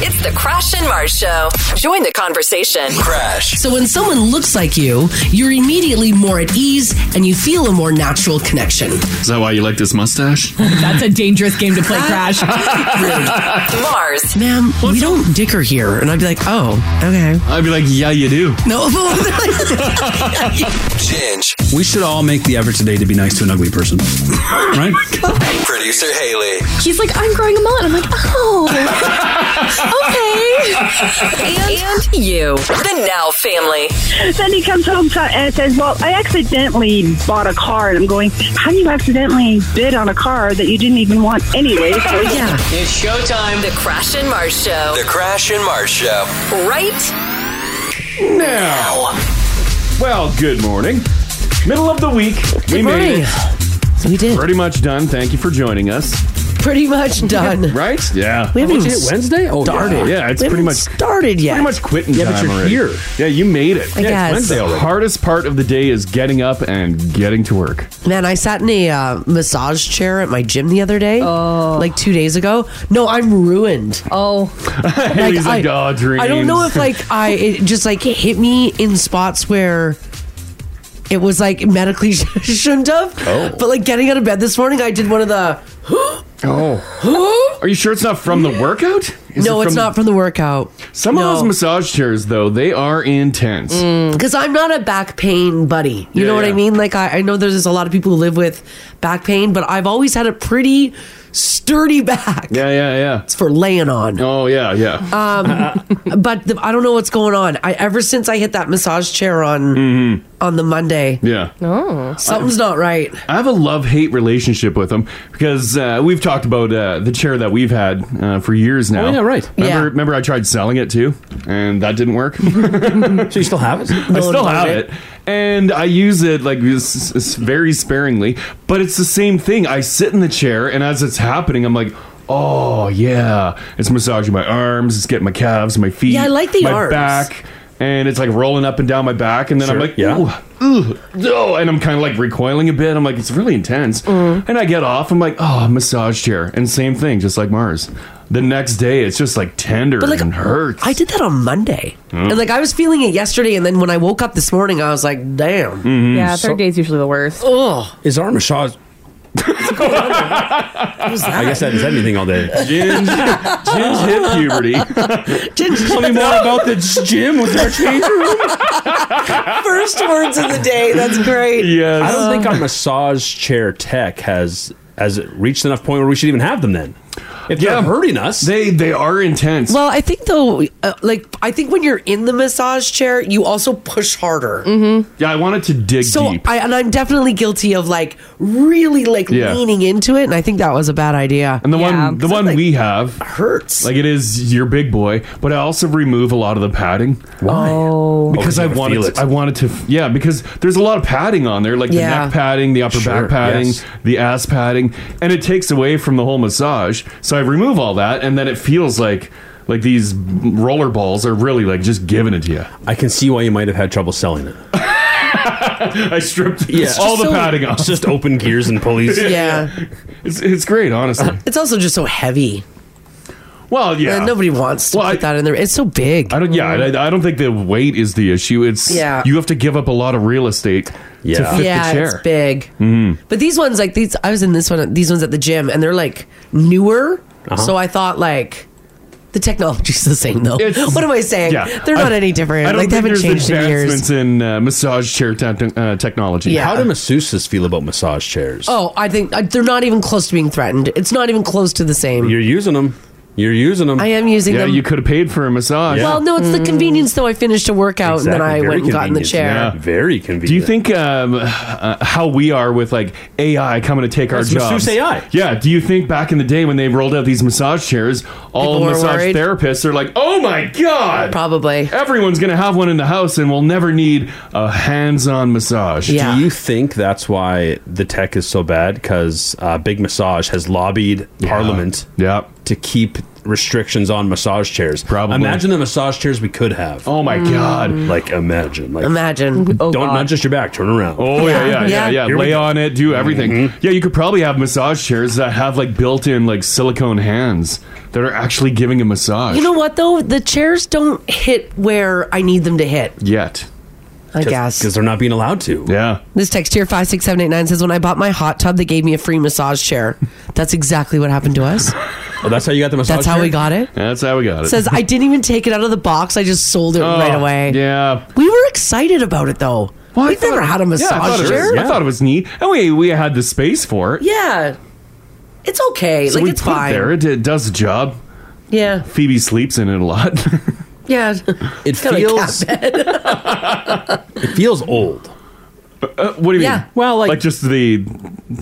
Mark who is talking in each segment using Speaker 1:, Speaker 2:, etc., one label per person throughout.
Speaker 1: It's the Crash and Mars Show. Join the conversation.
Speaker 2: Crash.
Speaker 3: So when someone looks like you, you're immediately more at ease and you feel a more natural connection.
Speaker 4: Is that why you like this mustache?
Speaker 5: That's a dangerous game to play, Crash.
Speaker 1: Mars.
Speaker 3: Ma'am, we don't dicker here. And I'd be like, oh, okay.
Speaker 4: I'd be like, yeah, you do.
Speaker 3: No,
Speaker 2: Ginge.
Speaker 6: We should all make the effort today to be nice to an ugly person, right?
Speaker 2: Producer Haley.
Speaker 5: He's like, I'm growing a mullet. I'm like, oh,
Speaker 1: And you. The Now family.
Speaker 7: Then he comes home and says, Well, I accidentally bought a car. And I'm going, How do you accidentally bid on a car that you didn't even want anyway? So he
Speaker 3: yeah.
Speaker 1: It's showtime. The Crash and Mars Show.
Speaker 2: The Crash and Mars Show.
Speaker 1: Right
Speaker 4: Now.
Speaker 8: Well, good morning. Middle of the week. we made it.
Speaker 3: We did.
Speaker 8: Pretty much done. Thank you for joining us.
Speaker 3: Pretty much done.
Speaker 8: Right? Yeah.
Speaker 3: We haven't even
Speaker 6: Is it Wednesday? Oh,
Speaker 3: started.
Speaker 8: Yeah, it's
Speaker 3: We
Speaker 8: pretty
Speaker 3: haven't
Speaker 8: much-
Speaker 3: started yet.
Speaker 8: Pretty much quitting
Speaker 6: Yeah, but
Speaker 8: time
Speaker 6: you're
Speaker 8: already.
Speaker 6: here.
Speaker 8: Yeah, you made it.
Speaker 3: I
Speaker 8: yeah,
Speaker 3: guess.
Speaker 8: it's Wednesday already. Hardest part of the day is getting up and getting to work.
Speaker 3: Man, I sat in a uh, massage chair at my gym the other day, like two days ago. No, I'm ruined.
Speaker 5: Oh,
Speaker 3: Like,
Speaker 8: Haley's like, oh, dreams.
Speaker 3: I don't know if like I it just like hit me in spots where it was like medically shouldn't have.
Speaker 8: Oh.
Speaker 3: But like getting out of bed this morning, I did one of the.
Speaker 8: Oh. Are you sure it's not from the workout? Is
Speaker 3: no,
Speaker 8: it from-
Speaker 3: it's not from the workout.
Speaker 8: Some
Speaker 3: No. Mm.
Speaker 8: of those massage chairs, though, they are intense.
Speaker 3: because I'm not a back pain buddy. You
Speaker 8: Mm. Yeah,
Speaker 3: know what I
Speaker 8: yeah.
Speaker 3: mean? Like I, I know there's a lot of people who live with back pain, but I've always had a pretty sturdy back
Speaker 8: Yeah, yeah, yeah.
Speaker 3: for laying on. Uh,
Speaker 8: Oh, yeah, yeah.
Speaker 3: Um, But the, I don't know what's going on. I ever since I hit that massage chair on on the Monday,
Speaker 8: Mm-hmm. yeah.
Speaker 5: Oh.
Speaker 3: something's not right.
Speaker 8: I have a love hate relationship with them because uh, we've talked about uh, the chair that we've had uh, for years now.
Speaker 6: Oh, yeah, right.
Speaker 8: Remember,
Speaker 3: Yeah.
Speaker 8: remember, I tried selling it too, and that didn't work.
Speaker 6: So you still have it?
Speaker 8: I still have it, and I use it like s- s- very sparingly. But it's the same thing. I sit in the chair, and as it's happening, I'm like. Oh yeah, it's massaging my arms. It's getting my calves, my feet.
Speaker 3: Yeah, I like the
Speaker 8: my
Speaker 3: arms.
Speaker 8: back, and it's like rolling up and down my back. And then I'm
Speaker 6: Sure,
Speaker 8: like,
Speaker 6: yeah.
Speaker 8: ooh, ugh, oh, and I'm kind of like recoiling a bit. I'm like, it's really intense.
Speaker 3: Mm.
Speaker 8: And I get off. I'm like, oh, massage chair, and same thing, just like Mars. The next day, it's just like tender
Speaker 3: like,
Speaker 8: and hurts. Hmm.
Speaker 3: I did that on Monday,
Speaker 8: Mm-hmm.
Speaker 3: and like I was feeling it yesterday, and then when I woke up this morning, I was like, "Damn,
Speaker 8: Mm-hmm.
Speaker 5: yeah. Third day's usually the worst.
Speaker 3: oh,
Speaker 6: Is our massage? I guess I haven't said anything all day.
Speaker 8: Ginge, Ginge hit puberty.
Speaker 6: Tell me more about the gym with our change room.
Speaker 3: first words of the day." That's great.
Speaker 6: I
Speaker 8: Yes.
Speaker 6: don't think our massage chair tech has has reached enough point where we should even have them. Then, if
Speaker 8: Yeah.
Speaker 6: they're hurting us,
Speaker 8: They they are intense.
Speaker 3: Well, I think though, uh, like I think when you're in the massage chair, you also push harder.
Speaker 5: Mm-hmm.
Speaker 8: yeah, I wanted to dig
Speaker 3: So
Speaker 8: deep.
Speaker 3: I and I'm definitely guilty of like really like
Speaker 8: Yeah.
Speaker 3: leaning into it, and I think that was a bad idea.
Speaker 8: and the
Speaker 5: Yeah,
Speaker 8: one the
Speaker 3: so
Speaker 8: one
Speaker 3: like-
Speaker 8: we have
Speaker 3: Hurts.
Speaker 8: like it is your big boy, but I also remove a lot of the padding. Why?
Speaker 5: Oh,
Speaker 8: Because
Speaker 6: Oh,
Speaker 8: I
Speaker 6: you
Speaker 8: wanted
Speaker 6: feel it.
Speaker 8: to, I wanted to yeah, because there's a lot of padding on there, like
Speaker 3: Yeah.
Speaker 8: the neck padding, the upper
Speaker 6: Sure,
Speaker 8: back padding,
Speaker 6: yes.
Speaker 8: the ass padding, and it takes away from the whole massage. So I remove all that and then it feels like like these roller balls are really like just giving it to you.
Speaker 6: I can see why you might have had trouble selling it.
Speaker 8: I stripped
Speaker 6: Yeah.
Speaker 8: all the
Speaker 3: so-
Speaker 8: padding off.
Speaker 6: It's just open gears and pulleys.
Speaker 3: yeah,
Speaker 8: It's, it's great,
Speaker 6: Uh-huh.
Speaker 8: honestly.
Speaker 3: it's also just so heavy.
Speaker 8: Well, yeah.
Speaker 3: And nobody wants to
Speaker 8: Well,
Speaker 3: put
Speaker 8: I-
Speaker 3: that in there. It's so big.
Speaker 8: I don't. Yeah, I, I don't think the weight is the issue. It's
Speaker 3: Yeah.
Speaker 8: You have to give up a lot of real estate. To
Speaker 6: Yeah.
Speaker 8: fit
Speaker 3: yeah,
Speaker 8: the chair. Mm-hmm.
Speaker 3: it's big. But these ones, like these, I was in this one. These ones at the gym, and they're like newer.
Speaker 6: Uh-huh.
Speaker 3: So I thought like. The technology's the same though.
Speaker 8: It's-
Speaker 3: what am I saying?
Speaker 8: yeah.
Speaker 3: They're not
Speaker 8: I-
Speaker 3: any different.
Speaker 8: I don't
Speaker 3: Like they
Speaker 8: think there's
Speaker 3: haven't changed in years.
Speaker 8: advancements in uh, massage chair te- uh, technology.
Speaker 3: Yeah.
Speaker 6: How do masseuses feel about massage chairs?
Speaker 3: Oh, I think uh, they're not even close to being threatened. It's not even close to the same.
Speaker 6: You're using them. You're using them.
Speaker 3: I am using
Speaker 8: Yeah,
Speaker 3: them.
Speaker 8: you could have paid for a massage.
Speaker 6: Yeah.
Speaker 3: Well, no, it's
Speaker 8: Mm.
Speaker 3: the convenience though. I finished a workout Oh, and then I
Speaker 6: Exactly. Very
Speaker 3: went and got in the
Speaker 6: convenient.
Speaker 3: chair.
Speaker 6: Yeah. Very convenient.
Speaker 8: Do you think um, uh, how we are with like AI coming to take our
Speaker 6: It's
Speaker 8: jobs?
Speaker 6: masseuse AI.
Speaker 8: Yeah. Do you think back in the day when they rolled out these massage chairs, all
Speaker 3: People were
Speaker 8: massage
Speaker 3: worried?
Speaker 8: therapists are like, "Oh my god,
Speaker 3: Probably.
Speaker 8: everyone's gonna have one in the house, and we'll never need a hands-on massage."
Speaker 3: Yeah.
Speaker 6: Do you think that's why the tech is so bad? Because uh, Big Massage has lobbied Parliament
Speaker 8: Yeah.
Speaker 6: to keep restrictions on massage chairs. Probably. Imagine the massage chairs we could have.
Speaker 8: Oh my God.
Speaker 6: Like imagine. Like
Speaker 3: Mm. Imagine. Oh,
Speaker 6: don't not just your back. Turn around.
Speaker 8: Oh yeah, yeah, yeah, yeah.
Speaker 6: Here we
Speaker 8: Lay
Speaker 6: go. Mm-hmm.
Speaker 8: on it, do everything. Yeah, you could probably have massage chairs that have like built-in like silicone hands that are actually giving a massage.
Speaker 3: You know what though? The chairs don't hit where I need them to hit.
Speaker 8: Yet,
Speaker 3: I guess
Speaker 6: because they're not being allowed to.
Speaker 8: Yeah.
Speaker 3: This text here five six seven eight nine says when I bought my hot tub, they gave me a free massage chair. That's exactly what happened to us.
Speaker 6: Oh, that's how you got the massage.
Speaker 3: That's how we
Speaker 6: chair?
Speaker 3: got it.
Speaker 8: That's how we got
Speaker 3: Says I didn't even take it out of the box. I just sold it
Speaker 8: Oh,
Speaker 3: right away.
Speaker 8: Yeah,
Speaker 3: we were excited about it though. We've never had
Speaker 8: Yeah,
Speaker 3: a
Speaker 8: I
Speaker 3: massage
Speaker 8: thought it was-
Speaker 3: chair.
Speaker 8: I thought it was neat, and we we had the space for it.
Speaker 3: Yeah, it's okay.
Speaker 8: So
Speaker 3: like
Speaker 8: we
Speaker 3: it's
Speaker 8: put it
Speaker 3: fine.
Speaker 8: there. It, it does the job.
Speaker 3: Yeah,
Speaker 8: Phoebe sleeps in it a lot.
Speaker 3: yeah.
Speaker 6: It
Speaker 3: Kinda
Speaker 6: feels-
Speaker 3: cat bed.
Speaker 6: It feels old.
Speaker 8: Uh, what do you
Speaker 3: Yeah.
Speaker 8: mean?
Speaker 6: Well, like-
Speaker 8: like just the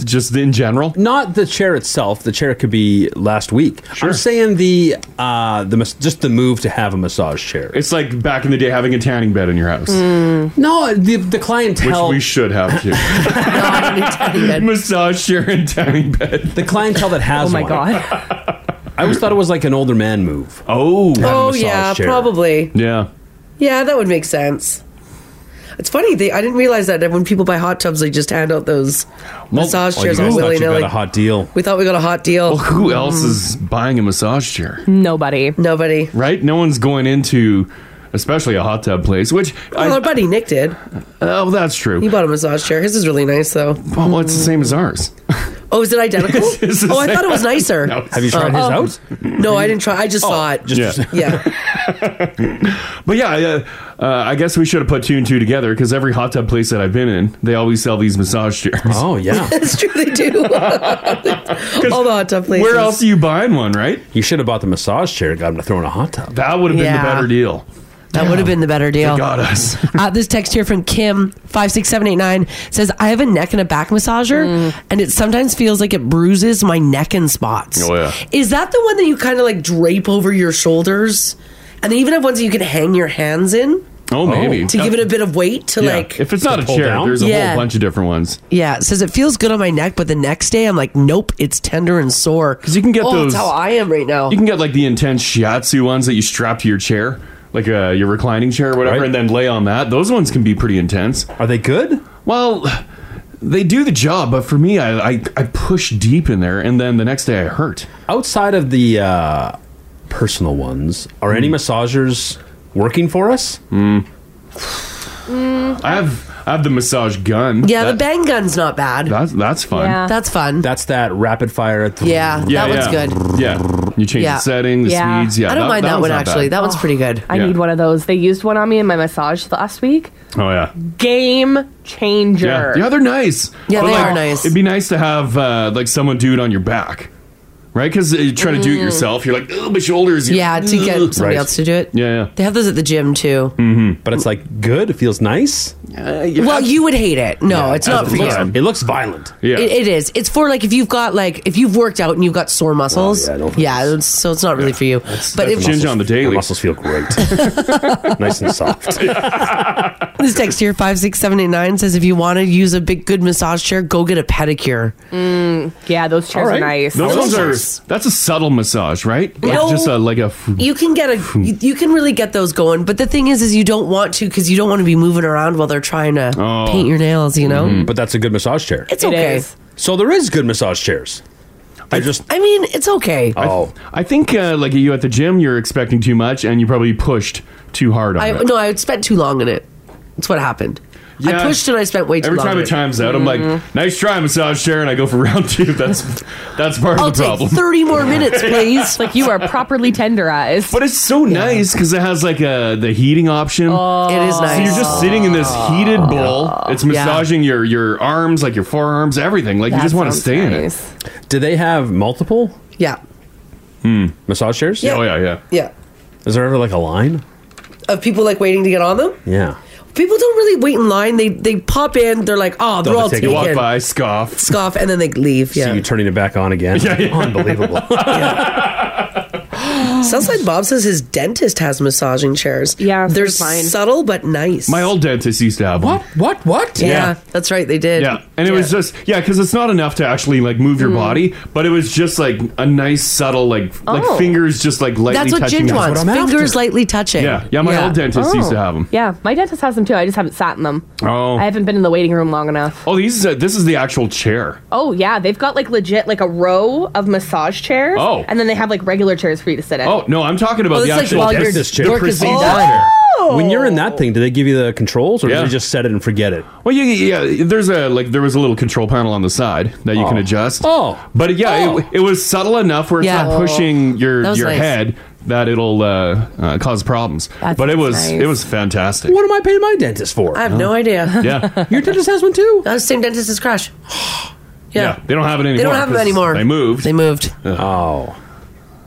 Speaker 8: just in general.
Speaker 6: Not the chair itself. The chair could be last week. I'm saying the uh the mas- just the move to have a massage chair. Mm.
Speaker 8: It's like back in the day having a tanning bed in your house,
Speaker 6: No, the the
Speaker 8: which
Speaker 6: clientele
Speaker 8: we should have too. massage chair and tanning bed.
Speaker 6: the clientele that has
Speaker 5: Oh my
Speaker 6: one.
Speaker 5: god.
Speaker 6: I always thought it was like an older man move.
Speaker 8: Oh,
Speaker 6: Have a
Speaker 3: oh
Speaker 6: massage
Speaker 3: yeah,
Speaker 6: chair.
Speaker 3: probably.
Speaker 8: yeah.
Speaker 3: Yeah, that would make sense. It's funny. They, I didn't realize that when people buy hot tubs, they just hand out those massage
Speaker 6: Oh, you guys
Speaker 3: chairs
Speaker 6: thought
Speaker 3: all willy
Speaker 6: you got
Speaker 3: nilly. Mm-hmm.
Speaker 6: a hot deal.
Speaker 3: We thought we got a hot deal.
Speaker 8: Well, who else is buying a massage chair?
Speaker 5: Nobody.
Speaker 3: Nobody.
Speaker 8: Right? No one's going into, especially a hot tub place. Which,
Speaker 3: Well, our
Speaker 8: I,
Speaker 3: buddy Nick did.
Speaker 8: oh, that's true.
Speaker 3: He bought a massage chair. His is really nice, though.
Speaker 8: Well, it's the same as ours.
Speaker 3: Oh, is it identical?
Speaker 8: It's the
Speaker 3: oh, I
Speaker 8: same.
Speaker 3: thought it was nicer.
Speaker 8: No.
Speaker 3: No,
Speaker 6: Have you tried his
Speaker 8: Um,
Speaker 3: Oh.
Speaker 6: out? Oh.
Speaker 3: I didn't try. I just saw it.
Speaker 6: Just
Speaker 8: Yeah.
Speaker 3: yeah.
Speaker 8: But yeah, uh, uh, I guess we should have put two and two together because every hot tub place that I've been in, they always sell these massage chairs.
Speaker 6: Oh yeah.
Speaker 3: It's true. They do. All the hot tub places.
Speaker 8: Where else are you buying one, right?
Speaker 6: you should have bought the massage chair. and Got him to throw in a hot tub.
Speaker 8: That would have been
Speaker 3: Yeah.
Speaker 8: the better deal.
Speaker 3: That would have been the better deal.
Speaker 8: Got us.
Speaker 3: Uh, this text here from Kim five six seven eight nine says, "I have a neck and a back massager, and it sometimes feels like it bruises my neck in spots.
Speaker 8: Oh, yeah.
Speaker 3: Is that the one that you kind of like drape over your shoulders, and they even have ones that you can hang your hands in
Speaker 8: Oh, maybe.
Speaker 3: to give it a bit of weight to
Speaker 8: Yeah.
Speaker 3: like."
Speaker 8: if it's not a
Speaker 6: pull
Speaker 8: chair,
Speaker 6: down?
Speaker 8: there's a
Speaker 3: Yeah.
Speaker 8: whole bunch of different ones.
Speaker 3: yeah, it says it feels good on my neck, but the next day I'm like, nope, it's tender and sore. Because
Speaker 8: you can get
Speaker 3: oh,
Speaker 8: those-
Speaker 3: That's how I am right now.
Speaker 8: You can get like the intense shiatsu ones that you strap to your chair, like uh, your reclining chair or whatever,
Speaker 6: Right.
Speaker 8: and then lay on that. Those ones can be pretty intense.
Speaker 6: Are they good?
Speaker 8: Well, they do the job, but for me, I, I, I push deep in there, and then the next day I hurt.
Speaker 6: Outside of the uh, personal ones, are
Speaker 8: Hmm.
Speaker 6: any massagers working for us? Mm.
Speaker 8: I have I have the massage gun.
Speaker 3: yeah, the
Speaker 8: That-
Speaker 3: bang gun's not bad.
Speaker 8: That's that's fun.
Speaker 5: Yeah.
Speaker 3: That's fun.
Speaker 6: That's that rapid fire. th-
Speaker 3: yeah,
Speaker 8: Yeah, yeah.
Speaker 3: that one's good.
Speaker 8: Yeah, you change
Speaker 3: Yeah.
Speaker 8: the setting, the
Speaker 5: Yeah.
Speaker 8: speeds. Yeah,
Speaker 3: I don't mind that,
Speaker 8: one's
Speaker 3: one
Speaker 8: not
Speaker 3: actually.
Speaker 8: bad. Oh.
Speaker 3: That one's pretty good.
Speaker 5: I
Speaker 8: Yeah.
Speaker 5: need one of those. They used one on me in my massage last week.
Speaker 8: oh yeah,
Speaker 5: Game changer.
Speaker 8: yeah, yeah. They're nice.
Speaker 3: Yeah,
Speaker 8: But,
Speaker 3: they
Speaker 8: like,
Speaker 3: are nice.
Speaker 8: It'd be nice to have uh, like someone do it on your back, right? Because you try to do it yourself, you're like, oh, my shoulders.
Speaker 3: Mm. Yeah, to get
Speaker 8: Ugh."
Speaker 3: somebody
Speaker 6: Right.
Speaker 3: else to do it.
Speaker 8: Yeah, yeah.
Speaker 3: They have those at the gym too.
Speaker 8: Mm-hmm.
Speaker 6: But it's like good. It feels nice.
Speaker 8: Uh,
Speaker 3: Well, you would hate it. No, it's not for
Speaker 6: it,
Speaker 3: you.
Speaker 6: looks, it looks violent.
Speaker 8: Yeah.
Speaker 3: It, it is. It's for like if you've got like if you've worked out and you've got sore muscles.
Speaker 6: yeah, I don't think
Speaker 3: yeah, it's- so it's not really for you. but if,
Speaker 8: Ginger on the daily.
Speaker 6: My muscles feel great. nice and soft.
Speaker 3: this text here five six seven eight nine says if you want to use a big good massage chair, go get a pedicure.
Speaker 5: Mm, Yeah, those chairs are nice.
Speaker 8: Those ones are.
Speaker 3: nice.
Speaker 8: That's a subtle massage, right? Like,
Speaker 3: No.
Speaker 8: Just a, like a. f-
Speaker 3: You can get a you, you can really get those going. But the thing is, is you don't want to because you don't want to be moving around while they're trying to
Speaker 8: Oh. Mm-hmm.
Speaker 3: paint your nails. You know,
Speaker 6: Mm-hmm. But that's a good massage chair.
Speaker 3: it's okay.
Speaker 5: is.
Speaker 6: So there is good massage chairs. I just
Speaker 3: I mean, it's okay.
Speaker 6: oh
Speaker 8: I think uh, like you at the gym, you're expecting too much, and you probably pushed too hard on
Speaker 3: I
Speaker 8: it.
Speaker 3: no, I spent too long in it. That's what happened. I
Speaker 8: Yeah.
Speaker 3: pushed and I spent way too
Speaker 8: Every
Speaker 3: long.
Speaker 8: time
Speaker 3: in Mm-hmm.
Speaker 8: it times out, I'm like, "Nice try, massage chair," and I go for round two. That's that's part
Speaker 3: I'll
Speaker 8: of the
Speaker 3: take
Speaker 8: problem.
Speaker 3: thirty more minutes, please.
Speaker 5: It's like you are properly tenderized.
Speaker 8: but it's so nice because it has like a the heating option.
Speaker 3: Oh. it is
Speaker 8: So
Speaker 3: nice.
Speaker 8: you're just sitting in this heated bowl. It's massaging your your arms, like your forearms, everything. Like you just want to stay in
Speaker 5: it.
Speaker 6: do they have multiple hmm,
Speaker 3: yeah,
Speaker 6: massage chairs?
Speaker 8: it. Oh yeah, yeah.
Speaker 3: yeah.
Speaker 6: Is there ever like a line?
Speaker 3: Of people like waiting to get on them.
Speaker 6: Yeah.
Speaker 3: People don't really wait in line. They they pop in. They're like, oh, they're
Speaker 6: Don't
Speaker 3: all
Speaker 6: they take-
Speaker 3: taken.
Speaker 8: You walk by, scoff.
Speaker 3: Scoff and then they leave. Yeah.
Speaker 6: See you turning it back on again. Unbelievable.
Speaker 3: Southside Bob says his dentist has massaging chairs. Yeah, they're subtle but nice.
Speaker 8: My old dentist used to have one.
Speaker 3: What? What? Yeah,
Speaker 8: Yeah.
Speaker 3: that's right. They did.
Speaker 8: Yeah, and it was just yeah, because it's not enough to actually like move your
Speaker 3: Mm.
Speaker 8: body, but it was just like a nice subtle like
Speaker 3: Oh.
Speaker 8: like fingers just like lightly
Speaker 3: That's what
Speaker 8: touching.
Speaker 3: Ginge wants. Fingers lightly touching.
Speaker 8: Yeah, yeah. My old dentist used to have them.
Speaker 5: Oh. Yeah, my dentist has them too. I just haven't sat in them.
Speaker 8: Oh,
Speaker 5: I haven't been in the waiting room long enough.
Speaker 8: oh, these uh, this is the actual chair.
Speaker 5: Oh yeah, they've got like legit like a row of massage chairs.
Speaker 8: Oh.
Speaker 5: and then they have like regular chairs for you to sit in.
Speaker 8: Oh no, I'm talking
Speaker 5: Oh,
Speaker 8: about the
Speaker 5: it's like
Speaker 8: actual
Speaker 5: while your
Speaker 8: dentist chair.
Speaker 5: work
Speaker 8: The
Speaker 5: is being
Speaker 8: procedure
Speaker 5: done.
Speaker 3: Oh.
Speaker 8: chair.
Speaker 6: When you're in that thing, do they give you the controls or
Speaker 8: Yeah.
Speaker 6: do you just set it and forget it?
Speaker 8: Well, yeah, yeah, yeah. There's a like there was a little control panel on the side that you can adjust. Oh, but yeah, it, it was subtle enough where it's
Speaker 4: Yeah.
Speaker 8: not pushing your
Speaker 4: That was
Speaker 8: your
Speaker 4: nice.
Speaker 8: head that it'll uh, uh, cause problems.
Speaker 4: That
Speaker 8: but it
Speaker 4: sounds
Speaker 8: was
Speaker 4: nice.
Speaker 8: it was fantastic.
Speaker 6: What am I paying my dentist for?
Speaker 3: I have no idea.
Speaker 8: Yeah.
Speaker 6: Your dentist has one too.
Speaker 3: That's the same dentist as Crash. Yeah.
Speaker 8: they don't have it
Speaker 3: They
Speaker 8: anymore.
Speaker 3: don't have them
Speaker 8: 'cause
Speaker 3: anymore.
Speaker 8: They moved. They
Speaker 3: moved.
Speaker 8: Oh.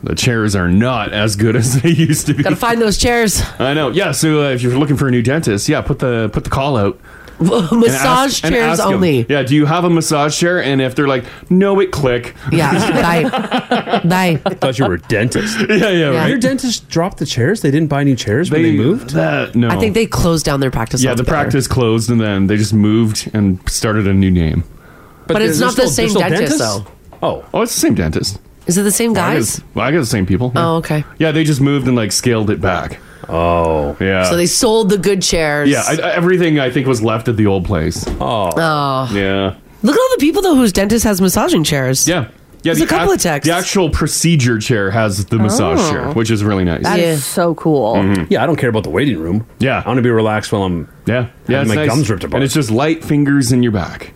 Speaker 8: The chairs are not as good as they used to be. Gotta
Speaker 3: find those chairs.
Speaker 8: I know. Yeah. So uh, if you're looking for a new dentist, yeah, put the put the call out. And
Speaker 3: Massage
Speaker 8: and
Speaker 3: chairs
Speaker 8: 'em,
Speaker 3: only.
Speaker 8: Yeah. Do you have a massage chair? And if they're like, no, it click.
Speaker 3: Yeah. Bye. Bye.
Speaker 6: I thought you were a dentist.
Speaker 8: yeah, yeah, right.
Speaker 6: Your dentist dropped the chairs. They didn't buy new chairs when they moved.
Speaker 8: That, no.
Speaker 3: I think they closed down their practice.
Speaker 8: yeah, the
Speaker 3: altogether.
Speaker 8: practice closed and then they just moved and started a new name.
Speaker 3: But But it's they're- not they're the still- same they're still dentist, dentists?
Speaker 8: Oh. Oh, it's the same dentist.
Speaker 3: Is it the same
Speaker 8: Well, I
Speaker 3: guys?
Speaker 8: got- well, I got the same people.
Speaker 3: Oh, okay.
Speaker 8: Yeah, they just moved and like scaled it back. Oh. Yeah.
Speaker 3: So they sold the good chairs.
Speaker 8: Yeah, I, I- everything I think was left at the old place. Oh.
Speaker 3: Oh.
Speaker 8: Yeah.
Speaker 3: Look at all the people though whose dentist has massaging chairs.
Speaker 8: Yeah. Yeah,
Speaker 3: There's a couple
Speaker 8: ac-
Speaker 3: of texts.
Speaker 8: The actual procedure chair has the massage
Speaker 5: Oh.
Speaker 8: chair, which is really nice.
Speaker 5: That is so cool.
Speaker 8: Mm-hmm.
Speaker 6: Yeah, I don't care about the waiting room.
Speaker 8: Yeah,
Speaker 6: I want to be relaxed while I'm
Speaker 8: yeah,
Speaker 6: yeah,
Speaker 8: it's
Speaker 6: my
Speaker 8: nice.
Speaker 6: gums ripped apart.
Speaker 8: And it's just light fingers in your back.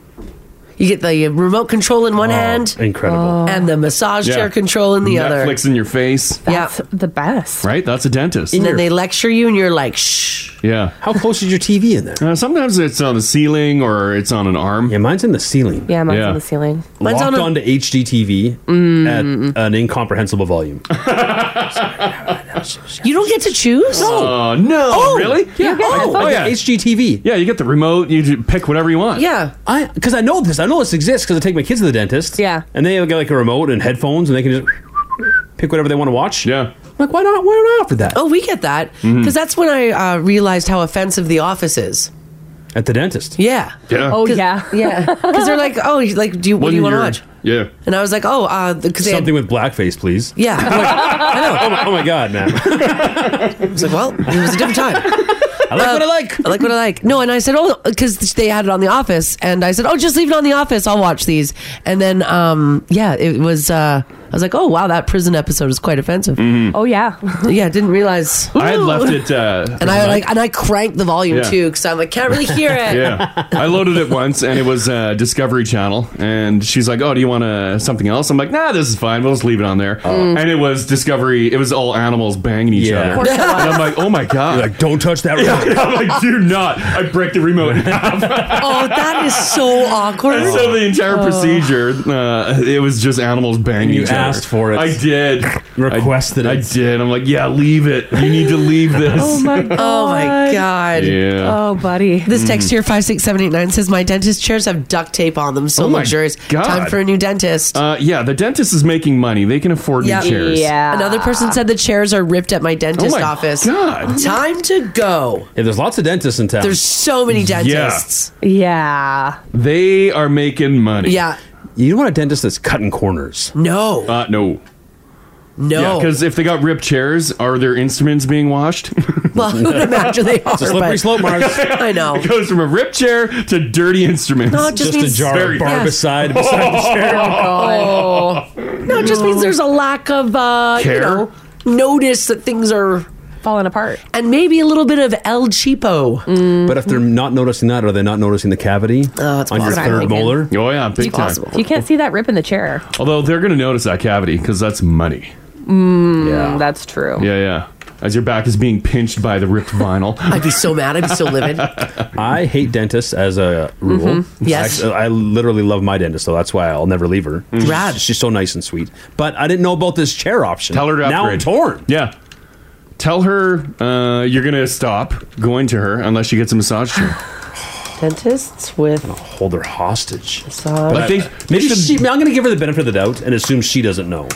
Speaker 3: You get the remote control in one hand.
Speaker 5: Oh.
Speaker 8: incredible.
Speaker 3: And the massage
Speaker 8: Yeah.
Speaker 3: chair control in the other.
Speaker 8: Netflix in your face.
Speaker 3: That's
Speaker 5: the best.
Speaker 8: Right? That's a dentist.
Speaker 3: And then they lecture you and you're like, shh.
Speaker 8: Yeah.
Speaker 6: How close is your TV in there?
Speaker 8: Uh, sometimes it's on the ceiling or it's on an arm.
Speaker 6: Yeah, mine's in the ceiling.
Speaker 5: Yeah, mine's on the ceiling.
Speaker 6: Locked
Speaker 5: on a-
Speaker 6: onto HDTV at an incomprehensible volume.
Speaker 3: You don't get to choose?
Speaker 8: Oh no!
Speaker 6: Oh,
Speaker 8: really?
Speaker 6: yeah. You get
Speaker 8: Oh,
Speaker 6: the
Speaker 8: oh, yeah.
Speaker 6: fucking HGTV.
Speaker 8: Yeah, you get the remote. You ju- pick whatever you want.
Speaker 3: Yeah,
Speaker 6: I because I know this. I know this exists because I take my kids to the dentist. Yeah, and they get like a remote and headphones, and they can just pick whatever they want to watch.
Speaker 8: Yeah,
Speaker 6: like why not? Why not offer that?
Speaker 3: Oh, we get that. Because
Speaker 8: Mm-hmm.
Speaker 6: Mhm.
Speaker 3: that's when I uh, realized how offensive The Office is.
Speaker 6: at the dentist.
Speaker 3: Yeah.
Speaker 8: Yeah.
Speaker 5: Oh yeah.
Speaker 3: Yeah. Because they're like, oh, you- like, do you, what do you want to watch?
Speaker 8: Yeah.
Speaker 3: And I was like, oh, uh, because they had-
Speaker 6: Something with blackface, please.
Speaker 3: yeah. I'm like, I know.
Speaker 6: Oh my, oh my god, man.
Speaker 3: I was like, well, it was a different time.
Speaker 6: I like what I
Speaker 3: like. I like what I like. No, and I said, oh, because they had it on The Office, and I said, oh, just leave it on The Office. I'll watch these. And then, um, yeah, it was. Uh, I was like, oh wow, that prison episode is quite offensive.
Speaker 5: Oh yeah,
Speaker 3: yeah. Didn't realize.
Speaker 8: Mm-hmm. I had left it. Uh,
Speaker 3: And I like, and I cranked the volume
Speaker 8: Yeah.
Speaker 3: too, because I'm like, can't really hear it.
Speaker 8: yeah, I loaded it once, and it was uh, Discovery Channel. And she's like, "Oh, do you want uh, something else?" I'm like, "Nah, this is fine. We'll just leave it on there." And it was Discovery. It was all animals banging each
Speaker 6: Yeah. Of
Speaker 8: other.
Speaker 6: course it
Speaker 8: And I'm like, "Oh my god!"
Speaker 6: like, "Don't touch that
Speaker 8: Yeah,
Speaker 6: remote."
Speaker 8: I'm like, "Do not!" I break the remote. in half.
Speaker 3: Oh, that is so awkward.
Speaker 8: And so the entire
Speaker 3: Oh.
Speaker 8: procedure, uh, it was just animals banging.
Speaker 6: You
Speaker 8: each other.
Speaker 6: asked for it.
Speaker 8: I did.
Speaker 6: Requested
Speaker 8: I, I did. I'm like, yeah, leave it. You need to leave this.
Speaker 5: Oh my god.
Speaker 3: Oh my god.
Speaker 8: Yeah. Mm-hmm.
Speaker 5: Oh buddy.
Speaker 3: This text
Speaker 5: Mhm.
Speaker 3: here five six seven eight nine says my dentist chairs have duct tape on them, so
Speaker 8: Oh my
Speaker 3: luxurious.
Speaker 8: God.
Speaker 3: Time for a new dentist.
Speaker 8: Uh, yeah, the dentist is making money. They can afford new chairs.
Speaker 3: Another person said the chairs are ripped at my dentist
Speaker 8: Oh my
Speaker 3: office.
Speaker 8: God.
Speaker 3: Time to go.
Speaker 6: Yeah, there's lots of dentists in town.
Speaker 3: There's so many dentists.
Speaker 5: Yeah.
Speaker 8: They are making money.
Speaker 3: Yeah.
Speaker 6: You don't want a dentist that's cutting corners.
Speaker 3: No.
Speaker 8: Uh, no.
Speaker 3: No.
Speaker 8: Because if they got ripped chairs, are their instruments being washed?
Speaker 3: Well, I would imagine they are.
Speaker 8: It's a slippery
Speaker 3: but-
Speaker 8: slope, Mars.
Speaker 3: I know.
Speaker 8: it goes from a ripped chair to dirty instruments.
Speaker 3: No, it just Just a means- jar of
Speaker 8: Very-
Speaker 6: barbicide
Speaker 3: beside the chair.
Speaker 5: Oh.
Speaker 3: No, it just means there's a lack of uh, you
Speaker 8: Care?
Speaker 3: know notice that things are
Speaker 5: falling apart,
Speaker 3: and maybe a little bit of El Cheapo. Oh,
Speaker 6: But if they're not noticing that, are they not noticing the cavity on your
Speaker 5: possible. That's what
Speaker 6: third
Speaker 5: I'm
Speaker 6: molar?
Speaker 8: Oh yeah, big time.
Speaker 5: You can't see that rip in the chair.
Speaker 8: Although they're going to notice that cavity because that's money.
Speaker 5: Mm, That's true.
Speaker 8: Yeah, yeah. As your back is being pinched by the ripped vinyl.
Speaker 3: I'd be so mad. I'd be so livid.
Speaker 6: I hate dentists as a rule.
Speaker 3: Mhm. Yes.
Speaker 6: Actually, I literally love my dentist, so that's why I'll never leave her.
Speaker 3: Rad.
Speaker 6: She's, she's so nice and sweet. But I didn't know about this chair option.
Speaker 8: Tell her to
Speaker 6: Now I'm
Speaker 8: upgrade.
Speaker 6: torn.
Speaker 8: Yeah. Tell her uh, you're going to stop going to her unless she gets a massage chair.
Speaker 3: Dentists with
Speaker 6: hold her hostage.
Speaker 3: Massage.
Speaker 8: But uh, they-
Speaker 6: maybe she, I'm going to give her the benefit of the doubt and assume she doesn't know.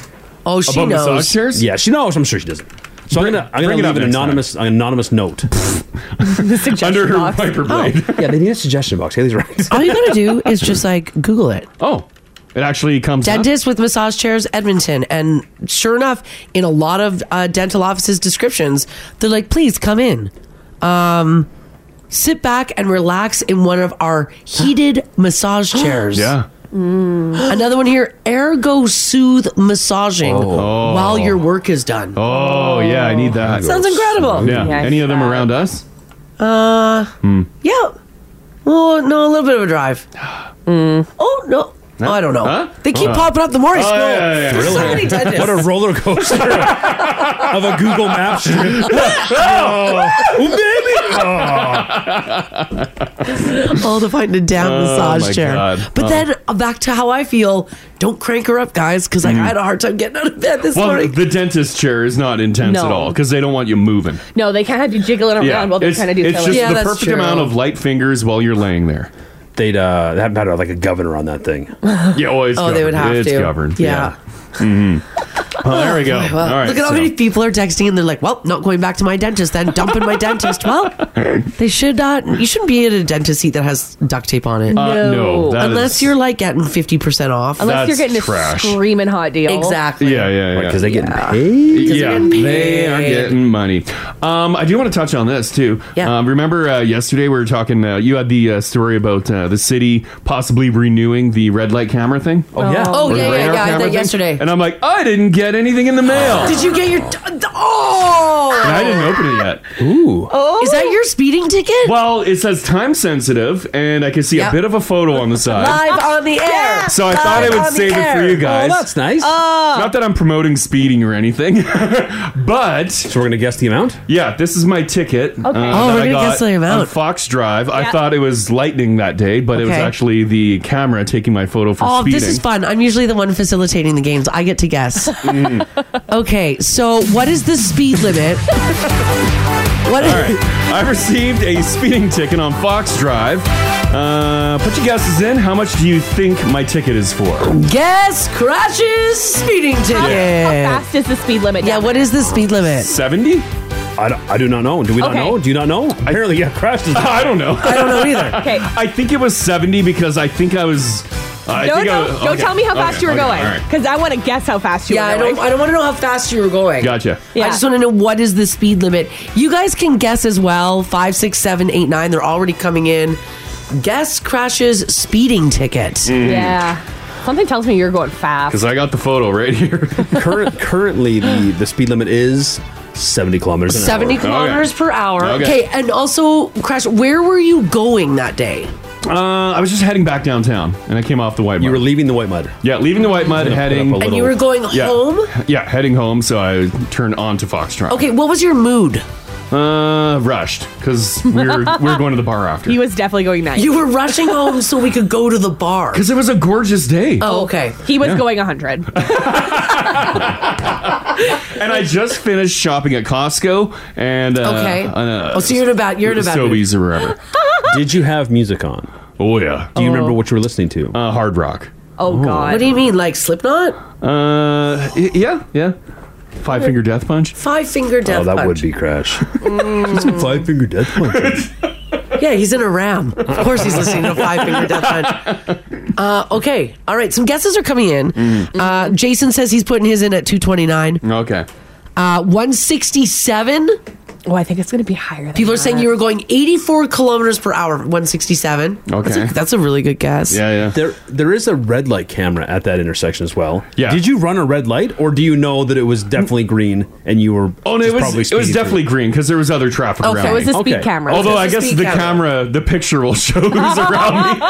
Speaker 3: Oh, she
Speaker 6: About
Speaker 3: knows.
Speaker 6: massage chairs? Yeah, she knows. I'm sure she doesn't. So I'm gonna I'm
Speaker 3: bring it
Speaker 6: gonna
Speaker 3: up
Speaker 6: leave an
Speaker 3: next time.
Speaker 6: anonymous an anonymous note
Speaker 8: Under her box. wiper blade.
Speaker 6: yeah, they need a suggestion box. Haley's right.
Speaker 3: Oh. All you gotta do is just like Google it.
Speaker 8: Oh, it actually comes. up?
Speaker 3: Dentist with massage chairs, Edmonton, and sure enough, in a lot of uh, dental offices' descriptions, they're like, "Please come in, um, sit back and relax in one of our heated massage chairs." Mm.
Speaker 8: Yeah.
Speaker 3: Another one here, ergo soothe massaging
Speaker 8: Oh.
Speaker 3: while your work is done.
Speaker 8: Oh, yeah, I need that.
Speaker 3: Sounds incredible.
Speaker 8: Yeah.
Speaker 3: Yes,
Speaker 8: Any of them around us?
Speaker 3: Uh,
Speaker 8: Hmm.
Speaker 3: yeah. Well, no, a little bit of a drive. Oh no. Oh, I don't know.
Speaker 8: Huh?
Speaker 3: They keep
Speaker 8: Oh.
Speaker 3: popping up the more I
Speaker 8: Oh,
Speaker 3: scroll.
Speaker 8: yeah, yeah, yeah.
Speaker 3: There's so
Speaker 8: Really?
Speaker 3: many dentists.
Speaker 6: What a roller coaster of a Google Maps. oh, baby. Oh.
Speaker 3: all to find a down
Speaker 6: Oh, my
Speaker 3: massage chair.
Speaker 6: God.
Speaker 3: But
Speaker 6: Oh.
Speaker 3: then uh, back to how I feel. Don't crank her up, guys, because like, I had a hard time getting out of bed this
Speaker 8: Mm-hmm. well,
Speaker 3: morning.
Speaker 8: the dentist chair is not intense
Speaker 5: No.
Speaker 8: at all because they don't want you moving.
Speaker 5: No, they can't have you jiggling around
Speaker 8: yeah,
Speaker 5: while they're
Speaker 8: it's,
Speaker 5: trying to do
Speaker 8: it's
Speaker 5: pillows.
Speaker 8: just the perfect amount of light fingers while you're laying there.
Speaker 6: They'd uh, they haven't had like a governor on that thing.
Speaker 8: Yeah, oh, it's
Speaker 3: Oh,
Speaker 8: governed.
Speaker 3: they would have
Speaker 8: it's
Speaker 3: to.
Speaker 8: governed.
Speaker 3: Yeah.
Speaker 8: Mhm. Oh, there we go.
Speaker 3: Okay, well,
Speaker 8: all right.
Speaker 3: look at how
Speaker 8: so-
Speaker 3: many people are texting and they're like, "Well, not going back to my dentist. Then dumping my dentist." Well, they should not. You shouldn't be at a dentist seat that has duct tape on it.
Speaker 8: Uh, no, that
Speaker 3: unless
Speaker 8: is-
Speaker 3: you're like getting fifty percent off.
Speaker 5: Unless you're getting a screaming hot deal.
Speaker 3: Exactly.
Speaker 8: Yeah, yeah, yeah. Because
Speaker 6: they're getting paid.
Speaker 8: Yeah, they are getting money. Um, I do want to touch on this too. Yeah. Um, remember uh, yesterday we were talking. Uh, you had the uh, story about uh, the city possibly renewing the red light camera thing.
Speaker 3: Oh, yeah. Oh,
Speaker 8: Or
Speaker 3: yeah,
Speaker 8: the
Speaker 3: yeah,
Speaker 8: radar
Speaker 3: yeah, I
Speaker 8: camera
Speaker 3: did
Speaker 8: thing.
Speaker 3: yesterday.
Speaker 8: And I'm like, I didn't get anything in the mail.
Speaker 3: Did you get your? Oh.
Speaker 8: And I didn't open it yet. Ooh.
Speaker 3: Oh. Is that your speeding ticket?
Speaker 8: Well, it says time sensitive, and I can see
Speaker 3: Yeah.
Speaker 8: a bit of a photo on the side. Oh,
Speaker 3: Live on the air.
Speaker 8: So I thought I
Speaker 3: Live on
Speaker 8: would
Speaker 3: the
Speaker 8: save it for
Speaker 3: air. Oh.
Speaker 8: you guys.
Speaker 6: Oh, nice.
Speaker 3: Ah.
Speaker 8: Not that I'm promoting speeding or anything, but so
Speaker 6: we're gonna guess the amount.
Speaker 8: Yeah, this is my ticket. um, Okay.
Speaker 3: Oh, we're gonna guess the amount.
Speaker 8: On Fox Drive. I
Speaker 3: Yeah.
Speaker 8: thought it was lightning that day, but it was
Speaker 3: Okay.
Speaker 8: actually the camera taking my photo for
Speaker 3: Oh,
Speaker 8: speeding.
Speaker 3: this is fun. I'm usually the one facilitating the games. I get to guess.
Speaker 8: Mm.
Speaker 3: okay, so what is the speed limit? what?
Speaker 8: All right. I received a speeding ticket on Fox Drive. Uh, put your guesses in. How much do you think my ticket is for?
Speaker 3: Guess crashes speeding ticket.
Speaker 5: How fast is the speed limit?
Speaker 3: Yeah, what is the speed limit?
Speaker 8: 70?
Speaker 6: I, don't- I do not know. Do we not
Speaker 5: Okay.
Speaker 6: know? Do you not know? Apparently, yeah, crashed. is-
Speaker 8: I don't know.
Speaker 3: I don't know either.
Speaker 5: Okay.
Speaker 8: I think it was 70 because I think I was. I
Speaker 5: no,
Speaker 8: think I
Speaker 5: no,
Speaker 8: was-
Speaker 5: don't
Speaker 8: Uh, okay,
Speaker 5: tell me how
Speaker 8: okay,
Speaker 5: fast you were
Speaker 8: okay,
Speaker 5: going,
Speaker 8: all right.
Speaker 5: because I want to guess how fast you
Speaker 3: Yeah, I
Speaker 5: were going.
Speaker 3: don't. I don't want to know how fast you were going.
Speaker 8: Gotcha.
Speaker 3: I just want to know what is the speed limit. You guys can guess as well. Five, six, seven, eight, nine. They're already coming in. Guess crashes speeding ticket.
Speaker 8: Mm.
Speaker 5: Yeah, something tells me you're going fast.
Speaker 8: Because I got the photo right here.
Speaker 6: Current, currently, the, the speed limit is 70 kilometers an hour.
Speaker 8: Oh,
Speaker 3: 70 kilometers per hour.
Speaker 6: Okay.
Speaker 3: Okay. and also, Crash, where were you going that day?
Speaker 8: Uh, I was just heading back downtown, and I came off the white mud. You were
Speaker 6: leaving the white mud.
Speaker 8: Yeah, leaving the white mud,
Speaker 6: I'm gonna put
Speaker 8: heading.
Speaker 6: up a
Speaker 3: And you were going
Speaker 8: yeah,
Speaker 3: home?
Speaker 8: Yeah, heading home. So I turned on to Fox Drive.
Speaker 3: Okay, what was your mood?
Speaker 8: Uh, rushed because we were we were going to the bar after.
Speaker 5: He was definitely going nice.
Speaker 3: You were rushing home so we could go to the bar.
Speaker 8: Because it was a gorgeous day.
Speaker 3: Oh, okay.
Speaker 5: He was
Speaker 8: Yeah.
Speaker 5: going 100.
Speaker 8: And I just finished shopping at Costco. And uh,
Speaker 3: Okay.
Speaker 8: Uh,
Speaker 3: Oh, so you're in a bad- you're in a bad mood.
Speaker 8: Sobeys or whatever.
Speaker 6: Did you have music on?
Speaker 8: Oh yeah.
Speaker 6: Do you remember what you were listening to?
Speaker 8: Uh, hard rock.
Speaker 5: Oh, God.
Speaker 3: What do you mean, like Slipknot?
Speaker 8: Uh, y- yeah, yeah. Five Finger Death Punch.
Speaker 3: Five
Speaker 8: Oh,
Speaker 3: Finger Death Punch.
Speaker 6: Oh, be Crash.
Speaker 3: Mm.
Speaker 6: Five Finger Death Punch.
Speaker 3: yeah, he's in a ram. Of course, he's listening to Five Finger Death Punch. Uh, okay, all right. Some guesses are coming in. Uh, Jason says he's putting his in at two twenty nine.
Speaker 8: Mm. Okay.
Speaker 3: Uh, 167.
Speaker 5: Oh, I think it's going to be higher. Than
Speaker 3: People are saying you were going 84 kilometers per hour, 167. That's a, that's a really good guess.
Speaker 8: yeah.
Speaker 6: There, there is a red light camera at that intersection as well.
Speaker 8: Yeah.
Speaker 6: Did you run a red light, or do you know that it was definitely green and you were?
Speaker 8: Oh no, it
Speaker 6: just
Speaker 8: was
Speaker 6: probably
Speaker 8: it was
Speaker 6: speeding
Speaker 8: definitely green because there was other traffic
Speaker 3: Okay.
Speaker 8: around.
Speaker 3: So it was
Speaker 8: me.
Speaker 3: a speed Okay. camera.
Speaker 8: Although
Speaker 3: It was
Speaker 8: I
Speaker 3: a
Speaker 8: guess
Speaker 3: speed
Speaker 8: the
Speaker 3: camera.
Speaker 8: camera, the picture will show who's around me.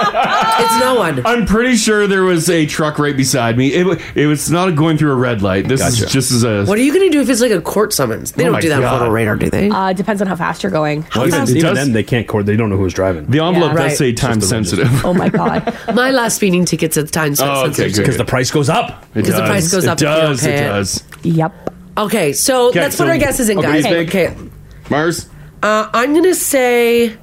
Speaker 3: It's no one.
Speaker 8: I'm pretty sure there was a truck right beside me. It, wa- it was not going through a red light. This is
Speaker 6: Gotcha.
Speaker 8: just as a.
Speaker 3: What are you going to do if it's like a court summons? They
Speaker 8: Oh my
Speaker 3: don't do that on
Speaker 8: God.
Speaker 3: photo radar, do they?
Speaker 5: Uh, depends on how fast you're going.
Speaker 6: through. Well, even
Speaker 8: It
Speaker 6: even
Speaker 8: does-
Speaker 6: then, they can't cord. They don't know who was driving.
Speaker 8: The envelope
Speaker 3: Yeah,
Speaker 8: does
Speaker 3: right.
Speaker 8: say time sensitive.
Speaker 5: Oh my god.
Speaker 3: My last speeding ticket's at the time
Speaker 8: Oh, okay,
Speaker 3: sensitive.
Speaker 8: good.
Speaker 6: Because the price goes up.
Speaker 8: It
Speaker 3: Because the
Speaker 8: does.
Speaker 3: price goes
Speaker 8: It
Speaker 3: up if you don't
Speaker 8: Does
Speaker 3: pay
Speaker 8: it
Speaker 3: it.
Speaker 8: does?
Speaker 5: Yep.
Speaker 3: Okay, so
Speaker 8: Okay,
Speaker 3: let's
Speaker 8: so
Speaker 3: put our guesses in,
Speaker 8: what do
Speaker 3: guys.
Speaker 8: you think?
Speaker 3: Okay,
Speaker 8: Mars.
Speaker 3: uh, I'm gonna say,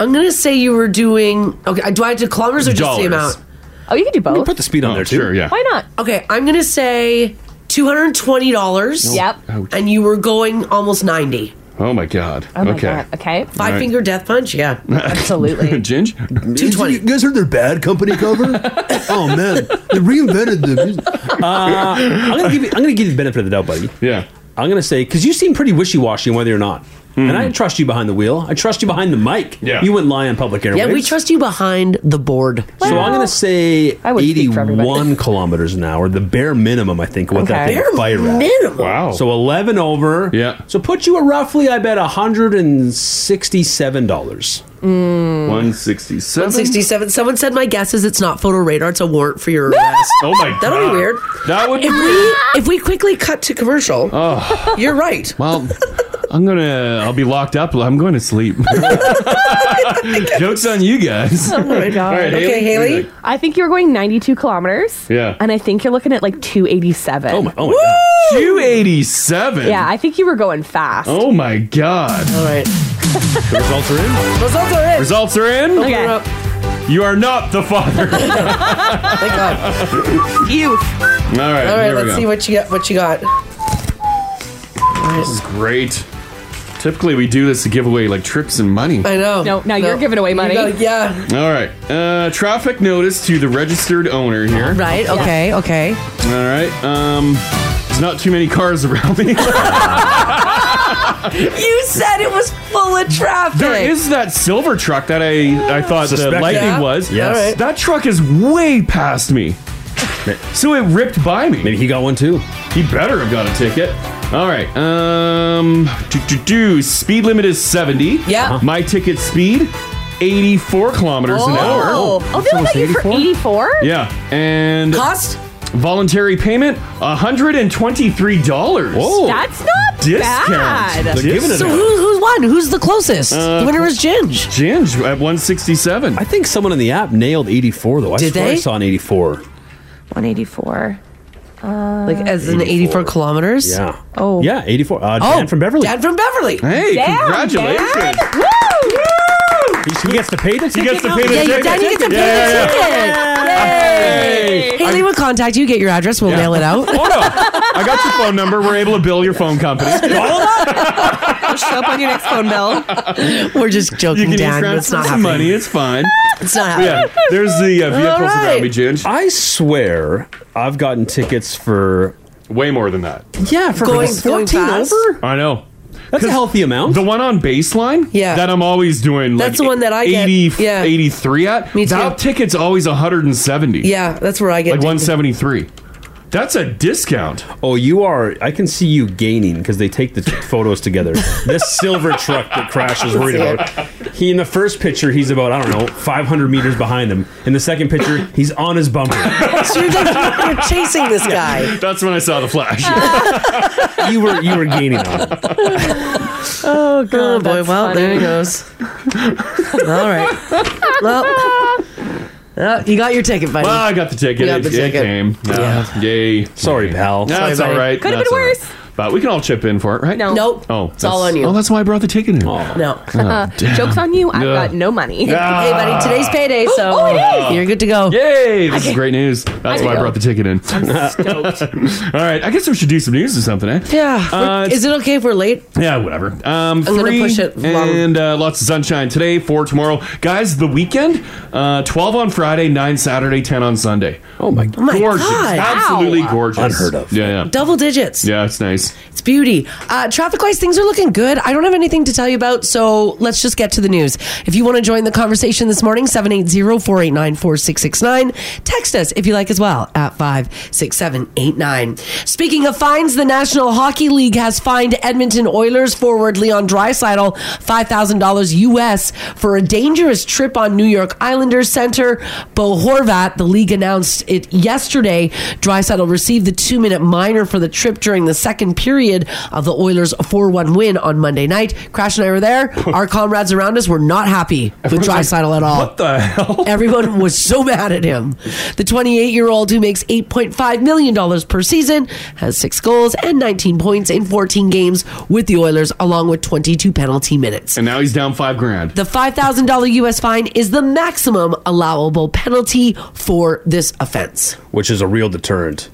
Speaker 3: I'm gonna say you were doing. Okay, uh, do I have to kilometers or just the
Speaker 8: Dollars.
Speaker 3: amount?
Speaker 5: Oh, you can do both.
Speaker 6: Put the speed on there too.
Speaker 8: Sure, yeah.
Speaker 5: Why not?
Speaker 3: Okay, I'm gonna say two hundred and twenty dollars.
Speaker 9: Yep.
Speaker 3: And you were going almost ninety.
Speaker 8: Oh my god.
Speaker 9: Oh my
Speaker 8: okay.
Speaker 9: god. Okay.
Speaker 3: Five finger death punch. Yeah.
Speaker 9: Absolutely.
Speaker 8: Ginge?
Speaker 3: Two twenty.
Speaker 10: You guys heard their bad company cover? oh man, they reinvented the music.
Speaker 6: Uh, I'm gonna give you. I'm gonna give you the benefit of the doubt, buddy.
Speaker 8: Yeah.
Speaker 6: I'm gonna say because you seem pretty wishy-washy on whether you're not, and I trust you behind the wheel. I trust you behind the mic.
Speaker 8: Yeah.
Speaker 6: You wouldn't lie on public airwaves.
Speaker 3: Yeah, we trust you behind the board.
Speaker 6: So I'm gonna say
Speaker 9: I would speak for everybody.
Speaker 6: 81 kilometers an hour, the bare minimum. I think what that
Speaker 9: Okay.
Speaker 6: thing
Speaker 3: Bare
Speaker 6: fire at.
Speaker 3: minimum.
Speaker 8: Wow.
Speaker 6: So 11 over.
Speaker 8: Yeah.
Speaker 6: So put you a roughly, I bet, 167 dollars.
Speaker 5: mm.
Speaker 8: 167.
Speaker 3: 167. Someone said my guess is it's not photo radar. It's a warrant for your arrest.
Speaker 8: Oh my god.
Speaker 3: That'll be weird.
Speaker 8: That would be
Speaker 3: If we if we quickly cut to commercial, you're right.
Speaker 8: Oh. Well, I'm going to I'll be locked up. I'm going to sleep. Jokes on you guys.
Speaker 9: Oh my god.
Speaker 3: okay, Haley.
Speaker 9: I think you're going 92 kilometers.
Speaker 8: Yeah.
Speaker 9: And I think you're looking at like 287.
Speaker 6: Oh my! Oh my God.
Speaker 8: 287.
Speaker 9: Yeah, I think you were going fast.
Speaker 8: Oh my god.
Speaker 3: All right.
Speaker 6: The results are in.
Speaker 3: Results are in.
Speaker 8: Results are in.
Speaker 9: Okay.
Speaker 8: You are not the father. All
Speaker 3: Thank God.
Speaker 8: right.
Speaker 3: All right,
Speaker 8: here we
Speaker 3: let's
Speaker 8: go.
Speaker 3: see what you got. What you got?
Speaker 8: This is great. Typically, we do this to give away like tricks and money.
Speaker 3: I know.
Speaker 9: No, now you're giving away
Speaker 3: You
Speaker 9: money.
Speaker 3: gotta- yeah.
Speaker 8: All right. Uh, traffic notice to the registered owner here.
Speaker 3: Right. Okay. Okay.
Speaker 8: All right. Um, there's not too many cars around me.
Speaker 3: You said it was full of traffic.
Speaker 8: there is that silver truck that I I thought the
Speaker 6: Suspected.
Speaker 8: lightning
Speaker 3: Yeah.
Speaker 8: was.
Speaker 6: Yes.
Speaker 3: All right.
Speaker 8: That truck is way past me. So it ripped by me.
Speaker 6: Maybe he got one too.
Speaker 8: He better have got a ticket. All right. Um. Do, do, do. Speed limit is 70.
Speaker 6: Uh-huh.
Speaker 3: Yeah.
Speaker 8: My ticket speed, 84 kilometers an hour.
Speaker 9: Oh, oh they
Speaker 6: almost
Speaker 9: got you for
Speaker 6: 84?
Speaker 9: 84?
Speaker 8: Yeah. And
Speaker 3: cost.
Speaker 8: voluntary payment, 123 dollars.
Speaker 6: Whoa.
Speaker 9: That's not
Speaker 8: Oh. Discount.
Speaker 9: bad.
Speaker 6: They're giving it.
Speaker 3: So
Speaker 6: a go.
Speaker 3: who, who's won? Who's the closest? the winner is Ginge.
Speaker 8: Ginge at 167.
Speaker 6: I think someone in the app nailed 84 though. I
Speaker 3: Did
Speaker 6: swear I
Speaker 3: they?
Speaker 6: saw an 84.
Speaker 9: 184.
Speaker 3: Like as in 84 kilometers.
Speaker 6: Yeah.
Speaker 9: Oh.
Speaker 6: Yeah, 84. Uh, Dan from Beverly.
Speaker 3: Dan from Beverly.
Speaker 8: Hey,
Speaker 9: Damn,
Speaker 8: congratulations.
Speaker 9: Dad. Woo!
Speaker 6: He gets to pay the ticket.
Speaker 8: He gets to
Speaker 6: now?
Speaker 8: pay the
Speaker 3: Yeah,
Speaker 8: ticket.
Speaker 3: Dan, you get to pay
Speaker 8: Yeah, yeah,
Speaker 3: the ticket.
Speaker 8: Hey.
Speaker 3: Haley will contact you. Get your address. We'll mail it out.
Speaker 8: Oh, no. I got your phone number. We're able to bill your phone company.
Speaker 5: Show up on your next phone bill.
Speaker 3: We're just
Speaker 8: You
Speaker 3: joking,
Speaker 8: can
Speaker 3: Dan.
Speaker 8: transfer
Speaker 3: That's not
Speaker 8: some
Speaker 3: happening.
Speaker 8: money. It's fine.
Speaker 3: It's not happening.
Speaker 8: Yeah, there's the uh, vehicles
Speaker 3: right.
Speaker 8: around me, Ginge.
Speaker 6: I swear I've gotten tickets for
Speaker 8: Way more than that.
Speaker 6: yeah, for
Speaker 3: Going-
Speaker 6: for 14
Speaker 3: going fast?
Speaker 6: over.
Speaker 8: I know.
Speaker 6: That's a healthy amount.
Speaker 8: The one on baseline,
Speaker 3: Yeah.
Speaker 8: that I'm always doing. like
Speaker 3: That's the one that I get.
Speaker 8: 80,
Speaker 3: Yeah.
Speaker 8: 83 at.
Speaker 3: Me too.
Speaker 8: That ticket's always 170.
Speaker 3: Yeah, that's where I get.
Speaker 8: like 173. That's a discount.
Speaker 6: Oh, you are. I can see you gaining because they take the t- photos together. this silver truck that Crash is worried about. He in the first picture, he's about I don't know 500 meters behind him. In the second picture, he's on his bumper.
Speaker 3: So you're, like, you're chasing this guy.
Speaker 8: That's when I saw the flash.
Speaker 6: you were you were gaining on him.
Speaker 9: Oh, God.
Speaker 3: Oh boy.
Speaker 9: that's
Speaker 3: Well,
Speaker 9: funny.
Speaker 3: there he goes. All right. Well, well, you got your ticket, buddy.
Speaker 8: well, I got the ticket.
Speaker 3: You got
Speaker 8: it,
Speaker 3: the
Speaker 8: it
Speaker 3: ticket.
Speaker 8: came. Yeah. Yay.
Speaker 6: Sorry, pal.
Speaker 8: No, it's
Speaker 3: buddy.
Speaker 8: all right.
Speaker 9: Could've
Speaker 8: That's
Speaker 9: been
Speaker 8: all right.
Speaker 9: worse.
Speaker 8: But we can all chip in for it, right?
Speaker 9: No.
Speaker 3: nope.
Speaker 8: Oh,
Speaker 3: it's all
Speaker 8: that's-
Speaker 3: on you.
Speaker 8: Oh, that's why I brought the ticket in. Oh,
Speaker 3: no.
Speaker 9: Uh, joke's on you. I've got no money. Oh,
Speaker 3: Hey, buddy. Today's payday, so you're good to go.
Speaker 8: Yay! This is great news. That's why I
Speaker 9: go.
Speaker 8: brought the ticket in. all right. I guess we should do some news or something, eh?
Speaker 3: Yeah.
Speaker 8: Uh,
Speaker 3: is it okay if we're late?
Speaker 8: Yeah, whatever. Um,
Speaker 3: gonna
Speaker 8: three
Speaker 3: push it long.
Speaker 8: and uh, lots of sunshine today. Four tomorrow, guys. The weekend, uh, twelve on Friday, nine Saturday, ten on Sunday.
Speaker 6: Oh my.
Speaker 3: Oh my
Speaker 8: gorgeous,
Speaker 3: God.
Speaker 8: absolutely gorgeous,
Speaker 6: Unheard of.
Speaker 8: Yeah, yeah,
Speaker 3: Double digits.
Speaker 8: yeah. It's nice.
Speaker 3: It's beauty. Uh, traffic wise, things are looking good. I don't have anything to tell you about, so let's just get to the news. If you want to join the conversation this morning, 780 489 4669. Text us if you like as well at 56789. Speaking of fines, the National Hockey League has fined Edmonton Oilers forward Leon Dreisidel $5,000 US for a dangerous trip on New York Islanders center Bo Horvat. The league announced it yesterday. Drysaddle received the two minute minor for the trip during the second period of the Oilers 4 1 win on Monday night. Crash and I were there. Our comrades around us were not happy with Drysaddle at all.
Speaker 6: What the hell?
Speaker 3: Everyone was so mad at him. The 28 year old who makes $8.5 million per season has six goals and 19 points in 14 games with the Oilers, along with 22 penalty minutes.
Speaker 8: And now he's down five grand.
Speaker 3: The $5,000 US fine is the maximum allowable penalty for this offense.
Speaker 6: Which is a real deterrent.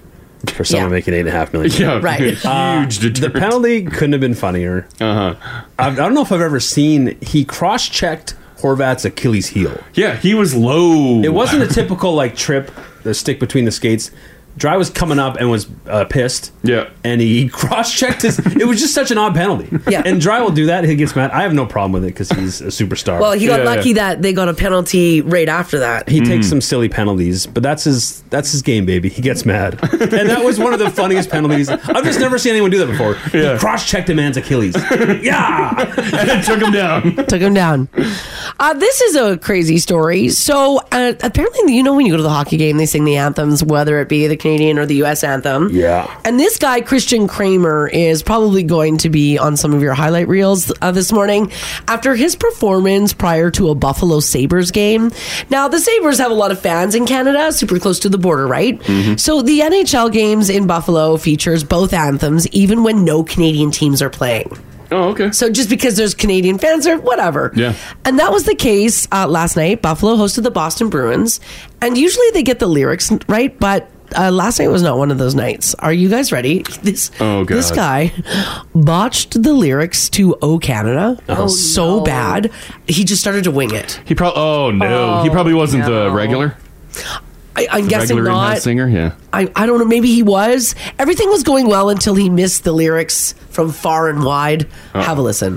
Speaker 6: for someone making eight and a half million. Uh,
Speaker 8: Yeah, Right. huge Uh-huh.
Speaker 6: the penalty couldn't have been funnier. Uh huh. I, I don't know if I've ever seen he cross checked Horvat's Achilles heel.
Speaker 8: Yeah, he was low.
Speaker 6: It wasn't a typical like trip, the stick between the skates. Dry was coming up and was uh, pissed. Yeah, and he cross checked his. it was just such an odd penalty.
Speaker 3: Yeah.
Speaker 6: and Dry will do that. He gets mad. I have no problem with it because he's a superstar.
Speaker 3: Well, he got lucky that they got a penalty right after that.
Speaker 6: He
Speaker 8: Mm.
Speaker 6: takes some silly penalties, but that's his that's his game, baby. He gets mad, and that was one of the funniest penalties. I've just never seen anyone do that before. He cross-checked a man's Achilles. and it took him down.
Speaker 3: Took him down. Uh, this is a crazy story. So uh, apparently, you know, when you go to the hockey game, they sing the anthems, whether it be the Canadian or the U.S. anthem.
Speaker 6: Yeah.
Speaker 3: And this guy, Christian Kramer, is probably going to be on some of your highlight reels uh, this morning after his performance prior to a Buffalo Sabres game. Now, the Sabres have a lot of fans in Canada, super close to the border, right?
Speaker 6: Mm-hmm.
Speaker 3: So the NHL games in Buffalo features both anthems, even when no Canadian teams are playing.
Speaker 8: Oh, okay.
Speaker 3: So just because there's Canadian fans or whatever.
Speaker 8: Yeah.
Speaker 3: And that was the case uh, last night. Buffalo hosted the Boston Bruins, and usually they get the lyrics right, but uh, last night was not one of those nights. Are you guys ready? This
Speaker 8: Oh, God.
Speaker 3: this guy botched the lyrics to "O Canada"
Speaker 8: Oh,
Speaker 3: so bad he just started to wing it.
Speaker 8: He probably. Oh no, he
Speaker 3: Oh,
Speaker 8: probably wasn't
Speaker 3: no.
Speaker 8: the regular.
Speaker 3: I, I'm
Speaker 8: the
Speaker 3: guessing
Speaker 8: regular in-house
Speaker 3: not.
Speaker 8: singer. Yeah.
Speaker 3: I, I don't know. Maybe he was. Everything was going well until he missed the lyrics from far and wide.
Speaker 8: Oh.
Speaker 3: Have a listen.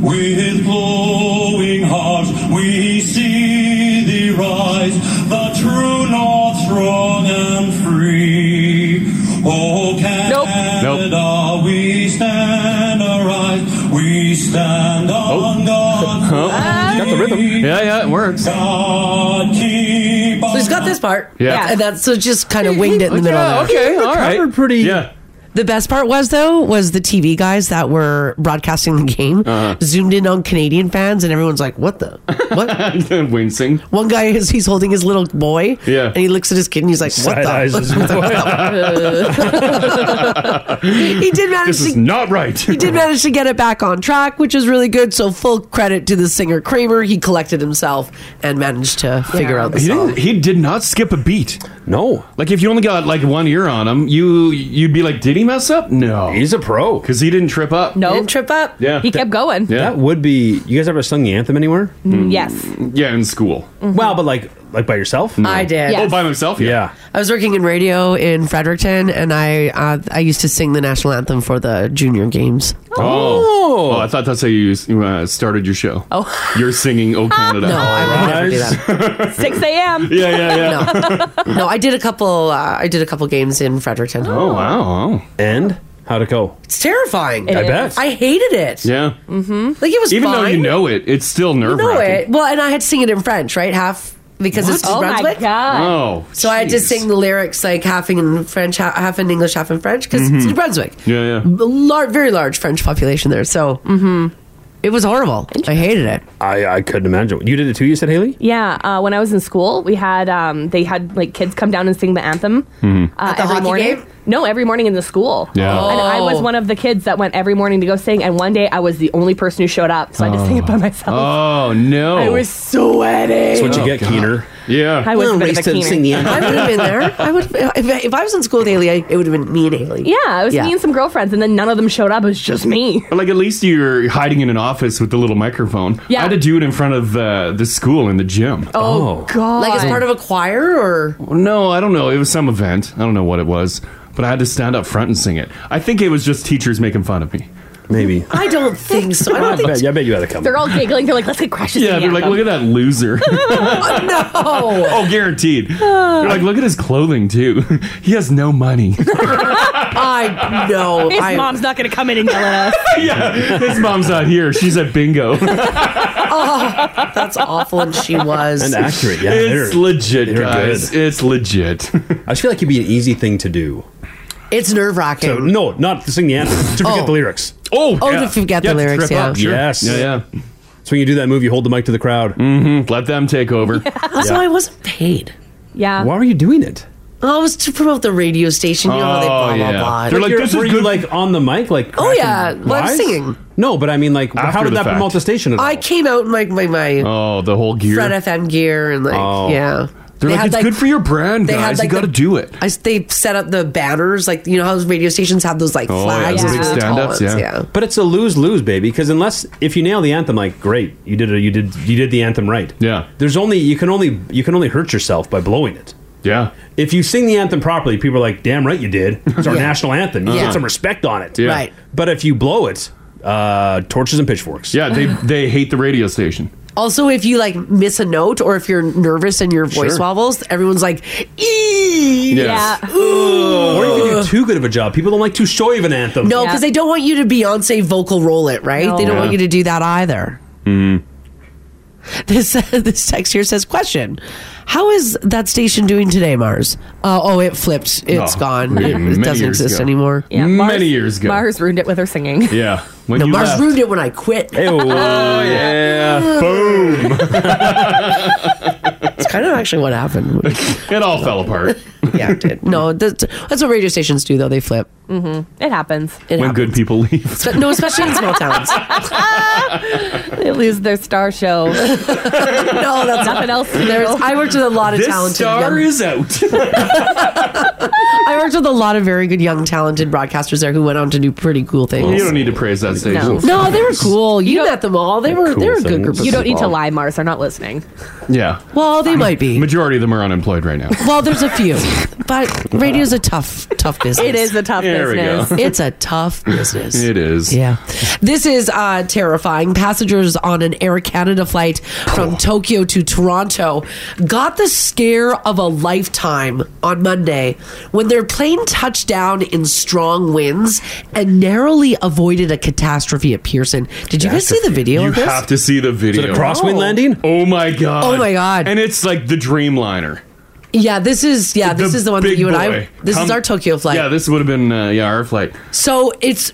Speaker 11: With glowing hearts, we see thee rise, the true north, strong and free. Oh, Canada, we stand arise, we stand on God's
Speaker 8: Oh, got the rhythm. Yeah, yeah, it works.
Speaker 11: God keep
Speaker 3: So he's got this part.
Speaker 8: Yeah.
Speaker 3: And that's so just kind of winged it in the middle.
Speaker 8: Yeah,
Speaker 3: of there.
Speaker 8: okay, all right. Recovered
Speaker 6: pretty.
Speaker 8: Yeah.
Speaker 3: The best part was though was the TV guys that were broadcasting the game
Speaker 8: Uh-huh.
Speaker 3: zoomed in on Canadian fans and everyone's like, "What the
Speaker 8: what?" Wing sing.
Speaker 3: One guy is he's holding his little boy.
Speaker 8: Yeah.
Speaker 3: And he looks at his kid and he's like, "What the?"
Speaker 8: Side-eyes his
Speaker 3: he did manage.
Speaker 8: This
Speaker 3: to,
Speaker 8: is not right.
Speaker 3: He did manage to get it back on track, which is really good. So full credit to the singer Kramer. He collected himself and managed to figure out the
Speaker 8: he
Speaker 3: song.
Speaker 8: Didn't, he did not skip a beat.
Speaker 6: No.
Speaker 8: Like if you only got like one ear on him, you you'd be like, did he mess up? No. He's
Speaker 6: a pro
Speaker 8: because he didn't trip up.
Speaker 9: No.
Speaker 3: didn't trip up.
Speaker 8: Yeah.
Speaker 9: He kept going.
Speaker 6: That would be. You guys ever sung the anthem anywhere?
Speaker 9: Mm, yes.
Speaker 8: Yeah, in school.
Speaker 6: Well, but like like by yourself.
Speaker 3: No. Mm-hmm. I did. Yes.
Speaker 8: Oh, by myself. Yeah.
Speaker 3: I was working in radio in Fredericton, and I uh, I used to sing the national anthem for the junior games.
Speaker 8: Oh. Oh, I thought that's how you uh, started your show. Oh. You're singing "O Canada."
Speaker 3: No, I would never do that.
Speaker 9: Six a.m.
Speaker 8: Um, Yeah, yeah, yeah.
Speaker 3: no, I did a couple. Uh, I did a couple games in Fredericton.
Speaker 8: Oh, wow.
Speaker 6: And how'd it go?
Speaker 3: It's terrifying.
Speaker 8: It I is. bet.
Speaker 3: I hated it.
Speaker 8: Yeah.
Speaker 3: Mm-hmm. Like it was
Speaker 8: Even
Speaker 3: fine.
Speaker 8: though you know it, it's still
Speaker 3: You
Speaker 8: nerve
Speaker 3: know
Speaker 8: wracking.
Speaker 3: it. Well, and I had to sing it in French, right? Half because it's
Speaker 9: What? Oh my
Speaker 3: Brunswick.
Speaker 9: God.
Speaker 8: Oh,
Speaker 3: so I had to sing the lyrics like half in French, ha- half in English, half in French because it's
Speaker 8: Mhm.
Speaker 3: New Brunswick.
Speaker 8: Yeah, yeah.
Speaker 3: Large, very large French population there. So it was horrible. I hated it.
Speaker 6: I I couldn't imagine. You did it too. You said Haley.
Speaker 9: Yeah, uh, when I was in school, we had um, they had like kids come down and sing the anthem
Speaker 8: Mm-hmm.
Speaker 9: uh,
Speaker 6: At the
Speaker 9: every
Speaker 6: hockey
Speaker 9: morning.
Speaker 6: game?
Speaker 9: No, every morning in the school.
Speaker 6: Yeah.
Speaker 9: and I was
Speaker 6: Oh.
Speaker 9: one of the kids that went every morning to go sing. And one day, I was the only person who showed up, so I had to sing it by myself.
Speaker 8: Oh no! Oh,
Speaker 9: I was sweating.
Speaker 6: That's what you get, Keener.
Speaker 8: Yeah,
Speaker 9: I was a bit of a keener.
Speaker 3: I would have been there. I would. If, if I was in school daily, I, it would have been me and Haley.
Speaker 9: Yeah, it was
Speaker 8: Yeah.
Speaker 9: me and some girlfriends, and then none of them showed up. It was just me.
Speaker 8: But like at least you're hiding in an office with the little microphone.
Speaker 9: Yeah.
Speaker 8: I had to do it in front of uh, the school and the gym.
Speaker 9: Oh, God.
Speaker 3: Like as part of a choir or
Speaker 8: Well, no, I don't know. It was some event. I don't know what it was, but I had to stand up front and sing it. I think it was just teachers making fun of me.
Speaker 6: Maybe.
Speaker 3: I don't think so. I
Speaker 8: I
Speaker 3: don't think
Speaker 8: bet, you had a couple.
Speaker 9: They're all giggling. They're like, "Let's get crashes."
Speaker 8: Yeah, they're like, look at that loser.
Speaker 3: no.
Speaker 8: oh, guaranteed. They're like, look at his clothing too. he has no money.
Speaker 3: I know.
Speaker 9: His
Speaker 8: I-
Speaker 9: mom's not going to come in and yell at us.
Speaker 8: yeah, his mom's not here. She's at bingo.
Speaker 3: oh, that's awful. And she was.
Speaker 6: and accurate. Yeah,
Speaker 8: It's legit, guys. It's legit.
Speaker 6: I just feel like it'd be an easy thing to do.
Speaker 3: It's nerve wracking.
Speaker 6: So no, not to sing the anthem. To forget
Speaker 3: Oh.
Speaker 6: the lyrics.
Speaker 8: Oh,
Speaker 3: Oh, to forget the lyrics. Yeah.
Speaker 6: Yes.
Speaker 8: Yeah, yeah.
Speaker 6: So when you do that move, you hold the mic to the crowd.
Speaker 8: Mm-hmm. Let them take over.
Speaker 3: Also, I wasn't paid.
Speaker 9: Yeah.
Speaker 6: Why were you doing it?
Speaker 3: Oh, it was to promote the radio station. You know
Speaker 8: Oh,
Speaker 3: how they blah blah blah.
Speaker 6: They're like, this is good. like on the mic, like
Speaker 3: Oh, yeah,
Speaker 6: cracking
Speaker 3: live
Speaker 6: wise?
Speaker 3: singing.
Speaker 6: No, but I mean, like, how
Speaker 8: After
Speaker 6: did
Speaker 8: the
Speaker 6: that
Speaker 8: fact.
Speaker 6: promote the station? At all? Oh.
Speaker 3: I came out in like my my
Speaker 8: Oh, the Oh, whole gear.
Speaker 3: Fred FM gear and like
Speaker 8: Oh.
Speaker 3: yeah.
Speaker 8: They're like, "It's good for your brand, guys. You gotta do it."
Speaker 3: I, s- they set up the banners, like you know how radio stations have those like
Speaker 8: Oh,
Speaker 6: Oh,
Speaker 3: flags, and the tall ones,
Speaker 6: But it's a lose lose, baby. Because unless if you nail the anthem, like great, you did it. You did you did the anthem right. Yeah. There's only you can only you can only hurt yourself by blowing it. Yeah. If you sing the anthem properly, people are like, "Damn right you did. It's our
Speaker 3: Yeah.
Speaker 6: national anthem. You
Speaker 3: Yeah.
Speaker 6: get some respect on it."
Speaker 3: Yeah. Right.
Speaker 6: But if you blow it, uh, torches and pitchforks. Yeah.
Speaker 3: they-
Speaker 6: they hate the radio station.
Speaker 3: Also, if you like miss a note or if you're nervous and your voice
Speaker 6: Sure.
Speaker 3: wobbles, everyone's like, "Ee,
Speaker 6: Or if you do too good of a job, people don't like too showy of an anthem.
Speaker 3: No, because they don't want you to Beyonce vocal roll it, right?
Speaker 6: No.
Speaker 3: They don't want
Speaker 6: Yeah.
Speaker 3: you to do that either.
Speaker 6: Mm-hmm.
Speaker 3: This this text here says, "Question: How is that station doing today, Mars? Uh, oh, it flipped. It's
Speaker 8: Oh,
Speaker 3: gone.
Speaker 8: yeah, many
Speaker 3: It doesn't
Speaker 8: years
Speaker 3: exist
Speaker 8: ago.
Speaker 3: anymore.
Speaker 8: Yeah, Many Mars- years ago.
Speaker 9: Mars ruined it with her singing.
Speaker 8: Yeah. When
Speaker 3: no,
Speaker 8: you
Speaker 3: Mars
Speaker 8: left-
Speaker 3: ruined it when I quit.
Speaker 8: Oh yeah. Boom.
Speaker 3: It's kind of actually what happened.
Speaker 8: it all fell apart.
Speaker 3: yeah, it did. No, that's, that's what radio stations do, though. They flip.
Speaker 9: Mm-hmm. It happens.
Speaker 3: It
Speaker 8: when
Speaker 3: happens.
Speaker 8: good people leave.
Speaker 3: Spe- no, especially in small towns.
Speaker 9: they lose their star show. no,
Speaker 3: that's
Speaker 9: nothing else.
Speaker 3: There's, I worked with a lot of
Speaker 9: This
Speaker 3: talented.
Speaker 9: star
Speaker 8: is out.
Speaker 3: I worked with a lot of very good young talented broadcasters there who went on to do pretty cool things.
Speaker 8: You don't need to praise that
Speaker 3: No,
Speaker 8: station.
Speaker 3: no they were cool. You, met them all. They were they were a good group. Of
Speaker 9: You don't need to
Speaker 3: people.
Speaker 9: lie, Mars. They're not listening.
Speaker 8: Yeah.
Speaker 3: Well, they might be.
Speaker 8: Majority of them are unemployed right now.
Speaker 3: Well, there's a few, but radio's a tough tough business.
Speaker 9: It is a tough
Speaker 8: There we go. business.
Speaker 3: It's a tough business.
Speaker 8: It is.
Speaker 3: Yeah. This is uh, terrifying. Passengers on an Air Canada flight from Tokyo to Toronto got the scare of a lifetime on Monday when their plane touched down in strong winds and narrowly avoided a catastrophe at Pearson. Did you guys see the video
Speaker 8: You
Speaker 3: of this?
Speaker 8: have to see the video.
Speaker 6: Is it a crosswind No. landing?
Speaker 8: Oh my god.
Speaker 3: Oh my god.
Speaker 8: And it's like the Dreamliner.
Speaker 3: yeah, this is yeah, this is the one that
Speaker 8: Big
Speaker 3: you and
Speaker 8: boy.
Speaker 3: I this
Speaker 8: Come-
Speaker 3: is our Tokyo flight.
Speaker 8: Yeah, this would have been uh, yeah our flight.
Speaker 3: So it's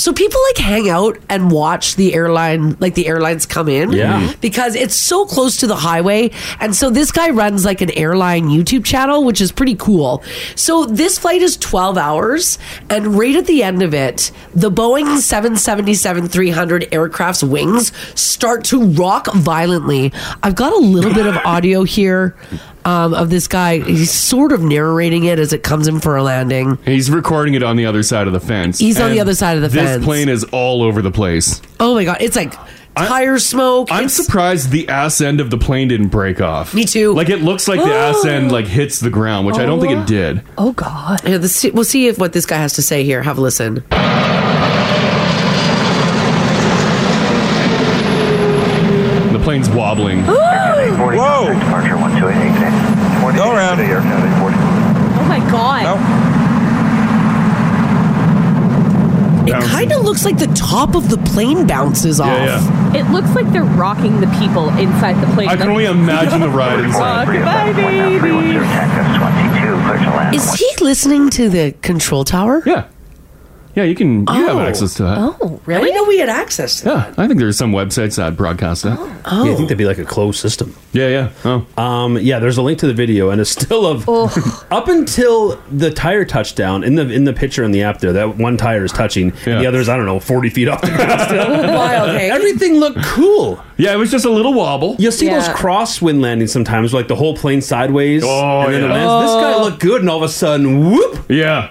Speaker 3: so people like hang out and watch the airline like the airlines come in.
Speaker 8: Yeah.
Speaker 3: Because it's so close to the highway. And so this guy runs like an airline YouTube channel, which is pretty cool. So this flight is 12 hours, and right at the end of it, the Boeing 777 300 aircraft's wings start to rock violently. I've got a little bit of audio here um, of this guy. He's sort of narrating it as it comes in for a landing.
Speaker 8: He's recording it on the other side of the fence.
Speaker 3: He's on the
Speaker 8: And
Speaker 3: other side of the fence.
Speaker 8: This plane is all over the place.
Speaker 3: Oh my god, it's like tire smoke.
Speaker 8: I'm surprised the ass end of the plane didn't break off. Me
Speaker 3: too.
Speaker 8: Like it looks like the ass end like hits the ground, which I don't think it did.
Speaker 3: Oh god. Yeah, this, we'll see if what this guy has to say here. Have a listen.
Speaker 8: The plane's wobbling.
Speaker 11: Whoa!
Speaker 12: Departure 1288. Go around.
Speaker 9: Oh my god.
Speaker 3: It kind of looks like the top of the plane bounces off.
Speaker 9: It looks like they're rocking the people inside the plane.
Speaker 8: I can only imagine the ride
Speaker 9: Rock,
Speaker 8: inside.
Speaker 9: Bye, baby.
Speaker 3: Is he listening to the control tower?
Speaker 8: Yeah. Yeah, you can. You have
Speaker 3: Oh.
Speaker 8: access to that.
Speaker 3: Oh, really? I didn't know we had access to
Speaker 8: Yeah, I think there's some websites that broadcast that.
Speaker 3: Oh.
Speaker 6: Yeah, I think that'd be like a closed system.
Speaker 8: Yeah, yeah. Oh.
Speaker 6: Um, yeah, there's a link to the video and it's still of up until the tire touchdown in the in the picture in the app there, that one tire is touching, and the other's, I don't know, forty feet off the ground still. Everything looked cool.
Speaker 8: Yeah, it was just a little wobble.
Speaker 6: You'll see those
Speaker 8: Yeah.
Speaker 6: crosswind landings sometimes, like the whole plane sideways.
Speaker 8: Oh,
Speaker 6: and then it
Speaker 8: yeah.
Speaker 6: lands. This guy
Speaker 8: Oh.
Speaker 6: looked good, and all of a sudden, whoop!
Speaker 8: Yeah.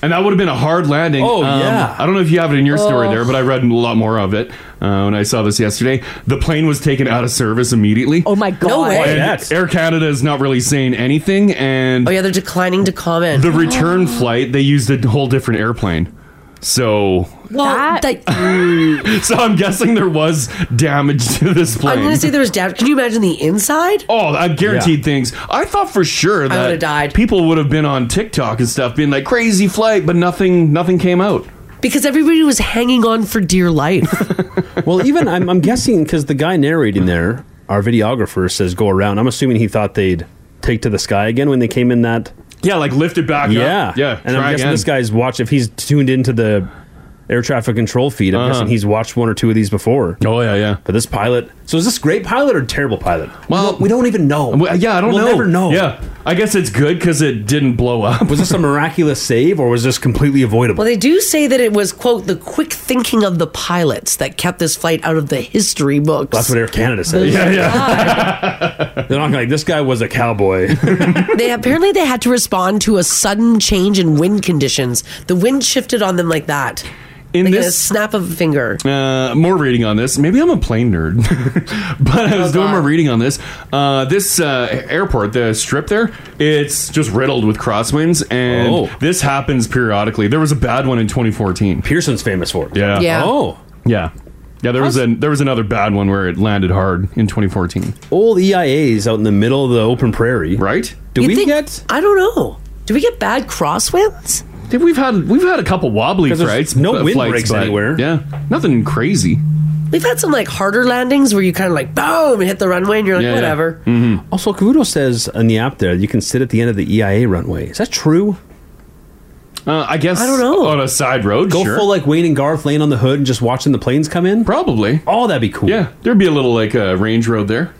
Speaker 8: And that would have been a hard landing.
Speaker 6: Oh,
Speaker 8: Um,
Speaker 6: yeah.
Speaker 8: I don't know if you have it in your story
Speaker 6: Oh.
Speaker 8: there, but I read a lot more of it uh, when I saw this yesterday. The plane was taken out of service immediately. Oh
Speaker 9: my god!
Speaker 3: way. Why
Speaker 8: Air Canada is not really saying anything, and
Speaker 3: Oh yeah, they're declining to comment.
Speaker 8: the return flight they used a whole different airplane. So,
Speaker 3: Well, that-
Speaker 8: so I'm guessing there was damage to this plane.
Speaker 3: I'm gonna say there was damage. Can you imagine the inside?
Speaker 8: Oh, I guaranteed things. I thought for sure that
Speaker 3: would've died.
Speaker 8: people would have been on TikTok and stuff, being like crazy flight, but nothing, nothing came out.
Speaker 3: Because everybody was hanging on for dear life.
Speaker 6: well, even I'm, I'm guessing because the guy narrating there, our videographer says go around. I'm assuming he thought they'd take to the sky again when they came in that.
Speaker 8: Yeah, like lift it back.
Speaker 6: yeah,
Speaker 8: up. yeah,
Speaker 6: And I'm
Speaker 8: try
Speaker 6: guessing
Speaker 8: again.
Speaker 6: this guy's watch if he's tuned into the air traffic control feed. I'm
Speaker 8: Uh-huh.
Speaker 6: guessing he's watched one or two of these before.
Speaker 8: Oh yeah, yeah.
Speaker 6: But this pilot. So is this great pilot or terrible pilot?
Speaker 8: Well,
Speaker 6: we don't even know.
Speaker 8: yeah, I don't
Speaker 6: We'll
Speaker 8: know.
Speaker 6: never know.
Speaker 8: Yeah, I guess it's good because it didn't blow up.
Speaker 6: was this a miraculous save or was this completely avoidable?
Speaker 3: Well, they do say that it was, quote, the quick thinking of the pilots that kept this flight out of the history books.
Speaker 6: That's what Air Canada said.
Speaker 3: Yeah,
Speaker 6: They're not like this guy was a cowboy.
Speaker 3: they apparently they had to respond to a sudden change in wind conditions. The wind shifted on them like that.
Speaker 8: In
Speaker 3: like a
Speaker 8: this-
Speaker 3: snap of a finger.
Speaker 8: Uh, more reading on this. Maybe I'm a plane nerd, but
Speaker 6: Oh,
Speaker 8: I was doing more reading on this. Uh, this uh, airport, the strip there, it's just riddled with crosswinds, and
Speaker 6: Oh.
Speaker 8: this happens periodically. There was a bad one in 2014.
Speaker 6: Pearson's famous for it.
Speaker 8: Yeah.
Speaker 6: Yeah. Oh.
Speaker 8: Yeah. Yeah. There was a there was another bad one where it landed hard in 2014.
Speaker 6: Old EIA's out in the middle of the open prairie,
Speaker 8: right?
Speaker 6: Do
Speaker 3: You
Speaker 6: we
Speaker 3: think-
Speaker 6: get?
Speaker 3: I don't know. Do we get bad crosswinds?
Speaker 8: We've had we've had a couple wobbly
Speaker 6: 'Cause there's
Speaker 8: flights.
Speaker 6: no
Speaker 8: uh,
Speaker 6: wind
Speaker 8: flights,
Speaker 6: breaks
Speaker 8: but-
Speaker 6: anywhere.
Speaker 8: Yeah. Nothing crazy.
Speaker 3: We've had some like harder landings where you kind of like boom and hit the runway and you're like whatever.
Speaker 8: Mm-hmm.
Speaker 6: Also, Cavuto says on the app there you can sit at the end of the EIA runway. Is that true?
Speaker 8: Uh, I guess
Speaker 6: I don't
Speaker 8: know on a side road.
Speaker 6: Go
Speaker 8: sure.
Speaker 6: full like Wayne and Garth laying on the hood and just watching the planes come in.
Speaker 8: Probably.
Speaker 6: Oh, that'd be cool.
Speaker 8: Yeah, there'd be a little like uh, range road there.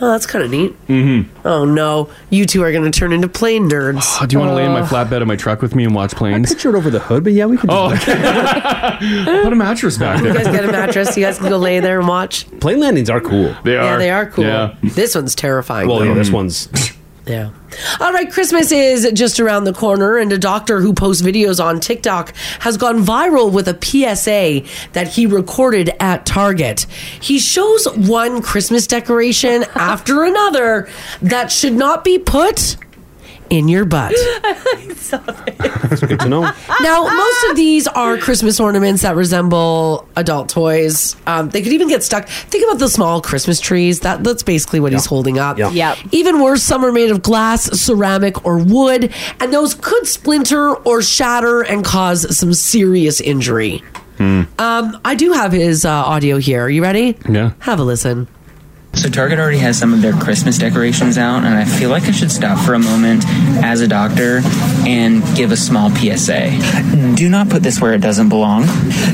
Speaker 3: Oh, that's kind of neat. Mm-hmm. Oh no, you two are going to turn into plane nerds.
Speaker 8: Oh,
Speaker 3: Oh.
Speaker 8: do you want to lay in
Speaker 9: Uh.
Speaker 8: my flatbed of my truck with me and watch planes? I
Speaker 6: picture it over the hood, but yeah, we could.
Speaker 8: Oh, okay. I'll put a mattress back
Speaker 3: You guys
Speaker 8: there.
Speaker 3: get a mattress. You guys can go lay there and watch.
Speaker 6: Plane landings are cool.
Speaker 8: They
Speaker 3: Yeah,
Speaker 8: are.
Speaker 3: they are cool.
Speaker 8: Yeah.
Speaker 3: This one's terrifying.
Speaker 6: Well,
Speaker 3: though.
Speaker 6: yeah, this one's.
Speaker 3: yeah. All right, Christmas is just around the corner, and a doctor who posts videos on TikTok has gone viral with a PSA that he recorded at Target. He shows one Christmas decoration after another that should not be put in your butt.
Speaker 6: It's good to know.
Speaker 3: Now, most of these are Christmas ornaments that resemble adult toys. Um, they could even get stuck. Think about the small Christmas trees. That that's basically what he's holding up.
Speaker 9: Yeah. Yep.
Speaker 3: Even worse, some are made of glass, ceramic, or wood, and those could splinter or shatter and cause some serious injury.
Speaker 8: Hmm.
Speaker 3: Um, I do have his uh, audio here. Are you ready?
Speaker 8: Yeah.
Speaker 3: Have a listen.
Speaker 13: So Target already has some of their Christmas decorations out, and I feel like I should stop for a moment as a doctor and give a small PSA. Do not put this where it doesn't belong.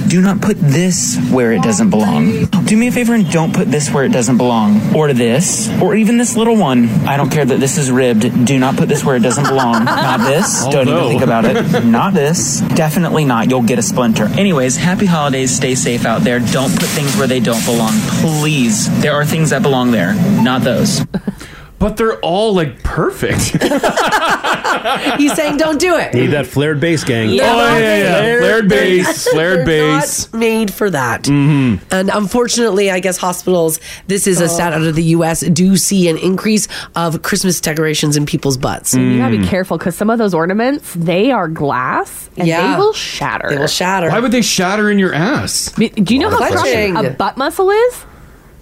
Speaker 13: Do not put this where it doesn't belong. Do me a favor and don't put this where it doesn't belong, or this, or even this little one. I don't care that this is ribbed. Do not put this where it doesn't belong. Not this. Don't even
Speaker 14: Although-
Speaker 13: think about it. Not this. Definitely not. You'll get a splinter. Anyways, happy holidays. Stay safe out there. Don't put things where they don't belong. Please. There are things that belong there, not those.
Speaker 8: But they're all like perfect.
Speaker 3: Oh, He's saying, "Don't do it."
Speaker 6: Need that flared bass, gang.
Speaker 3: They're not made-
Speaker 8: Oh, Flared
Speaker 3: they're-
Speaker 8: bass, flared
Speaker 3: they're not
Speaker 8: bass. Mm-hmm.
Speaker 3: made for that.
Speaker 6: Mm.
Speaker 3: And unfortunately, I guess hospitals. This is
Speaker 8: Oh.
Speaker 3: a stat out of the U.S. Do see an increase of Christmas decorations in people's butts.
Speaker 8: Mm.
Speaker 9: You gotta be careful because some of those ornaments, they are glass and
Speaker 3: Yeah.
Speaker 9: they will shatter.
Speaker 3: They will shatter.
Speaker 8: Why would they shatter in your ass?
Speaker 9: Do you know how
Speaker 8: Fletching.
Speaker 9: strong a butt muscle is?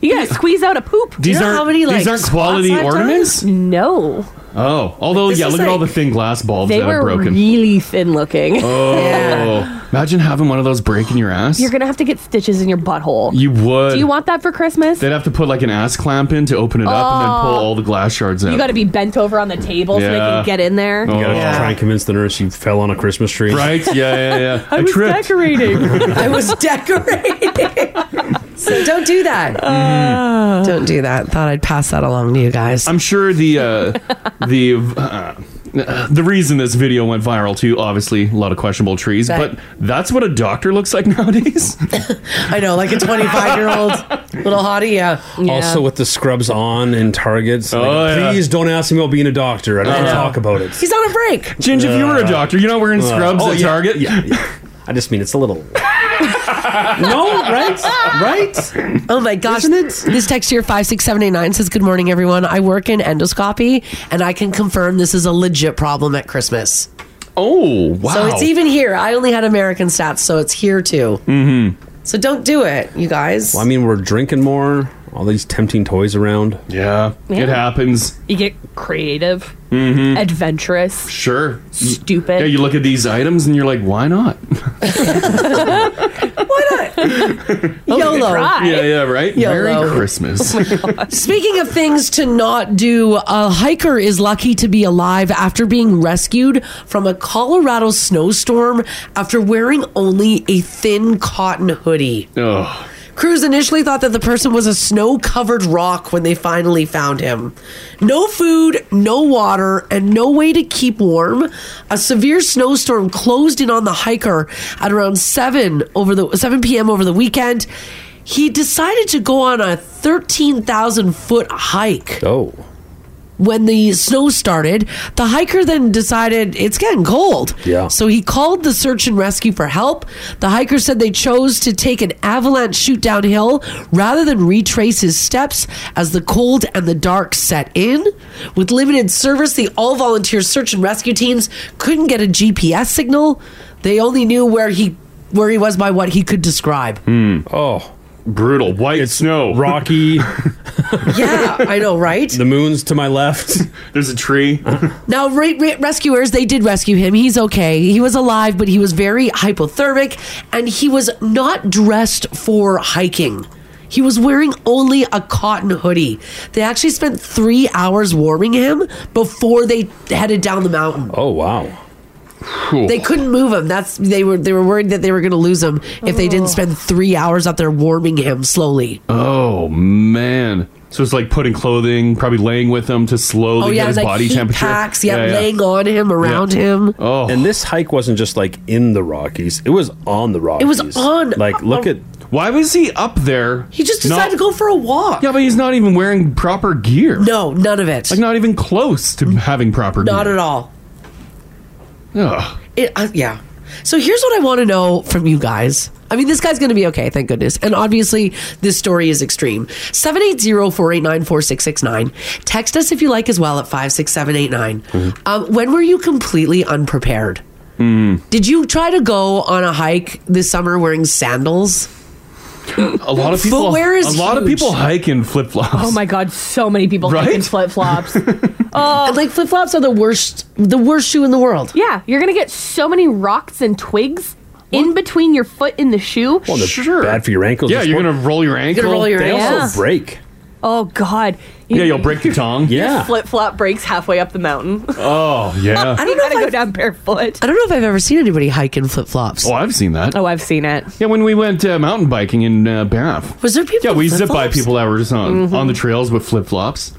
Speaker 9: You gotta squeeze out a poop.
Speaker 8: These aren't- these aren't quality
Speaker 9: squats I've done?
Speaker 8: ornaments?
Speaker 9: No,
Speaker 8: Oh, although
Speaker 9: This
Speaker 8: yeah,
Speaker 9: is
Speaker 8: look at all the
Speaker 9: like-
Speaker 8: thin glass bulbs
Speaker 9: they
Speaker 8: that
Speaker 9: were
Speaker 8: are broken.
Speaker 9: really thin looking.
Speaker 8: oh, imagine having one of those break in your ass.
Speaker 9: You're gonna have to get stitches in your butthole.
Speaker 8: you would.
Speaker 9: Do you want that for Christmas?
Speaker 8: They'd have to put like an ass clamp in to open it up and then pull
Speaker 9: Oh.
Speaker 8: all the glass shards out.
Speaker 9: You gotta be bent over on the table so they
Speaker 8: Yeah.
Speaker 9: can get in there.
Speaker 6: You gotta try and convince the nurse you fell on a Christmas tree.
Speaker 8: Right? Yeah, yeah, yeah. I, tripped.
Speaker 9: decorating.
Speaker 3: I was decorating. so don't do that.
Speaker 8: Mm-hmm.
Speaker 3: don't do that. Thought I'd pass that along to you guys.
Speaker 8: I'm sure the uh, the uh, the reason this video went viral too, obviously a lot of questionable trees,
Speaker 3: Right.
Speaker 8: but that's what a doctor looks like nowadays.
Speaker 3: I know, like a 25 year old little hottie. Yeah.
Speaker 6: Also with the scrubs on and targets. like,
Speaker 8: Oh, yeah.
Speaker 6: Please don't ask me about being a doctor. I don't want
Speaker 8: Yeah.
Speaker 6: to talk about it.
Speaker 3: He's on a break.
Speaker 8: Ginger, if you were a
Speaker 6: Uh,
Speaker 8: doctor, you're not wearing
Speaker 6: uh,
Speaker 8: scrubs
Speaker 6: oh,
Speaker 8: at
Speaker 6: yeah,
Speaker 8: Target.
Speaker 6: yeah, yeah. I just mean it's a little. no, right? Right?
Speaker 3: Oh my gosh. This text here, 56789, says, Good morning, everyone. I work in endoscopy, and I can confirm this is a legit problem at Christmas.
Speaker 8: Oh, wow.
Speaker 3: So it's even here. I only had American stats, so it's here too.
Speaker 6: Mm-hmm.
Speaker 3: So don't do it, you guys.
Speaker 6: Well, I mean, we're drinking more. All these tempting toys around.
Speaker 8: Yeah,
Speaker 9: Yeah. it
Speaker 8: happens.
Speaker 9: You get creative,
Speaker 8: Mhm.
Speaker 9: adventurous.
Speaker 8: Sure.
Speaker 9: Stupid.
Speaker 8: Yeah, you look at these items and you're like, why not?
Speaker 3: Why not? Oh, YOLO.
Speaker 8: Yeah, yeah, right? Merry Christmas.
Speaker 3: Speaking of things to not do, a hiker is lucky to be alive after being rescued from a Colorado snowstorm after wearing only a thin cotton hoodie.
Speaker 8: Ugh.
Speaker 3: Crews initially thought that the person was a snow covered rock when they finally found him. No food, no water, and no way to keep warm. A severe snowstorm closed in on the hiker at around 7 over the 7 p.m. over the weekend. He decided to go on a 13,000 foot hike.
Speaker 6: Oh.
Speaker 3: When the snow started, the hiker then decided it's getting cold.
Speaker 6: Yeah.
Speaker 3: So he called the search and rescue for help. The hiker said they chose to take an avalanche shoot downhill rather than retrace his steps as the cold and the dark set in. With limited service, the all volunteer search and rescue teams couldn't get a GPS signal. They only knew where he where he was by what he could describe.
Speaker 6: Oh.
Speaker 8: Hmm. Brutal. White snow.
Speaker 6: Rocky.
Speaker 3: yeah, I know, right?
Speaker 6: The moon's to my left.
Speaker 8: There's a tree.
Speaker 3: Now, re- re- rescuers, they did rescue him. He's okay. He was alive, but he was very hypothermic and he was not dressed for hiking. He was wearing only a cotton hoodie. They actually spent three hours warming him before they headed down the mountain.
Speaker 6: Oh, wow.
Speaker 3: They couldn't move him. That's they were they were worried that they were going to lose him if they didn't spend three hours out there warming him slowly.
Speaker 8: Oh man! So it's like putting clothing, probably laying with them to slowly
Speaker 3: oh yeah,
Speaker 8: get his
Speaker 3: like
Speaker 8: body
Speaker 3: heat
Speaker 8: temperature.
Speaker 3: packs. Yeah, laying on him, around
Speaker 6: Yeah.
Speaker 3: him.
Speaker 8: Oh.
Speaker 6: And this hike wasn't just like in the Rockies. It was on the Rockies.
Speaker 3: It was on-
Speaker 6: Like look at
Speaker 8: Why was he up there?
Speaker 3: He just decided to go for a walk.
Speaker 8: Yeah, but he's not even wearing proper gear.
Speaker 3: No, none of it.
Speaker 8: Like not even close to having proper.
Speaker 3: Not
Speaker 8: gear.
Speaker 3: at all.
Speaker 8: Ugh.
Speaker 3: It, uh, yeah. So here's what I want to know from you guys. I mean, this guy's going to be okay, thank goodness. And obviously, this story is extreme. 780-489-4669. Text us if you like as well at 56789. Um, when were you completely unprepared?
Speaker 8: Mm-hmm.
Speaker 3: Did you try to go on a hike this summer wearing sandals?
Speaker 8: A lot of people.
Speaker 5: Footwear is
Speaker 8: a lot of
Speaker 5: huge.
Speaker 8: people hike in flip flops.
Speaker 5: Oh my god, so many people
Speaker 8: Right?
Speaker 5: right? flip flops.
Speaker 3: Oh, like flip flops are the worst, the worst shoe in the world.
Speaker 9: Yeah, you're gonna get so many rocks and twigs in between your foot in the shoe.
Speaker 6: well, they're bad for your ankles.
Speaker 8: Yeah, you're gonna roll your
Speaker 9: You're
Speaker 8: ankle.
Speaker 9: gonna roll your
Speaker 6: They
Speaker 9: ankles.
Speaker 6: also break.
Speaker 9: Oh god.
Speaker 8: Yeah, you'll break the tongue.
Speaker 9: Flip flop breaks halfway up the mountain.
Speaker 8: Oh yeah.
Speaker 9: I don't gotta go down barefoot.
Speaker 3: I don't know if I've ever seen anybody hike in flip flops.
Speaker 8: Oh, I've seen that.
Speaker 9: Oh, I've seen it.
Speaker 8: Yeah, when we went uh, mountain biking in uh, Banff.
Speaker 3: Was there people?
Speaker 8: Yeah, we
Speaker 9: in
Speaker 8: zipped by
Speaker 9: flip-flops?
Speaker 8: people that were just on
Speaker 9: Mhm.
Speaker 8: on the trails with flip flops.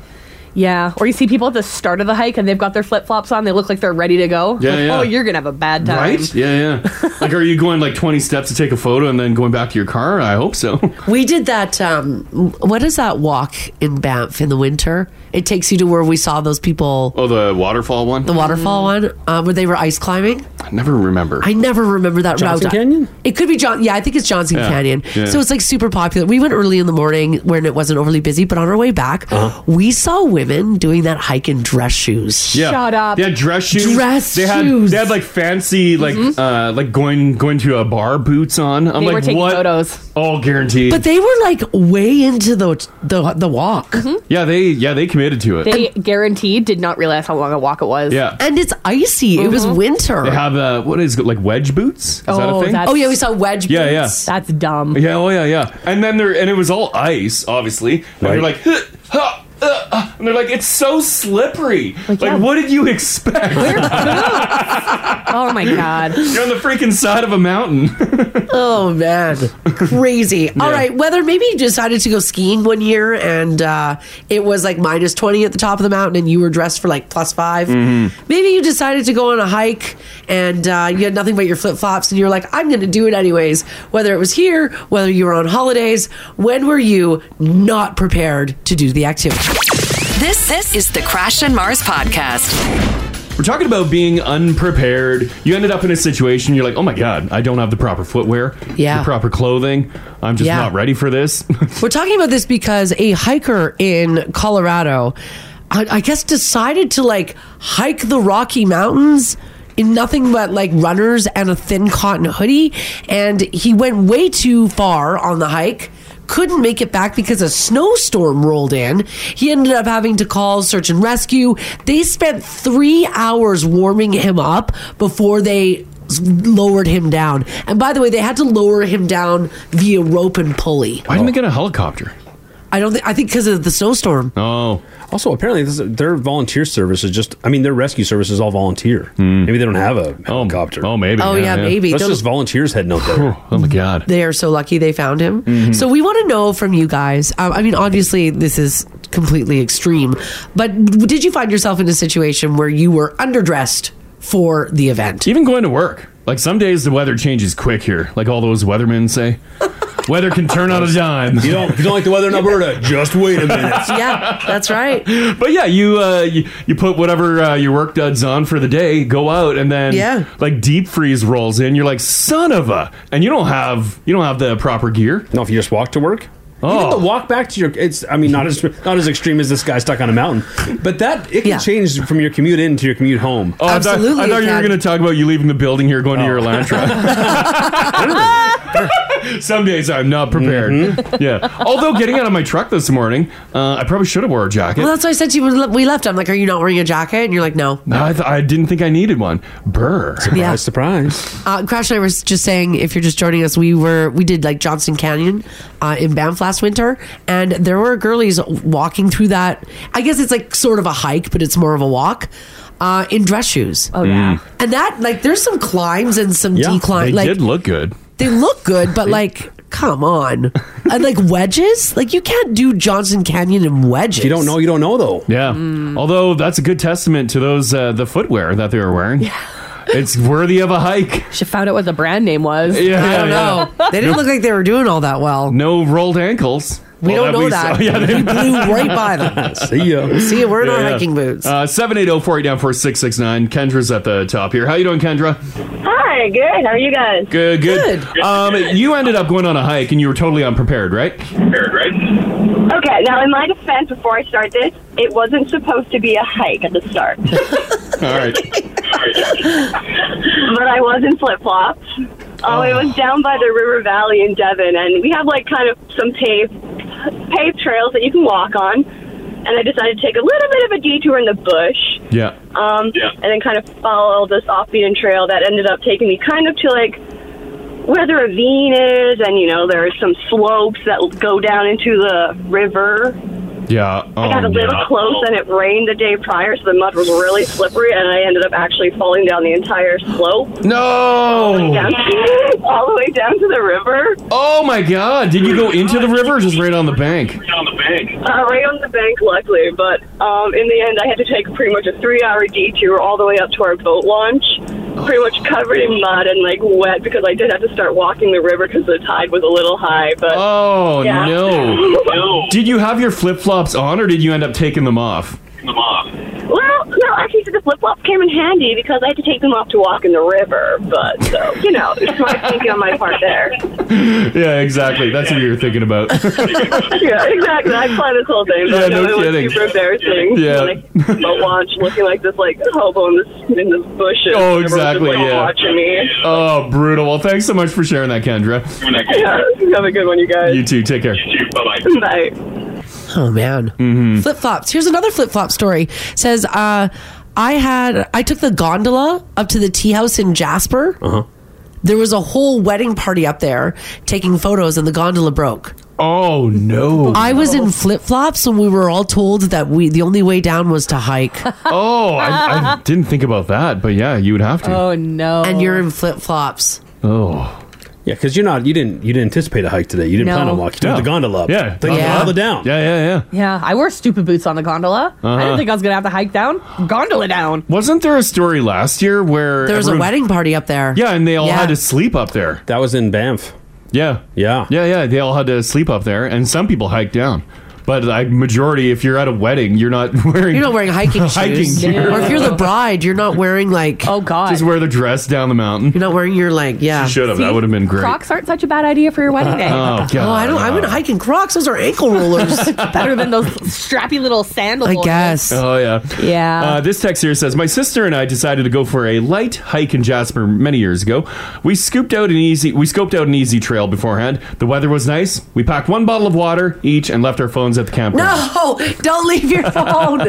Speaker 9: Yeah. Or you see people at the start of the hike and they've got their flip flops on, they look like they're ready to go.
Speaker 8: Yeah,
Speaker 9: Like,
Speaker 8: yeah.
Speaker 9: Oh, you're gonna have a bad time.
Speaker 8: Right? Yeah, yeah. like, are you going like 20 steps to take a photo and then going back to your car? I hope so.
Speaker 3: We did that. Um, what is that walk in Banff in the winter? It takes you to where we saw those people,
Speaker 8: Oh, the waterfall one?
Speaker 3: the waterfall one, um, where they were ice climbing.
Speaker 8: I never remember.
Speaker 3: I never remember that
Speaker 8: Johnson
Speaker 3: route.
Speaker 8: Canyon?
Speaker 3: It could be John. Yeah, I think it's Johnson
Speaker 8: Yeah,
Speaker 3: Canyon.
Speaker 8: yeah.
Speaker 3: So it's like super popular. We went early in the morning when it wasn't overly busy, but on our way back,
Speaker 8: Uh-huh.
Speaker 3: we saw women doing that hike in dress shoes.
Speaker 8: yeah. They had dress shoes.
Speaker 3: Dress
Speaker 8: they had,
Speaker 3: shoes.
Speaker 8: They had like fancy, like uh, like going going to a bar boots on. I'm
Speaker 3: They
Speaker 8: like,
Speaker 3: were taking
Speaker 8: what?
Speaker 9: Photos.
Speaker 8: All guaranteed.
Speaker 3: But they were like way into the the, the walk.
Speaker 8: yeah, they yeah they committed to it.
Speaker 9: They guaranteed did not realize how long a walk it was. Mm-hmm.
Speaker 8: Yeah.
Speaker 3: And it's icy. It was winter.
Speaker 8: They have uh, what is it, like wedge boots? Is that a thing?
Speaker 3: oh yeah, we saw wedge.
Speaker 8: Yeah, yeah.
Speaker 3: boots.
Speaker 9: That's dumb.
Speaker 8: Yeah, oh yeah, yeah. And then they're and it was all ice, obviously. And they're like, "Huh, huh, uh, uh," and they're like, it's so slippery. Like, what did you expect?
Speaker 9: oh my god.
Speaker 8: You're on the freaking side of a mountain.
Speaker 3: oh man, crazy! All right, weather. Maybe you decided to go skiing one year, and uh, it was like minus twenty at the top of the mountain, and you were dressed for like plus five.
Speaker 15: Mm.
Speaker 8: Mm-hmm.
Speaker 3: Maybe you decided to go on a hike, and uh, you had nothing but your flip flops, and you were like, "I'm going to do it anyways." Whether it was here, whether you were on holidays, when were you not prepared to do the activity?
Speaker 1: This this is the Crash and Mars podcast.
Speaker 8: We're talking about being unprepared. You ended up in a situation, you're like, oh my God, I don't have the proper footwear,
Speaker 3: Yeah.
Speaker 8: the proper clothing. I'm just
Speaker 3: Yeah.
Speaker 8: not ready for this.
Speaker 3: We're talking about this because a hiker in Colorado, I, I guess, decided to like hike the Rocky Mountains in nothing but like runners and a thin cotton hoodie. And he went way too far on the hike. Couldn't make it back because a snowstorm rolled in. He ended up having to call search and rescue. They spent three hours warming him up before they s- lowered him down. And by the way, they had to lower him down via rope and pulley.
Speaker 8: Why didn't they get a helicopter?
Speaker 3: I don't. Think, I think because of the snowstorm.
Speaker 8: Oh.
Speaker 6: Also, apparently, this is, their volunteer service is just, I mean, their rescue service is all volunteer. Maybe they don't have a helicopter. Oh,
Speaker 8: Hmm. maybe.
Speaker 3: Oh, yeah, yeah, yeah. maybe.
Speaker 6: That's
Speaker 3: They'll-
Speaker 6: just volunteers heading out there.
Speaker 8: oh, my God.
Speaker 3: They are so lucky they found him.
Speaker 8: Mm-hmm.
Speaker 6: Mhm.
Speaker 3: So we want to know from you guys. Um, I mean, obviously, this is completely extreme, but did you find yourself in a situation where you were underdressed for the event?
Speaker 8: Even going to work. Like some days the weather changes quick here, like all those weathermen say. weather can turn on a dime.
Speaker 6: You don't, you don't like the weather in Alberta? Just wait a minute.
Speaker 3: yeah, that's right.
Speaker 8: But yeah, you uh, you, you put whatever uh, your work duds on for the day, go out, and then
Speaker 3: Yeah.
Speaker 8: like deep freeze rolls in. You're like son of a, and you don't have you don't have the proper gear.
Speaker 6: No, if you just walk to work.
Speaker 8: Oh,
Speaker 6: Even the walk back to your it's I mean not as not as extreme as this guy stuck on a mountain, but that it can change from your commute in to your commute home.
Speaker 8: Oh, I thought- I thought, you were going to talk about you leaving the building here, going to
Speaker 6: Oh.
Speaker 8: your Elantra. Some days I'm not prepared.
Speaker 6: Mm-hmm.
Speaker 8: Yeah. Although getting out of my truck this morning, uh, I probably should have wore a jacket.
Speaker 3: Well, that's why I said to you when le- we left. I'm like, "Are you not wearing a jacket?" And you're like, "No."
Speaker 8: No, I, th- I didn't think I needed one. Brr. Surprise,
Speaker 3: Yeah.
Speaker 6: surprise.
Speaker 3: Uh, Crash and I were just saying, if you're just joining us, we were we did like Johnson Canyon uh, in Banff last winter, and there were girlies walking through that. I guess it's like sort of a hike, but it's more of a walk. Uh, in dress shoes. Oh
Speaker 8: yeah. Mm.
Speaker 3: and that like there's some climbs and some
Speaker 8: Yeah,
Speaker 3: decline.
Speaker 8: they
Speaker 3: Like
Speaker 8: did look good.
Speaker 3: they look good, but like. Come on, and like wedges, like you can't do Johnson Canyon in wedges.
Speaker 8: You don't
Speaker 6: know, you don't know though.
Speaker 8: Yeah.
Speaker 3: Mm.
Speaker 8: Although that's a good testament to those uh, the footwear that they were wearing. Yeah. It's worthy of a hike.
Speaker 9: She found out what the brand name was.
Speaker 8: Yeah, I don't yeah.
Speaker 3: know. They didn't look like they were doing all that well.
Speaker 8: No rolled ankles.
Speaker 3: We
Speaker 8: Well,
Speaker 3: don't know
Speaker 8: saw-
Speaker 3: that.
Speaker 8: Yeah, they-
Speaker 3: we blew right by them.
Speaker 6: See ya.
Speaker 3: See ya, we're in our hiking boots.
Speaker 8: Uh, 780-489-4669. Kendra's at the top here. How you doing, Kendra?
Speaker 14: Hi, good. How are you guys?
Speaker 8: Good, good. Um, you ended up going on a hike and you were totally unprepared, right?
Speaker 14: Prepared, right? Okay, now in my defense, before I start this, it wasn't supposed to be a hike at the start,
Speaker 8: All right.
Speaker 14: but I was in flip flops. Oh, it was down by the river valley in Devon, and we have like kind of some paved paved trails that you can walk on. And I decided to take a little bit of a detour in the bush,
Speaker 8: Yeah.
Speaker 14: um, and then kind of follow this off-beaten trail that ended up taking me kind of to like where the ravine is, and you know there's some slopes that go down into the river.
Speaker 8: Yeah.
Speaker 14: I got a
Speaker 8: um,
Speaker 14: little
Speaker 8: yeah.
Speaker 14: close, and it rained the day prior, so the mud was really slippery, and I ended up actually falling down the entire slope.
Speaker 8: No.
Speaker 14: Down, all the way down to the river,
Speaker 8: Oh my God! Did you go into the river or just right on the bank?
Speaker 14: uh, right on the bank, luckily. But um, in the end, I had to take pretty much a three-hour detour all the way up to our boat launch, pretty much covered in mud and like wet because I did have to start walking the river because the tide was a little high. But
Speaker 8: Oh
Speaker 14: yeah.
Speaker 8: no. Did you have your flip flops on or did you end up taking them off?
Speaker 14: Well, no, actually, the flip flops came in handy because I had to take them off to walk in the river. But so you know, it's my thinking on my part there.
Speaker 8: yeah, exactly. That's what you were thinking about.
Speaker 14: yeah, exactly. I planned this whole thing. But
Speaker 8: Yeah,
Speaker 14: no,
Speaker 8: no
Speaker 14: it
Speaker 8: kidding.
Speaker 14: was super embarrassing.
Speaker 8: Yeah.
Speaker 14: Like, boat launch, looking like this like hobo in this in this bushes.
Speaker 8: Oh,
Speaker 14: Everyone's just,
Speaker 8: exactly.
Speaker 14: like,
Speaker 8: Yeah.
Speaker 14: Watching me.
Speaker 8: Oh, brutal. Well, thanks so much for sharing that, Kendra.
Speaker 14: Yeah. Have a good one, you guys.
Speaker 8: You too. Take care.
Speaker 14: Bye.
Speaker 3: Oh man.
Speaker 8: Mm-hmm.
Speaker 3: Flip flops. Here's another flip flop story. Says, uh, I had I took the gondola up to the tea house in Jasper.
Speaker 6: Uh-huh.
Speaker 3: There was a whole wedding party up there taking photos, and the gondola broke.
Speaker 8: Oh no!
Speaker 3: I was in flip flops, and we were all told that we the only way down was to hike.
Speaker 8: Oh, I, I didn't think about that, but yeah, you would have
Speaker 3: Oh,
Speaker 8: to.
Speaker 3: no! And you're in flip flops.
Speaker 8: Oh.
Speaker 6: Yeah, because you're not you didn't you didn't anticipate a hike today. You didn't
Speaker 9: No.
Speaker 6: plan on walking. You
Speaker 8: Yeah.
Speaker 6: took the gondola up.
Speaker 8: Yeah.
Speaker 6: Then you
Speaker 8: Yeah.
Speaker 6: gondola down.
Speaker 8: Yeah, yeah, yeah.
Speaker 9: Yeah, I wore stupid boots on the gondola. I
Speaker 8: Uh-huh.
Speaker 9: didn't think I was gonna have to hike down. Gondola down.
Speaker 8: Wasn't there a story last year where
Speaker 9: There was a
Speaker 3: wedding party up there?
Speaker 8: Yeah, and they all
Speaker 9: Yeah.
Speaker 8: had to sleep up there.
Speaker 6: That was in Banff.
Speaker 8: Yeah,
Speaker 6: yeah,
Speaker 8: yeah, yeah. They all had to sleep up there, and some people hiked down. But like majority, if you're at a wedding, you're not wearing
Speaker 3: You're not wearing hiking shoes,
Speaker 8: hiking gear.
Speaker 3: or if you're the bride, you're not wearing like oh god,
Speaker 8: just wear the dress down the mountain. You're
Speaker 3: not wearing your like yeah.
Speaker 8: should have. That would have been great.
Speaker 9: Um, Crocs aren't such a bad idea for your wedding day.
Speaker 8: Oh, God.
Speaker 3: Oh, I don't. I'm gonna hike in Crocs. Those are ankle rollers.
Speaker 9: Better than those strappy little sandals.
Speaker 8: Oh yeah.
Speaker 9: Yeah.
Speaker 8: Uh, this text here says, "My sister and I decided to go for a light hike in Jasper many years ago. We scooped out an easy, we scoped out an easy trail beforehand. The weather was nice. We packed one bottle of water each and left our phones phones at the campground.
Speaker 3: No, don't leave your phone.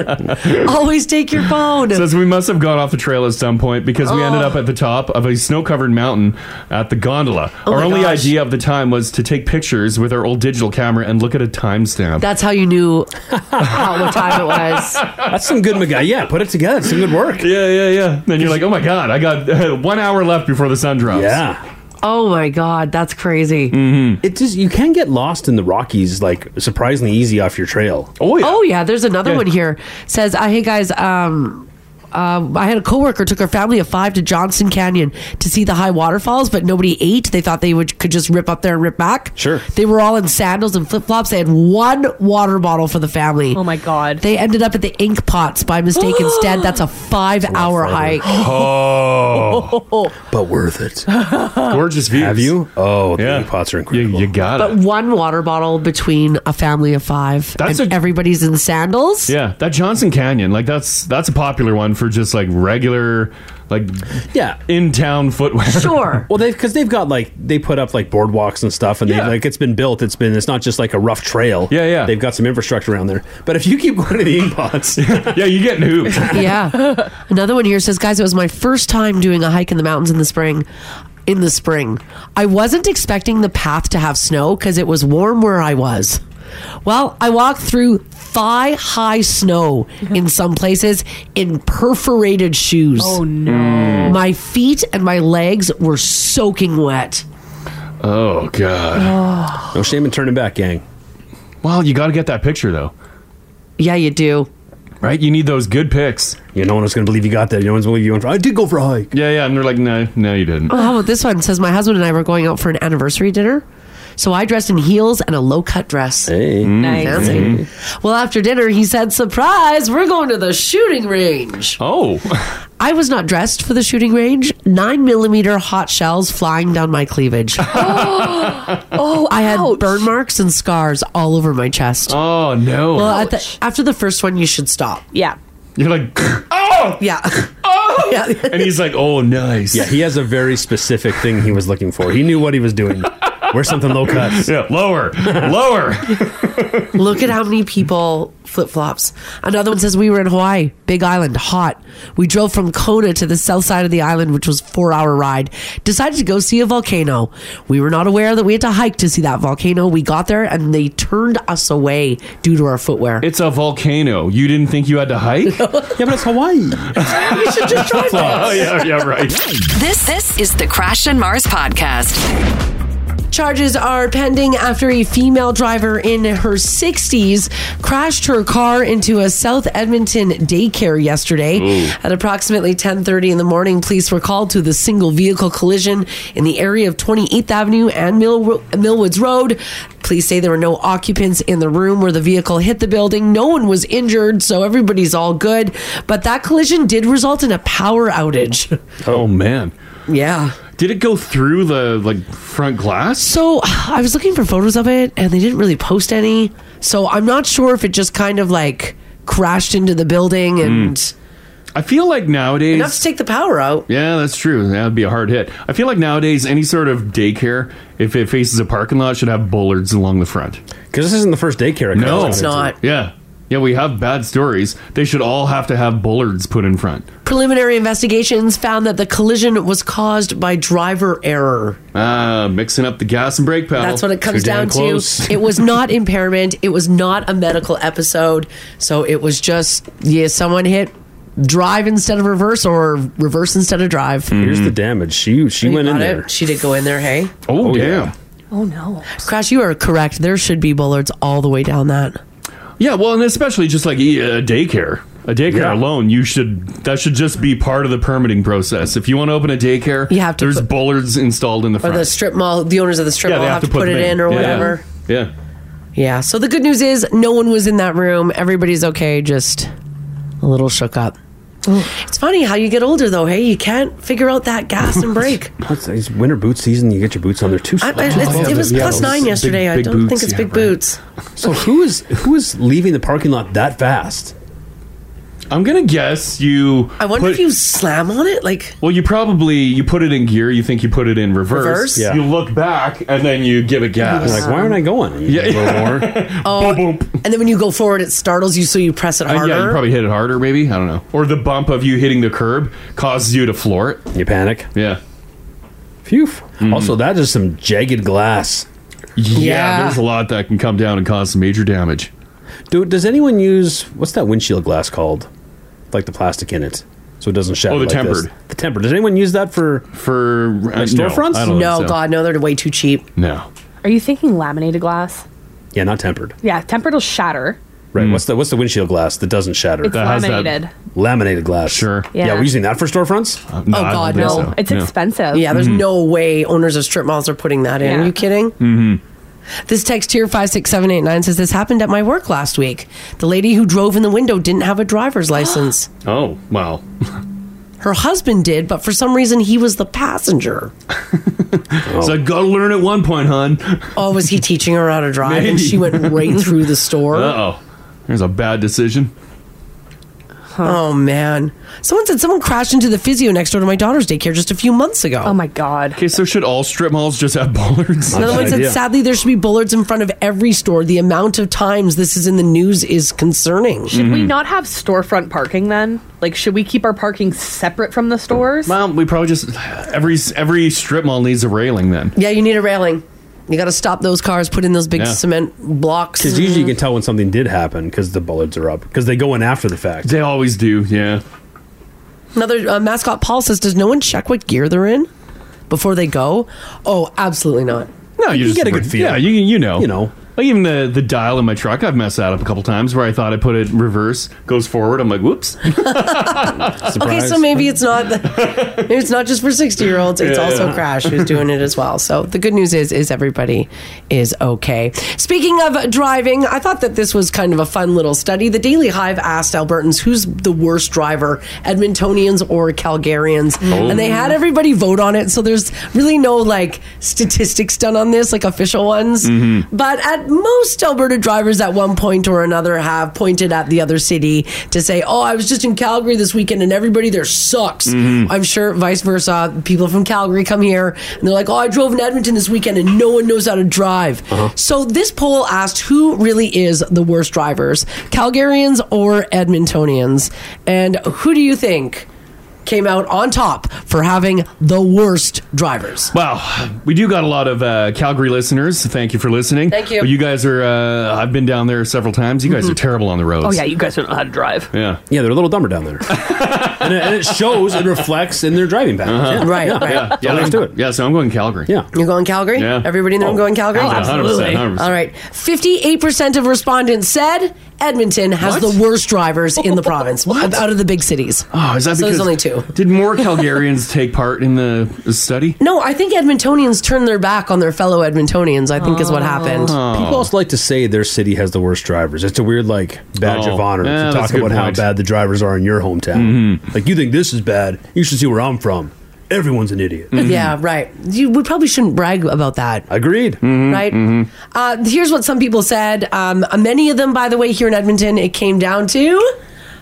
Speaker 3: Always take your phone.
Speaker 8: Says we must have gone off the trail at some point because we ended up at the top of a snow-covered mountain at the gondola.
Speaker 3: Oh
Speaker 8: our
Speaker 3: my
Speaker 8: only
Speaker 3: gosh.
Speaker 8: idea of the time was to take pictures with our old digital camera and look at a timestamp.
Speaker 3: That's how you knew how what time it was.
Speaker 8: That's some good guy. Yeah, put it together. Some good work. Yeah, yeah, yeah. Then you're like, oh my god, I got uh, one hour left before the sun drops.
Speaker 6: Yeah.
Speaker 3: Oh my god, that's crazy.
Speaker 6: Mm-hmm. It just you can get lost in the Rockies like surprisingly easy off your trail.
Speaker 8: Oh yeah.
Speaker 3: there's another one here. Says, uh, "Hey guys, um, um, I had a coworker took her family of five to Johnson Canyon to see the high waterfalls, but nobody ate. They thought they would could just rip up there and rip back. Sure, they were all in sandals and flip flops. They had one water bottle for the family. Oh my god, they ended up at the ink pots by mistake instead. That's a five hour hike.
Speaker 6: Oh. but worth it. Gorgeous views. Have you? Oh, the yeah. pots are incredible. You,
Speaker 8: got
Speaker 3: But one water bottle between a family of five.
Speaker 8: That's
Speaker 3: and everybody's in sandals.
Speaker 8: Yeah, that Johnson Canyon, like that's that's a popular one for just like regular, like
Speaker 6: yeah,
Speaker 8: in town footwear.
Speaker 6: well, they because they've got like they put up like boardwalks and stuff, and
Speaker 8: Yeah.
Speaker 6: they like it's been built. It's been it's not just like a rough trail. Yeah, yeah. They've got some infrastructure around there. But if you keep going to the ink pots, yeah,
Speaker 8: you're getting hooped.
Speaker 3: yeah. Another one here says, guys, it was my first time doing a hike in the mountains in the spring. In the spring, I wasn't expecting the path to have snow because it was warm where I was. Well, I walked through thigh high snow in some places in perforated shoes. Oh, no. My feet and my legs were soaking wet.
Speaker 8: Oh
Speaker 3: Oh.
Speaker 8: god.
Speaker 6: no shame in turning back, gang.
Speaker 8: Well, you got to get that picture though.
Speaker 3: Yeah, you do.
Speaker 8: Right, you need those good pics.
Speaker 6: Yeah, no one was going to believe you got that. No one's going to believe you went. For, I did go for a hike.
Speaker 8: Yeah, yeah, and they're like, no, no, you didn't.
Speaker 3: Oh, how about this one? It says my husband and I were going out for an anniversary dinner. So I dressed in heels and a low cut dress.
Speaker 6: Hey.
Speaker 3: Nice.
Speaker 8: Mhm.
Speaker 3: Well, after dinner, he said, Surprise, we're going to the shooting range.
Speaker 8: Oh.
Speaker 3: I was not dressed for the shooting range. Nine millimeter hot shells flying down my cleavage. oh, I had burn marks and scars all over my chest.
Speaker 8: Oh, no.
Speaker 3: Well, at the, after the first one, you should stop.
Speaker 9: Yeah.
Speaker 8: You're like,
Speaker 3: Oh! Yeah. Oh! Yeah.
Speaker 8: and he's like, oh, nice.
Speaker 6: Yeah, he has a very specific thing he was looking for. He knew what he was doing. Wear something low cuts.
Speaker 8: Yeah, lower, lower.
Speaker 3: Look at how many people flip flops. Another one says we were in Hawaii, Big Island, hot. We drove from Kona to the south side of the island, which was four hour ride. Decided to go see a volcano. We were not aware that we had to hike to see that volcano. We got there and they turned us away due to our footwear.
Speaker 8: It's a volcano. You didn't think you had to hike? yeah,
Speaker 6: but it's Hawaii.
Speaker 3: you should just try
Speaker 8: oh, yeah, yeah, right.
Speaker 1: This this is the Crash and Mars podcast.
Speaker 3: Charges are pending after a female driver in her 60s crashed her car into a South Edmonton daycare yesterday. At approximately 10:30 in the morning, police were called to the single vehicle collision in the area of 28th Avenue and Mill- Millwoods Road. Police say there were no occupants in the room where the vehicle hit the building. No one was injured, so everybody's all good, but that collision did result in a power outage.
Speaker 8: Oh man.
Speaker 3: Yeah.
Speaker 8: Did it go through the like front glass?
Speaker 3: So I was looking for photos of it and they didn't really post any. So I'm not sure if it just kind of like crashed into the building and
Speaker 8: Mm. I feel like nowadays
Speaker 3: enough to take the power out.
Speaker 8: Yeah, that's true. That'd be a hard hit. I feel like nowadays any sort of daycare, if it faces a parking lot, should have bollards along the front.
Speaker 6: Because this isn't the first daycare. I've
Speaker 8: No,
Speaker 6: gone It's to. not.
Speaker 8: Yeah, yeah. We have bad stories. They should all have to have bollards put in front.
Speaker 6: Mm.
Speaker 3: Preliminary investigations found that the collision was caused by driver error.
Speaker 8: Ah, mixing up the gas and brake pedal.
Speaker 3: That's what it comes down to. It was not impairment. It was not a medical episode. So it was just, yeah, someone hit drive instead of reverse or reverse instead of drive.
Speaker 6: Here's the damage. She she
Speaker 3: You
Speaker 6: went in
Speaker 3: got it?
Speaker 6: there.
Speaker 3: She did go in there. Hey.
Speaker 8: Oh,
Speaker 6: yeah.
Speaker 8: damn.
Speaker 3: Oh no. Crash, you are correct. There should be bullards all the way down that.
Speaker 8: Yeah, well, and especially just like e- a daycare. A daycare
Speaker 3: Yeah.
Speaker 8: alone, you should that should just be part of the permitting process. If you want to open a daycare, you have to there's bollards installed in the
Speaker 3: Or
Speaker 8: front.
Speaker 3: the strip mall, the owners of the strip mall have, to put, it
Speaker 8: them
Speaker 3: in, or
Speaker 8: Yeah.
Speaker 3: whatever.
Speaker 8: Yeah.
Speaker 3: Yeah. So the good news is no one was in that room. Everybody's okay, just a little shook up.
Speaker 9: Oh.
Speaker 3: It's funny how you get older though, hey, you can't figure out that gas and brake.
Speaker 6: What's- it's winter boot season. You get your boots on. They're too.
Speaker 3: I- I-
Speaker 6: small. Oh,
Speaker 3: it's- it was plus nine yesterday. I don't think it's big boots.
Speaker 6: So who is who is leaving the parking lot that fast?
Speaker 8: I'm gonna guess you. I
Speaker 3: wonder if you slam on it, like.
Speaker 8: Well, you probably you put it in gear. You think you put it in reverse.
Speaker 3: Reverse? Yeah.
Speaker 8: You look back and then you give it gas.
Speaker 3: You're like, why aren't I
Speaker 6: going?
Speaker 8: Yeah.
Speaker 3: Oh, and then when you go forward, it startles you, so you press it
Speaker 8: Uh,
Speaker 3: harder.
Speaker 8: yeah, you probably hit it harder, maybe. I don't know. Or the bump of you hitting the curb causes you to floor it.
Speaker 6: You panic.
Speaker 8: Yeah. Mm.
Speaker 6: Phew. Also, that is some jagged glass.
Speaker 8: Yeah,
Speaker 6: Yeah.
Speaker 8: there's a lot that can come down and cause some major damage.
Speaker 6: Do, does anyone use what's that windshield glass called? Like the plastic in it, so it doesn't shatter.
Speaker 8: Oh, the
Speaker 6: like this.
Speaker 8: tempered.
Speaker 6: The tempered. Does anyone use that for
Speaker 8: for uh,
Speaker 6: like storefronts?
Speaker 3: no, God, no, they're way too cheap.
Speaker 8: No.
Speaker 9: Are you thinking laminated glass?
Speaker 6: Yeah, not tempered.
Speaker 9: Yeah, tempered will shatter.
Speaker 6: Right.
Speaker 8: Hmm.
Speaker 6: What's the what's the windshield glass that doesn't shatter?
Speaker 9: It's That has that- laminated.
Speaker 6: Laminated glass. Sure. Yeah.
Speaker 9: Yeah.
Speaker 6: We're using that for storefronts.
Speaker 8: Uh,
Speaker 3: oh God, no!
Speaker 9: It's expensive.
Speaker 3: Yeah, there's
Speaker 6: Mhm.
Speaker 3: no way owners of strip malls are putting that in. Are you kidding?
Speaker 8: Mm-hmm.
Speaker 3: This text here, 56789, says this happened at my work last week. The lady who drove in the window didn't have a driver's license.
Speaker 8: Oh wow.
Speaker 3: Her husband did, but for some reason he was the passenger.
Speaker 6: Oh.
Speaker 8: So I gotta learn at one point, hon.
Speaker 3: Oh, was he teaching her how to drive? And
Speaker 8: Maybe.
Speaker 3: she went right through the store.
Speaker 8: Uh oh. There's a bad decision.
Speaker 3: Oh, man. Someone said someone crashed into the physio next door to my daughter's daycare just a few months ago. Oh,
Speaker 9: my God.
Speaker 8: Okay, so should all strip malls just have bollards?
Speaker 3: Another one said, sadly, there should be bullards in front of every store. The amount of times this is in the news is concerning.
Speaker 8: Mm.
Speaker 9: Should
Speaker 8: Mm-hmm.
Speaker 9: we not have storefront parking then? Like, should we keep our parking separate from the stores?
Speaker 8: Well, we probably just every every strip mall needs a railing then.
Speaker 3: Yeah, you need a railing. You got to stop those cars, put in those big
Speaker 6: Yeah.
Speaker 3: cement blocks.
Speaker 6: Because usually you can tell when something did happen because the bullards are up because they go in after the fact.
Speaker 8: They always do. Yeah.
Speaker 3: Another uh, mascot Paul says, "Does no one check what gear they're in before they go?" Oh, absolutely not.
Speaker 8: No, you, just
Speaker 3: get a good feel.
Speaker 8: Yeah, you you know
Speaker 3: You
Speaker 6: know.
Speaker 8: Like even the the dial in my truck, I've messed that up a couple times where I thought I put it reverse, goes forward. I'm like, whoops.
Speaker 3: Okay, so maybe it's not the, maybe it's not just for sixty year olds. It's
Speaker 8: Yeah.
Speaker 3: also Crash who's doing it as well. So the good news is is everybody is okay. Speaking of driving, I thought that this was kind of a fun little study. The Daily Hive asked Albertans who's the worst driver, Edmontonians or Calgarians,
Speaker 16: Oh.
Speaker 3: and they had everybody vote on it. So there's really no like statistics done on this, like official ones.
Speaker 16: Mhm.
Speaker 3: But at most Alberta drivers at one point or another have pointed at the other city to say, "Oh, I was just in Calgary this weekend and everybody there sucks."
Speaker 8: Mm-hmm.
Speaker 16: Mhm.
Speaker 3: I'm sure vice versa, people from Calgary come here and they're like, "Oh, I drove in Edmonton this weekend and no one knows how to drive."
Speaker 8: Uh-huh.
Speaker 3: So this poll asked who really is the worst drivers, Calgarians or Edmontonians? And who do you think came out on top for having the worst drivers?
Speaker 8: Wow, we do got a lot of uh, Calgary listeners. so Thank you for listening.
Speaker 3: Thank you.
Speaker 8: But you guys are. Uh, I've been down there several times. You guys are terrible on the roads.
Speaker 9: Oh, yeah, you guys don't know how to drive.
Speaker 8: Yeah.
Speaker 6: Mm-hmm. Yeah, they're a little dumber down there. and, it, and it shows, it reflects in their driving patterns.
Speaker 8: Uh-huh.
Speaker 6: Yeah.
Speaker 8: Right,
Speaker 6: Yeah.
Speaker 8: right.
Speaker 6: Yeah. Yeah.
Speaker 8: Yeah,
Speaker 6: Let's do it.
Speaker 8: Yeah, so I'm going Calgary.
Speaker 6: Yeah.
Speaker 3: You're going Calgary?
Speaker 8: Yeah. Oh,
Speaker 3: Everybody in the room going Calgary?
Speaker 8: yeah, 100%, 100%.
Speaker 3: All right. 58% of respondents said Edmonton has the worst drivers in the province out of the big cities.
Speaker 8: Oh, is that
Speaker 3: so there's
Speaker 8: because-
Speaker 3: only two.
Speaker 8: Did more Calgarians take part in the study?
Speaker 3: No, I think Edmontonians turned their back on their fellow Edmontonians, I think is what happened.
Speaker 8: Oh.
Speaker 6: People also like to say their city has the worst drivers. It's a weird like badge
Speaker 8: Oh.
Speaker 6: of honor
Speaker 8: Yeah,
Speaker 6: to
Speaker 8: that's
Speaker 6: talk
Speaker 8: a good
Speaker 6: about how
Speaker 8: point. Mm-hmm.
Speaker 6: bad the drivers are in your hometown. Like you think this is bad, you should see where I'm from. Everyone's an idiot.
Speaker 3: Mm-hmm. Yeah, right. You, we probably shouldn't brag about that.
Speaker 6: Agreed.
Speaker 3: Right? Uh, here's what some people said. Um, many of them, by the way, here in Edmonton, it came down to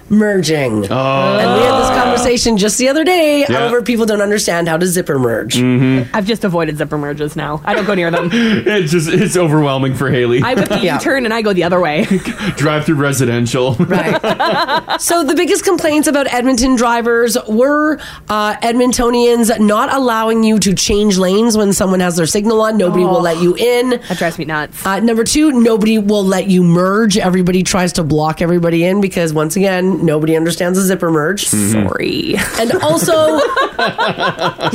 Speaker 3: merging.
Speaker 8: Oh.
Speaker 3: And we had this conversation just the other day
Speaker 9: Yeah.
Speaker 3: over people don't understand how to zipper merge. Mm-hmm.
Speaker 9: I've just avoided zipper merges now. I don't go near them.
Speaker 8: it's just it's overwhelming for Haley.
Speaker 9: I whip the U-turn and I go the other way.
Speaker 8: Drive through residential.
Speaker 3: so the biggest complaints about Edmonton drivers were uh, Edmontonians not allowing you to change lanes when someone has their signal on. Nobody will
Speaker 9: Oh,
Speaker 3: let you in. That
Speaker 9: drives me nuts.
Speaker 3: Uh, number two, nobody will let you merge. Everybody tries to block everybody in because once again, nobody understands a zipper merge.
Speaker 9: Hmm.
Speaker 8: Mm-hmm.
Speaker 9: Sorry.
Speaker 3: And also,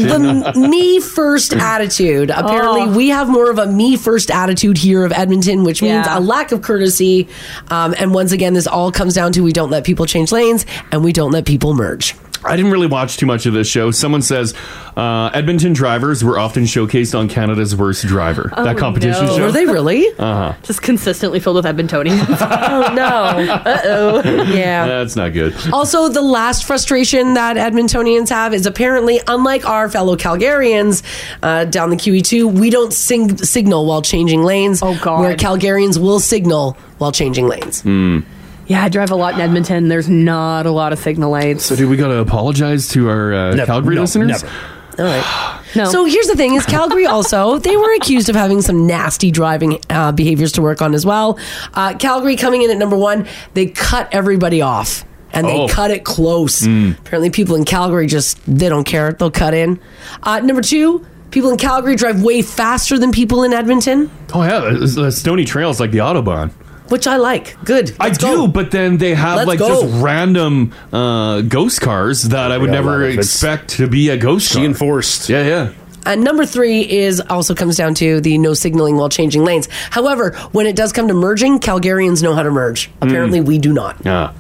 Speaker 3: the me first attitude. Apparently,
Speaker 9: Oh.
Speaker 3: we have more of a me first attitude here of Edmonton, which means
Speaker 9: Yeah.
Speaker 3: a lack of courtesy. Um, and once again, this all comes down to we don't let people change lanes and we don't let people merge.
Speaker 8: I didn't really watch too much of this show. Someone says uh, Edmonton drivers were often showcased on Canada's worst driver.
Speaker 9: Oh,
Speaker 8: that competition
Speaker 9: no.
Speaker 8: show.
Speaker 9: Were they
Speaker 3: really?
Speaker 8: Uh huh.
Speaker 9: Just consistently filled with Edmontonians. oh
Speaker 3: no. Uh oh. Yeah.
Speaker 8: That's not good.
Speaker 3: Also, the last frustration that Edmontonians have is apparently, unlike our fellow Calgarians uh, down the QE2, we don't sing- signal while changing lanes. Oh, God. Where Calgarians will signal while changing lanes.
Speaker 8: Hmm.
Speaker 9: Yeah, I drive a lot in Edmonton. There's not a lot of signal lights.
Speaker 8: So, do we got to apologize to our uh,
Speaker 3: Never.
Speaker 8: Calgary
Speaker 3: No,
Speaker 8: listeners?
Speaker 3: never. All right. No. So here's the thing: is Calgary also they were accused of having some nasty driving uh, behaviors to work on as well. Uh, Calgary coming in at number one, they cut everybody off and they
Speaker 16: Oh.
Speaker 3: cut it close.
Speaker 8: Mm.
Speaker 3: Apparently, people in Calgary just they don't care; they'll cut in. Uh, number two, people in Calgary drive way faster than people in Edmonton,
Speaker 8: Oh yeah, the, the Stony Trail's like the autobahn.
Speaker 3: which I like. Good.
Speaker 8: I do, but then they have
Speaker 3: Let's
Speaker 8: like
Speaker 3: go.
Speaker 8: just random uh, ghost cars that I would
Speaker 3: Yeah,
Speaker 8: never
Speaker 3: well, if it's-
Speaker 8: expect to be a ghost car.
Speaker 6: enforced.
Speaker 8: Yeah, yeah.
Speaker 3: And number three is also comes down to the no signaling while changing lanes. However, when it does come to merging, Calgarians know how to merge. Apparently, we do not.
Speaker 8: Yeah.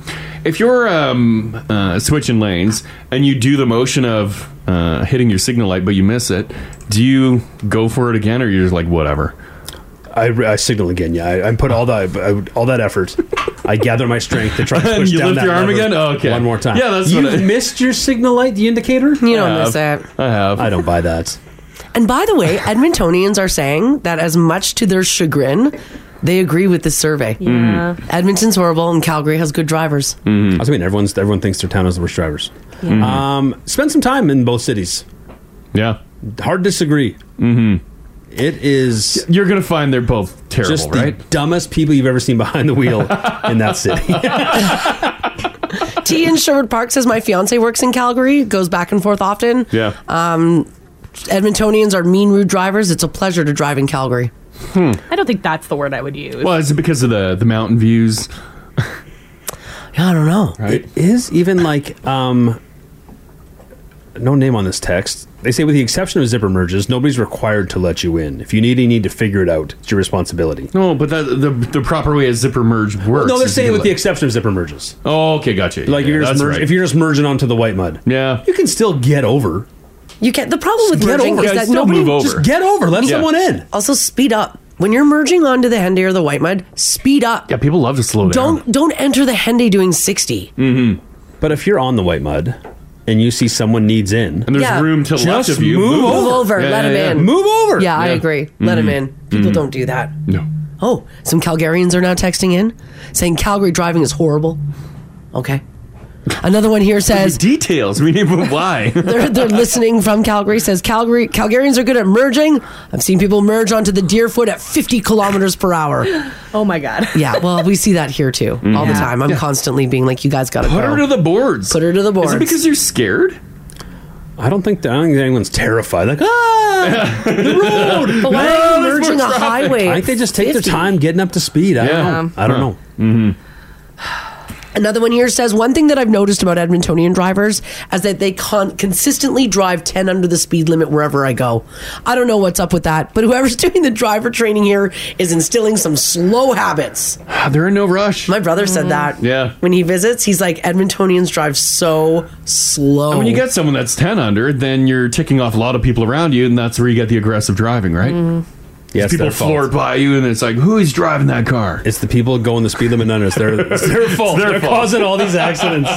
Speaker 8: If you're um, uh, switching lanes and you do the motion of uh, hitting your signal light but you miss it, do you go for it again or you're just like whatever?
Speaker 6: I, I signal again. Yeah, I, I put all that I, all that effort. I gather my strength to try to
Speaker 8: And
Speaker 6: push
Speaker 8: you
Speaker 6: down
Speaker 8: lift
Speaker 6: that
Speaker 8: your arm
Speaker 6: lever
Speaker 8: again? Oh, okay.
Speaker 6: One more time.
Speaker 8: Yeah, that's
Speaker 6: you
Speaker 8: what I-
Speaker 6: missed your signal light, the indicator. You
Speaker 3: don't miss that.
Speaker 8: I have.
Speaker 6: I don't buy that.
Speaker 3: And by the way, Edmontonians are saying that as much to their chagrin, they agree with this survey. Mm.
Speaker 6: Yeah.
Speaker 3: Edmonton's horrible and Calgary has good drivers.
Speaker 6: I
Speaker 8: Mm-hmm.
Speaker 6: was mean, everyone's everyone thinks their town has the worst drivers.
Speaker 3: Yeah. Mhm.
Speaker 6: Um, spend some time in both cities.
Speaker 8: Yeah,
Speaker 6: hard disagree. Mm-hmm. It is.
Speaker 8: You're gonna find they're both terrible,
Speaker 6: just the
Speaker 8: right?
Speaker 6: Dumbest people you've ever seen behind the wheel in that city.
Speaker 3: T in Sherwood Park says my fiance works in Calgary, goes back and forth often.
Speaker 8: Yeah.
Speaker 3: Um, Edmontonians are mean, rude drivers. It's a pleasure to drive in Calgary.
Speaker 8: Hmm.
Speaker 9: I don't think that's the word I would use.
Speaker 8: Well, is it because of the the mountain views?
Speaker 3: I don't know.
Speaker 6: It is even like um no name on this text. They say with the exception of zipper merges, nobody's required to let you in. If you need, you need to figure it out. It's your responsibility.
Speaker 8: No, but that, the the proper way a zipper merge works.
Speaker 6: no, they're
Speaker 8: is
Speaker 6: saying
Speaker 8: you
Speaker 6: with
Speaker 8: let-
Speaker 6: the exception of zipper merges.
Speaker 8: Oh, okay, gotcha.
Speaker 6: Like if
Speaker 8: Yeah,
Speaker 6: you're just
Speaker 8: that's
Speaker 6: merge,
Speaker 8: right.
Speaker 6: if you're just merging onto the white mud,
Speaker 8: yeah,
Speaker 6: you can still get over.
Speaker 3: You can The problem with
Speaker 6: Get
Speaker 3: merging
Speaker 6: over.
Speaker 3: is
Speaker 6: Yeah,
Speaker 3: that
Speaker 6: still
Speaker 3: nobody
Speaker 6: move over. Just get over. Let someone in.
Speaker 3: Also, speed up. When you're merging onto the Henday or the White Mud, speed up.
Speaker 8: Yeah, people love to slow
Speaker 3: Don't don't enter the Henday doing sixty.
Speaker 6: Mm-hmm. But if you're on the white mud and you see someone needs in,
Speaker 8: And there's Yeah. room to
Speaker 6: just
Speaker 8: left of you,
Speaker 6: move,
Speaker 8: move
Speaker 6: over.
Speaker 3: Move over. let him in.
Speaker 6: Move over.
Speaker 3: Yeah, I agree. Let
Speaker 8: Mm-hmm.
Speaker 3: him
Speaker 6: Mhm.
Speaker 3: in. People
Speaker 6: Mhm.
Speaker 3: don't do that.
Speaker 8: No.
Speaker 3: Oh, some Calgarians are now texting in saying Calgary driving is horrible. Okay. Another one here says
Speaker 8: details. We need why.
Speaker 3: they're, they're listening from Calgary. Says Calgary Calgarians are good at merging. I've seen people merge onto the Deerfoot at 50 kilometers per hour.
Speaker 9: Oh my god.
Speaker 3: Yeah, well, we see that here too all the
Speaker 8: Yeah.
Speaker 3: time. I'm
Speaker 8: Mm. Yeah.
Speaker 3: constantly being like, "You guys got to
Speaker 8: Put
Speaker 6: Oh.
Speaker 8: her to the boards.
Speaker 3: Put her to the boards.
Speaker 8: Is it because you're scared?
Speaker 6: I don't think I don't think anyone's terrified. Like ah, the road.
Speaker 3: But why
Speaker 6: No,
Speaker 3: are you
Speaker 6: there's
Speaker 3: merging
Speaker 6: more
Speaker 3: a
Speaker 6: traffic.
Speaker 3: highway
Speaker 6: I think they just take their
Speaker 3: 50?
Speaker 6: time getting up to speed. I don't know. I don't know. Mm-hmm.
Speaker 3: Another one here says one thing that I've noticed about Edmontonian drivers is that they con- consistently drive 10 under the speed limit wherever I go. I don't know what's up with that, but whoever's doing the driver training here is instilling some slow habits.
Speaker 8: They're in no rush.
Speaker 3: My brother said that.
Speaker 8: Yeah.
Speaker 3: When he visits, he's like, Edmontonians drive so slow.
Speaker 8: And when you get someone that's 10 under, then you're ticking off a lot of people around you, and that's where you get the aggressive driving, right?
Speaker 3: Mhm.
Speaker 8: Yeah, people floored by you, and it's like, who's driving that car?
Speaker 6: It's the people going the speed limit under. It's their, it's their fault.
Speaker 8: It's their
Speaker 6: They're
Speaker 8: fault.
Speaker 6: causing all these accidents.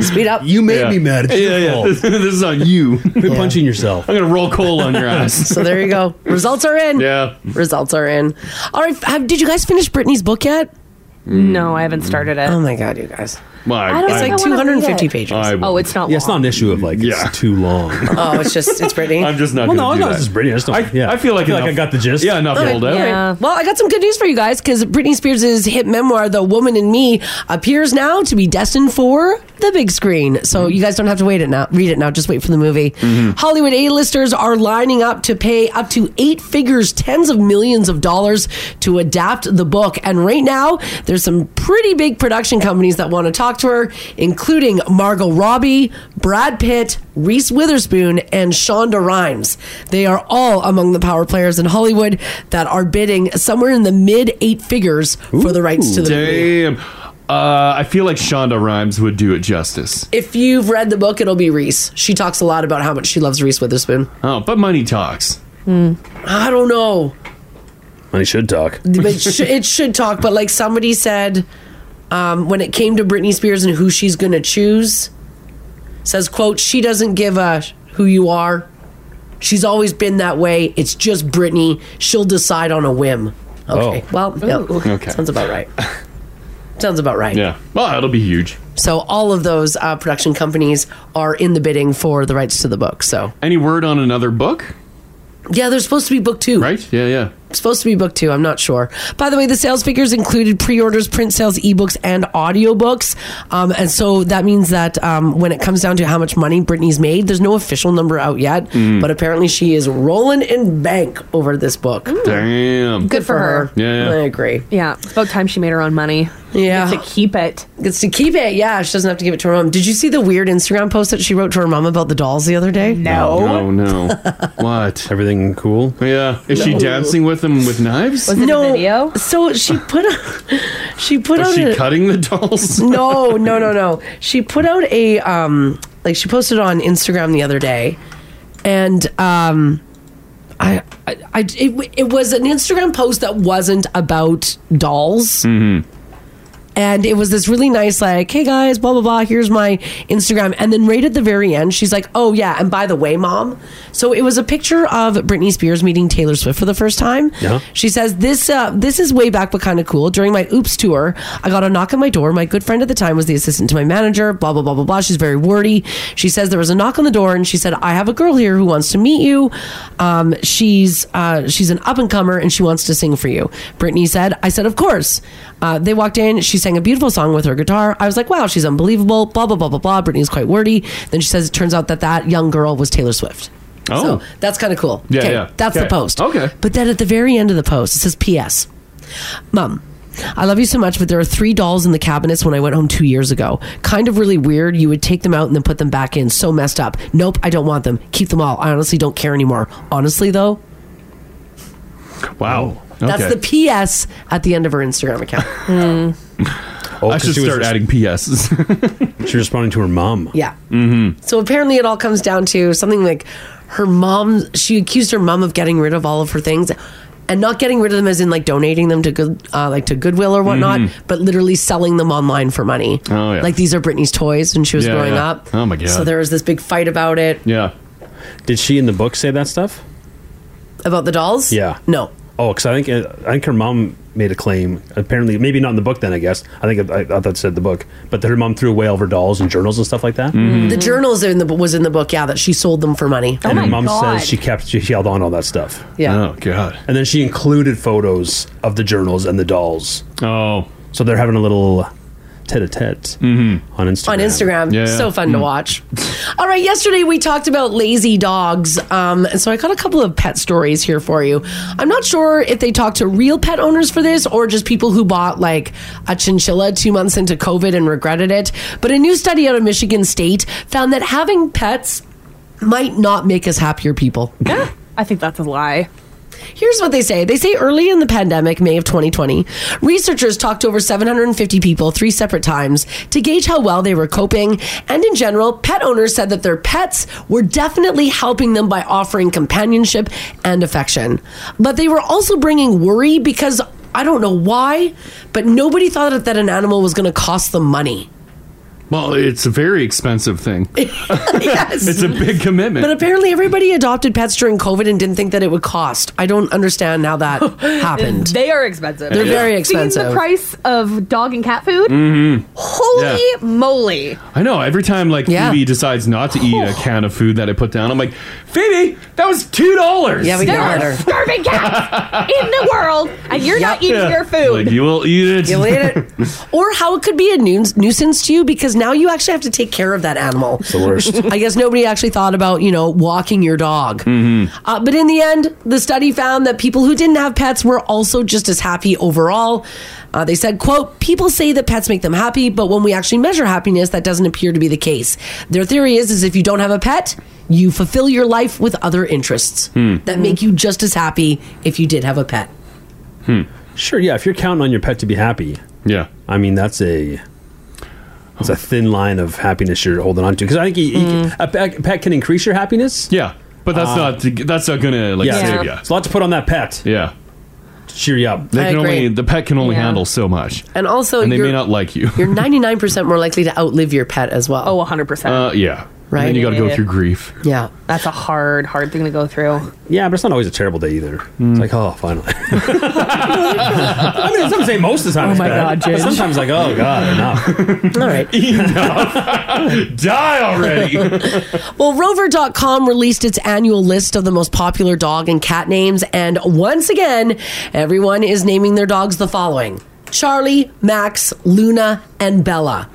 Speaker 3: Speed up.
Speaker 10: You made
Speaker 8: Yeah.
Speaker 10: me mad. It's
Speaker 8: Yeah,
Speaker 10: your
Speaker 8: yeah.
Speaker 10: fault.
Speaker 8: This, this is on you.
Speaker 6: Quit punching yourself.
Speaker 8: I'm going to roll coal on your ass.
Speaker 3: so there you go. Results are in.
Speaker 8: Yeah.
Speaker 3: Results are in. All right. Have, did you guys finish Brittany's book yet?
Speaker 9: No, I haven't started it.
Speaker 3: Oh my god, you guys.
Speaker 8: My,
Speaker 9: I don't
Speaker 3: It's
Speaker 9: think
Speaker 3: like
Speaker 9: I wanna read
Speaker 3: 250
Speaker 9: it.
Speaker 3: pages.
Speaker 9: Oh, it's not.
Speaker 6: Yeah, it's
Speaker 9: long.
Speaker 6: not an issue of like it's too long.
Speaker 3: Oh, it's just it's Brittany.
Speaker 8: I'm just not
Speaker 6: well,
Speaker 8: gonna
Speaker 6: no,
Speaker 8: do
Speaker 6: no,
Speaker 8: that.
Speaker 6: this is pretty. I, just don't, yeah.
Speaker 8: I feel like
Speaker 6: I
Speaker 8: enough-
Speaker 6: got the gist.
Speaker 8: Yeah, enough
Speaker 3: Okay,
Speaker 8: yelled at.
Speaker 3: all right. Well, I got some good news for you guys because Britney Spears' hit memoir, The Woman in Me, appears now to be destined for the big screen. So you guys don't have to wait it now. Read it now. Just wait for the movie. Hollywood A-listers are lining up to pay up to eight figures, tens of millions of dollars to adapt the book. And right now, there's some pretty big production companies that want to talk to her, including Margot Robbie, Brad Pitt, Reese Witherspoon, and Shonda Rhimes. They are all among the power players in Hollywood that are bidding somewhere in the mid eight figures for the rights to the movie.
Speaker 8: Damn. Uh, I feel like Shonda Rhimes would do it justice.
Speaker 3: If you've read the book, it'll be Reese. She talks a lot about how much she loves Reese Witherspoon.
Speaker 8: Oh, but money talks.
Speaker 3: Hmm. I don't know.
Speaker 6: Money should talk.
Speaker 3: but it, should, it should talk. But like somebody said, um, when it came to Britney Spears and who she's going to choose, says quote She doesn't give a sh- who you are. She's always been that way. It's just Britney. She'll decide on a whim. Okay.
Speaker 8: Oh.
Speaker 3: Well, yeah.
Speaker 8: Okay.
Speaker 3: sounds about right. Sounds about right.
Speaker 8: Yeah. Well, it'll be huge.
Speaker 3: So all of those uh, production companies are in the bidding for the rights to the book. So
Speaker 8: Any word on another book?
Speaker 3: yeah, they're supposed to be book two,
Speaker 8: right? Yeah, yeah.
Speaker 3: Supposed to be book two. I'm not sure. By the way, the sales figures included pre-orders, print sales, ebooks, and audiobooks. Um, and so that means that um, when it comes down to how much money Britney's made, there's no official number out yet.
Speaker 8: Mm.
Speaker 3: But apparently, she is rolling in bank over this book.
Speaker 8: Mm. Damn.
Speaker 9: Good, for her.
Speaker 8: Yeah, yeah.
Speaker 3: I agree.
Speaker 9: Yeah, it's about time she made her own money.
Speaker 3: Yeah,
Speaker 9: Gets to keep it.
Speaker 3: Gets to keep it. Yeah, she doesn't have to give it to her mom. Did you see the weird Instagram post that she wrote to her mom about the dolls the other day?
Speaker 8: No, Oh, no. what?
Speaker 6: Everything cool?
Speaker 8: Yeah. Is she
Speaker 3: No.
Speaker 8: dancing with them with knives?
Speaker 3: no. So she put on, she put
Speaker 8: Is
Speaker 3: on
Speaker 8: she
Speaker 3: a,
Speaker 8: cutting the dolls?
Speaker 3: no, no, no, no. She put out a um like she posted on Instagram the other day and um I, I, I it, it was an Instagram post that wasn't about dolls.
Speaker 8: Mm-hmm.
Speaker 3: And it was this really nice, like, hey guys, blah, blah, blah, here's my Instagram. And then right at the very end, she's like, oh yeah, and by the way, mom. So it was a picture of Britney Spears meeting Taylor Swift for the first time.
Speaker 11: Yeah.
Speaker 3: She says, this, uh, this is way back, but kind of cool. During my Oops tour, I got a knock on my door. My good friend at the time was the assistant to my manager, blah, blah, blah, blah, blah. She's very wordy. She says there was a knock on the door and she said, I have a girl here who wants to meet you. Um, she's, uh, she's an up and comer and she wants to sing for you. Brittany said, I said, of course. Uh, they walked in. She sang a beautiful song with her guitar. I was like, wow, she's unbelievable. Blah, blah, blah, blah, blah. Brittany's quite wordy. Then she says, it turns out that that young girl was Taylor Swift.
Speaker 8: Oh.
Speaker 3: So that's kind of cool.
Speaker 8: Yeah,
Speaker 3: Okay,
Speaker 8: yeah.
Speaker 3: That's
Speaker 8: Okay.
Speaker 3: the post.
Speaker 8: Okay.
Speaker 3: But then at the very end of the post, it says P.S. Mom, I love you so much, but there are three dolls in the cabinets when I went home two years ago. Kind of really weird. You would take them out and then put them back in. So messed up. Nope, I don't want them. Keep them all. I honestly don't care anymore. Honestly, though,
Speaker 8: Wow.
Speaker 3: that's the P.S. at the end of her Instagram account.
Speaker 6: Oh,
Speaker 8: I
Speaker 6: 'cause
Speaker 8: should
Speaker 6: she was
Speaker 8: start
Speaker 6: res-
Speaker 8: adding PSs.
Speaker 6: She's responding to her mom.
Speaker 3: Yeah.
Speaker 6: Mm-hmm.
Speaker 3: So apparently, it all comes down to something like her mom. She accused her mom of getting rid of all of her things, and not getting rid of them as in like donating them to good, uh, like to Goodwill or whatnot,
Speaker 8: Mhm.
Speaker 6: Mm-hmm.
Speaker 3: but literally selling them online for money.
Speaker 8: Oh, yeah.
Speaker 3: Like these are Britney's toys when she was
Speaker 6: Yeah,
Speaker 3: growing
Speaker 6: yeah.
Speaker 3: up.
Speaker 6: Oh, my God.
Speaker 3: So there was this big fight about it
Speaker 8: Yeah.
Speaker 6: Did she in the book say that stuff?
Speaker 3: about the dolls.
Speaker 6: Yeah.
Speaker 3: No.
Speaker 6: Oh, because I think I think her mom made a claim. Apparently, maybe not in the book. Then I guess I think I, I thought that said the book, but that her mom threw away all of her dolls and journals and stuff like that.
Speaker 3: Mm-hmm. The journals in the was in the book, yeah, that she sold them for money.
Speaker 6: Mm-hmm. and her mom says she kept she held on all that stuff.
Speaker 3: Yeah.
Speaker 8: Oh god.
Speaker 6: And then she included photos of the journals and the dolls.
Speaker 8: Oh.
Speaker 6: So they're having a little tete-a-tete
Speaker 8: Mm-hmm.
Speaker 6: on Instagram.
Speaker 3: on Instagram. So fun
Speaker 8: Hmm.
Speaker 3: to
Speaker 6: Mm.
Speaker 3: watch. All right, yesterday we talked about lazy dogs. Um, and so I got a couple of pet stories here for you. I'm not sure if they talked to real pet owners for this or just people who bought like a chinchilla two months into COVID and regretted it. But a new study out of Michigan State found that having pets might not make us happier people.
Speaker 9: I think that's a lie.
Speaker 3: Here's what they say. They say early in the pandemic, May of 2020, researchers talked to over 750 people three separate times to gauge how well they were coping. And in general, pet owners said that their pets were definitely helping them by offering companionship and affection. But they were also bringing worry because I don't know why, but nobody thought that an animal was going to cost them money.
Speaker 8: Well, it's a very expensive thing.
Speaker 3: yes.
Speaker 8: It's a big commitment.
Speaker 3: But apparently, everybody adopted pets during COVID and didn't think that it would cost. I don't understand how that happened.
Speaker 9: They are expensive.
Speaker 3: They're very
Speaker 9: Seeing
Speaker 3: expensive.
Speaker 9: the price of dog and cat food.
Speaker 8: Mm-hmm.
Speaker 9: Holy
Speaker 8: Yeah.
Speaker 9: moly!
Speaker 8: I know. Every time, like
Speaker 9: Yeah.
Speaker 8: Phoebe decides not to eat a
Speaker 6: Oh.
Speaker 8: can of food that I put down, I'm like, Phoebe, that was two dollars.
Speaker 9: Yeah, we There yelled at are her. Starving cats in the world, and you're not eating your food.
Speaker 8: Like you will eat it.
Speaker 3: You'll eat it. or how it could be a nu- nuisance to you because now you actually have to take care of that animal. It's
Speaker 6: the worst.
Speaker 3: I guess nobody actually thought about, you know, walking your dog.
Speaker 8: Mm-hmm.
Speaker 3: Uh, but in the end, the study found that people who didn't have pets were also just as happy overall. Uh, they said, quote, people say that pets make them happy, but when we actually measure happiness, that doesn't appear to be the case. Their theory is, is if you don't have a pet, you fulfill your life with other interests
Speaker 6: Hmm.
Speaker 3: that make you just as happy if you did have a pet.
Speaker 6: Hmm. Sure, yeah. If you're counting on your pet to be happy,
Speaker 8: yeah.
Speaker 6: I mean, that's a it's a thin line of happiness you're holding on to because I think
Speaker 3: Hmm.
Speaker 6: you- you can- a, pet, a pet can increase your happiness. Uh,
Speaker 8: Yeah, but that's not that's not gonna like save ya.
Speaker 6: It's a lot to put on that pet.
Speaker 8: Yeah.
Speaker 6: Cheer you up.
Speaker 8: They
Speaker 3: I
Speaker 8: can
Speaker 3: agree.
Speaker 8: only the pet can only
Speaker 3: Yeah.
Speaker 8: handle so much.
Speaker 3: And also,
Speaker 8: and they may
Speaker 3: you're-
Speaker 8: not like you.
Speaker 3: You're 99% more likely to outlive your pet as well. Oh,
Speaker 9: 100%.
Speaker 8: Uh, yeah.
Speaker 3: right?
Speaker 8: then you got to go through grief.
Speaker 3: Yeah.
Speaker 9: That's a hard, hard thing to go through.
Speaker 6: Yeah, but it's not always a terrible day either.
Speaker 8: Hmm.
Speaker 6: It's like, oh, finally. I mean, some say most of the time.
Speaker 9: Oh
Speaker 6: it's
Speaker 9: my
Speaker 6: bad,
Speaker 9: God,
Speaker 6: but
Speaker 9: Ginge.
Speaker 6: Sometimes like, oh god, enough.
Speaker 3: All right.
Speaker 8: Die
Speaker 3: Well, Rover.com released its annual list of the most popular dog and cat names. And once again, everyone is naming their dogs the following Charlie, Max, Luna, and Bella.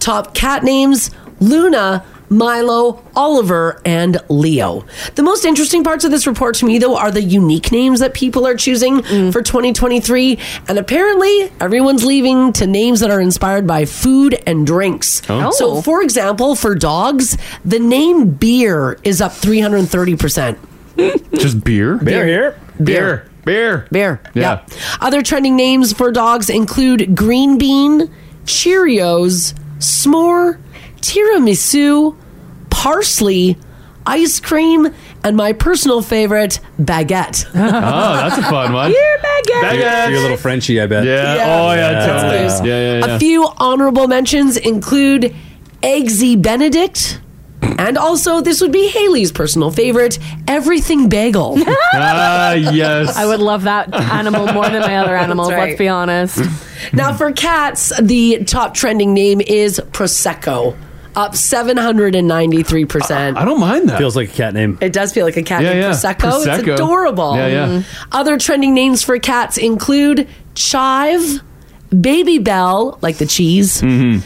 Speaker 3: Top cat names Luna, Milo, Oliver, and Leo. The most interesting parts of this report to me, though, are the unique names that people are choosing for 2023. And apparently, everyone's leaving to names that are inspired by food and drinks.
Speaker 16: Oh.
Speaker 3: So, for example, for dogs, the name beer is up 330%.
Speaker 8: Just beer?
Speaker 3: Beer here.
Speaker 8: Beer. Beer.
Speaker 3: Beer.
Speaker 8: Yeah.
Speaker 3: Other trending names for dogs include green bean, Cheerios, s'more, tiramisu, parsley, ice cream, and my personal favorite, baguette.
Speaker 8: Oh, that's a fun one.
Speaker 3: Here, baguette.
Speaker 6: You're, you're a little Frenchy, I bet.
Speaker 8: Yeah. Oh, yeah, totally. Yeah, yeah, yeah.
Speaker 3: A few honorable mentions include Eggsy Benedict. And also, this would be Haley's personal favorite, Everything Bagel.
Speaker 8: Ah, yes.
Speaker 9: I would love that animal more than my other animals,
Speaker 3: That's right.
Speaker 9: let's be honest.
Speaker 3: Now, for cats, the top trending name is Prosecco, up 793%.
Speaker 8: I don't mind that.
Speaker 6: Feels like a cat name.
Speaker 3: It does feel like a cat
Speaker 6: Yeah,
Speaker 3: named
Speaker 6: yeah.
Speaker 3: Prosecco. It's
Speaker 6: Prosecco.
Speaker 3: adorable. Mm.
Speaker 6: Yeah, yeah. Mhm.
Speaker 3: Other trending names for cats include Chive, Baby Bell, like the cheese,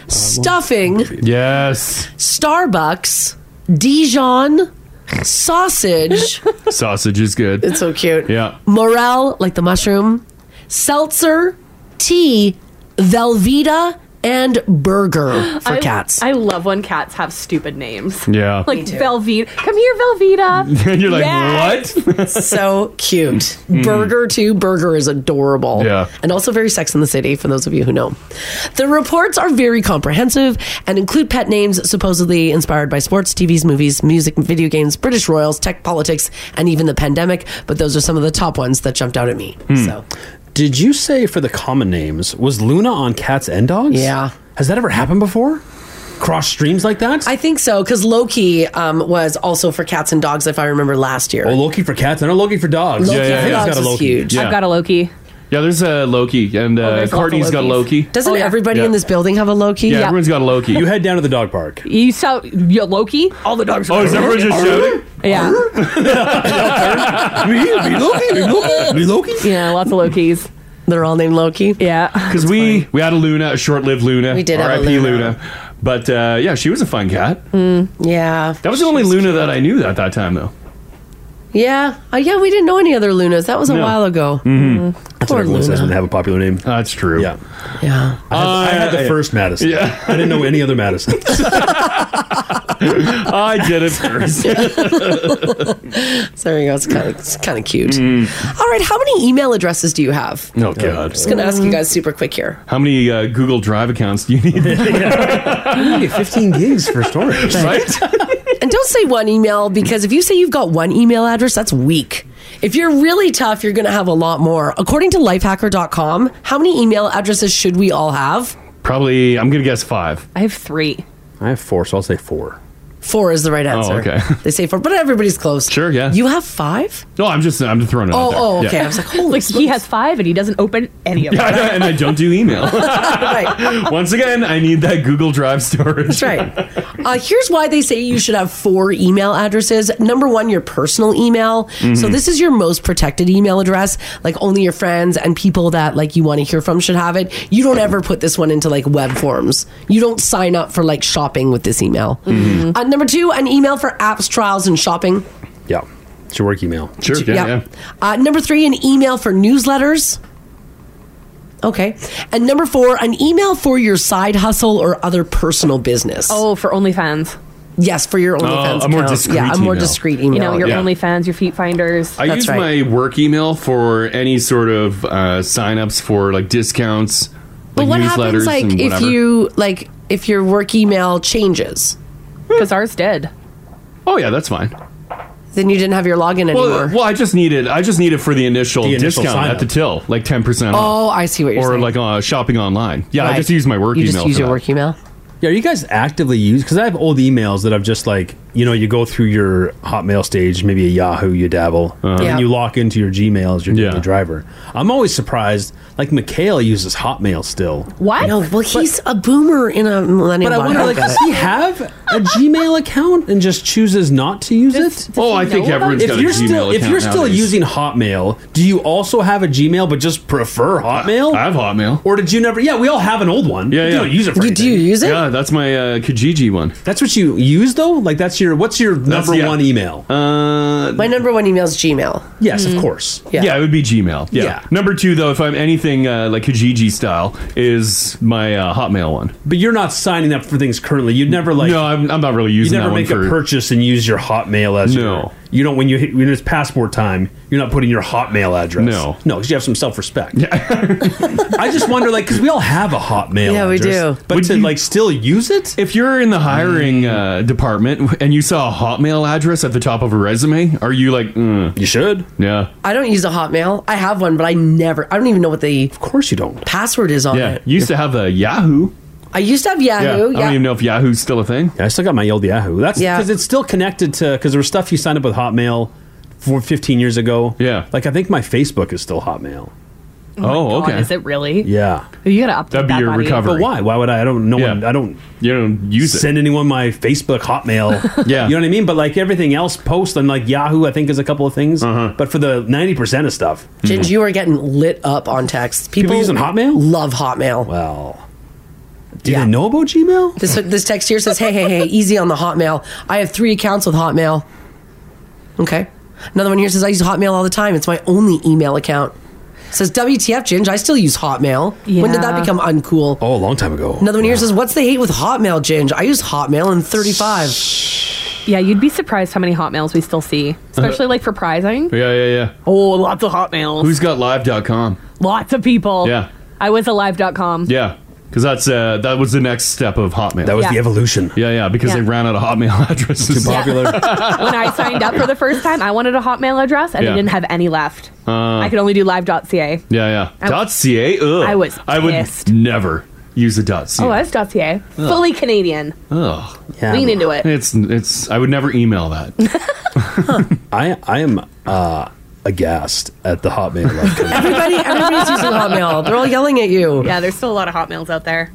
Speaker 3: Stuffing,
Speaker 8: Mm-hmm. Yes.
Speaker 3: Starbucks, Dijon, Sausage,
Speaker 8: Sausage is good.
Speaker 3: It's so cute.
Speaker 8: Yeah.
Speaker 3: Morel, like the mushroom, Seltzer, Tea, Velveeta, and Burger for
Speaker 9: I-
Speaker 3: cats.
Speaker 9: I love when cats have stupid names.
Speaker 8: Yeah.
Speaker 9: Like Velveeta. Come here, Velveeta.
Speaker 3: what? so cute. Burger, too. Burger is adorable. Yeah. And also very sex in the city, for those of you who know. The reports are very comprehensive and include pet names supposedly inspired by sports, TVs, movies, music, video games, British royals, tech, politics, and even the pandemic. But those are some of the top ones that jumped out at me.
Speaker 8: Hmm.
Speaker 3: So.
Speaker 6: Did you say for the common names was Luna on cats and dogs? Yeah. Has that ever happened before? Cross streams like that?
Speaker 3: I think so because Loki um, was also for cats and dogs, if I remember last year.
Speaker 6: Oh, Loki for cats. I know Loki for dogs.
Speaker 3: Loki for
Speaker 6: Everyone's
Speaker 3: dogs
Speaker 6: got a
Speaker 3: is
Speaker 6: Loki.
Speaker 3: huge.
Speaker 8: Yeah.
Speaker 9: I've got a Loki.
Speaker 8: Yeah, there's a Loki,
Speaker 3: Oh,
Speaker 8: and uh,
Speaker 9: there's lots of
Speaker 8: Courtney's got
Speaker 9: Lokis. Oh,
Speaker 8: Loki.
Speaker 3: Doesn't everybody
Speaker 8: Yeah.
Speaker 3: in this building have a Loki?
Speaker 8: Yeah, everyone's got a Loki. You
Speaker 6: head down to the dog park.
Speaker 9: You saw you Loki? All the dogs.
Speaker 8: Oh, is that where you're just shouting?
Speaker 9: Yeah.
Speaker 8: We- we Loki, we Loki, we Loki.
Speaker 9: Yeah, lots of Lokis.
Speaker 3: They're all named Loki.
Speaker 9: Yeah.
Speaker 8: Because we we had a Luna, a short-lived Luna.
Speaker 3: We did have a
Speaker 8: R.I.P.
Speaker 3: Luna. Mm.
Speaker 8: But uh, yeah, she was a fun cat.
Speaker 3: Yeah.
Speaker 8: That was the only Luna that I knew at that time, though.
Speaker 3: Yeah. Uh, yeah, we didn't know any other Lunas. That was a
Speaker 8: No.
Speaker 3: while ago.
Speaker 6: Mm. That's
Speaker 3: Poor
Speaker 6: what everyone says
Speaker 3: Luna.
Speaker 6: when they have a popular name.
Speaker 8: That's true.
Speaker 6: Yeah.
Speaker 3: Yeah.
Speaker 6: I had, I had the
Speaker 8: yeah.
Speaker 6: first Madison.
Speaker 8: Yeah.
Speaker 6: I didn't know any other Madison.
Speaker 8: I did it first.
Speaker 3: so there you go. It's kind of it's kind of cute.
Speaker 6: Mm.
Speaker 3: All right. How many email addresses do you have?
Speaker 8: Oh God.
Speaker 3: I'm just gonna ask you guys super quick here.
Speaker 8: How many uh, Google Drive accounts do you need?
Speaker 6: You get 15 gigs for storage.
Speaker 8: Right?
Speaker 3: and don't say one email because if you say you've got one email address, that's weak. If you're really tough, you're going to have a lot more. According to lifehacker.com, how many email addresses should we all have?
Speaker 8: Probably. I'm gonna guess five.
Speaker 9: I have three.
Speaker 6: I have four, so I'll say four.
Speaker 3: Four is the right answer.
Speaker 8: Oh, okay.
Speaker 3: They say four, but everybody's close. Sure,
Speaker 8: yeah.
Speaker 3: You have five?
Speaker 8: No, I'm just I'm just throwing it. out
Speaker 3: Oh,
Speaker 8: there.
Speaker 3: oh, okay.
Speaker 8: Yeah.
Speaker 3: I was like, holy
Speaker 9: he has five and he doesn't open any of them.
Speaker 8: Yeah, I don't- and I don't do email. Once again, I need that Google Drive storage.
Speaker 3: That's right. Uh, here's why they say you should have four email addresses. Number one, your personal email. So
Speaker 8: Mhm.
Speaker 3: this is your most protected email address. Like only your friends and people that like you want to hear from should have it. You don't ever put this one into like web forms. You don't sign up for like shopping with this email.
Speaker 8: Mm-hmm.
Speaker 3: Uh, number two, an email for apps, trials, and shopping.
Speaker 6: Yeah. It's your work email.
Speaker 8: Sure.
Speaker 3: Uh, number three, an email for newsletters. Okay. And number four, an email for your side hustle or other personal business.
Speaker 9: Oh, for OnlyFans.
Speaker 3: Yes, for your
Speaker 8: Oh,
Speaker 3: OnlyFans.
Speaker 8: a more
Speaker 3: account.
Speaker 8: discreet
Speaker 3: Yeah, a more
Speaker 8: email.
Speaker 3: discreet email.
Speaker 9: You know, your
Speaker 8: Yeah.
Speaker 9: OnlyFans, your feet finders.
Speaker 8: I use my work email for any sort of uh, signups for like discounts,
Speaker 3: But
Speaker 8: like
Speaker 3: what
Speaker 8: newsletters,
Speaker 3: happens like
Speaker 8: and
Speaker 3: if
Speaker 8: whatever.
Speaker 3: you like if your work email changes?
Speaker 9: Because ours did.
Speaker 8: Oh yeah, that's fine.
Speaker 3: Then you didn't have your login anymore.
Speaker 8: Well, well, I just need it. I just need it for the initial,
Speaker 6: The initial
Speaker 8: discount
Speaker 6: sign-up.
Speaker 8: at the till, like ten percent.
Speaker 3: Oh, I see what you're
Speaker 8: uh, or
Speaker 3: saying.
Speaker 8: like uh, shopping online. Yeah,
Speaker 3: Right.
Speaker 8: I just use my work
Speaker 3: You
Speaker 8: email.
Speaker 3: just use
Speaker 8: for
Speaker 3: your
Speaker 8: that.
Speaker 3: work email.
Speaker 6: Yeah, are you guys actively use? Because I have old emails that I've just like, you know, you go through your Hotmail stage, maybe a Yahoo, you dabble,
Speaker 8: Uh-huh.
Speaker 6: and
Speaker 16: Yeah.
Speaker 6: then you lock into your Gmail as your daily driver. I'm always surprised. Like Mikhail uses Hotmail still.
Speaker 3: What? No, well, he's a boomer in a millennial.
Speaker 6: But I wonder,
Speaker 3: body.
Speaker 6: like, does he have a Gmail account and just chooses not to use it?
Speaker 8: Oh, I think know about everyone's
Speaker 6: if
Speaker 8: got a
Speaker 6: you're
Speaker 8: Gmail
Speaker 6: still, If
Speaker 8: account
Speaker 6: you're still
Speaker 8: nowadays.
Speaker 6: using Hotmail, do you also have a Gmail but just prefer Hotmail? I have Hotmail. Or did you never? Yeah, we all have an old one. Yeah, You
Speaker 8: yeah.
Speaker 6: don't use it for
Speaker 8: You- do you
Speaker 3: use
Speaker 6: it? Yeah, that's my uh, Kijiji one. That's what you use though. Like that's your what's your number
Speaker 8: yeah.
Speaker 6: one email? Uh,
Speaker 3: My number one email is Gmail. Mm.
Speaker 6: Yes, of course.
Speaker 3: Yeah.
Speaker 8: Yeah. it would be Gmail. Yeah.
Speaker 6: Yeah.
Speaker 8: Number two, though, if I'm anything uh, like Kijiji style, is my uh, Hotmail one.
Speaker 6: But you're not signing up for things currently. You'd never like.
Speaker 8: No, I'm, I'm not really
Speaker 6: you
Speaker 8: using.
Speaker 6: never
Speaker 8: that
Speaker 6: make
Speaker 8: one
Speaker 6: a
Speaker 8: for,
Speaker 6: purchase and use your Hotmail as your. You don't when you hit, when it's passport time. You're not putting your Hotmail address. No, no, because you have some self respect. I just wonder, like, because we all have a Hotmail.
Speaker 8: Yeah, we
Speaker 6: address,
Speaker 8: do.
Speaker 6: But
Speaker 8: Would
Speaker 6: to
Speaker 8: you-
Speaker 6: like still use it.
Speaker 8: If you're in the hiring uh, department and you saw a Hotmail address at the top of a resume, are you like, mm.
Speaker 6: you should?
Speaker 8: Yeah.
Speaker 3: I don't use a Hotmail. I have one, but I never. I don't even know what the. Of
Speaker 6: course you don't.
Speaker 3: Password is on
Speaker 8: yeah.
Speaker 3: it.
Speaker 8: Used to have a Yahoo.
Speaker 3: I used to have Yahoo.
Speaker 8: I don't
Speaker 3: Yeah.
Speaker 8: even know if Yahoo's still a thing.
Speaker 6: I still got my old Yahoo. That's
Speaker 3: Yeah.
Speaker 6: because it's still connected to because there was stuff you signed up with Hotmail for 15 years ago. Yeah, like I think my Facebook is still Hotmail.
Speaker 9: Oh my
Speaker 8: Oh,
Speaker 9: God, Is it really?
Speaker 6: Yeah.
Speaker 9: You gotta update that buddy.
Speaker 6: But why? Why would I? I don't know. I don't. You don't use
Speaker 8: it.
Speaker 6: send anyone my Facebook Hotmail. yeah, you know what I mean. But like everything else, post on like Yahoo. I think is a couple of things.
Speaker 8: Uh-huh.
Speaker 6: But for the ninety percent of stuff,
Speaker 3: Ginge, you are getting lit up on texts.
Speaker 6: People using Hotmail?
Speaker 3: Love Hotmail.
Speaker 6: Wow. Do they know about Gmail?
Speaker 3: This this text here says, "Hey, hey, hey, easy on the Hotmail. I have three accounts with Hotmail." Okay. Another one here says, "I use Hotmail all the time. It's my only email account." says, "WTF, Ginge? I still use Hotmail. When did that
Speaker 6: Yeah.
Speaker 3: become uncool?"
Speaker 6: Oh, a long time ago.
Speaker 3: Another one here says, "What's the hate with Hotmail, Ginge? I use Hotmail in 35."
Speaker 9: Yeah, you'd be surprised how many Hotmails we still see, especially
Speaker 8: Uh-huh.
Speaker 9: like for prizing.
Speaker 8: Yeah, yeah, yeah.
Speaker 9: Oh, lots of Hotmails.
Speaker 8: Who's got live.com?
Speaker 9: Lots of people.
Speaker 8: Yeah.
Speaker 9: I was alive.com.
Speaker 8: Yeah. Because that's uh, that was the next step of Hotmail. That
Speaker 9: was the Yeah.
Speaker 6: evolution.
Speaker 8: Yeah, yeah. Because
Speaker 9: Yeah.
Speaker 8: they ran out of Hotmail addresses. Too
Speaker 9: when I signed up for the first time, I wanted a Hotmail address and
Speaker 8: Yeah.
Speaker 9: I didn't have any left.
Speaker 8: Uh,
Speaker 9: I could only do live.ca.
Speaker 8: Yeah, yeah.
Speaker 9: I-
Speaker 8: Dot .ca. Ugh.
Speaker 9: I was
Speaker 8: I
Speaker 9: pissed.
Speaker 8: would never use a dot .ca.
Speaker 9: Oh, that's .ca. Fully Canadian.
Speaker 8: Ugh.
Speaker 9: Yeah. Lean into it.
Speaker 8: It's it's. I would never email that.
Speaker 6: I I am uh, aghast at the Hotmail. Left.
Speaker 3: Everybody, everybody's using Hotmail. They're all yelling at you.
Speaker 9: Yeah, there's still a lot of Hotmails out there.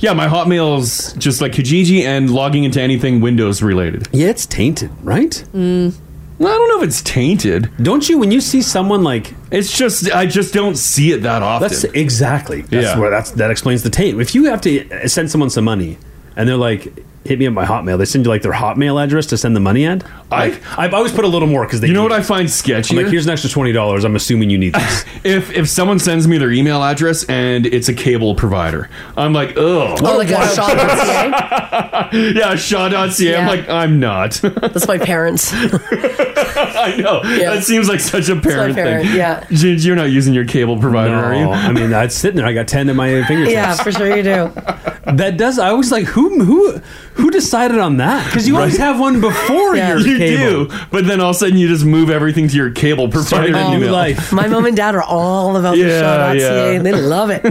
Speaker 8: yeah, my Hotmail's just like Kijiji and logging into anything Windows related.
Speaker 6: Yeah, it's tainted, right?
Speaker 9: Mm.
Speaker 8: I don't know if it's tainted.
Speaker 6: Don't you? When you see someone like,
Speaker 8: it's just I just don't see it that often.
Speaker 6: That's exactly. That's
Speaker 8: Yeah.
Speaker 6: where that's that explains the taint. If you have to send someone some money and they're like, hit me up my Hotmail, they send you like their Hotmail address to send the money at. Like, I I've always put a little more because they. You know what
Speaker 8: I find sketchy?
Speaker 6: Like here's an extra twenty dollars. I'm assuming you need this.
Speaker 8: if if someone sends me their email address and it's a cable provider, I'm like, ugh.
Speaker 3: Oh, like a shot.
Speaker 8: yeah, Shaw.ca.
Speaker 3: Yeah.
Speaker 8: I'm like, I'm not. That's
Speaker 3: my parents.
Speaker 8: I know. That seems like such a parent,
Speaker 3: parent,
Speaker 8: thing.
Speaker 3: yeah.
Speaker 8: Ginge, you're not using your cable provider, are you?
Speaker 6: No, I mean, I'm sitting there. I got ten in my fingertips.
Speaker 3: Yeah, for sure you do.
Speaker 6: That does. I was like, who who who decided on that? Because you always
Speaker 8: Right.
Speaker 6: have one before your
Speaker 8: you
Speaker 6: cable.
Speaker 8: do, but then all of a sudden you just move everything to your cable provider
Speaker 3: Oh,
Speaker 8: email.
Speaker 3: My mom and dad are all about the
Speaker 8: Yeah,
Speaker 3: show.ca.
Speaker 8: yeah.
Speaker 3: They love it.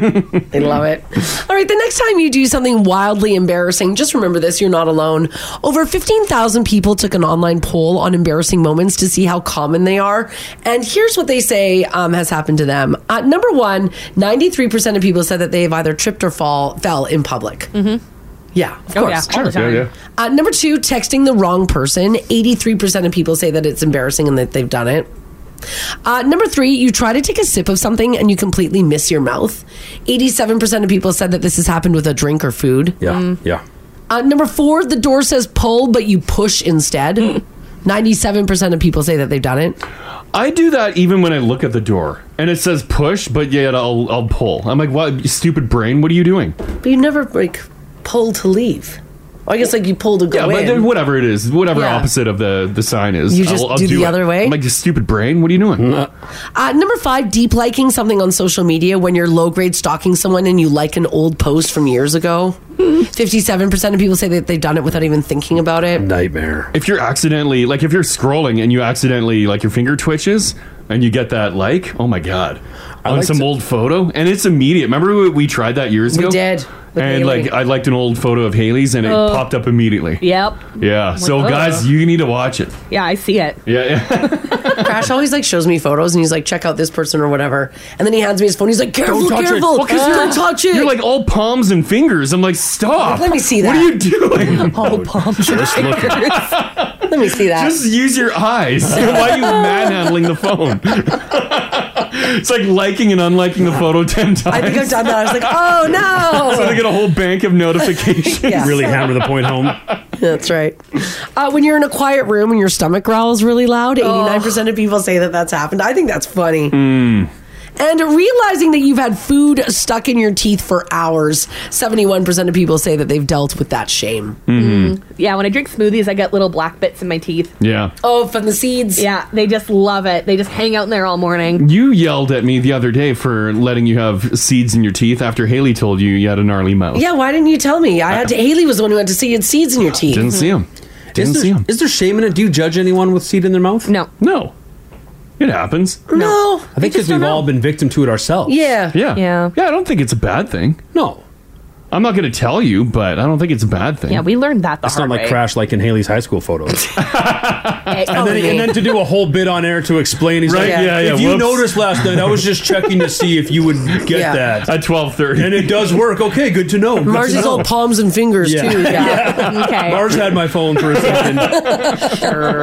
Speaker 3: they love it. All right, the next time you do something wildly embarrassing, just remember this you're not alone. Over 15,000 people took an online poll on embarrassing moments to see how common they are. And here's what they say um, has happened to them. Uh, number one, 93% of people said that they've either tripped or fall, fell in public. Mm-hmm. Yeah, of
Speaker 9: Oh,
Speaker 3: course.
Speaker 9: yeah, all the Sure, yeah, time.
Speaker 3: Uh, number two, texting the wrong person. 83% of people say that it's embarrassing and that they've done it. Uh, number three, you try to take a sip of something and you completely miss your mouth. 87% of people said that this has happened with a drink or food.
Speaker 6: Yeah, yeah.
Speaker 3: Uh, number four, the door says pull, but you push instead. 97% of people say that they've done it.
Speaker 8: I do that even when I look at the door and it says push, but yet I'll I'll pull. I'm like, what, you stupid brain? What are you doing?
Speaker 3: But you never like pull to leave. I guess like you pull to go
Speaker 8: Yeah, but
Speaker 3: in.
Speaker 8: then whatever it is, whatever
Speaker 3: Yeah.
Speaker 8: opposite of the the sign is,
Speaker 3: You just do the
Speaker 8: it.
Speaker 3: other way?
Speaker 8: I'm like, you stupid brain. What are you doing?
Speaker 3: Uh, number five, deep liking something on social media when you're low grade stalking someone and you like an old post from years ago. 57% of people say that they've done it without even thinking about it.
Speaker 6: Nightmare.
Speaker 8: If you're accidentally like if you're scrolling and you accidentally like your finger twitches and you get that like, oh my god, on
Speaker 6: like
Speaker 8: some
Speaker 6: to-
Speaker 8: old photo and it's immediate. Remember we, we tried that years
Speaker 3: We
Speaker 8: ago.
Speaker 3: did.
Speaker 8: and
Speaker 5: Haley.
Speaker 8: like I liked an old photo of Haley's, and it
Speaker 5: Oh.
Speaker 8: popped up immediately.
Speaker 5: Yep.
Speaker 8: Yeah. So
Speaker 5: Like, oh.
Speaker 8: guys, you need to watch it.
Speaker 5: Yeah, I see it.
Speaker 8: Yeah. yeah.
Speaker 3: Crash always like shows me photos and he's like, check out this person or whatever. And then he hands me his phone. He's like, careful,
Speaker 8: touch it.
Speaker 3: careful.
Speaker 8: Well, 'cause
Speaker 3: don't
Speaker 8: you're-
Speaker 3: touch it.
Speaker 8: You're like all palms and fingers. I'm like, stop.
Speaker 3: Let me see
Speaker 8: What
Speaker 3: that.
Speaker 8: are you doing?
Speaker 3: All palms and
Speaker 8: Just look at
Speaker 3: fingers. Let me see that.
Speaker 8: Just use your eyes. Why are you manhandling the phone? it's like liking and unliking the photo ten times.
Speaker 3: I think I've done that. I was like, oh no.
Speaker 8: so they get a whole bank of notifications.
Speaker 3: Yeah. Really hammer
Speaker 8: the point home.
Speaker 3: That's right. Uh, when you're in a quiet room and your stomach growls really loud,
Speaker 5: Oh.
Speaker 3: 89% of people say that that's happened. I think that's funny.
Speaker 8: Hmm.
Speaker 3: And realizing that you've had food stuck in your teeth for hours, 71% of people say that they've dealt with that shame. Mm-hmm.
Speaker 8: Mhm.
Speaker 5: Yeah, when I drink smoothies, I get little black bits in my teeth.
Speaker 8: Yeah.
Speaker 3: Oh, from the seeds?
Speaker 5: Yeah, they just love it. They just hang out in there all morning.
Speaker 8: You yelled at me the other day for letting you have seeds in your teeth after Haley told you you had a gnarly mouth.
Speaker 3: Oh. Yeah, why didn't you tell me? I had to, Haley was the one who had to see you had seeds in your teeth.
Speaker 6: Mm-hmm.
Speaker 8: Didn't see him. Didn't
Speaker 6: is there,
Speaker 8: see him.
Speaker 6: Is there shame in it? Do you judge anyone with seed in their mouth?
Speaker 5: No.
Speaker 8: No. It happens.
Speaker 3: No.
Speaker 6: I think because we've all been victim to it ourselves.
Speaker 3: Yeah.
Speaker 8: Yeah. Yeah. Yeah. I don't think it's a bad thing.
Speaker 6: No.
Speaker 8: I'm not going to tell you, but I don't think it's a bad thing.
Speaker 5: Yeah, we learned that the
Speaker 6: It's
Speaker 5: hard
Speaker 6: not like
Speaker 5: way.
Speaker 6: crash like in Haley's high school photos.
Speaker 5: Eh,
Speaker 6: and, then, and then to do a whole bit on air to explain, he's like,
Speaker 8: Right, yeah, yeah,
Speaker 6: If you
Speaker 8: whoops."
Speaker 6: noticed last night, I was just checking to see if you would get
Speaker 8: Yeah.
Speaker 6: that
Speaker 8: at twelve thirty,
Speaker 6: and it does work. Okay, good to know.
Speaker 3: Mars is all palms and fingers,
Speaker 6: Yeah.
Speaker 3: too. Yeah.
Speaker 5: okay.
Speaker 6: Mars had my phone for a second.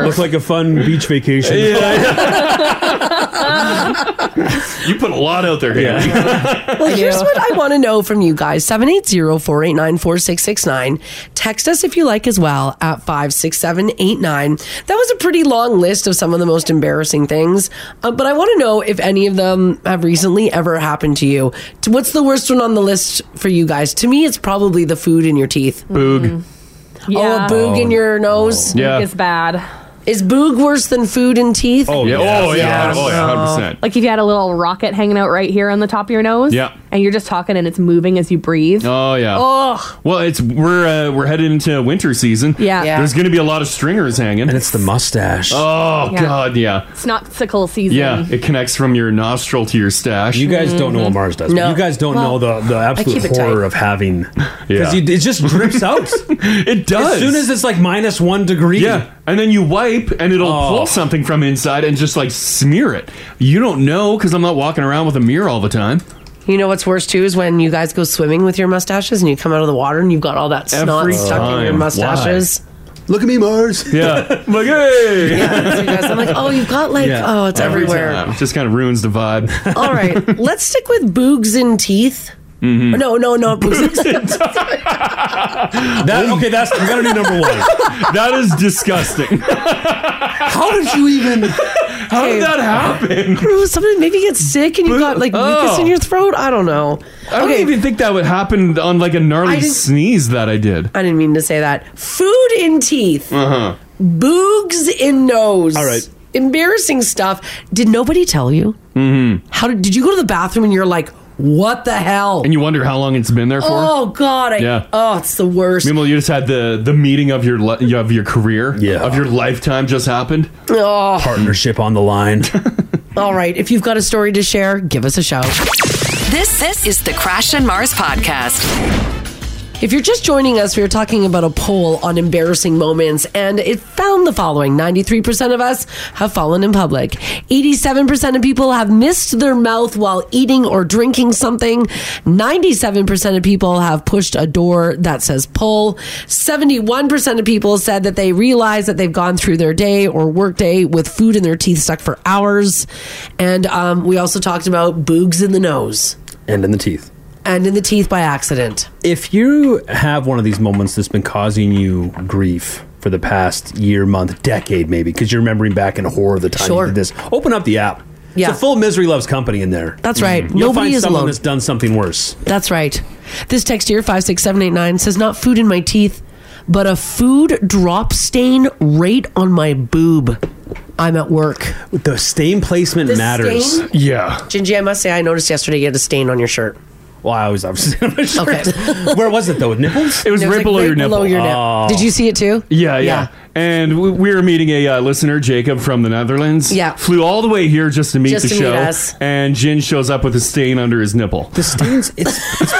Speaker 6: Looked like a fun beach vacation. Yeah,
Speaker 8: you put a lot out there, Haley.
Speaker 3: Well, here's what I want to know from you guys 780 489 4669. Text us if you like as well at 56789. That was a pretty long list of some of the most embarrassing things, uh, but I want to know if any of them have recently ever happened to you. T- What's the worst one on the list for you guys? To me, it's probably the food in your teeth.
Speaker 8: Boog.
Speaker 3: Oh, a boog in your nose?
Speaker 8: Yeah. Boog
Speaker 5: is bad.
Speaker 3: Is boog worse than food and teeth?
Speaker 8: Oh, yeah. Oh, yeah. Oh, yeah. 100%.
Speaker 5: Like if you had a little rocket hanging out right here on the top of your nose.
Speaker 8: Yeah.
Speaker 5: And you're just talking and it's moving as you breathe.
Speaker 8: Oh yeah.
Speaker 5: Ugh.
Speaker 8: Well, it's we're uh, we're headed into winter season.
Speaker 5: Yeah. Yeah.
Speaker 8: There's going to be a lot of stringers hanging, and
Speaker 6: it's the mustache.
Speaker 8: Oh
Speaker 5: Yeah.
Speaker 8: god, yeah.
Speaker 5: It's not sickle season.
Speaker 8: Yeah, it connects from your nostril to your stash. You
Speaker 6: guys don't
Speaker 3: Mm-hmm.
Speaker 6: know what Mhm. Mars does, but No. you guys don't Well, know the- the I absolute keep it tight. horror of having.
Speaker 8: Yeah.
Speaker 6: because it just drips out.
Speaker 8: it does.
Speaker 6: As soon as it's like minus one degree. Oh.
Speaker 8: Yeah, and then you wipe, and it'll pull something from inside and just like smear it. You don't know because I'm not walking around with a mirror all the time.
Speaker 3: You know what's worse too is when you guys go swimming with your mustaches and you come out of the water and you've got all that snot
Speaker 8: Every
Speaker 3: stuck in your
Speaker 8: time.
Speaker 3: mustaches.
Speaker 10: Look at me, Mars.
Speaker 8: Yeah, I'm like hey.
Speaker 3: I'm like, oh, you've got like, oh, it's
Speaker 8: Every
Speaker 3: everywhere.
Speaker 8: time. Just kind of ruins the vibe.
Speaker 3: All right, let's stick with boogs and teeth.
Speaker 8: Mhm.
Speaker 3: No, no, Oh, no, boogs. and teeth.
Speaker 6: That, okay, that's we gotta do number one.
Speaker 8: that is disgusting.
Speaker 10: How did you even?
Speaker 8: How
Speaker 3: Hey.
Speaker 8: did that happen? Oh.
Speaker 3: Who- Somebody maybe gets sick and you got like mucus in your throat. I don't know.
Speaker 8: I don't even think that would happen on like a
Speaker 3: I
Speaker 8: gnarly
Speaker 3: didn't-
Speaker 8: sneeze that I did.
Speaker 3: I didn't mean to say that. Food in teeth,
Speaker 8: Uh huh.
Speaker 3: boogs in nose.
Speaker 8: All right.
Speaker 3: Embarrassing stuff. Did nobody tell you?
Speaker 8: Mm-hmm.
Speaker 3: How did, did you go to the bathroom and you're like, what the hell?
Speaker 8: And you wonder how long it's been there for.
Speaker 3: Oh God! I,
Speaker 8: Yeah.
Speaker 3: Oh, it's the worst.
Speaker 8: Meanwhile, you just had the the meeting of your li- of your career, yeah. of your lifetime just happened.
Speaker 3: Oh.
Speaker 6: Partnership on the line.
Speaker 3: All right. If you've got a story to share, give us a shout.
Speaker 1: This this is the Crash and Mars podcast.
Speaker 3: If you're just joining us, we are talking about a poll on embarrassing moments, and it found the following 93% of us have fallen in public. 87% of people have missed their mouth while eating or drinking something. 97% of people have pushed a door that says pull. 71% of people said that they realize that they've gone through their day or work day with food in their teeth stuck for hours. And um, we also talked about boogs in the nose
Speaker 6: And in the teeth.
Speaker 3: and in the teeth by accident.
Speaker 6: If you have one of these moments that's been causing you grief for the past year, month, decade, maybe, because you're remembering back in horror the time
Speaker 3: Sure.
Speaker 6: you did this, open up the app.
Speaker 3: Yeah.
Speaker 6: It's a full misery loves company in there.
Speaker 3: That's right.
Speaker 6: You'll
Speaker 3: Nobody
Speaker 6: find
Speaker 3: is
Speaker 6: someone
Speaker 3: alone.
Speaker 6: that's done something worse.
Speaker 3: That's right. This text here, 56789, says, Not food in my teeth, but a food drop stain right on my boob. I'm at work.
Speaker 6: The stain placement
Speaker 3: The
Speaker 6: matters.
Speaker 3: stain?
Speaker 8: Yeah.
Speaker 3: Gingy, I must say, I noticed yesterday you had a stain on your shirt.
Speaker 6: Well, I was obviously on my shirt. Oh.
Speaker 3: Okay.
Speaker 6: Where was it though? With nipples?
Speaker 8: It was right below your nipple.
Speaker 3: nip. Did you see it too?
Speaker 8: Yeah, yeah. And we, we were meeting a uh, listener, Jacob from the Netherlands.
Speaker 3: Yeah.
Speaker 8: flew all the way here just to meet
Speaker 3: Just
Speaker 8: the
Speaker 3: to meet
Speaker 8: show.
Speaker 3: us.
Speaker 8: And Jin shows up with a stain under his nipple.
Speaker 6: The stains. It's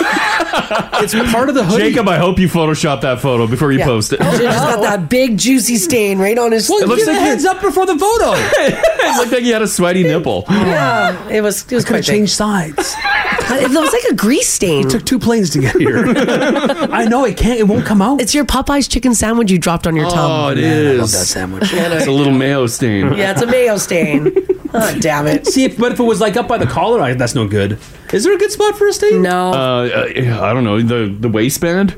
Speaker 8: it's part of the hoodie. Oh, Jacob, I hope you Photoshop that photo before you
Speaker 3: Yeah.
Speaker 8: post it.
Speaker 3: Jim's got that big juicy stain right on his.
Speaker 8: Well, give the heads
Speaker 3: up before the photo.
Speaker 8: it looked like you had a sweaty nipple.
Speaker 10: Um,
Speaker 3: yeah, it was. It was
Speaker 10: I could've
Speaker 3: quite big.
Speaker 10: changed sides.
Speaker 3: it looks like a grease stain.
Speaker 10: It took two planes to get here.
Speaker 3: I
Speaker 10: know it can't. It won't come out.
Speaker 3: It's your Popeyes chicken sandwich you dropped on your tongue.
Speaker 8: Oh, it is.
Speaker 3: Yeah, no,
Speaker 8: It's a little mayo stain.
Speaker 3: yeah, it's a mayo stain. oh, damn it.
Speaker 6: See, if, but if it was like up by the collar, I, that's no good. Is there a good spot for a stain?
Speaker 3: No.
Speaker 8: Uh, I don't know the the waistband.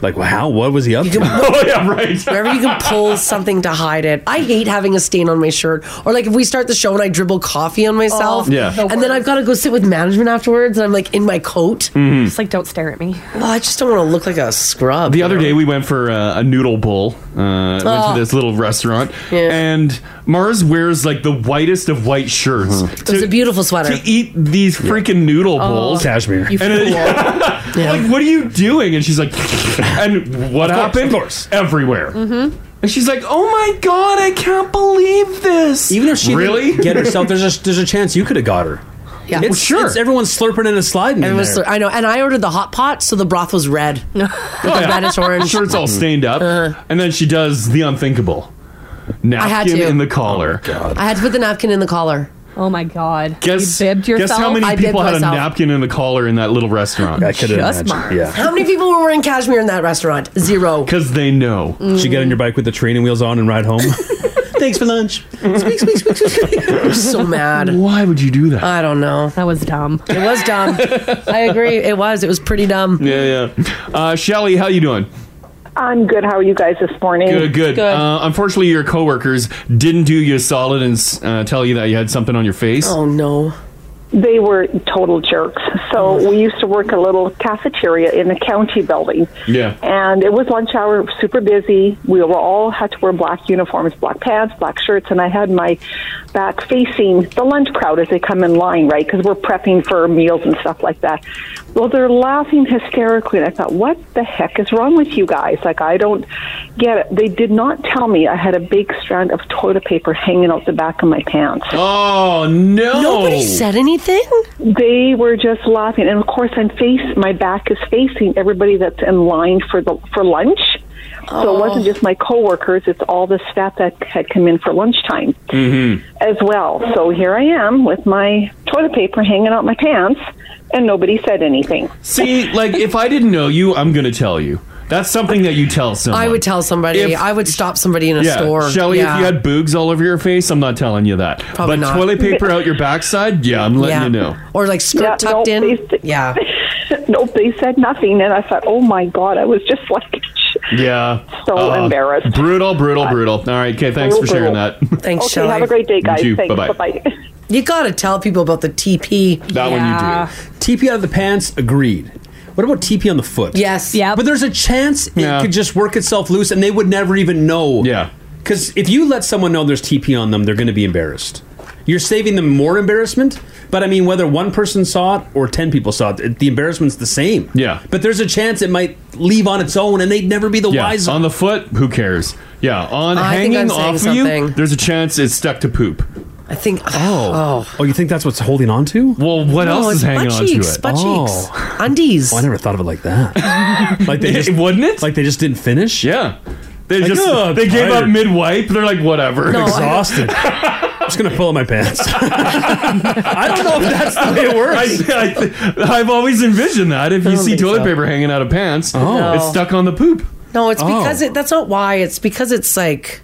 Speaker 6: Like how? What was he up to?
Speaker 8: oh yeah, right.
Speaker 3: Wherever you can pull something to hide it. I hate having a stain on my shirt. Or like if we start the show and I dribble coffee on myself.
Speaker 8: Oh, Yeah. the
Speaker 3: And then I've got to go sit with management afterwards and I'm like in my coat.
Speaker 8: Mm-hmm.
Speaker 3: Just like don't stare at me. Oh, I just don't want to look like a scrub.
Speaker 8: The other day we went for uh, a noodle bowl. Uh, Went
Speaker 3: Oh.
Speaker 8: to this little restaurant, and Mars wears like the whitest of white shirts
Speaker 3: It was a
Speaker 8: to,
Speaker 3: beautiful sweater.
Speaker 8: to eat these freaking noodle
Speaker 3: Oh.
Speaker 8: bowls,
Speaker 3: Cashmere. You
Speaker 8: And it- Like, what are you doing? And she's like, and what happened? everywhere.
Speaker 4: Mm-hmm.
Speaker 8: And she's like, oh my god, I can't believe this.
Speaker 6: Even if she didn't
Speaker 8: really
Speaker 6: get herself, there's a there's a chance you could have got her.
Speaker 3: Yeah.
Speaker 6: it's,
Speaker 3: Well, sure.
Speaker 6: It's everyone's slurping and sliding.
Speaker 3: And it
Speaker 6: in
Speaker 3: was-
Speaker 6: there.
Speaker 3: I know, and I ordered the hot pot, so the broth was red. With the reddish orange. Mm-hmm.
Speaker 8: Shirt's all stained up, and then she does the unthinkable. Napkin
Speaker 3: Uh-huh. I had to.
Speaker 8: in the collar.
Speaker 3: I had to put the napkin in the collar. Oh my god!
Speaker 8: Guess, guess how many
Speaker 3: I bibbed
Speaker 8: people had a
Speaker 3: myself.
Speaker 8: napkin in the collar in that little restaurant? I
Speaker 6: could Just imagine, Mars. yeah.
Speaker 3: How many people were wearing cashmere in that restaurant? Zero.
Speaker 8: Because they know.
Speaker 3: Mm.
Speaker 6: She get on your bike with the training wheels on and ride home. Thanks for lunch. Speak, speak, speak, speak.
Speaker 3: I'm so mad.
Speaker 8: Why would you do that?
Speaker 3: I don't know. That was dumb. It was dumb. I agree. It was. It was pretty dumb.
Speaker 8: Yeah, yeah. Uh, Shelly, how you doing?
Speaker 16: I'm good. How are you guys this morning?
Speaker 8: Good, good. Uh, unfortunately, your coworkers didn't do you a solid and s- uh, tell you that you had something on your face.
Speaker 3: Oh no.
Speaker 16: They were total jerks. So we used to work a little cafeteria in the county building.
Speaker 8: Yeah.
Speaker 16: And it was lunch hour, super busy. We were all had to wear black uniforms, black pants, black shirts, and I had my back facing the lunch crowd as they come in line, right? Because we're prepping for meals and stuff like that. Well, they're laughing hysterically, and I thought, what the heck is wrong with you guys? Like, I don't get it. They did not tell me I had a big strand of toilet paper hanging out the back of my pants.
Speaker 8: Oh no!
Speaker 16: Nobody
Speaker 3: said anything.
Speaker 16: They were just laughing, and of course, I'm face. My back is facing everybody that's in line for the for lunch. So it
Speaker 3: Oh.
Speaker 16: wasn't just my coworkers; it's all the staff that had come in for lunchtime
Speaker 8: Hmm.
Speaker 4: Mm-hmm.
Speaker 16: as well. So here I am with my toilet paper hanging out my pants, and nobody said anything.
Speaker 8: See, like if I didn't know you, I'm gonna tell you. That's something that you tell someone.
Speaker 3: I would tell somebody.
Speaker 8: If-
Speaker 3: I would stop somebody in a
Speaker 8: yeah,
Speaker 3: store.
Speaker 8: Shelly,
Speaker 3: Yeah.
Speaker 8: if you had boogs all over your face, I'm not telling you that.
Speaker 3: Probably
Speaker 8: but
Speaker 3: not.
Speaker 8: toilet paper out your backside, yeah, I'm letting
Speaker 3: Yeah.
Speaker 8: you know.
Speaker 3: or like skirt
Speaker 16: Yeah,
Speaker 3: tucked
Speaker 16: nope,
Speaker 3: in. yeah.
Speaker 16: nope, they said nothing, and I thought, "Oh my god!" I was just like,
Speaker 8: Yeah.
Speaker 16: So embarrassed.
Speaker 8: Brutal, brutal, brutal. All right, okay, thanks for sharing
Speaker 16: Brutal.
Speaker 8: that.
Speaker 3: Thanks,
Speaker 16: "Okay,
Speaker 3: Shelly.
Speaker 16: have a great day, guys.
Speaker 8: You too.
Speaker 16: Thanks.
Speaker 8: Bye-bye.
Speaker 16: bye."
Speaker 3: You gotta tell people about the TP.
Speaker 8: That one you Yeah.
Speaker 6: TP out of the pants, agreed. What about TP on the foot?
Speaker 3: Yes.
Speaker 6: Yeah. But there's a chance
Speaker 8: Yeah.
Speaker 6: it could just work itself loose and they would never even know. Yeah. Because if you let someone know there's TP on them, they're going to be embarrassed. You're saving them more embarrassment. But I mean, whether one person saw it or 10 people saw it, it, the embarrassment's the same. Yeah. But there's a chance it might leave on its own and they'd never be the
Speaker 8: Yeah,
Speaker 6: wise
Speaker 8: on the foot. Who cares? Yeah, on
Speaker 6: I think I'm
Speaker 8: hanging
Speaker 6: saying
Speaker 8: off of
Speaker 6: something.
Speaker 8: you, there's a chance it's stuck to poop.
Speaker 3: I think.
Speaker 6: Oh. oh. you think that's what's holding on to?
Speaker 8: Well, what
Speaker 3: No,
Speaker 8: else
Speaker 3: it's
Speaker 8: is hanging
Speaker 3: butt
Speaker 8: on to
Speaker 3: cheeks,
Speaker 8: it?
Speaker 3: butt cheeks. Undies.
Speaker 6: Oh, I never thought of it like that. like they just,
Speaker 8: wouldn't it?
Speaker 6: Like they just didn't finish? oh,
Speaker 8: Yeah. They just they gave up mid wipe. They're like whatever.
Speaker 3: No, I-
Speaker 6: exhausted. I'm just gonna pull up my pants. I don't know if that's the way it works.
Speaker 8: I, have always envisioned that if
Speaker 3: I
Speaker 8: you
Speaker 3: don't
Speaker 8: see
Speaker 3: think
Speaker 8: toilet
Speaker 3: so.
Speaker 8: paper hanging out of pants,
Speaker 6: Oh.
Speaker 3: No.
Speaker 8: it's stuck on the poop.
Speaker 3: No, it's because
Speaker 8: Oh.
Speaker 3: it. That's not why. It's because it's like.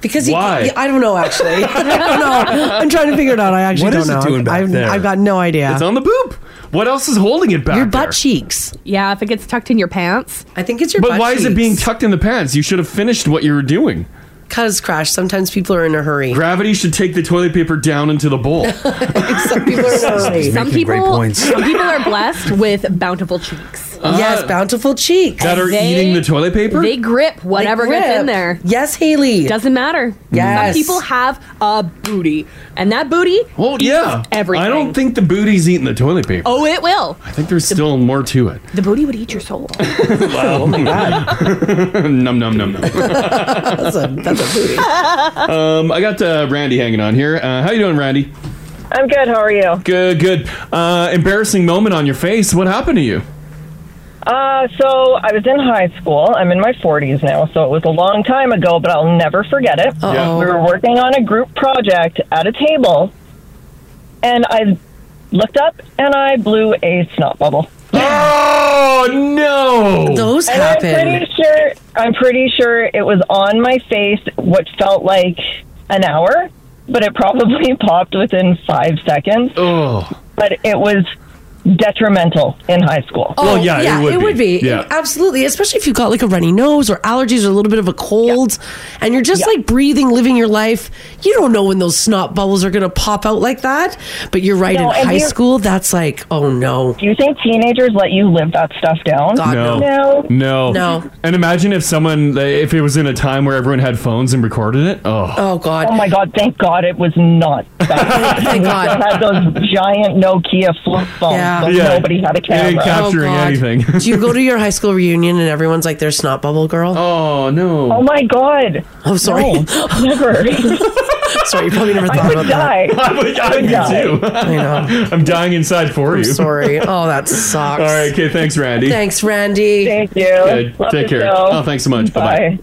Speaker 3: Because he,
Speaker 8: Why?
Speaker 3: I don't know actually. I don't know. I'm trying to figure it out. I actually
Speaker 8: What
Speaker 3: don't
Speaker 8: is it
Speaker 3: know.
Speaker 8: doing back
Speaker 3: I've,
Speaker 8: there?
Speaker 3: I've got no idea.
Speaker 8: It's on the poop. What else is holding it back?
Speaker 3: Your butt
Speaker 8: there?
Speaker 3: cheeks.
Speaker 9: Yeah, if it gets tucked in your pants.
Speaker 3: I think it's your.
Speaker 8: But
Speaker 3: butt
Speaker 8: why is it
Speaker 3: cheeks.
Speaker 8: being tucked in the pants? You should have finished what you were doing.
Speaker 3: Cause crash. Sometimes people are in a hurry.
Speaker 8: Gravity should take the toilet paper down into the bowl.
Speaker 3: Some people are in a hurry.
Speaker 9: Some people, some people are blessed with bountiful cheeks.
Speaker 3: yes, bountiful cheeks
Speaker 8: that are
Speaker 9: They-
Speaker 8: eating the toilet paper.
Speaker 9: They grip whatever
Speaker 3: They grip.
Speaker 9: gets in there.
Speaker 3: Yes, Haley.
Speaker 9: Doesn't matter.
Speaker 8: Yes.
Speaker 9: Some people have a booty, and that booty.
Speaker 8: Well,
Speaker 9: eats
Speaker 8: Oh, yeah.
Speaker 9: Everything.
Speaker 8: I don't think the booty's eating the toilet paper.
Speaker 9: Oh, it will.
Speaker 8: I think there's still more to it.
Speaker 9: The booty would eat your soul.
Speaker 8: Wow. num num num num.
Speaker 3: that's a that's a booty.
Speaker 8: Um, I got uh, Randy hanging on here. Uh, how you doing, Randy?
Speaker 14: I'm good. How are you?
Speaker 8: Good, good. Uh, embarrassing moment on your face. What happened to you?
Speaker 14: Uh, so I was in high school. I'm in my 40s now, so it was a long time ago, but I'll never forget it.
Speaker 17: Uh-oh.
Speaker 14: We were working on a group project at a table, and I looked up and I blew a snot bubble.
Speaker 8: Oh no!
Speaker 3: Those
Speaker 14: and
Speaker 3: happen.
Speaker 14: I'm pretty sure. I'm pretty sure it was on my face, what felt like an hour, but it probably popped within five seconds.
Speaker 8: Oh!
Speaker 14: But it was detrimental in high school.
Speaker 3: Oh, it would be. Absolutely. Especially if you've got like a runny nose or allergies or a little bit of a cold and you're just like breathing, living your life. You don't know when those snot bubbles are going to pop out like that. But you're right.
Speaker 14: No,
Speaker 3: in
Speaker 14: and
Speaker 3: high
Speaker 14: you're-
Speaker 3: school, that's like, oh no.
Speaker 14: Do you think teenagers let you live that stuff down?
Speaker 8: no. no,
Speaker 14: No.
Speaker 8: And imagine if someone, if it was in a time where everyone had phones and recorded it. Oh,
Speaker 3: Oh God!
Speaker 14: Oh my God! Thank God it was not. Thank Still
Speaker 3: God.
Speaker 14: had those giant Nokia flip phones.
Speaker 3: Yeah.
Speaker 14: so Um, Nobody had a camera.
Speaker 3: Oh, God. Do you go to your high school reunion and everyone's like, "There's snot bubble girl"?
Speaker 8: Oh no!
Speaker 14: Oh my God!
Speaker 3: Oh, sorry.
Speaker 14: No, never.
Speaker 3: sorry, you probably never
Speaker 14: I
Speaker 3: thought
Speaker 14: would
Speaker 3: about
Speaker 14: die.
Speaker 3: that.
Speaker 14: I would- I would
Speaker 8: Me
Speaker 14: die.
Speaker 8: too.
Speaker 3: I know.
Speaker 8: I'm dying inside for
Speaker 3: I'm
Speaker 8: you.
Speaker 3: sorry. Oh, that sucks.
Speaker 8: All right. Okay. Thanks, Randy.
Speaker 3: Thanks, Randy.
Speaker 14: Thank you.
Speaker 8: Good. Take care. Oh, thanks so much. Bye.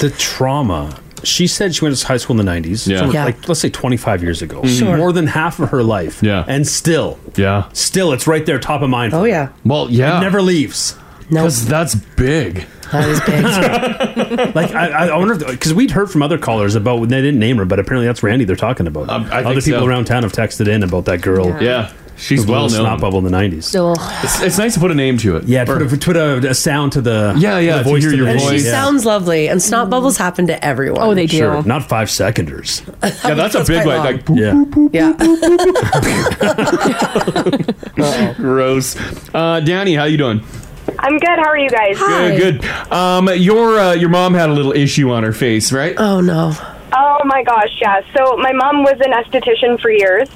Speaker 6: The trauma. She said she went to high school in the 90s.
Speaker 8: Yeah.
Speaker 6: so
Speaker 8: Yeah.
Speaker 6: Like, let's say 25 years ago.
Speaker 8: Mhm. Sure.
Speaker 6: More than half of her life. Yeah. And still.
Speaker 8: Yeah.
Speaker 6: Still, it's right there, top of mind. Oh,
Speaker 3: yeah.
Speaker 8: Well, yeah.
Speaker 6: It never leaves.
Speaker 8: Because that's big.
Speaker 3: That is
Speaker 6: big. like, I, I wonder if, because we'd heard from other callers about, they didn't name her, but apparently that's Randy they're talking about.
Speaker 8: Um, I think
Speaker 6: other people
Speaker 8: so.
Speaker 6: around town have texted in about that girl.
Speaker 8: Yeah. Yeah. She's
Speaker 6: With a little
Speaker 8: well known.
Speaker 6: Snot bubble in the 90s.
Speaker 8: It's, it's nice to put a name to it. Yeah.
Speaker 6: Put a, put a, a sound to the
Speaker 8: Yeah, yeah,
Speaker 6: the
Speaker 8: to hear
Speaker 6: to
Speaker 8: your
Speaker 6: the-
Speaker 3: And she
Speaker 6: Yeah.
Speaker 3: sounds lovely, and
Speaker 14: Mm-hmm.
Speaker 3: snot bubbles happen to everyone. Oh, they
Speaker 6: Sure. Not five seconders.
Speaker 8: Yeah, that's a That's big quite one, long. like,
Speaker 6: yeah.
Speaker 8: Gross. Uh, Danny, how you doing?
Speaker 18: I'm good. How are you guys?
Speaker 8: Good. Good. Um, your uh, your mom had a little issue on her face, right?
Speaker 3: Oh no.
Speaker 18: Oh my gosh, yeah. So my mom was an esthetician for years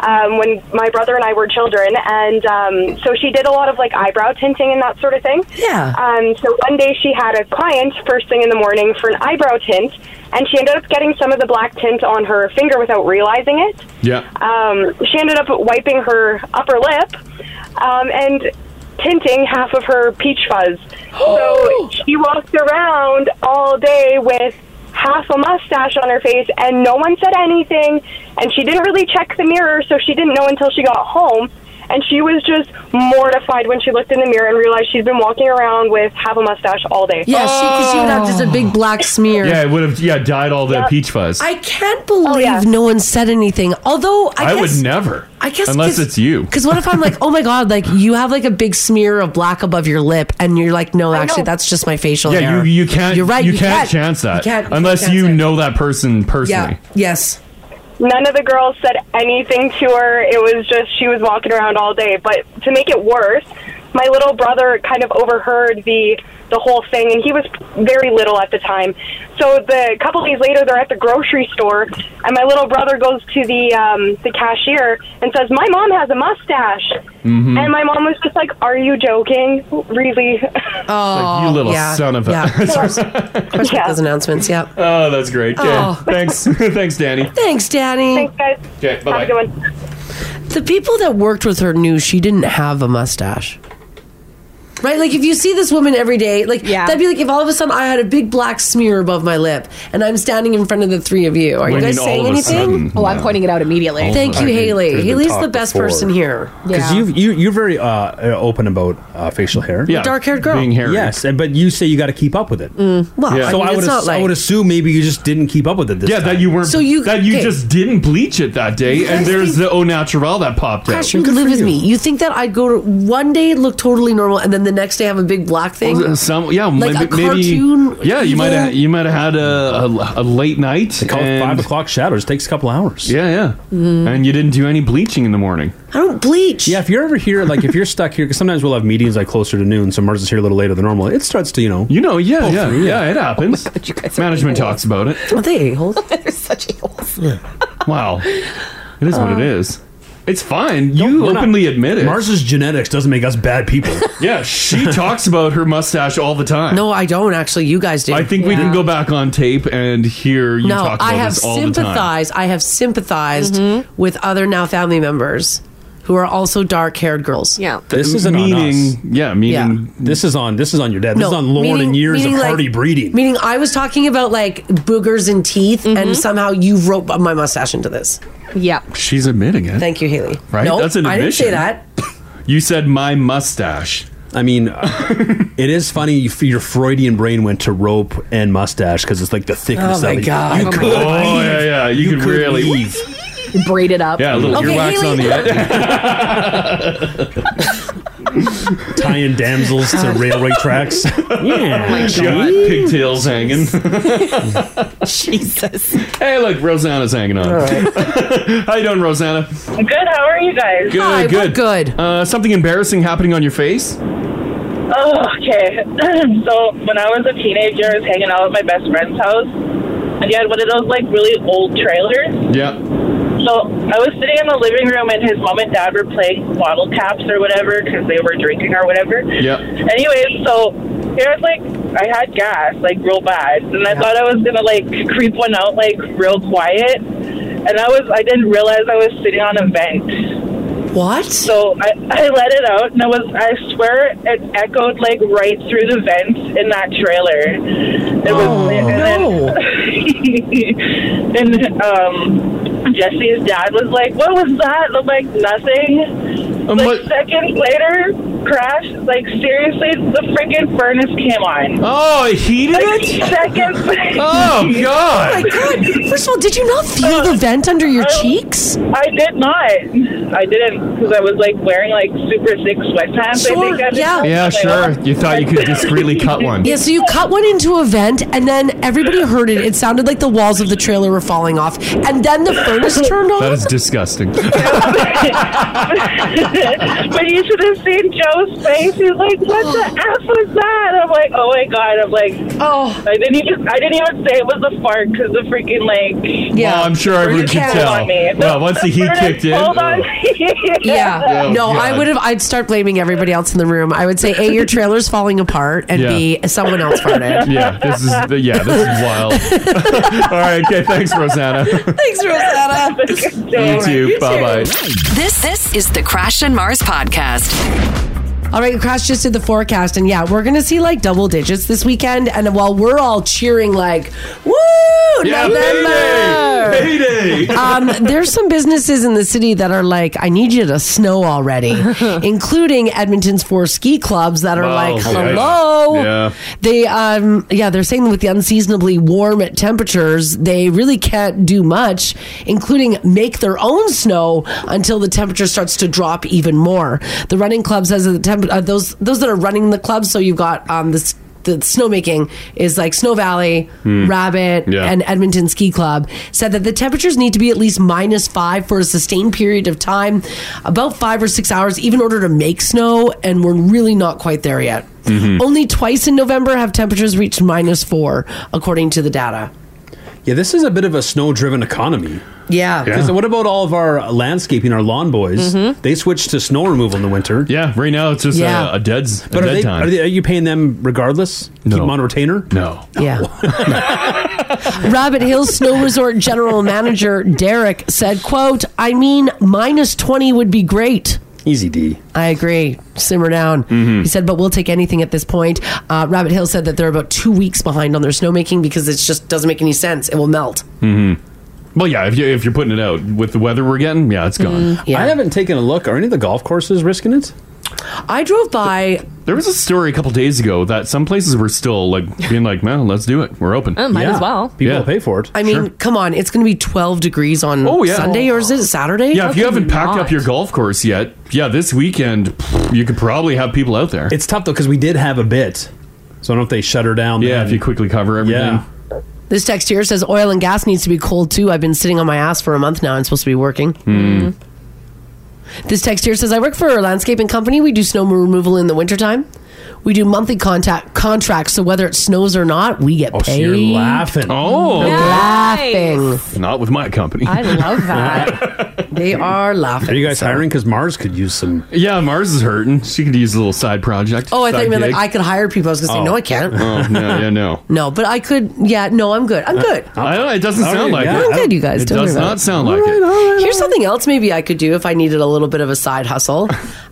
Speaker 18: um, when my brother and I were children, and um, so she did a lot of like eyebrow tinting and that sort of thing.
Speaker 3: Yeah.
Speaker 18: Um, so one day she had a client first thing in the morning for an eyebrow tint, and she ended up getting some of the black tint on her finger without realizing it.
Speaker 8: Yeah.
Speaker 18: Um, she ended up wiping her upper lip um, and tinting half of her peach fuzz. So she walked around all day with half a mustache on her face, and no one said anything. And she didn't really check the mirror, so she didn't know until she got home. And she was just mortified when she looked in the mirror and realized she'd been walking around with half a mustache all day.
Speaker 3: Yeah, she because she would have just a big black smear.
Speaker 8: Yeah, it would have yeah dyed all the
Speaker 3: Yep.
Speaker 8: peach fuzz.
Speaker 3: I can't believe
Speaker 14: Oh,
Speaker 3: no one said anything. Although I,
Speaker 8: I
Speaker 3: guess,
Speaker 8: would never.
Speaker 3: I guess
Speaker 8: unless it's you.
Speaker 3: Because what if I'm like, oh my god, like you have like a big smear of black above your lip, and you're like, no, actually, that's just my facial
Speaker 8: yeah,
Speaker 3: hair.
Speaker 8: you you can't.
Speaker 3: You're right.
Speaker 8: You, can't, chance that
Speaker 3: You can't- you
Speaker 8: unless
Speaker 3: can't
Speaker 8: you
Speaker 3: chance
Speaker 8: know that person
Speaker 3: it. Yeah.
Speaker 8: personally.
Speaker 3: Yes.
Speaker 18: None of the girls said anything to her. It was just she was walking around all day. But to make it worse, my little brother kind of overheard the the whole thing, and he was very little at the time. So the couple days later, they're at the grocery store, and my little brother goes to the um, the cashier and says, "My mom has a mustache,"
Speaker 8: Mhm.
Speaker 18: and my mom was just like, "Are you joking? Really?"
Speaker 8: Like, you
Speaker 3: Oh,
Speaker 8: little son of a.
Speaker 3: yeah. Those announcements. Yeah.
Speaker 8: Oh, that's great. Okay.
Speaker 3: Oh.
Speaker 8: Thanks. Thanks, Danny.
Speaker 3: Thanks, Danny. Thanks,
Speaker 18: guys.
Speaker 8: Okay, bye-bye. Have a good
Speaker 18: one.
Speaker 3: The people that worked with her knew she didn't have a mustache. Right? Like, if you see this woman every day, like, that'd be like if all of a sudden I had a big black smear above my lip and I'm standing in front of the three of you. Are you
Speaker 9: What do you mean
Speaker 3: guys
Speaker 9: all
Speaker 3: saying
Speaker 9: of a
Speaker 3: anything?
Speaker 9: sudden? Oh, I'm No. pointing it out immediately. All of
Speaker 3: Thank
Speaker 9: a
Speaker 3: you,
Speaker 9: sudden.
Speaker 3: Haley.
Speaker 6: There's been
Speaker 3: Haley's
Speaker 6: talk
Speaker 3: the best
Speaker 6: before.
Speaker 3: person here.
Speaker 6: Because you you you're very uh, open about uh, facial hair.
Speaker 3: Yeah. Dark-haired girl. Being hairy.
Speaker 6: Yes, and, but you say you got to keep up with it.
Speaker 3: Mm, well, I
Speaker 6: so
Speaker 3: mean,
Speaker 6: I would
Speaker 3: it's
Speaker 6: ass-
Speaker 3: not like.
Speaker 6: I would assume maybe you just didn't keep up with it. This
Speaker 8: Yeah,
Speaker 6: time.
Speaker 8: that you weren't.
Speaker 3: So you-
Speaker 8: that you
Speaker 3: okay.
Speaker 8: just didn't bleach it that day, and there's the au naturel that popped out.
Speaker 3: Crash, you live with me. You think that I'd go to one day look totally normal and then the next day have a big black thing?
Speaker 8: Well, Some, yeah,
Speaker 3: like
Speaker 8: maybe,
Speaker 3: a cartoon.
Speaker 8: maybe. Yeah, you might have
Speaker 3: evil?
Speaker 8: you might have had a, a, a late night. They
Speaker 6: call it five o'clock shadows. Takes a couple hours.
Speaker 8: Yeah, yeah.
Speaker 3: Mm.
Speaker 8: And you didn't do any bleaching in the morning.
Speaker 3: I don't bleach.
Speaker 6: Yeah, if you're ever here, like if you're stuck here, because sometimes we'll have meetings like closer to noon, so Mars is here a little later than normal. It starts to you know,
Speaker 8: you know, yeah, yeah, yeah,
Speaker 3: Oh
Speaker 8: it happens. Management talks about it.
Speaker 3: Are they a holes?
Speaker 8: Wow, it is what it
Speaker 9: Uh,
Speaker 8: is. It's fine. You openly admit it.
Speaker 6: Mars's genetics doesn't make us bad people.
Speaker 8: yeah, she talks about her mustache all the time.
Speaker 3: No, I don't actually. You guys do.
Speaker 8: I think we
Speaker 3: Yeah.
Speaker 8: can go back on tape and hear you
Speaker 3: no,
Speaker 8: talk about
Speaker 3: I have
Speaker 8: this all the time.
Speaker 3: sympathized. I have sympathized with other now family members who are also dark haired girls. Yeah.
Speaker 6: This is meaning,
Speaker 8: yeah, meaning
Speaker 6: this is on this is on your dad. This is on Lauren
Speaker 3: meaning-
Speaker 6: and years of
Speaker 3: meaning, like-
Speaker 6: hardy breeding.
Speaker 3: Meaning, I was talking about like boogers and teeth, and somehow you wrote my mustache into this.
Speaker 9: Yeah.
Speaker 8: She's admitting it.
Speaker 3: Thank you, Haley.
Speaker 8: Right?
Speaker 3: No,
Speaker 8: That's an
Speaker 3: I didn't say
Speaker 8: admission.
Speaker 3: that.
Speaker 8: You said my mustache.
Speaker 6: I mean, uh, it is funny. You, your Freudian brain went to rope and mustache because it's like the thickness.
Speaker 3: Oh my
Speaker 6: of it.
Speaker 3: God.
Speaker 6: You
Speaker 3: Oh my
Speaker 6: could
Speaker 3: God.
Speaker 8: Oh,
Speaker 6: leave.
Speaker 8: yeah, yeah. You, could, really.
Speaker 6: leave.
Speaker 9: Braid it up.
Speaker 8: Yeah, a little earwax on the edge.
Speaker 6: Tying damsels to railway tracks.
Speaker 3: Oh
Speaker 6: yeah.
Speaker 8: Got pigtails hanging.
Speaker 3: Jesus.
Speaker 8: Hey, look, Rosanna's hanging on. How you doing, Rosanna?
Speaker 15: Good. How are you guys?
Speaker 8: Good, good,
Speaker 3: good.
Speaker 8: Uh, something embarrassing happening on your face?
Speaker 15: Oh, okay. so when I was a teenager, I was hanging out at my best friend's house, and he had one of those like really old trailers.
Speaker 8: Yeah.
Speaker 15: So I was sitting in the living room, and his mom and dad were playing bottle caps or whatever because they were drinking or whatever.
Speaker 8: Yeah.
Speaker 15: Anyways, so here's like I had gas like real bad, and I thought I was gonna like creep one out like real quiet, and I was I didn't realize I was sitting on a vent.
Speaker 3: What?
Speaker 15: So I, I let it out, and I was I swear it echoed like right through the vents in that trailer. It
Speaker 8: Oh,
Speaker 15: was, and then, and um, Jesse's dad was like, "What was that?" And I'm like, "Nothing."
Speaker 8: like
Speaker 15: seconds later, crash. Like seriously, the freaking furnace came on.
Speaker 8: Oh, it heated
Speaker 15: like, it. Seconds.
Speaker 8: Oh, God.
Speaker 3: Oh my God. First of all, did you not feel the vent under your cheeks?
Speaker 15: I did not. I didn't because I was like wearing like super thick sweatpants. I
Speaker 3: Sure,
Speaker 15: think I
Speaker 3: yeah.
Speaker 8: Yeah, sure. You thought you could discreetly cut one.
Speaker 3: Yeah, so you cut one into a vent, and then everybody heard it. It sounded like the walls of the trailer were falling off, and then the furnace turned on.
Speaker 8: That is disgusting.
Speaker 15: but you should have seen Joe's face. He's like, "What the
Speaker 3: Oh.
Speaker 15: f was that?" I'm like, "Oh my god!" I'm like, "Oh, I didn't even I didn't even say it was a fart because the freaking like
Speaker 8: Well, I'm sure everyone
Speaker 15: Furnace
Speaker 8: can
Speaker 15: pulled
Speaker 8: tell.
Speaker 15: on me.
Speaker 8: Well, once the heat
Speaker 15: furnace
Speaker 8: kicked in-
Speaker 15: pulled on me.
Speaker 3: Yeah.
Speaker 8: Oh,
Speaker 3: no, I
Speaker 8: God.
Speaker 3: would have. I'd start blaming everybody else in the room. I would say, A, your trailer's falling apart, and
Speaker 8: Yeah.
Speaker 3: B, someone else farted.
Speaker 8: yeah, this is yeah, this is wild. All right, okay, thanks, Rosanna.
Speaker 3: Thanks, Rosanna.
Speaker 8: you too. Bye bye.
Speaker 1: This this is the Crash and Mars podcast.
Speaker 3: All right, Crash just did the forecast, and yeah, we're gonna see like double digits this weekend. And while we're all cheering, like, woo,
Speaker 8: Yeah,
Speaker 3: November!
Speaker 8: payday! Payday!
Speaker 3: um, there's some businesses in the city that are like, I need you to snow already, including Edmonton's four ski clubs that are
Speaker 8: Wow,
Speaker 3: like,
Speaker 8: yeah.
Speaker 3: hello.
Speaker 8: Yeah.
Speaker 3: They, um, yeah, they're saying with the unseasonably warm temperatures, they really can't do much, including make their own snow until the temperature starts to drop even more. The running club says that the temp- uh, those those that are running the club. So you've got um, this. The snowmaking is like Snow Valley,
Speaker 19: Hmm.
Speaker 3: Rabbit,
Speaker 19: Yeah.
Speaker 3: and Edmonton Ski Club said that the temperatures need to be at least minus five for a sustained period of time, about five or six hours, even in order to make snow, and we're really not quite there yet.
Speaker 6: Mhm.
Speaker 3: Only twice in November have temperatures reached minus four, according to the data.
Speaker 6: Yeah, this is a bit of a snow-driven economy.
Speaker 3: Yeah.
Speaker 6: Because what about all of our landscaping, our lawn boys?
Speaker 3: Mhm.
Speaker 6: They switch to snow removal in the winter.
Speaker 8: Yeah, right now it's just
Speaker 3: a- Yeah. a
Speaker 8: dead,
Speaker 6: but
Speaker 8: a
Speaker 6: are,
Speaker 8: dead
Speaker 6: they,
Speaker 8: time.
Speaker 6: Are, they, are you paying them regardless? Keep them on retainer?
Speaker 8: No.
Speaker 3: Yeah. Rabbit Hills Snow Resort general manager Derek said, quote, I mean, minus 20 would be great.
Speaker 6: Easy D.
Speaker 3: I agree. Simmer down.
Speaker 8: Hmm. Mm-hmm.
Speaker 3: He said, but we'll take anything at this point. Uh, Rabbit Hill said that they're about two weeks behind on their snowmaking because it just doesn't make any sense. It will melt.
Speaker 8: Mm-hmm. Well, yeah, if you if you're putting it out with the weather we're getting, yeah, it's
Speaker 3: Mm,
Speaker 8: gone.
Speaker 6: I haven't taken a look. Are any of the golf courses risking it?
Speaker 3: I drove by.
Speaker 8: There was a story a couple days ago that some places were still like being like, "No, let's do it. We're open.
Speaker 3: Oh, might as Yeah. well.
Speaker 6: People will pay for it.
Speaker 3: I mean, come on. It's going to be 12 degrees on
Speaker 8: Oh, yeah.
Speaker 3: Sunday or is it Saturday?
Speaker 8: yeah, if you haven't packed up your golf course yet, yeah, this weekend pff, you could probably have people out there.
Speaker 6: It's tough though because we did have a bit, so I don't know if they shut her down. Yeah, if you
Speaker 8: quickly cover everything.
Speaker 3: This text here says oil and gas needs to be cold too. I've been sitting on my ass for a month now. I'm supposed to be working.
Speaker 8: Hmm.
Speaker 3: Hmm. This text here says I work for a landscaping company. We do snow removal in the wintertime. We do monthly contact contracts, so whether it snows or not, we get
Speaker 8: Oh, so
Speaker 3: paid.
Speaker 8: you're laughing. Oh.
Speaker 3: Laughing.
Speaker 8: Not with my company.
Speaker 3: I love
Speaker 8: that.
Speaker 3: They are laughing.
Speaker 6: Are you guys hiring? Because Mars could use some.
Speaker 8: Yeah, Mars is hurting. She could use a little side project.
Speaker 3: Oh, I thought
Speaker 8: side
Speaker 3: you meant like
Speaker 8: gig.
Speaker 3: I could hire people. I was gonna say no, I can't.
Speaker 8: Oh no, yeah, no.
Speaker 3: No, but I could. Yeah, no, I'm good. I'm good.
Speaker 8: I don't, it doesn't
Speaker 3: All
Speaker 8: sound like
Speaker 3: right, yeah.
Speaker 8: it.
Speaker 3: I'm good, you guys.
Speaker 8: It
Speaker 3: Don't
Speaker 8: does
Speaker 3: worry about
Speaker 8: not
Speaker 3: it.
Speaker 8: sound like it.
Speaker 3: Here's something else maybe I could do if I needed a little bit of a side hustle.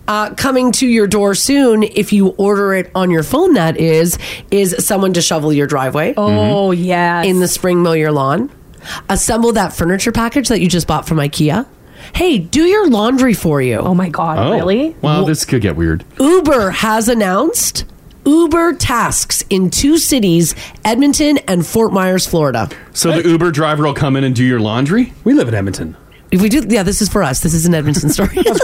Speaker 3: Uh, coming to your door soon, if you order it on your phone, that is, is someone to shovel your driveway.
Speaker 9: Oh,
Speaker 8: Mm-hmm.
Speaker 9: yeah.
Speaker 3: In the spring, mow your lawn. Assemble that furniture package that you just bought from IKEA. Hey, do your laundry for you. Oh
Speaker 9: my God,
Speaker 8: Oh. Well, this could get weird.
Speaker 3: Uber has announced Uber tasks in two cities, Edmonton and Fort Myers, Florida.
Speaker 8: So the Uber driver will come in and do your laundry.
Speaker 6: We live in Edmonton.
Speaker 3: If we do, yeah, this is for us. This is an Edmonton story. That's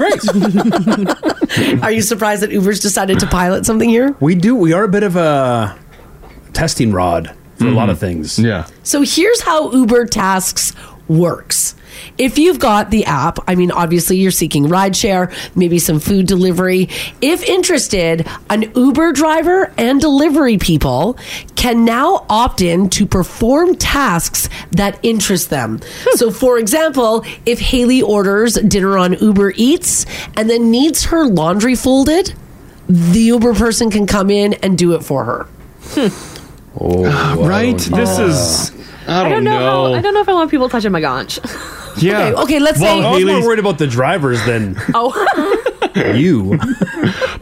Speaker 3: great. Are you surprised that Uber's decided to pilot something here?
Speaker 6: We do. We are a bit of a testing rod for a lot of things.
Speaker 8: Mm-hmm. Yeah.
Speaker 3: So here's how Uber Tasks works. If you've got the app, I mean, obviously you're seeking rideshare, maybe some food delivery. If interested, an Uber driver and delivery people can now opt in to perform tasks that interest them.
Speaker 9: Hmm.
Speaker 3: so, for example, if Haley orders dinner on Uber Eats and then needs her laundry folded, the Uber person can come in and do it for her.
Speaker 8: Oh, right. This is. I don't,
Speaker 9: know.
Speaker 8: know.
Speaker 9: I don't know if I want people touching my gaunch.
Speaker 8: Yeah.
Speaker 9: Okay, okay, let's
Speaker 6: well,
Speaker 9: say-
Speaker 6: I was more
Speaker 9: Haley's-
Speaker 6: worried about the drivers than
Speaker 9: oh,
Speaker 6: you.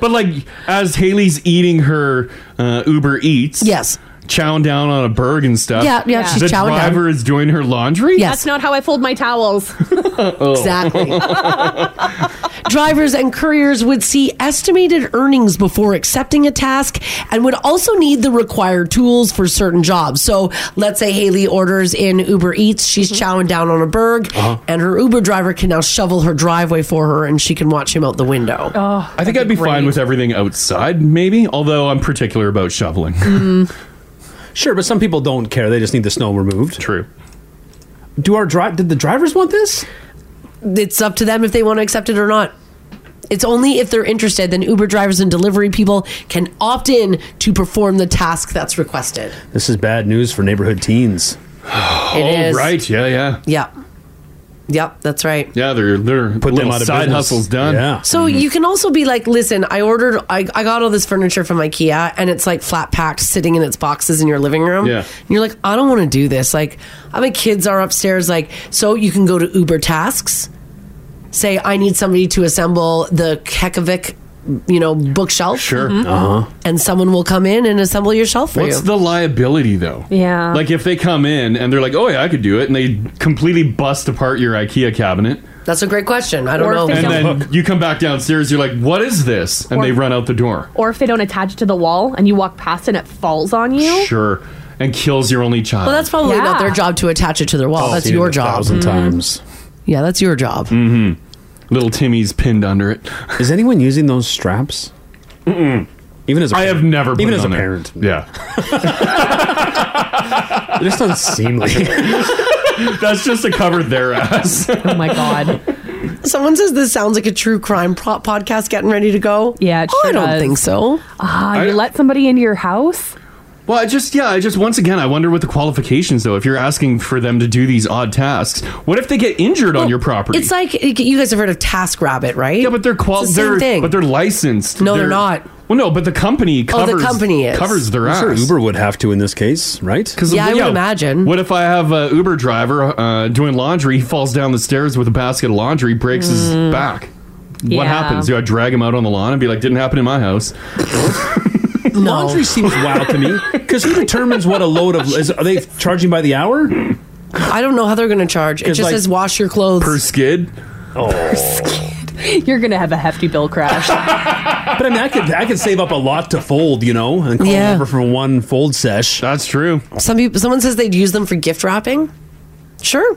Speaker 8: but like, as Haley's eating her uh, Uber Eats,
Speaker 3: yes,
Speaker 8: chowing down on a burg and stuff.
Speaker 9: Yeah, yeah, she's
Speaker 8: the
Speaker 9: chowing down.
Speaker 8: driver is doing her laundry. Oh.
Speaker 9: that's not how I fold my towels.
Speaker 3: Exactly. Drivers and couriers would see estimated earnings before accepting a task and would also need the required tools for certain jobs. So let's say Haley orders in Uber Eats, she's
Speaker 6: Mm-hmm.
Speaker 3: chowing down on a burg,
Speaker 6: Uh-huh.
Speaker 3: and her Uber driver can now shovel her driveway for her and she can watch him out the window. Oh,
Speaker 8: I think I'd be fine with everything outside, maybe. Although I'm particular about shoveling.
Speaker 9: Mm.
Speaker 6: Sure, but some people don't care. They just need the snow removed.
Speaker 8: True.
Speaker 6: Do our drive? Did the drivers want this?
Speaker 3: It's up to them if they want to accept it or not. It's only if they're interested, then Uber drivers and delivery people can opt in to perform the task that's requested.
Speaker 6: This is bad news for neighborhood teens.
Speaker 3: It
Speaker 8: oh,
Speaker 3: is.
Speaker 8: right. Yeah, yeah,
Speaker 3: Yeah. Yep, that's right.
Speaker 8: yeah. They're they're put
Speaker 6: out of
Speaker 8: side
Speaker 6: business.
Speaker 8: hustles done. Yeah.
Speaker 3: So you can also be like, listen, I ordered, I, I got all this furniture from IKEA, and it's like flat packed, sitting in its boxes in your living room.
Speaker 8: Yeah.
Speaker 3: and you're like, I don't want to do this. Like, uh, my kids are upstairs. Like, so you can go to Uber Tasks, say, I need somebody to assemble the Kekovic, you know, bookshelf. Sure,
Speaker 8: Uh-huh.
Speaker 3: and someone will come in and assemble your shelf for
Speaker 8: What's
Speaker 3: you.
Speaker 8: the liability though?
Speaker 9: yeah.
Speaker 8: Like if they come in and they're like, "Oh yeah, I could do it," and they completely bust apart your IKEA cabinet,
Speaker 3: That's a great question. I don't
Speaker 9: Or if
Speaker 3: know.
Speaker 9: they
Speaker 8: and
Speaker 9: don't-
Speaker 8: then you come back downstairs, you're like, "What is this?" And they run out the door.
Speaker 9: or if they don't attach it to the wall and you walk past and it falls on you.
Speaker 8: Sure, and kills your only child.
Speaker 3: well, that's probably
Speaker 9: Yeah.
Speaker 3: not their job to attach it to their wall.
Speaker 8: I've Oh,
Speaker 3: that's
Speaker 8: seen
Speaker 3: your
Speaker 8: it a
Speaker 3: job. Mm-hmm.
Speaker 8: thousand times.
Speaker 3: Yeah, that's your job.
Speaker 8: Mm-hmm. Little Timmy's pinned under it.
Speaker 6: Is anyone using those straps?
Speaker 8: Mm-mm.
Speaker 6: Even as a
Speaker 8: I have
Speaker 6: parent.
Speaker 8: never put
Speaker 6: even
Speaker 8: it
Speaker 6: as
Speaker 8: on
Speaker 6: a
Speaker 8: there.
Speaker 6: parent.
Speaker 8: Yeah,
Speaker 6: It just doesn't seem like it.
Speaker 8: that's just to cover their ass.
Speaker 9: Oh my god.
Speaker 3: Someone says this sounds like a true crime pro- podcast getting ready to go.
Speaker 9: Yeah, it
Speaker 3: oh,
Speaker 9: sure
Speaker 3: I don't
Speaker 9: does.
Speaker 3: think so.
Speaker 9: Ah,
Speaker 8: I-
Speaker 9: you let somebody into your house?
Speaker 8: Well, I just yeah, I just once again I wonder what the qualifications though. If you're asking for them to do these odd tasks, what if they get injured on your property?
Speaker 3: It's like you guys have heard of Task Rabbit, right? Yeah, but
Speaker 8: they're
Speaker 3: qual.
Speaker 8: Well,
Speaker 3: the same
Speaker 8: they're-
Speaker 3: thing.
Speaker 8: but they're licensed.
Speaker 3: No, they're not.
Speaker 8: Well, no, but the company
Speaker 3: Oh, the
Speaker 8: covers
Speaker 3: company is.
Speaker 8: covers their
Speaker 6: I'm
Speaker 8: ass.
Speaker 6: sure Uber would have to in this case, right?
Speaker 8: 'Cause,
Speaker 3: Yeah, I would
Speaker 8: know,
Speaker 3: imagine.
Speaker 8: What if I have a Uber driver uh, doing laundry? He falls down the stairs with a basket of laundry, breaks
Speaker 3: Hmm.
Speaker 8: his back.
Speaker 6: Yeah.
Speaker 8: What happens? Do I drag him out on the lawn and be like, "Didn't happen in my house"?
Speaker 6: Laundry seems wild to me because who determines what a load of is? Are they charging by the hour?
Speaker 3: I don't know how they're going to charge. It
Speaker 6: 'Cause,
Speaker 3: just
Speaker 6: like,
Speaker 3: says wash your clothes.
Speaker 8: Per skid.
Speaker 6: Oh,
Speaker 9: You're gonna have a hefty bill crash.
Speaker 6: but I mean, I could I could save up a lot to fold, you know, and call
Speaker 3: Yeah.
Speaker 6: over for one fold sesh.
Speaker 8: That's true.
Speaker 3: Some people, someone says they'd use them for gift wrapping. Sure.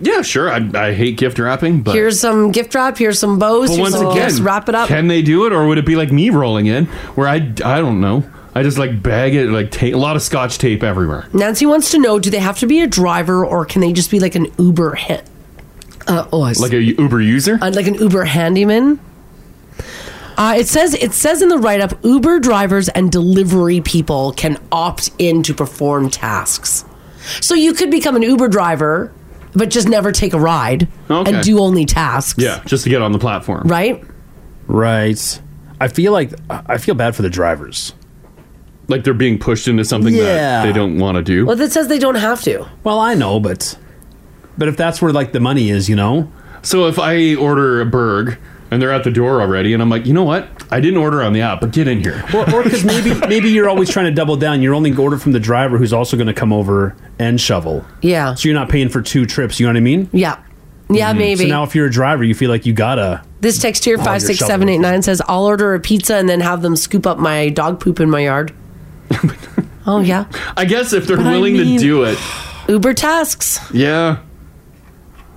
Speaker 8: Yeah, sure. I, I hate gift wrapping, but
Speaker 3: here's some gift wrap. Here's some bows.
Speaker 8: But
Speaker 3: Here's
Speaker 8: once
Speaker 3: some gifts.
Speaker 8: again,
Speaker 3: Wrap it up.
Speaker 8: Can they do it, or would it be like me rolling in, where I I don't know. I just like bag it, like ta- a lot of scotch tape everywhere.
Speaker 3: Nancy wants to know: Do they have to be a driver, or can they just be like an Uber hit? Uh, oh, I
Speaker 8: Like a Uber user.
Speaker 3: Uh, like an Uber handyman. Uh, it says it says in the write up Uber drivers and delivery people can opt in to perform tasks. So you could become an Uber driver but just never take a ride
Speaker 8: Okay.
Speaker 3: and do only tasks.
Speaker 8: Yeah, just to get on the platform.
Speaker 3: Right?
Speaker 6: Right. I feel like I feel bad for the drivers.
Speaker 8: Like they're being pushed into something
Speaker 6: Yeah.
Speaker 8: that they don't want to do.
Speaker 3: Well, that says they don't have to.
Speaker 6: Well, I know, but but if that's where like the money is, you know.
Speaker 8: So if I order a burg and they're at the door already, and I'm like, you know what? I didn't order on the app, but get in here.
Speaker 6: Or or because maybe maybe you're always trying to double down. You're only order from the driver who's also going to come over and shovel.
Speaker 3: Yeah.
Speaker 6: So you're not paying for two trips. You know what I mean?
Speaker 3: Yeah. Yeah,
Speaker 8: Mm-hmm.
Speaker 6: Mhm.
Speaker 3: maybe.
Speaker 6: So now if you're a driver, you feel like you gotta.
Speaker 3: This text here
Speaker 6: Oh,
Speaker 3: five
Speaker 6: you're
Speaker 3: six seven eight nine says, "I'll order a pizza and then have them scoop up my dog poop in my yard." oh yeah,
Speaker 8: I guess if they're
Speaker 3: But I
Speaker 8: willing
Speaker 3: mean-
Speaker 8: to do it,
Speaker 3: Uber tasks.
Speaker 8: yeah.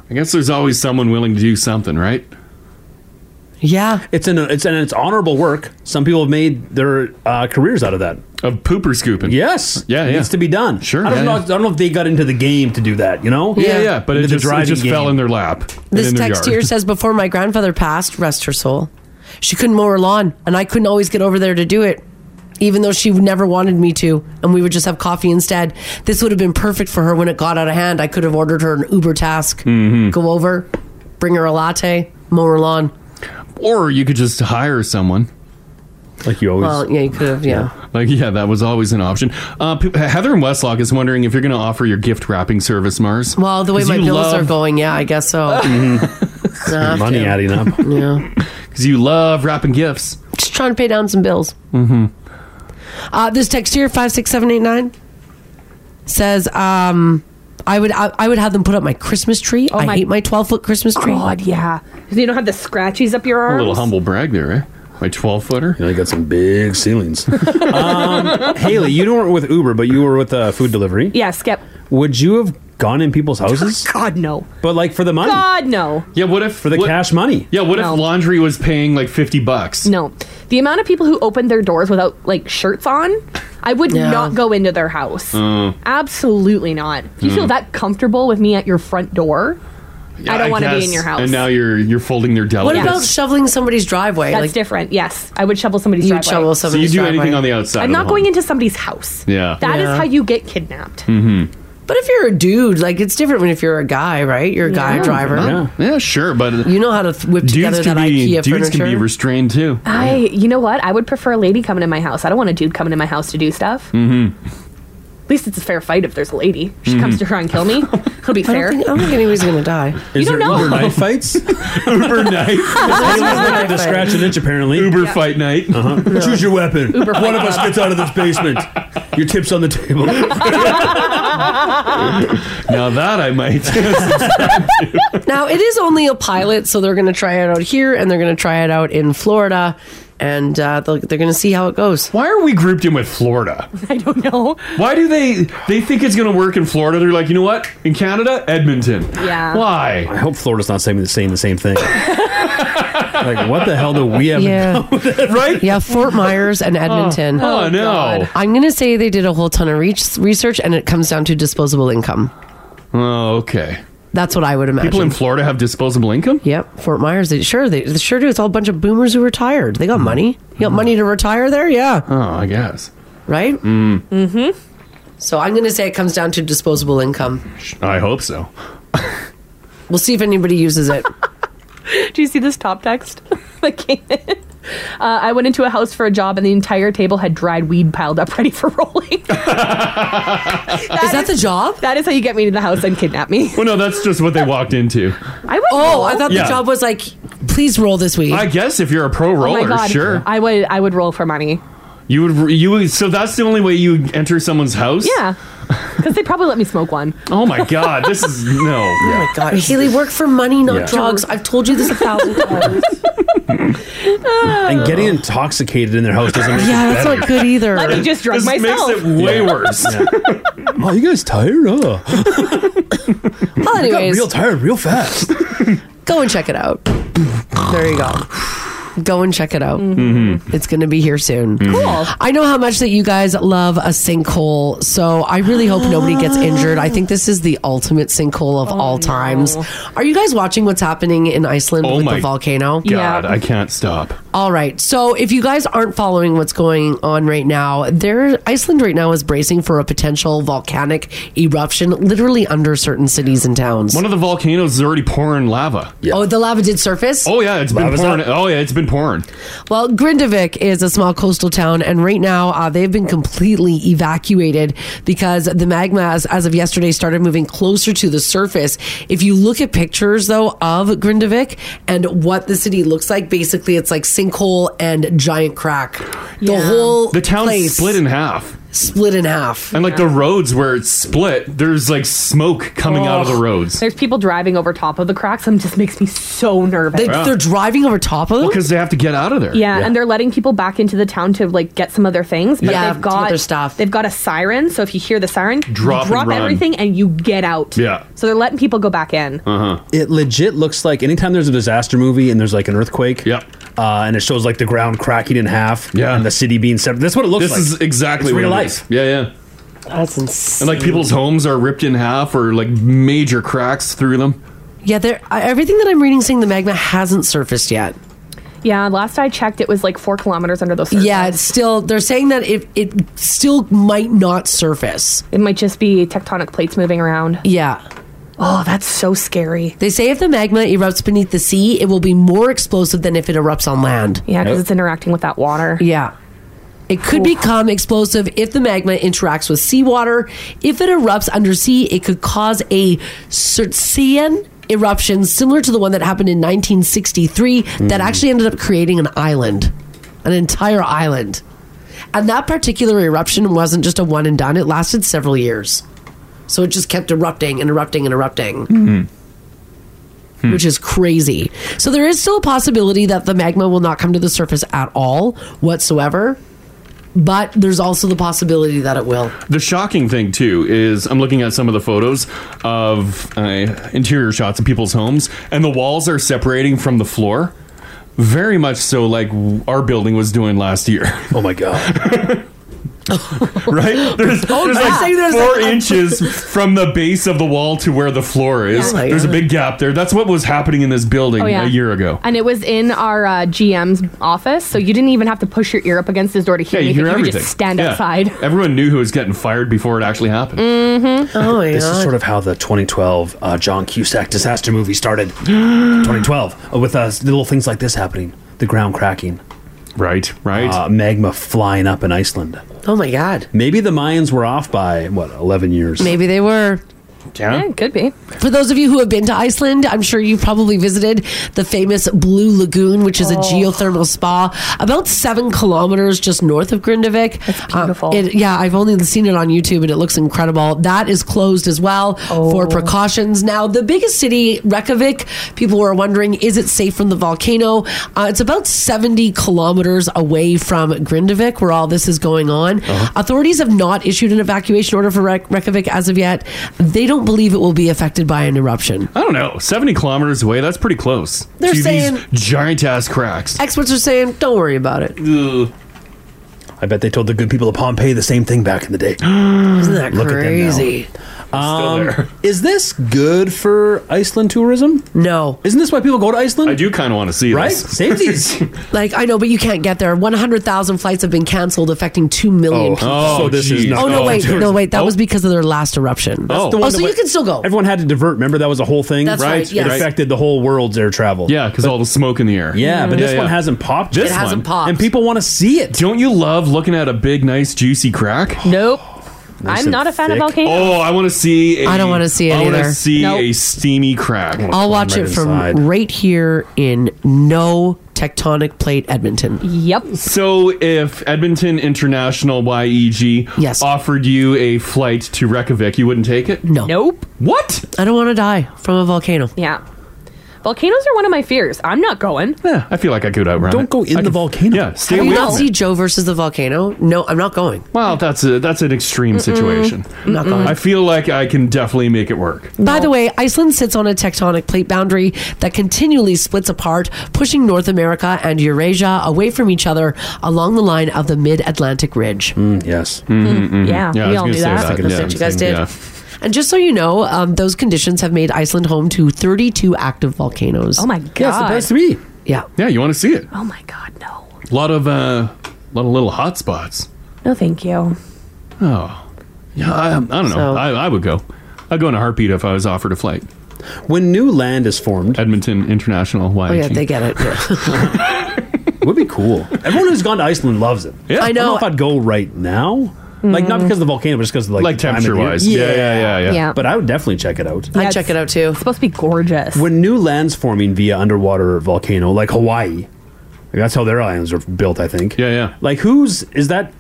Speaker 8: I guess there's always someone willing to do something, right?
Speaker 3: Yeah.
Speaker 6: It's an it's an it's honorable work. Some people have made their uh, careers out of that.
Speaker 8: Of pooper scooping.
Speaker 6: Yes.
Speaker 8: Yeah,
Speaker 6: It
Speaker 8: yeah.
Speaker 6: needs to be done. Sure. I don't
Speaker 8: Yeah,
Speaker 6: know.
Speaker 8: yeah.
Speaker 6: I don't know if they got into the game to do that. You know.
Speaker 8: Yeah, yeah, but it
Speaker 6: Into the
Speaker 8: just- it
Speaker 6: driving
Speaker 8: just fell
Speaker 6: game.
Speaker 8: in their lap.
Speaker 3: This text here says, "Before my grandfather passed, rest her soul. She couldn't mow her lawn, and I couldn't always get over there to do it." Even though she never wanted me to, and we would just have coffee instead. This would have been perfect for her when it got out of hand. I could have ordered her an Uber task,
Speaker 8: Mm-hmm.
Speaker 3: go over, bring her a latte, mow her lawn.
Speaker 8: Or you could just hire someone.
Speaker 6: Like you always.
Speaker 3: Well, yeah, you could have, yeah.
Speaker 8: Like, yeah, that was always an option. Uh, pe- Heather in Westlock is wondering if you're going to offer your gift wrapping service, Mars.
Speaker 3: Well, the way
Speaker 8: 'Cause
Speaker 3: my
Speaker 8: you
Speaker 3: bills
Speaker 8: love-
Speaker 3: are going, yeah, I guess so. Have to.
Speaker 6: up.
Speaker 3: Yeah.
Speaker 8: Because you love wrapping gifts.
Speaker 3: Just trying to pay down some bills.
Speaker 8: Mm-hmm.
Speaker 3: Uh, this text here five six seven eight nine says, um, "I would I, I would have them put up my Christmas tree. I hate my twelve foot Christmas tree. God,
Speaker 9: Oh, yeah, you don't have the scratchies up your
Speaker 8: A
Speaker 9: arms.
Speaker 8: little humble brag there, eh? My 12 footer.
Speaker 6: You know, you got some big ceilings. um, Haley, you weren't with Uber, but you were with uh, food delivery.
Speaker 9: Yeah, Skip.
Speaker 6: Would you have gone in people's houses?
Speaker 9: God no.
Speaker 6: But like for the money.
Speaker 9: God no.
Speaker 8: Yeah, what if for
Speaker 6: the cash money?
Speaker 8: Yeah, what
Speaker 9: No.
Speaker 8: if laundry was paying like 50 bucks?
Speaker 9: No. The amount of people who opened their doors without like shirts on, I would
Speaker 8: Yeah.
Speaker 9: not go into their house.
Speaker 3: Uh,
Speaker 8: Oh.
Speaker 9: Absolutely not. If you feel
Speaker 8: Mm.
Speaker 9: that comfortable with me at your front door, I don't want to be in
Speaker 8: guess.
Speaker 9: your house.
Speaker 8: And now you're you're folding their
Speaker 9: What
Speaker 8: delicates.
Speaker 9: about
Speaker 3: shoveling somebody's driveway?
Speaker 9: That's
Speaker 8: Like-
Speaker 9: different. Yes, I would shovel somebody's
Speaker 8: You would
Speaker 9: driveway.
Speaker 8: shovel So you do somebody's anything driveway. on the outside
Speaker 9: I'm
Speaker 8: of
Speaker 9: not
Speaker 8: the
Speaker 9: going
Speaker 8: home.
Speaker 9: into somebody's house.
Speaker 8: Yeah.
Speaker 9: That is
Speaker 3: Yeah.
Speaker 9: how you get kidnapped.
Speaker 8: Mm-hmm.
Speaker 3: But if you're a dude, like it's different when if you're a guy, right? You're a guy
Speaker 9: Yeah.
Speaker 3: driver.
Speaker 8: Yeah, yeah, sure, but
Speaker 3: you know how to th- whip together
Speaker 8: Dudes can
Speaker 3: that
Speaker 8: be
Speaker 3: IKEA
Speaker 8: dudes can be
Speaker 3: furniture.
Speaker 8: restrained too.
Speaker 9: I, you know what? I would prefer a lady coming in my house. I don't want a dude coming in my house to do stuff.
Speaker 8: Mm-hmm.
Speaker 9: At least it's a fair fight if there's a lady. She comes
Speaker 8: Mhm.
Speaker 9: to her and kill me. It'll be
Speaker 3: I don't
Speaker 9: fair.
Speaker 3: think- I don't think anybody's gonna die.
Speaker 9: You don't know.
Speaker 6: fights? Uber night. to
Speaker 3: Uber night
Speaker 6: scratch an inch, apparently.
Speaker 8: Uber fight night.
Speaker 6: Uh-huh. Choose your weapon.
Speaker 9: Uber
Speaker 6: One
Speaker 9: fight
Speaker 6: of us
Speaker 9: club.
Speaker 6: gets out of this basement. Your tip's on the table.
Speaker 8: now that I might.
Speaker 3: Now it is only a pilot, so they're going to try it out here and they're going to try it out in Florida, and uh, they'll- they're going to see how it goes.
Speaker 8: Why are we grouped in with Florida?
Speaker 9: I don't know.
Speaker 8: Why do they they think it's going to work in Florida? They're like, you know what? In Canada, Edmonton.
Speaker 9: Yeah.
Speaker 8: Why?
Speaker 6: I hope Florida's not saying the same the same thing. like what the hell do we have?
Speaker 3: Yeah,
Speaker 8: right.
Speaker 3: Yeah, Fort Myers and Edmonton.
Speaker 6: Oh, oh, no. God.
Speaker 3: I'm going to say they did a whole ton of re- research, and it comes down to disposable income.
Speaker 8: Oh, okay.
Speaker 3: That's what I would imagine.
Speaker 8: People in Florida have disposable income.
Speaker 3: Yep, Fort Myers. They, sure, they, they sure do. It's all a bunch of boomers who retired. They got money. You got money to retire there? Yeah.
Speaker 8: Mm-hmm. Oh, I guess.
Speaker 3: Right.
Speaker 8: Mm,
Speaker 3: Mm-hmm. So I'm going to say it comes down to disposable income.
Speaker 8: I hope so.
Speaker 3: We'll see if anybody uses it.
Speaker 9: Do you see this top text that came in? Uh, I went into a house for a job, and the entire table had dried weed piled up, ready for rolling. Is
Speaker 3: that the job?
Speaker 9: That is how you get me to the house and kidnap me.
Speaker 8: Well, no, that's just what they walked into.
Speaker 9: I would.
Speaker 3: Oh,
Speaker 9: roll.
Speaker 3: I thought
Speaker 8: Yeah.
Speaker 3: the job was like, please roll this week.
Speaker 8: I guess if you're a pro
Speaker 9: Oh my
Speaker 8: roller,
Speaker 9: god!
Speaker 8: sure.
Speaker 9: I would. I would roll for money.
Speaker 8: You would you would, so that's the only way you would enter someone's house?
Speaker 9: Yeah, because they probably let me smoke one.
Speaker 8: Oh my god, this is no.
Speaker 3: Oh my god, Haley, work for money, not
Speaker 8: Yeah.
Speaker 3: drugs. I've told you this a thousand times.
Speaker 6: And getting intoxicated in their house doesn't make
Speaker 3: Yeah,
Speaker 6: it
Speaker 3: that's
Speaker 6: better.
Speaker 3: not good either.
Speaker 9: Let me just drug This makes myself. it way
Speaker 8: worse.
Speaker 6: Oh, you guys tired? Huh?
Speaker 3: Well,
Speaker 6: I got
Speaker 3: anyways,
Speaker 6: real tired real fast.
Speaker 3: go and check it out. There you go. Go and check it out.
Speaker 9: Mm.
Speaker 4: Mhm.
Speaker 3: It's going to be here soon.
Speaker 4: Mhm. Cool.
Speaker 3: I know how much that you guys love a sinkhole, so I really hope nobody gets injured. I think this is the ultimate sinkhole of
Speaker 9: Oh,
Speaker 3: all times. Are you guys watching what's happening in Iceland
Speaker 8: Oh
Speaker 3: with
Speaker 8: my
Speaker 3: the volcano?
Speaker 8: God, I can't stop.
Speaker 3: All right. So if you guys aren't following what's going on right now, there Iceland right now is bracing for a potential volcanic eruption literally under certain cities and towns.
Speaker 8: One of the volcanoes is already pouring lava.
Speaker 3: Oh, the lava did surface?
Speaker 8: Oh yeah, it's been pouring. Oh yeah, it's been pouring.
Speaker 3: Well, Grindavik is a small coastal town, and right now uh, they've been completely evacuated because the magma, as, as of yesterday, started moving closer to the surface. If you look at pictures, though, of Grindavik and what the city looks like, basically it's like sinkhole and giant crack. The whole
Speaker 8: The town
Speaker 3: place
Speaker 8: split in half.
Speaker 3: Split in half.
Speaker 8: And like the roads where it's split, there's like smoke coming out of
Speaker 3: Oh.
Speaker 8: the roads.
Speaker 9: There's people driving over top of the cracks, and it just makes me so nervous.
Speaker 8: They- Yeah. they're
Speaker 3: driving over top of them
Speaker 8: because they have to get out of there.
Speaker 9: Yeah, and they're letting people back into the town to like get some of their things. But
Speaker 8: Yeah,
Speaker 9: they've
Speaker 8: some
Speaker 9: got
Speaker 8: of their
Speaker 9: stuff. They've got a siren, so if you hear the siren, you
Speaker 6: Drop and
Speaker 9: drop
Speaker 6: run.
Speaker 9: everything and you get out.
Speaker 6: Yeah.
Speaker 9: So they're letting people go back in.
Speaker 6: Uh-huh. It legit looks like anytime there's a disaster movie and there's like an earthquake. Yep. Uh, and it shows like the ground cracking in half. Yeah. And the city being severed. That's what it looks
Speaker 8: This
Speaker 6: like.
Speaker 8: is exactly
Speaker 6: It's
Speaker 8: what
Speaker 6: real
Speaker 8: it
Speaker 6: life.
Speaker 8: is. Yeah, yeah.
Speaker 3: That's insane.
Speaker 8: And like people's homes are ripped in half or like major cracks through them.
Speaker 3: Yeah, there. I- Everything that I'm reading saying the magma hasn't surfaced yet.
Speaker 9: Yeah, last I checked, it was like four kilometers under the surface.
Speaker 3: Yeah, it's still. They're saying that it it still might not surface.
Speaker 9: It might just be tectonic plates moving around.
Speaker 3: Yeah.
Speaker 9: Oh, that's so scary.
Speaker 3: They say if the magma erupts beneath the sea, it will be more explosive than if it erupts on land.
Speaker 9: Yeah, because it's interacting with that water.
Speaker 3: Yeah. It could become explosive if the magma interacts with seawater. If it erupts undersea, it could cause a Circean eruption similar to the one that happened in 1963 that
Speaker 1: Mm.
Speaker 3: actually ended up creating an island, an entire island. And that particular eruption wasn't just a one and done, it lasted several years. So it just kept erupting and erupting and erupting
Speaker 8: Hmm.
Speaker 3: which is crazy. So there is still a possibility that the magma will not come to the surface at all whatsoever. But there's also the possibility that it will.
Speaker 8: The shocking thing too is I'm looking at some of the photos of uh, interior shots of people's homes, and the walls are separating from the floor, very much so like w- our building was doing last year. Oh my god! right? There's,
Speaker 4: Oh,
Speaker 8: there's
Speaker 4: yeah.
Speaker 8: like
Speaker 4: Saying there's
Speaker 8: four
Speaker 4: like a-
Speaker 8: inches from the base of the wall to where the floor is.
Speaker 9: Oh my
Speaker 8: there's a
Speaker 9: God.
Speaker 8: big gap there. That's what was happening in this building
Speaker 9: Oh, yeah.
Speaker 8: a year ago.
Speaker 9: And it was in our uh, GM's office, so you didn't even have to push your ear up against his door to
Speaker 8: Yeah,
Speaker 9: hear
Speaker 8: you
Speaker 9: anything.
Speaker 8: hear
Speaker 9: could
Speaker 8: everything.
Speaker 9: just stand
Speaker 8: Yeah.
Speaker 9: outside.
Speaker 8: Everyone knew who was getting fired before it actually happened.
Speaker 9: Mm-hmm.
Speaker 3: Oh
Speaker 6: This is sort of how the 2012 uh, John Cusack disaster movie started. 2012 uh, with uh, little things like this happening, the ground cracking,
Speaker 8: right, right,
Speaker 6: uh, magma flying up in Iceland.
Speaker 3: Oh my god!
Speaker 6: Maybe the Mayans were off by what 11 years.
Speaker 3: Maybe they were.
Speaker 8: Yeah.
Speaker 9: it could be.
Speaker 3: For those of you who have been to Iceland, I'm sure you probably visited the famous Blue Lagoon, which is a
Speaker 9: Oh.
Speaker 3: geothermal spa about seven kilometers just north of Grindavik. It's beautiful. it, yeah, I've only seen it on YouTube and it looks incredible. That is closed as well
Speaker 9: Oh.
Speaker 3: for precautions. Now, the biggest city, Reykjavik, people were wondering, is it safe from the volcano? Uh, it's about 70 kilometers away from Grindavik, where all this is going on.
Speaker 6: Uh-huh.
Speaker 3: Authorities have not issued an evacuation order for Reyk- Reykjavik as of yet. They don't believe it will be affected by an eruption.
Speaker 8: I don't know. 70 kilometers away, that's pretty close.
Speaker 3: They're
Speaker 8: to
Speaker 3: saying-
Speaker 8: these giant ass cracks.
Speaker 3: Experts are saying, don't worry about it.
Speaker 6: I bet they told the good people of Pompeii the same thing back in the day.
Speaker 3: Isn't that crazy?
Speaker 6: Um, is this good for Iceland tourism?
Speaker 3: No.
Speaker 6: Isn't this why people go to Iceland? I
Speaker 8: do kind of want to see
Speaker 6: right?
Speaker 8: this.
Speaker 6: Safeties.
Speaker 3: Like, I know, but you can't get there. 100,000 flights have been canceled, affecting 2 million
Speaker 6: Oh,
Speaker 3: people.
Speaker 6: oh, So this is geez. not
Speaker 3: Oh, no,
Speaker 6: good.
Speaker 3: wait. No, wait. That was because of their last eruption.
Speaker 6: That's the
Speaker 3: oh,
Speaker 6: one
Speaker 3: so
Speaker 6: that
Speaker 3: you
Speaker 6: went-
Speaker 3: can still go.
Speaker 6: Everyone had to divert. Remember that was a whole thing,
Speaker 3: That's right, yes.
Speaker 6: It affected the whole world's air travel.
Speaker 8: Yeah, because all the smoke in the air.
Speaker 6: Yeah, but
Speaker 8: Yeah,
Speaker 6: this
Speaker 8: yeah.
Speaker 6: one hasn't popped.
Speaker 8: This
Speaker 6: yet.
Speaker 8: one.
Speaker 6: And people want to see it.
Speaker 8: Don't you love looking at a big, nice, juicy crack?
Speaker 9: Nope.
Speaker 8: Nice
Speaker 9: I'm not a
Speaker 8: and
Speaker 9: fan of
Speaker 8: thick.
Speaker 9: volcanoes.
Speaker 8: Oh, I want to see. I
Speaker 3: I don't wanna see it
Speaker 8: I want
Speaker 3: either.
Speaker 8: to see
Speaker 3: Nope.
Speaker 8: a steamy crack.
Speaker 3: I'll watch it from right here in no tectonic plate Edmonton.
Speaker 9: Yep.
Speaker 8: So, if Edmonton International YEG yes. offered you a flight to Reykjavik, you wouldn't take it?
Speaker 3: No.
Speaker 9: Nope.
Speaker 8: What?
Speaker 3: I don't want to die from a volcano.
Speaker 9: Yeah. Volcanoes are one of my fears. I'm not going.
Speaker 8: Yeah, I feel like I could outrun.
Speaker 9: Don't
Speaker 8: go in the volcano. Yeah, stay
Speaker 3: Have
Speaker 8: away.
Speaker 3: you not
Speaker 8: from
Speaker 3: see
Speaker 8: it.
Speaker 3: Joe versus the volcano? No, I'm not going.
Speaker 8: Well, that's a that's an extreme
Speaker 3: Mm-mm.
Speaker 8: situation.
Speaker 3: I'm not going.
Speaker 8: I feel like I can definitely make it work.
Speaker 3: By the way, Iceland sits on a tectonic plate boundary that continually splits apart, pushing North America and Eurasia away from each other along the line of the Mid Atlantic Ridge.
Speaker 6: yes.
Speaker 3: mhm. Yeah, we all do that. That's what you guys did. And just so you know, um, those conditions have made Iceland home to 32 active volcanoes.
Speaker 9: Oh my Yeah, it's the God. place to
Speaker 8: be.
Speaker 3: Yeah.
Speaker 8: Yeah, you want to see it.
Speaker 9: Oh my god, no.
Speaker 8: A lot of uh, lot of little hot spots.
Speaker 9: No, thank you.
Speaker 8: Oh, yeah. I, I don't know.
Speaker 9: So-
Speaker 8: I, I would go. I'd go in a heartbeat if I was offered a flight. When new land is formed, Edmonton International. YHE.
Speaker 3: Oh, yeah, they get it.
Speaker 6: would be cool. Everyone who's gone to Iceland loves it.
Speaker 8: Yeah. I
Speaker 6: I don't
Speaker 8: know.
Speaker 6: know if I'd go right now. Like
Speaker 3: Mm-hmm.
Speaker 6: not because of the volcano, but just because of like,
Speaker 8: Like
Speaker 6: the time of
Speaker 8: temperature-wise.
Speaker 6: year.
Speaker 8: Yeah, yeah, yeah, yeah. Yeah.
Speaker 6: But I would definitely check it out.
Speaker 3: I check it out too. It's
Speaker 9: supposed to be gorgeous.
Speaker 6: When new lands forming via underwater volcano, like Hawaii, like that's how their islands are built. I think.
Speaker 8: Yeah, yeah.
Speaker 6: Like who's is that?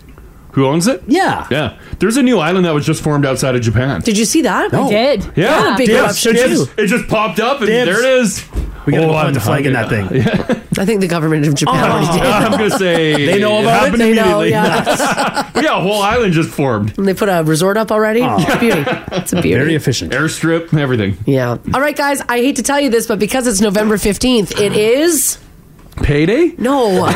Speaker 8: Who owns it?
Speaker 6: Yeah,
Speaker 8: yeah. There's a new island that was just formed outside of Japan.
Speaker 3: Did you see that?
Speaker 8: No. Yeah,
Speaker 3: That had a big
Speaker 8: Dibs,
Speaker 3: eruption
Speaker 8: dibs.
Speaker 3: too.
Speaker 8: It just popped up, and
Speaker 3: Dibs.
Speaker 8: there it is.
Speaker 6: We gotta
Speaker 8: Oh,
Speaker 6: go
Speaker 8: I
Speaker 6: find the
Speaker 8: have
Speaker 6: flag
Speaker 8: to
Speaker 6: in
Speaker 8: find
Speaker 6: that thing.
Speaker 8: it. Yeah.
Speaker 3: I think the government of Japan already did.
Speaker 8: I'm gonna say
Speaker 3: Oh, They know about it?
Speaker 8: happened
Speaker 3: They know,
Speaker 8: immediately.
Speaker 3: yeah.
Speaker 8: we got a whole island just formed.
Speaker 3: And they put a resort up already. It's a beauty. It's a beauty.
Speaker 8: Very
Speaker 6: efficient.
Speaker 8: Airstrip, everything.
Speaker 3: Yeah. All right, guys, I hate to tell you this, but because it's November 15th, it is.
Speaker 8: Payday?
Speaker 3: No.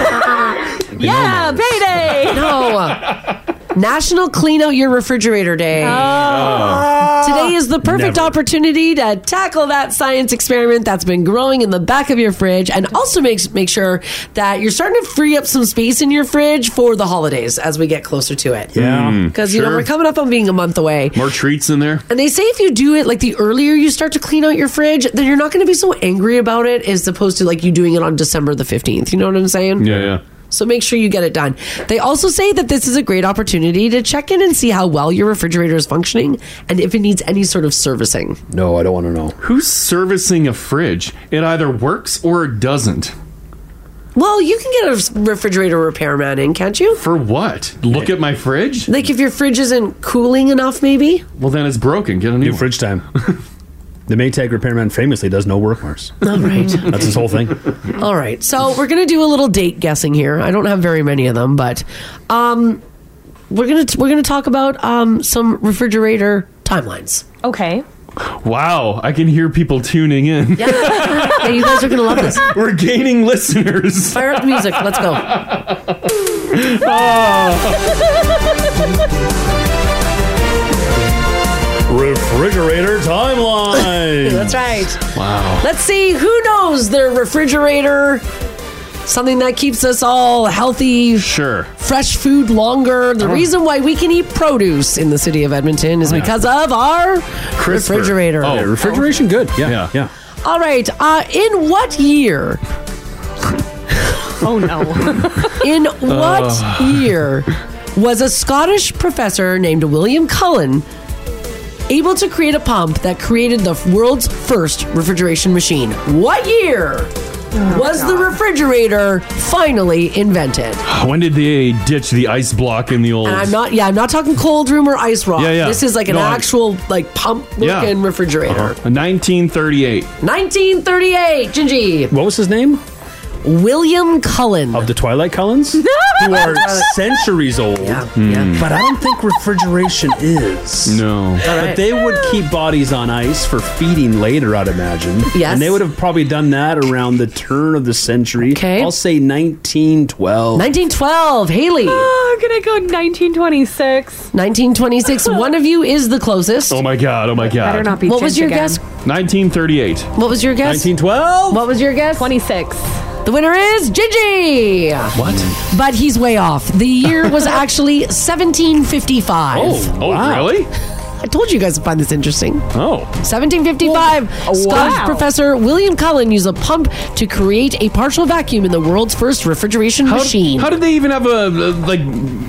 Speaker 3: yeah,
Speaker 9: payday!
Speaker 3: No. National Clean Out Your Refrigerator Day. Ah. Today is the perfect opportunity to tackle that science experiment that's been growing in the back of your fridge and also makes make sure that you're starting to free up some space in your fridge for the holidays as we get closer to it.
Speaker 8: Yeah. Mm,
Speaker 3: Because you know
Speaker 8: sure.
Speaker 3: we're coming up on being a month away.
Speaker 8: More treats in there.
Speaker 3: And they say if you do it like the earlier you start to clean out your fridge, then you're not going to be so angry about it as opposed to like you doing it on December the 15th. You know what I'm saying?
Speaker 8: Yeah, yeah.
Speaker 3: So make sure you get it done. They also say that this is a great opportunity to check in and see how well your refrigerator is functioning and if it needs any sort of servicing.
Speaker 6: No, I don't want to know.
Speaker 8: Who's servicing a fridge? It either works or it doesn't.
Speaker 3: Well, you can get a refrigerator repairman in, can't you?
Speaker 8: For what? Look at my fridge.
Speaker 3: Like if your fridge isn't cooling enough, maybe.
Speaker 8: Well, then it's broken. Get a new,
Speaker 6: fridge time. the Maytag repairman famously does no work marks.
Speaker 3: All right.
Speaker 6: That's his whole thing.
Speaker 3: All right. So we're gonna do a little date guessing here. I don't have very many of them, but um, we're gonna we're gonna talk about um, some refrigerator timelines.
Speaker 9: Okay.
Speaker 8: Wow, I can hear people tuning in.
Speaker 3: Yeah, you guys are gonna love this.
Speaker 8: We're gaining listeners.
Speaker 3: Fire up the music. Let's go.
Speaker 8: Ah.
Speaker 6: Refrigerator timeline.
Speaker 3: That's right.
Speaker 6: Wow.
Speaker 3: Let's see who knows their refrigerator. Something that keeps us all healthy.
Speaker 8: Sure.
Speaker 3: Fresh food longer. The reason why we can eat produce in the city of Edmonton is because of our refrigerator.
Speaker 6: Oh, refrigeration, good. Yeah, yeah,
Speaker 3: All right. Uh, in what year?
Speaker 9: oh no.
Speaker 3: in what
Speaker 6: Oh.
Speaker 3: year was a Scottish professor named William Cullen able to create a pump that created the world's first refrigeration machine? What year
Speaker 9: Oh,
Speaker 3: was the refrigerator finally invented?
Speaker 8: When did they ditch the ice block in the old?
Speaker 3: And I'm not, yeah, I'm not talking cold room or ice rock.
Speaker 8: Yeah, yeah.
Speaker 3: This is like an
Speaker 8: No, I-
Speaker 3: actual like pump
Speaker 8: Yeah.
Speaker 3: looking refrigerator.
Speaker 8: Uh-huh. 1938.
Speaker 3: 1938, Gingy.
Speaker 6: What was his name?
Speaker 3: William Cullen.
Speaker 6: Of the Twilight Cullens? who are centuries old. But I don't think refrigeration is.
Speaker 8: Hmm. No.
Speaker 6: But they would keep bodies on ice for feeding later, I'd imagine.
Speaker 3: Yes.
Speaker 6: And they would have probably done that around the turn of the century. Okay. I'll say 1912.
Speaker 3: 1912, Haley.
Speaker 9: Oh, I'm gonna go 1926.
Speaker 3: 1926. One of you is the closest.
Speaker 8: Oh my god! Oh my god!
Speaker 3: Better not be What was Ginge your again. guess?
Speaker 8: 1938.
Speaker 3: What was your guess?
Speaker 6: 1912.
Speaker 3: What was your guess?
Speaker 9: 26.
Speaker 3: The winner is Gigi.
Speaker 8: What?
Speaker 3: But he's way off. The year was actually 1755.
Speaker 8: Oh, oh, really?
Speaker 3: I told you guys to find this interesting.
Speaker 8: Oh.
Speaker 3: 1755, Scottish
Speaker 9: Oh. wow.
Speaker 3: professor William Cullen used a pump to create a partial vacuum in the world's first refrigeration
Speaker 8: How,
Speaker 3: machine.
Speaker 8: how did they even have a like?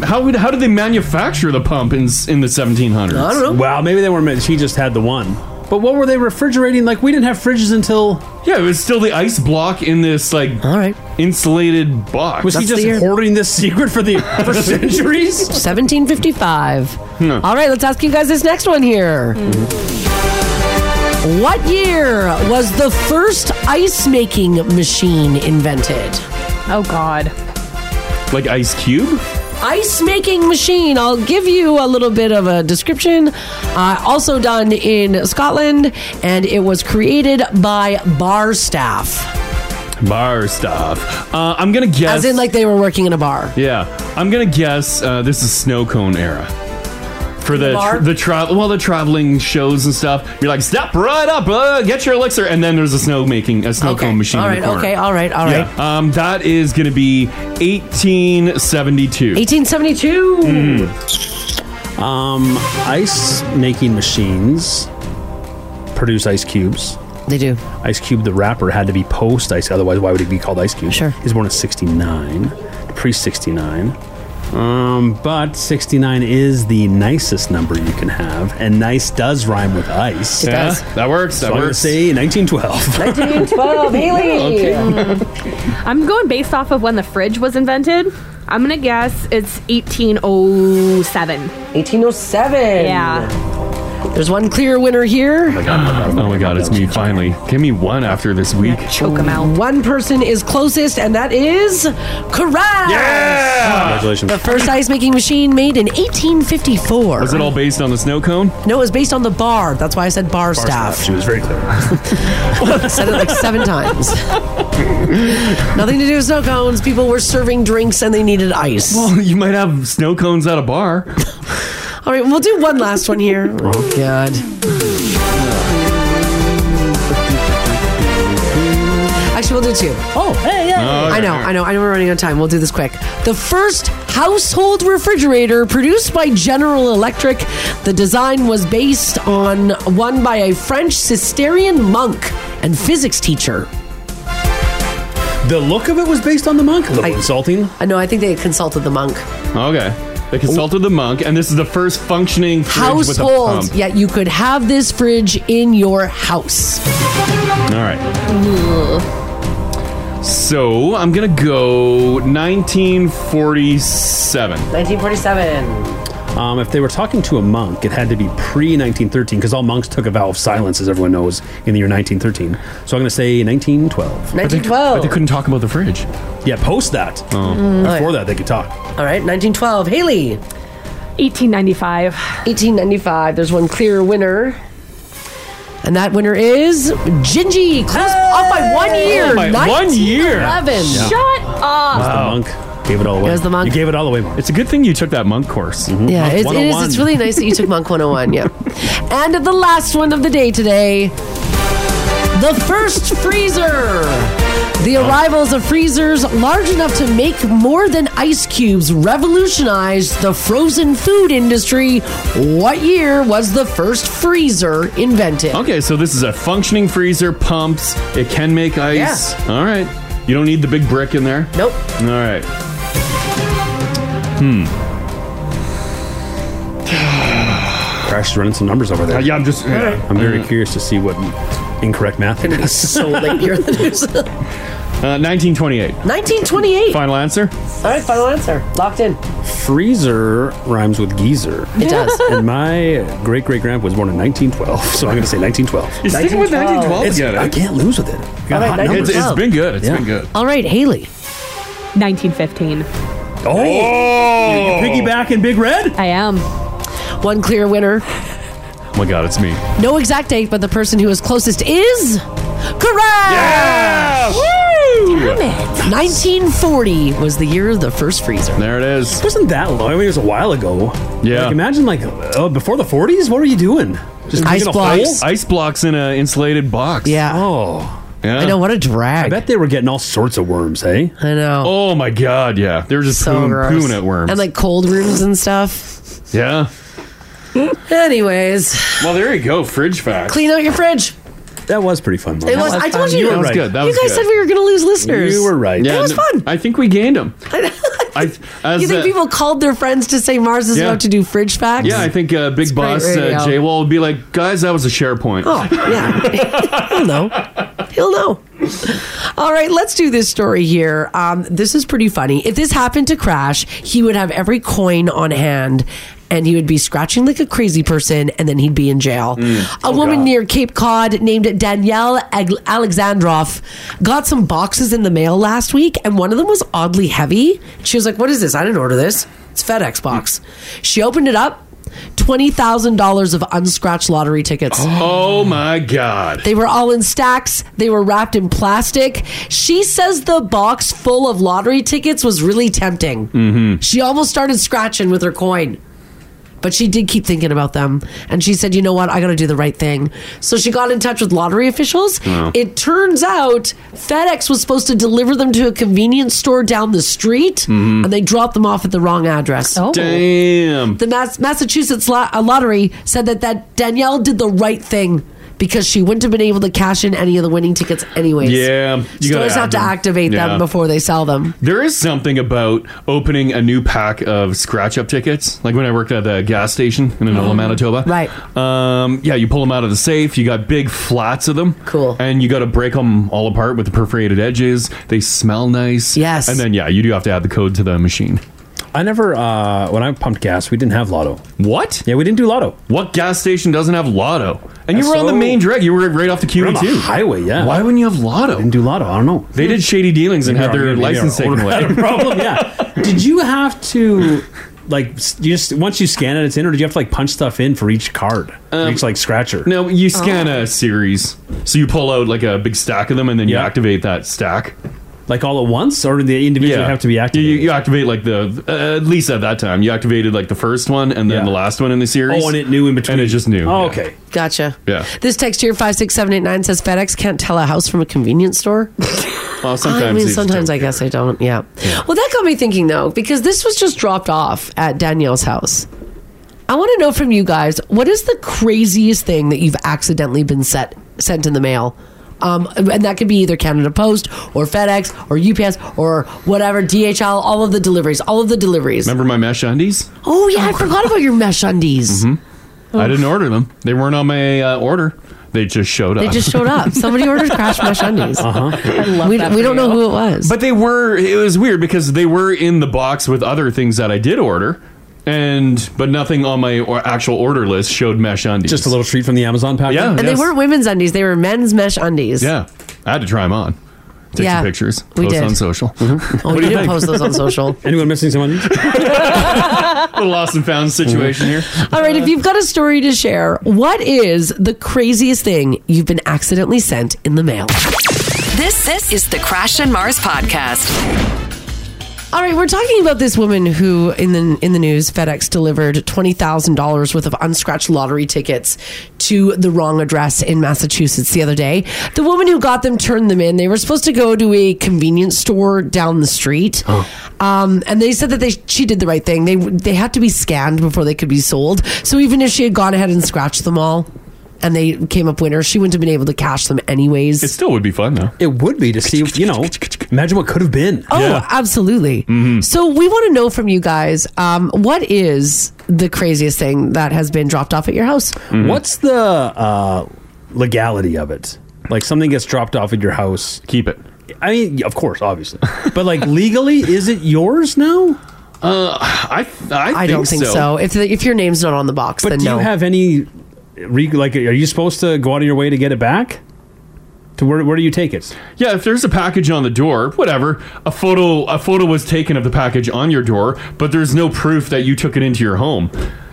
Speaker 8: How would how did they manufacture the pump in s- in the 1700s?
Speaker 6: I don't know. Well, maybe they weren't. He just had the one. But what were they refrigerating? Like we didn't have fridges until.
Speaker 8: Yeah, it was still the ice block in this like insulated box.
Speaker 6: Was he just hoarding this secret for the for centuries?
Speaker 3: 1755. All right, let's ask you guys this next one here. What year was the first ice making machine invented? Oh, God.
Speaker 8: Like Ice Cube?
Speaker 3: Ice making machine. I'll give you a little bit of a description. Uh, also done in Scotland, and it was created by bar staff.
Speaker 8: Bar stuff. Uh, I'm gonna guess.
Speaker 3: As in, like, they were working in a bar.
Speaker 8: Yeah, I'm gonna guess uh, this is snow cone era. For the
Speaker 3: The
Speaker 8: the,
Speaker 3: bar?
Speaker 8: the travel, well, the traveling shows and stuff. You're like, step right up, uh, get your elixir, and then there's a snow making, a snow cone machine.
Speaker 3: All
Speaker 8: in
Speaker 3: right,
Speaker 8: the corner.
Speaker 3: okay, all right, all right.
Speaker 8: Yeah. Um, that is gonna be 1872.
Speaker 3: 1872.
Speaker 6: Hmm. Um, ice making machines produce ice cubes.
Speaker 3: They do.
Speaker 6: Ice Cube, the rapper, had to be post Ice. Otherwise, why would he be called Ice Cube? Sure. He's born in '69, pre '69. Um, but 69 is the nicest number you can have, and nice does rhyme with ice.
Speaker 8: It Yeah, does. that works.
Speaker 6: So
Speaker 8: That
Speaker 6: I'm gonna
Speaker 8: works.
Speaker 6: say 1912.
Speaker 9: 1912,
Speaker 6: Okay.
Speaker 9: I'm going based off of when the fridge was invented. I'm gonna guess it's 1807.
Speaker 3: 1807.
Speaker 9: Yeah.
Speaker 3: There's one clear winner here.
Speaker 8: Oh my god, it's me finally. Give me one after this week.
Speaker 3: Choke him out. One person is closest, and that is correct.
Speaker 8: Congratulations.
Speaker 3: The first ice making machine made in 1854.
Speaker 8: Was it all based on the snow cone?
Speaker 3: No, it was based on the bar. That's why I said bar, staff.
Speaker 6: She was very clear.
Speaker 3: said it like seven times. Nothing to do with snow cones. People were serving drinks and they needed ice.
Speaker 8: Well, you might have snow cones at a bar.
Speaker 3: All right, we'll do one last one here. Oh, God. Actually, we'll do two. Oh, hey,
Speaker 11: Oh,
Speaker 3: I
Speaker 11: okay.
Speaker 3: know, I know, I know we're running out of time. We'll do this quick. The first household refrigerator produced by General Electric. The design was based on one by a French Cistercian monk and physics teacher.
Speaker 6: The look of it was based on the monk. A little insulting.
Speaker 3: I know, I think they consulted the monk.
Speaker 8: Okay. They consulted the monk, and this is the first functioning fridge
Speaker 3: Household.
Speaker 8: with a pump.
Speaker 3: Yet you could have this fridge in your house.
Speaker 8: All right. So I'm gonna go 1947.
Speaker 3: 1947.
Speaker 6: Um, if they were talking to a monk, it had to be pre 1913 because all monks took a vow of silence, as everyone knows, in the year 1913. So I'm going to say 1912.
Speaker 3: 1912. But they couldn't
Speaker 8: talk about the fridge. Oh.
Speaker 6: Yeah, post that.
Speaker 3: Mm,
Speaker 6: Before
Speaker 3: alright.
Speaker 6: that, they could talk.
Speaker 3: All right, 1912. Haley. 1895. 1895. There's one clear winner. And that winner is Gingy. Close off by one year.
Speaker 6: Oh, by one year.
Speaker 3: 1911.
Speaker 6: Yeah.
Speaker 9: Shut up.
Speaker 6: That's the monk. Gave it all away.
Speaker 3: It was the monk.
Speaker 6: You gave it all away. Mm-hmm.
Speaker 8: It's a good thing you took that monk course.
Speaker 3: Yeah, it's,
Speaker 6: oh
Speaker 3: it is. It's really nice that you took Monk 101. Yeah. oh And the last one of the day today the first freezer. The arrivals of freezers large enough to make more than ice cubes revolutionized the frozen food industry. What year was the first freezer invented?
Speaker 8: Okay, so this is a functioning freezer, pumps, it can make ice. All right. You don't need the big brick in there?
Speaker 3: Nope.
Speaker 8: All right. Hmm.
Speaker 6: Crash is running some numbers over there.
Speaker 8: Uh, yeah, Mm. I'm just.
Speaker 3: Alright.
Speaker 6: I'm very curious to see what incorrect math it is.
Speaker 3: So late here in the news.
Speaker 8: Uh, 1928.
Speaker 3: 1928.
Speaker 8: Final answer?
Speaker 3: All right, final answer. Locked in.
Speaker 6: Freezer rhymes with geezer.
Speaker 3: It does.
Speaker 6: and my great great grandpa was born in 1912, so I'm going to say 1912.
Speaker 3: You're sticking with 1912
Speaker 6: It's-
Speaker 3: again, eh?
Speaker 6: I can't lose with it.
Speaker 3: All right, 1912.
Speaker 8: It's been good.
Speaker 3: All right, Haley.
Speaker 9: 1915.
Speaker 6: Oh, piggyback in Big Red?
Speaker 9: I am.
Speaker 3: One clear winner.
Speaker 8: Oh my god, it's me.
Speaker 3: No exact date, but the person who is closest is correct. Woo! Damn it. 1940 was the year of the first freezer.
Speaker 8: There it is. It
Speaker 6: wasn't that long. I mean, it was a while ago. Yeah. Like, imagine, like, uh, before the 40s? What were you doing? digging a hole?
Speaker 8: Ice, ice blocks in an insulated box.
Speaker 3: Yeah.
Speaker 6: Oh.
Speaker 8: Yeah.
Speaker 3: I know, what a drag. I
Speaker 6: bet they were getting all sorts of worms, hey?
Speaker 3: I know.
Speaker 8: Oh my god, yeah. They were just pooing, pooing at worms.
Speaker 3: And like cold rooms and stuff.
Speaker 8: yeah.
Speaker 3: Anyways,
Speaker 8: Well, there you go. Fridge facts.
Speaker 3: clean out your fridge.
Speaker 6: That was pretty fun.
Speaker 3: It was. I told you.
Speaker 8: That was good. That
Speaker 3: you
Speaker 8: was
Speaker 3: guys
Speaker 8: good.
Speaker 3: said we were going to lose listeners.
Speaker 8: You were right.
Speaker 3: That was
Speaker 8: no,
Speaker 3: fun.
Speaker 8: I think we gained them. I, as
Speaker 3: you think
Speaker 8: a-
Speaker 3: people called their friends to say Mars is
Speaker 8: Yeah.
Speaker 3: about to do fridge facts?
Speaker 8: Yeah, I think uh, Big
Speaker 3: great
Speaker 8: Boss uh,
Speaker 3: radio.
Speaker 8: J Wall would be like, guys, that was a SharePoint.
Speaker 3: Oh, yeah. He'll know. He'll know. All right, let's do this story here. Um, this is pretty funny. If this happened to Crash, he would have every coin on hand and he would be scratching like a crazy person, and then he'd be in jail. A woman near Cape Cod named Danielle Ag- Alexandrov got some boxes in the mail last week, and one of them was oddly heavy. She was like, What is this? I didn't order this. It's FedEx box. She opened it up. Twenty thousand dollars of unscratched lottery tickets.
Speaker 8: Oh my god.
Speaker 3: They were all in stacks. They were wrapped in plastic. She says the box full of lottery tickets was really tempting.
Speaker 8: Mm-hmm.
Speaker 3: She almost started scratching with her coin. But she did keep thinking about them. And she said, you know what? I got to do the right thing. So she got in touch with lottery officials.
Speaker 8: Wow.
Speaker 3: It turns out FedEx was supposed to deliver them to a convenience store down the street,
Speaker 8: Mhm.
Speaker 3: and they dropped them off at the wrong address. Oh.
Speaker 8: Damn.
Speaker 3: The Mass- Massachusetts lo- uh, lottery said that, that Danielle did the right thing because she wouldn't have been able to cash in any of the winning tickets anyways.
Speaker 8: Yeah, you gotta
Speaker 3: Stores have
Speaker 8: add
Speaker 3: to
Speaker 8: them.
Speaker 3: activate
Speaker 8: Yeah.
Speaker 3: them before they sell them.
Speaker 8: There is something about opening a new pack of scratch up tickets. Like when I worked at the gas station in Anola, Manitoba. Mm-hmm. Right. Um, yeah, you pull them out of the safe. You got big flats of them. Cool. And you got to break them all apart with the perforated edges. They smell nice. Yes. And then, yeah, you do have to add the code to the machine.
Speaker 6: I never, uh, when I pumped gas, we didn't have lotto.
Speaker 8: What?
Speaker 6: Yeah, we didn't do lotto.
Speaker 8: What gas station doesn't have lotto? And you were on the main drag. You were right off the
Speaker 6: We're on
Speaker 8: QE2.
Speaker 6: the highway, yeah.
Speaker 8: Why wouldn't you have lotto?
Speaker 6: Didn't do lotto. I don't know.
Speaker 8: They did shady dealings and
Speaker 6: Maybe
Speaker 8: had
Speaker 6: our-
Speaker 8: their
Speaker 6: maybe our
Speaker 8: license taken
Speaker 6: owner
Speaker 8: away.
Speaker 6: had a problem, yeah. Did you have to, like, s- you just, once you scan it, it's in, or did you have to, like, punch stuff in for each card? For each, like, scratcher?
Speaker 8: Um, No, you scan
Speaker 3: Oh.
Speaker 8: a series. So you pull out like a big stack of them and then you activate that stack.
Speaker 6: Like all at once, or did the individual have
Speaker 8: to be activated? You, you activate like the uh, at least at that time you activated like the first one and then the last one in the series.
Speaker 6: Oh, and
Speaker 8: it knew in between. And it just knew. yeah.
Speaker 6: Oh, okay.
Speaker 3: Gotcha.
Speaker 8: Yeah.
Speaker 3: This text here, 56789, says FedEx can't tell a house from a convenience store.
Speaker 8: Well,
Speaker 3: I
Speaker 8: sometimes
Speaker 3: mean,
Speaker 8: they just
Speaker 3: sometimes I guess I don't. Yeah. Well, that got me thinking, though, because this was just dropped off at Danielle's house. I want to know from you guys what is the craziest thing that you've accidentally been set, sent in the mail? Um, and that could be either Canada Post or FedEx or UPS or whatever, DHL, all of the deliveries, all of the deliveries.
Speaker 8: Remember my mesh undies?
Speaker 3: Oh, yeah, I forgot about your mesh undies. Oh.
Speaker 8: Mm-hmm. I didn't order them. They weren't on my uh, order. They just showed up.
Speaker 3: They just showed up. Somebody ordered Crash Mesh Undies.
Speaker 8: Uh-huh.
Speaker 3: we, we don't know who it was.
Speaker 8: But they were. It was weird because they were in the box with other things that I did order, and but nothing on my or actual order list showed mesh undies. Just a
Speaker 6: little treat from the Amazon package.
Speaker 8: Yeah,
Speaker 3: and
Speaker 8: yes.
Speaker 3: they weren't women's undies, they were men's mesh undies.
Speaker 8: Yeah, I had to try them on. Take
Speaker 3: Yeah,
Speaker 8: some pictures.
Speaker 3: we
Speaker 8: post
Speaker 3: did.
Speaker 8: on social.
Speaker 3: Oh, you didn't post those on social.
Speaker 6: Mm-hmm. Anyone missing someone?
Speaker 8: little lost and found situation here.
Speaker 3: All right, if you've got a story to share, what is the craziest thing you've been accidentally sent in the mail?
Speaker 1: This this is the Crash and Mars podcast.
Speaker 3: All right, we're talking about this woman who in the in the news FedEx delivered $20,000 worth of unscratched lottery tickets to the wrong address in Massachusetts the other day. The woman who got them turned them in. They were supposed to go to a convenience store down the street. Um, and they said that they she did the right thing. They they had to be scanned before they could be sold. So even if she had gone ahead and scratched them all and they came up winners, she wouldn't have been able to cash them anyways.
Speaker 8: It still would be fun though.
Speaker 6: It would be to see, you know, imagine what could have been.
Speaker 3: Oh, absolutely.
Speaker 8: Mm-hmm.
Speaker 3: So we want to know from you guys um, what is the craziest thing that has been dropped off at your house?
Speaker 8: Mm-hmm.
Speaker 6: What's the uh, legality of it? Like something gets dropped off at your house.
Speaker 8: Keep it.
Speaker 6: I mean, of course, obviously. But like legally, is it yours now?
Speaker 8: Uh, I I,
Speaker 3: I don't think so. If the, if your name's not on the box,
Speaker 6: But
Speaker 3: then
Speaker 6: do
Speaker 3: no.
Speaker 6: you have any? Re- like, are you supposed to go out of your way to get it back? To where? Where do you take it?
Speaker 8: Yeah, if there's a package on the door, whatever. A photo a photo was taken of the package on your door, but there's no proof that you took it into your home.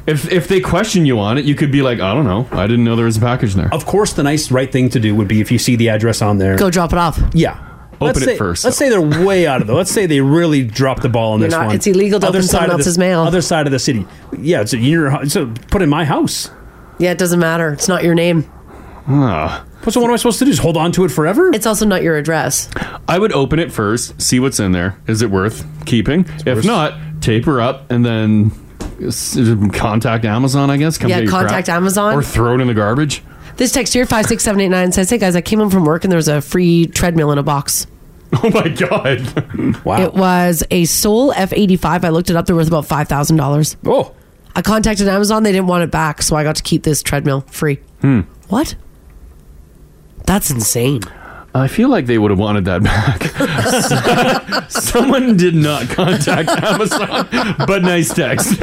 Speaker 8: If if they question you on it, you could be like, I don't know, I didn't know there was a package there.
Speaker 6: Of course, the nice right thing to do would be if you see the address on there,
Speaker 3: Go drop it off.
Speaker 6: Yeah.
Speaker 8: Open
Speaker 6: Let's
Speaker 8: it
Speaker 6: say-
Speaker 8: first,
Speaker 6: Let's say they're way out of the. Let's say they really dropped the ball on
Speaker 3: You're
Speaker 6: this
Speaker 3: not-
Speaker 6: one.
Speaker 3: it's illegal to open someone
Speaker 6: of the-
Speaker 3: else's mail.
Speaker 6: Other side of the city. Yeah, it's in your. hou- So put in my house.
Speaker 3: Yeah, it doesn't matter. It's not your name.
Speaker 6: So what am I supposed to do? Just hold on to it forever?
Speaker 3: It's also not your address.
Speaker 8: I would open it first, see what's in there. Is it worth keeping? if not, tape her up and then s- contact Amazon, I guess.
Speaker 3: Yeah,
Speaker 8: get your
Speaker 3: contact Amazon.
Speaker 8: Or throw it in the garbage.
Speaker 3: This text here five six seven eight nine says, "Hey guys, I came home from work and there was a free treadmill in a box."
Speaker 8: Oh my god.
Speaker 3: It was a Soul F eighty five. I looked it up. They're worth about five thousand dollars.
Speaker 6: Oh.
Speaker 3: I contacted Amazon. They didn't want it back, so I got to keep this treadmill free.
Speaker 8: Hmm.
Speaker 3: What? That's insane.
Speaker 8: I feel like they would have wanted that back. Someone did not contact Amazon, but nice text.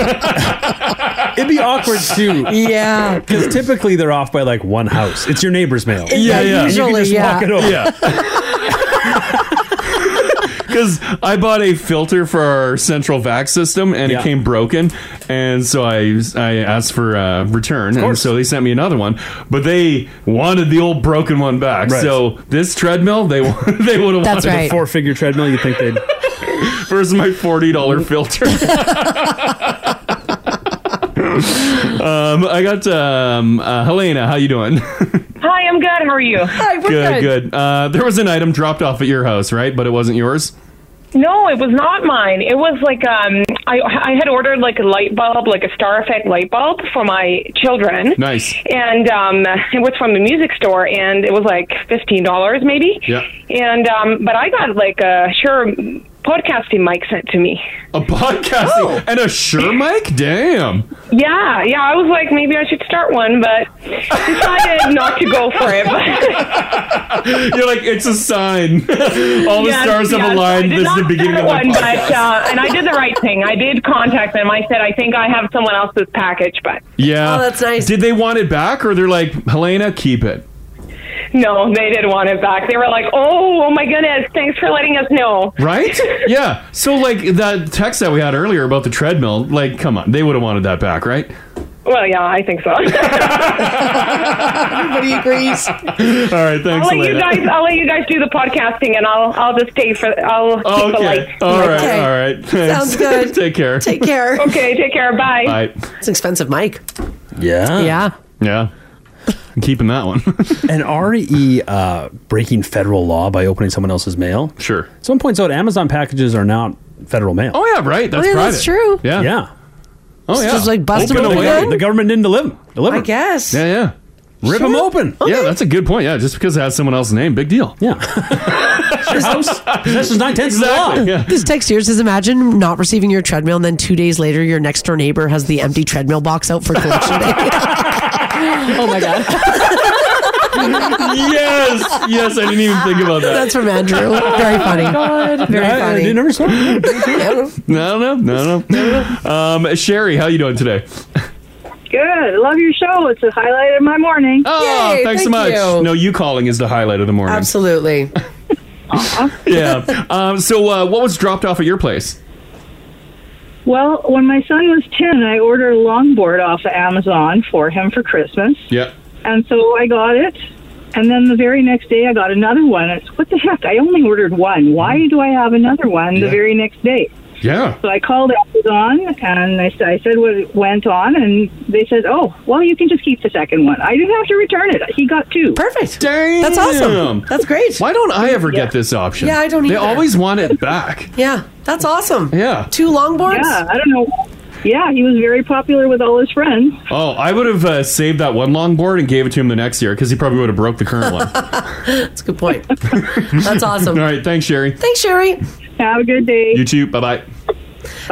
Speaker 6: It'd be awkward too.
Speaker 3: Yeah.
Speaker 6: Because typically they're off by like one house. It's your neighbor's mail.
Speaker 8: Yeah, yeah.
Speaker 6: And you can just walk it over.
Speaker 8: Because I bought a filter for our central vac system and
Speaker 6: Yeah.
Speaker 8: it came broken, and so I I asked for a return, and so they sent me another one. But they wanted the old broken one back.
Speaker 6: Right.
Speaker 8: So this treadmill, they wa- they would have
Speaker 6: That's
Speaker 8: wanted
Speaker 6: right. The four-figure treadmill. You think they'd
Speaker 8: versus my forty dollar filter. um, I got um, uh, Helena. How you doing?
Speaker 20: Hi, I'm good. How are you? Hi,
Speaker 8: good, good. Uh, there was an item dropped off at your house, right? But it wasn't yours.
Speaker 20: No, it was not mine. It was like um, I I had ordered like a light bulb, like a star effect light bulb for my children.
Speaker 8: Nice.
Speaker 20: And um, it was from the music store, and it was like fifteen dollars maybe.
Speaker 8: Yeah.
Speaker 20: And um, but I got like a sure podcasting mic sent to me.
Speaker 8: A podcasting
Speaker 20: Oh.
Speaker 8: and a sure mic. Damn.
Speaker 20: Yeah, yeah. I was like, maybe I should start one, but decided not to go for it.
Speaker 8: You're like it's a sign. All the
Speaker 20: Yeah,
Speaker 8: stars
Speaker 20: yeah,
Speaker 8: have
Speaker 20: I
Speaker 8: aligned.
Speaker 20: did
Speaker 8: This is
Speaker 20: not
Speaker 8: the beginning
Speaker 20: start
Speaker 8: of
Speaker 20: one,
Speaker 8: my
Speaker 20: but,
Speaker 8: podcast.
Speaker 20: uh, and I did the right thing. I did contact them. I said, I think I have someone else's package, but
Speaker 8: yeah.
Speaker 20: Oh, that's nice.
Speaker 8: Did they want it back, or they're like Helena, keep it?
Speaker 20: no, they didn't want it back. They were like, oh, oh my goodness, thanks for letting us know.
Speaker 8: Right? yeah. So like that text that we had earlier about the treadmill. Like, come on, they would have wanted that back, right?
Speaker 20: Well, yeah, I think so. Everybody agrees.
Speaker 8: All right. Thanks,
Speaker 20: I'll let you
Speaker 8: Helena.
Speaker 20: guys. I'll let you guys do the podcasting, and I'll I'll just stay for. I'll keep the
Speaker 8: okay.
Speaker 20: light.
Speaker 8: All right. All right. Thanks.
Speaker 3: Sounds good.
Speaker 8: Take care.
Speaker 3: Take care.
Speaker 20: Okay, take care. Bye.
Speaker 8: Bye.
Speaker 3: It's an expensive mic.
Speaker 6: Yeah.
Speaker 3: Ah. Yeah.
Speaker 8: Yeah. I'm keeping that one.
Speaker 6: An RE uh, breaking federal law by opening someone else's mail.
Speaker 8: Sure.
Speaker 6: Someone points out Amazon packages are not federal mail.
Speaker 8: Oh yeah, right. That's
Speaker 3: Oh, yeah,
Speaker 8: private.
Speaker 3: that's true.
Speaker 8: Yeah.
Speaker 6: Yeah.
Speaker 8: Oh,
Speaker 3: So
Speaker 8: yeah.
Speaker 3: just, like, bust 'em
Speaker 8: Open
Speaker 3: open
Speaker 8: away.
Speaker 3: again?
Speaker 6: The government didn't deliver. deliver.
Speaker 3: I guess.
Speaker 8: Yeah, yeah. Rip them open. Yeah, that's a good point. Yeah, just because it has someone else's name, big deal. Yeah.
Speaker 6: Your house possessions nine tenths of the law.
Speaker 3: This text here says, "Imagine not receiving your treadmill, and then two days later, your next door neighbor has the empty treadmill box out for collection day."
Speaker 21: oh my god.
Speaker 8: yes, yes, I didn't even think about that.
Speaker 3: That's from Andrew. Very funny.
Speaker 6: Oh
Speaker 3: Very
Speaker 8: No, I- I
Speaker 3: funny.
Speaker 8: didn't
Speaker 6: ever saw
Speaker 8: No, no, no, no. Um, Sherry, how you doing today?
Speaker 15: Good. Love your show. It's a highlight of my morning.
Speaker 8: Oh, thanks so much. No, you calling is the highlight of the
Speaker 3: Um,
Speaker 8: morning.
Speaker 3: Absolutely.
Speaker 8: yeah. Um, so, uh, what was dropped off at your place?
Speaker 15: Well, when my son was 10, I ordered a longboard off of Amazon for him for Christmas.
Speaker 8: Yeah.
Speaker 15: And so I got it. And then the very next day, I got another one. It's, what the heck? I only ordered one. Why do I have another one the
Speaker 8: Mm-hmm. Yeah.
Speaker 15: very next day?
Speaker 8: Yeah.
Speaker 15: So I called Amazon and I, s- I said what went on, and they said, "Oh, well, you can just keep the second one. I didn't have to return it. He got two.
Speaker 3: Perfect.
Speaker 8: Dang,
Speaker 3: That's awesome.
Speaker 8: Damn.
Speaker 3: That's great.
Speaker 8: Why don't I ever get this option?
Speaker 3: Yeah, I don't
Speaker 8: They
Speaker 3: either.
Speaker 8: always want it back.
Speaker 3: Yeah, that's awesome.
Speaker 8: Yeah.
Speaker 3: Two longboards.
Speaker 15: Yeah, I don't know. Yeah, he was very popular with all his friends.
Speaker 8: Oh, I would have uh, saved that one longboard and gave it to him the next year because he probably would have broke the current one.
Speaker 3: That's a good point. That's awesome.
Speaker 8: All right, thanks, Sherry.
Speaker 3: Thanks, Sherry.
Speaker 15: Have a good day.
Speaker 8: You too. Bye bye.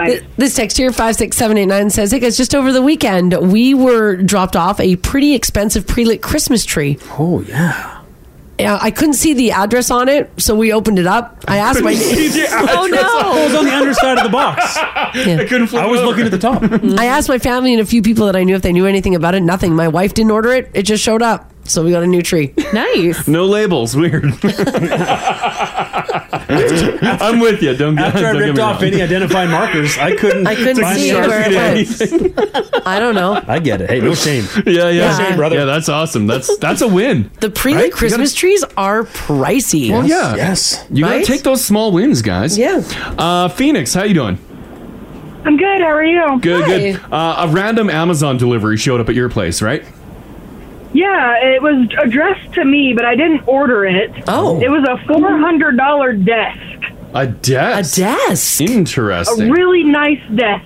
Speaker 3: Th- This text here, 56789, says, Hey guys, just over the weekend, we were dropped off a pretty expensive pre lit Christmas tree.
Speaker 6: Oh, yeah.
Speaker 3: Yeah, I couldn't see the address on it, so we opened it up. I asked my
Speaker 6: See the
Speaker 3: Oh
Speaker 6: address? It was on the underside of the box.
Speaker 3: I
Speaker 8: couldn't
Speaker 6: I was looking at the top.
Speaker 3: I asked my family and a few people that I knew if they knew anything about it. Nothing. My wife didn't order it. It just showed up. So we got a new tree.
Speaker 21: Nice.
Speaker 8: No labels. Weird. I'm with you. Don't get
Speaker 6: After I
Speaker 8: don't get
Speaker 6: ripped
Speaker 8: me
Speaker 6: off
Speaker 8: wrong.
Speaker 6: any identifying markers, I couldn't.
Speaker 3: I couldn't
Speaker 6: find
Speaker 3: see
Speaker 6: the
Speaker 3: where it
Speaker 6: address.
Speaker 3: I don't know.
Speaker 6: I get it. Hey, no shame.
Speaker 8: Yeah, yeah,
Speaker 3: Yeah.
Speaker 8: yeah, brother. Yeah, that's awesome. That's that's a win.
Speaker 3: The pre lit
Speaker 8: Right? You
Speaker 3: Christmas trees are pricey.
Speaker 8: Well, yeah, You gotta
Speaker 3: Right?
Speaker 8: take those small wins, guys.
Speaker 3: Yeah.
Speaker 8: Uh, Phoenix, how you doing?
Speaker 20: I'm good. How are you?
Speaker 8: Good, good. Uh, a random Amazon delivery showed up at your place, right?
Speaker 15: Yeah, it was addressed to me, but I didn't order it.
Speaker 8: Oh.
Speaker 15: It was a $400 desk,
Speaker 8: A desk.
Speaker 3: A desk.
Speaker 8: Interesting.
Speaker 15: a really nice desk.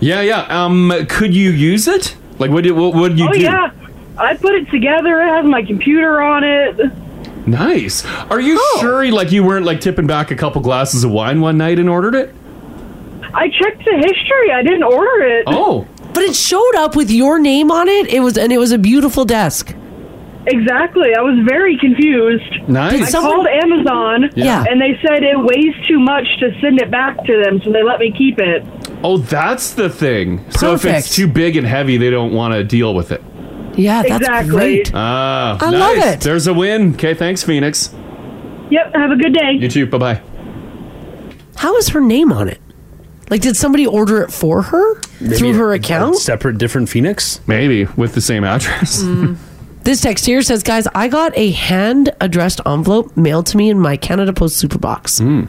Speaker 8: yeah, yeah. Um, could you use it? Like, what did what would you
Speaker 15: oh,
Speaker 8: do?
Speaker 15: yeah. I put it together. It has my computer on it.
Speaker 8: Nice. Are you sure? Like, you weren't like tipping back a couple glasses of wine one night and ordered it?
Speaker 15: I checked the history. I didn't order it.
Speaker 8: Oh.
Speaker 3: But it showed up with your name on it. It was and it was a beautiful desk.
Speaker 15: Exactly. I was very confused.
Speaker 8: Nice.
Speaker 15: I called Amazon,
Speaker 8: Yeah.
Speaker 15: and they said it weighs too much to send it back to them, so they let me keep it.
Speaker 8: Oh, that's the thing. So if
Speaker 3: Perfect.
Speaker 8: it's too big and heavy, they don't want to deal with it.
Speaker 3: Yeah, that's great.
Speaker 8: Ah,
Speaker 3: I love
Speaker 8: nice.
Speaker 3: it.
Speaker 8: There's a win. Okay, thanks, Phoenix.
Speaker 3: Yep. Have a good day.
Speaker 8: You too. Bye bye.
Speaker 3: How is her name on it? Like, did somebody order it for her through her account?
Speaker 8: Separate, different Phoenix? Maybe with the same address.
Speaker 3: Hmm. This text here says, guys, I got a hand addressed envelope mailed to me in my Canada Post Superbox.
Speaker 8: Hmm.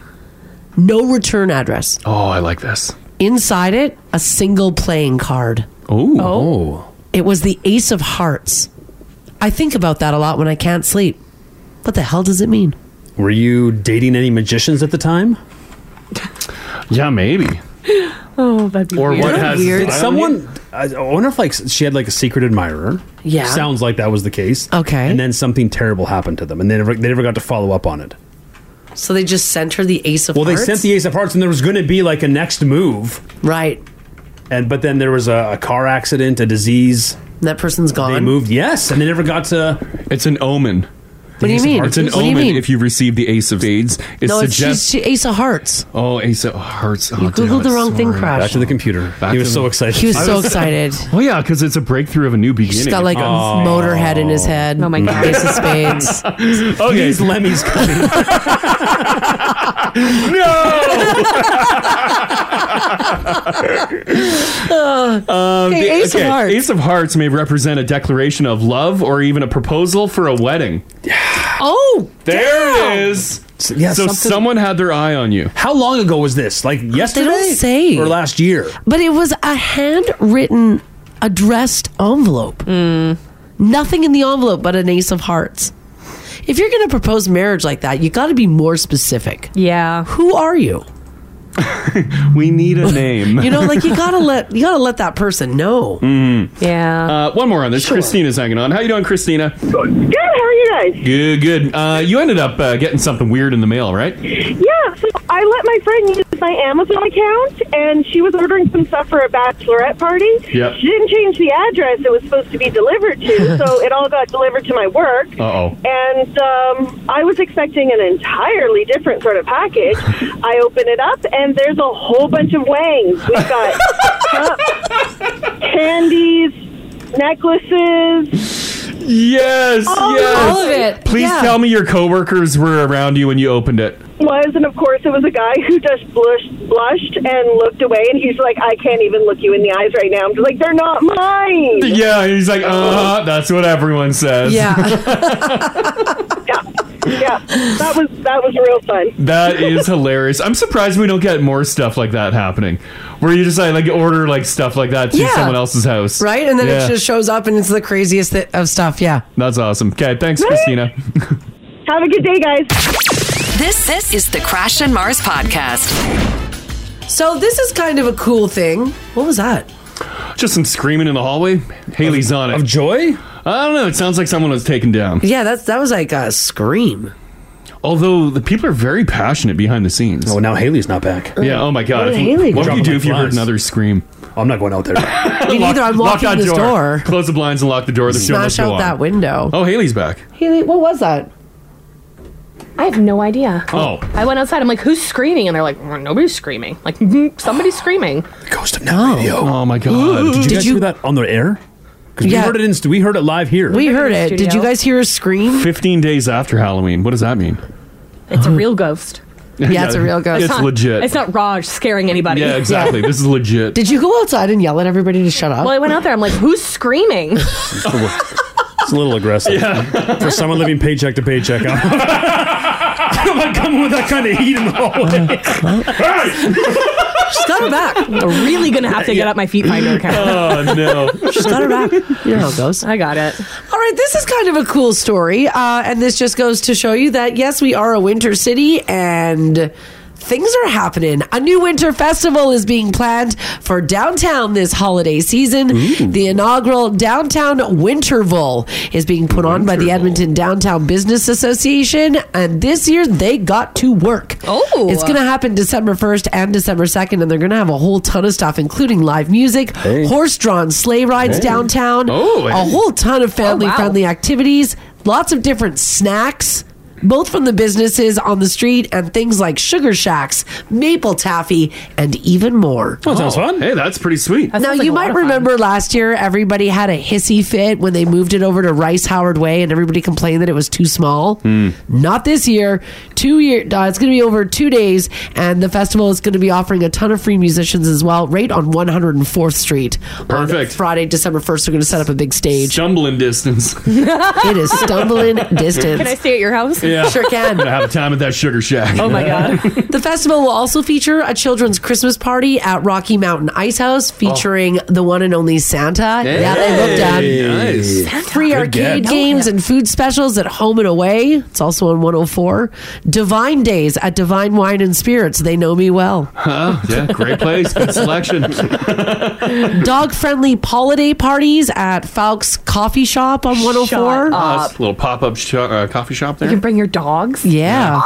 Speaker 3: No return address.
Speaker 8: Oh, I like this.
Speaker 3: Inside it, a single playing card.
Speaker 8: Oh.
Speaker 3: It was the Ace of Hearts. I think about that a lot when I can't sleep. What the hell does it mean?
Speaker 6: Were you dating any magicians at the time?
Speaker 8: yeah, maybe.
Speaker 9: Oh, that'd be
Speaker 6: Or
Speaker 9: weird.
Speaker 6: what has did someone? I I wonder if like she had like a secret admirer.
Speaker 9: Yeah.
Speaker 6: sounds like that was the case.
Speaker 3: Okay,
Speaker 6: and then something terrible happened to them, and they never they never got to follow up on it.
Speaker 3: So they just sent her the Ace of
Speaker 6: Well,
Speaker 3: Hearts?
Speaker 6: they sent the Ace of Hearts, and there was going to be like a next move,
Speaker 3: right?
Speaker 6: And but then there was a, a car accident, a disease.
Speaker 3: That person's gone.
Speaker 6: They moved, yes, and they never got to.
Speaker 8: It's an omen.
Speaker 3: What do you mean?
Speaker 8: It's an
Speaker 3: What do you
Speaker 8: omen
Speaker 3: mean?
Speaker 8: if you receive the Ace of Spades. It
Speaker 3: no, it's
Speaker 8: suggests.
Speaker 3: she's, she, Ace of Hearts.
Speaker 8: oh, Ace of Hearts. Oh,
Speaker 3: You Googled the wrong thing, Crash. Back to the
Speaker 6: computer.
Speaker 8: Back
Speaker 6: He
Speaker 8: to
Speaker 6: was so excited.
Speaker 3: He was so excited.
Speaker 8: Well, yeah, because it's a breakthrough of a new beginning. Oh.
Speaker 3: He's got like a motorhead in his head. Oh my god, Ace of Spades.
Speaker 8: Okay.
Speaker 6: These lemmy's coming.
Speaker 8: Um,
Speaker 3: Hey,
Speaker 8: the-
Speaker 3: Ace of
Speaker 8: okay,
Speaker 3: Hearts.
Speaker 8: Ace of Hearts may represent a declaration of love or even a proposal for a wedding.
Speaker 3: Oh,
Speaker 8: There it is. So,
Speaker 6: yeah, something-
Speaker 8: someone had their eye on you.
Speaker 6: How long ago was this? Like yesterday
Speaker 3: say.
Speaker 6: or last year?
Speaker 3: But it was a handwritten, addressed envelope. Nothing in the envelope but an Ace of Hearts. If you're going to propose marriage like that, you got to be more specific.
Speaker 9: Yeah.
Speaker 3: Who are you?
Speaker 8: we need a name.
Speaker 3: You know, like you gotta let you gotta let that person know.
Speaker 8: Yeah. Uh, one more on this. Christina's hanging on. How you doing, Christina?
Speaker 15: Good. How are you guys?
Speaker 8: Good, good. Uh, you ended up uh, getting something weird in the mail, right?
Speaker 15: Yeah, so I let my friend use my Amazon account, and she was ordering some stuff for a bachelorette party.
Speaker 8: Yep.
Speaker 15: She didn't change the address it was supposed to be delivered to, so it all got delivered to my work.
Speaker 8: Uh oh.
Speaker 15: And um, I was expecting an entirely different sort of package. I open it up, and there's a whole bunch of wangs. We've got cups, candies, necklaces.
Speaker 8: Yes,
Speaker 15: All of
Speaker 8: yes.
Speaker 15: it.
Speaker 8: Please
Speaker 15: Yeah.
Speaker 8: tell me your coworkers were around you when you opened it.
Speaker 15: was, and of course, it was a guy who just blushed, blushed and looked away, and he's like, "I can't even look you in the eyes right now." I'm just like, "They're not mine."
Speaker 8: Yeah, he's like, uh, that's what everyone says.
Speaker 15: yeah, that was that was real fun.
Speaker 8: That is hilarious. I'm surprised we don't get more stuff like that happening, where you just like, like order like stuff like that to
Speaker 3: Yeah.
Speaker 8: someone else's house,
Speaker 3: Right? And then
Speaker 8: Yeah.
Speaker 3: it just shows up and it's the craziest thi- of stuff. Yeah.
Speaker 8: That's awesome. Okay, thanks,
Speaker 3: Right?
Speaker 8: Christina.
Speaker 15: Have a good day, guys.
Speaker 1: This this is the Crash and Mars podcast.
Speaker 3: So this is kind of a cool thing. What was that?
Speaker 8: Just some screaming in the hallway. Haley's on it. Of
Speaker 6: joy?
Speaker 8: I don't know. It sounds like someone was taken down.
Speaker 3: Yeah, that's that was like a scream.
Speaker 8: Although the people are very passionate behind the scenes. Oh,
Speaker 6: now Haley's not back.
Speaker 8: Yeah. Oh my God.
Speaker 3: Where'd
Speaker 8: If-
Speaker 3: Haley
Speaker 8: what
Speaker 3: go?
Speaker 8: would you do
Speaker 6: Dropping
Speaker 8: if you
Speaker 6: my
Speaker 8: heard
Speaker 6: flies.
Speaker 8: another scream?
Speaker 6: I'm not going out there.
Speaker 3: Me neither. I'm
Speaker 8: lock
Speaker 3: walking
Speaker 8: that
Speaker 3: this door.
Speaker 8: Close the blinds and lock the door. The show must
Speaker 3: Smash
Speaker 8: go
Speaker 3: out
Speaker 8: on.
Speaker 3: that window.
Speaker 8: Oh, Haley's back.
Speaker 3: Haley, what was that?
Speaker 9: I have no idea.
Speaker 8: Oh.
Speaker 9: I went outside. I'm like, who's screaming? And they're like, "Well, nobody's screaming. Like, somebody's screaming.
Speaker 6: Ghost of Now Radio.
Speaker 8: Oh my God.
Speaker 6: Did you
Speaker 3: Did
Speaker 6: guys
Speaker 3: you-
Speaker 6: hear that on the air? Because
Speaker 3: Yeah.
Speaker 6: we heard it in, we heard it live here.
Speaker 3: We heard it. Did you guys hear a scream?
Speaker 8: Fifteen days after Halloween. What does that mean?
Speaker 9: It's a real ghost.
Speaker 8: Uh-huh. Yeah, Yeah, it's a real ghost. it's
Speaker 9: not-
Speaker 8: legit.
Speaker 9: It's not Raj scaring anybody.
Speaker 8: Yeah, exactly. this is legit.
Speaker 3: Did you go outside and yell at everybody to shut up?
Speaker 9: well, I went out there. I'm like, who's screaming?
Speaker 6: It's a little aggressive for someone living paycheck to paycheck. I'm I'm not coming with that kind of heat in the hallway.
Speaker 9: She's
Speaker 3: got her back.
Speaker 9: I'm really gonna have to get up my feet finder account.
Speaker 8: Oh no.
Speaker 3: She's got her back. You know how it goes.
Speaker 9: I got it.
Speaker 3: All right, this is kind of a cool story. Uh, and this just goes to show you that, yes, we are a winter city and things are happening. A new winter festival is being planned for downtown this holiday season. The inaugural Downtown Winterville is being put on by the Edmonton Downtown Business Association. And this year they got to work. Oh. It's going to happen December 1st and December 2nd. And they're going to have a whole ton of stuff, including live music, horse drawn sleigh rides
Speaker 8: Hey.
Speaker 3: downtown,
Speaker 8: Oh,
Speaker 3: a
Speaker 8: hey.
Speaker 3: whole ton of family friendly activities, lots of different snacks. both from the businesses on the street and things like sugar shacks, maple taffy, and even more.
Speaker 8: Oh, Hey, that's pretty sweet.
Speaker 3: now you might remember last year everybody had a hissy fit when they moved it over to Rice Howard Way, and everybody complained that it was too small.
Speaker 8: Hmm.
Speaker 3: Not this year. Two year. Uh, it's going to be over two days, and the festival is going to be offering a ton of free musicians as well. Right on 104th Street. Perfect. Friday, December 1st, they're going to set up a big stage.
Speaker 8: Stumbling distance.
Speaker 3: it is stumbling distance.
Speaker 9: Can I stay at your house?
Speaker 3: Sure
Speaker 8: I'm
Speaker 3: can.
Speaker 8: gonna have time at that sugar shack.
Speaker 9: Oh my god.
Speaker 3: the festival will also feature a children's Christmas party at Rocky Mountain Ice House featuring the one and only Santa. Yeah, they looked at
Speaker 8: Nice.
Speaker 3: Free arcade
Speaker 9: Oh,
Speaker 3: games and food specials at home and away. It's also on 104. Divine Days at Divine Wine and Spirits. They know me well.
Speaker 8: Huh? Yeah, great place. Good selection.
Speaker 3: Dog friendly holiday parties at Falk's Coffee Shop on 104.
Speaker 8: Uh, it's a little pop up sho uh, coffee shop there.
Speaker 3: bring your dogs. Yeah.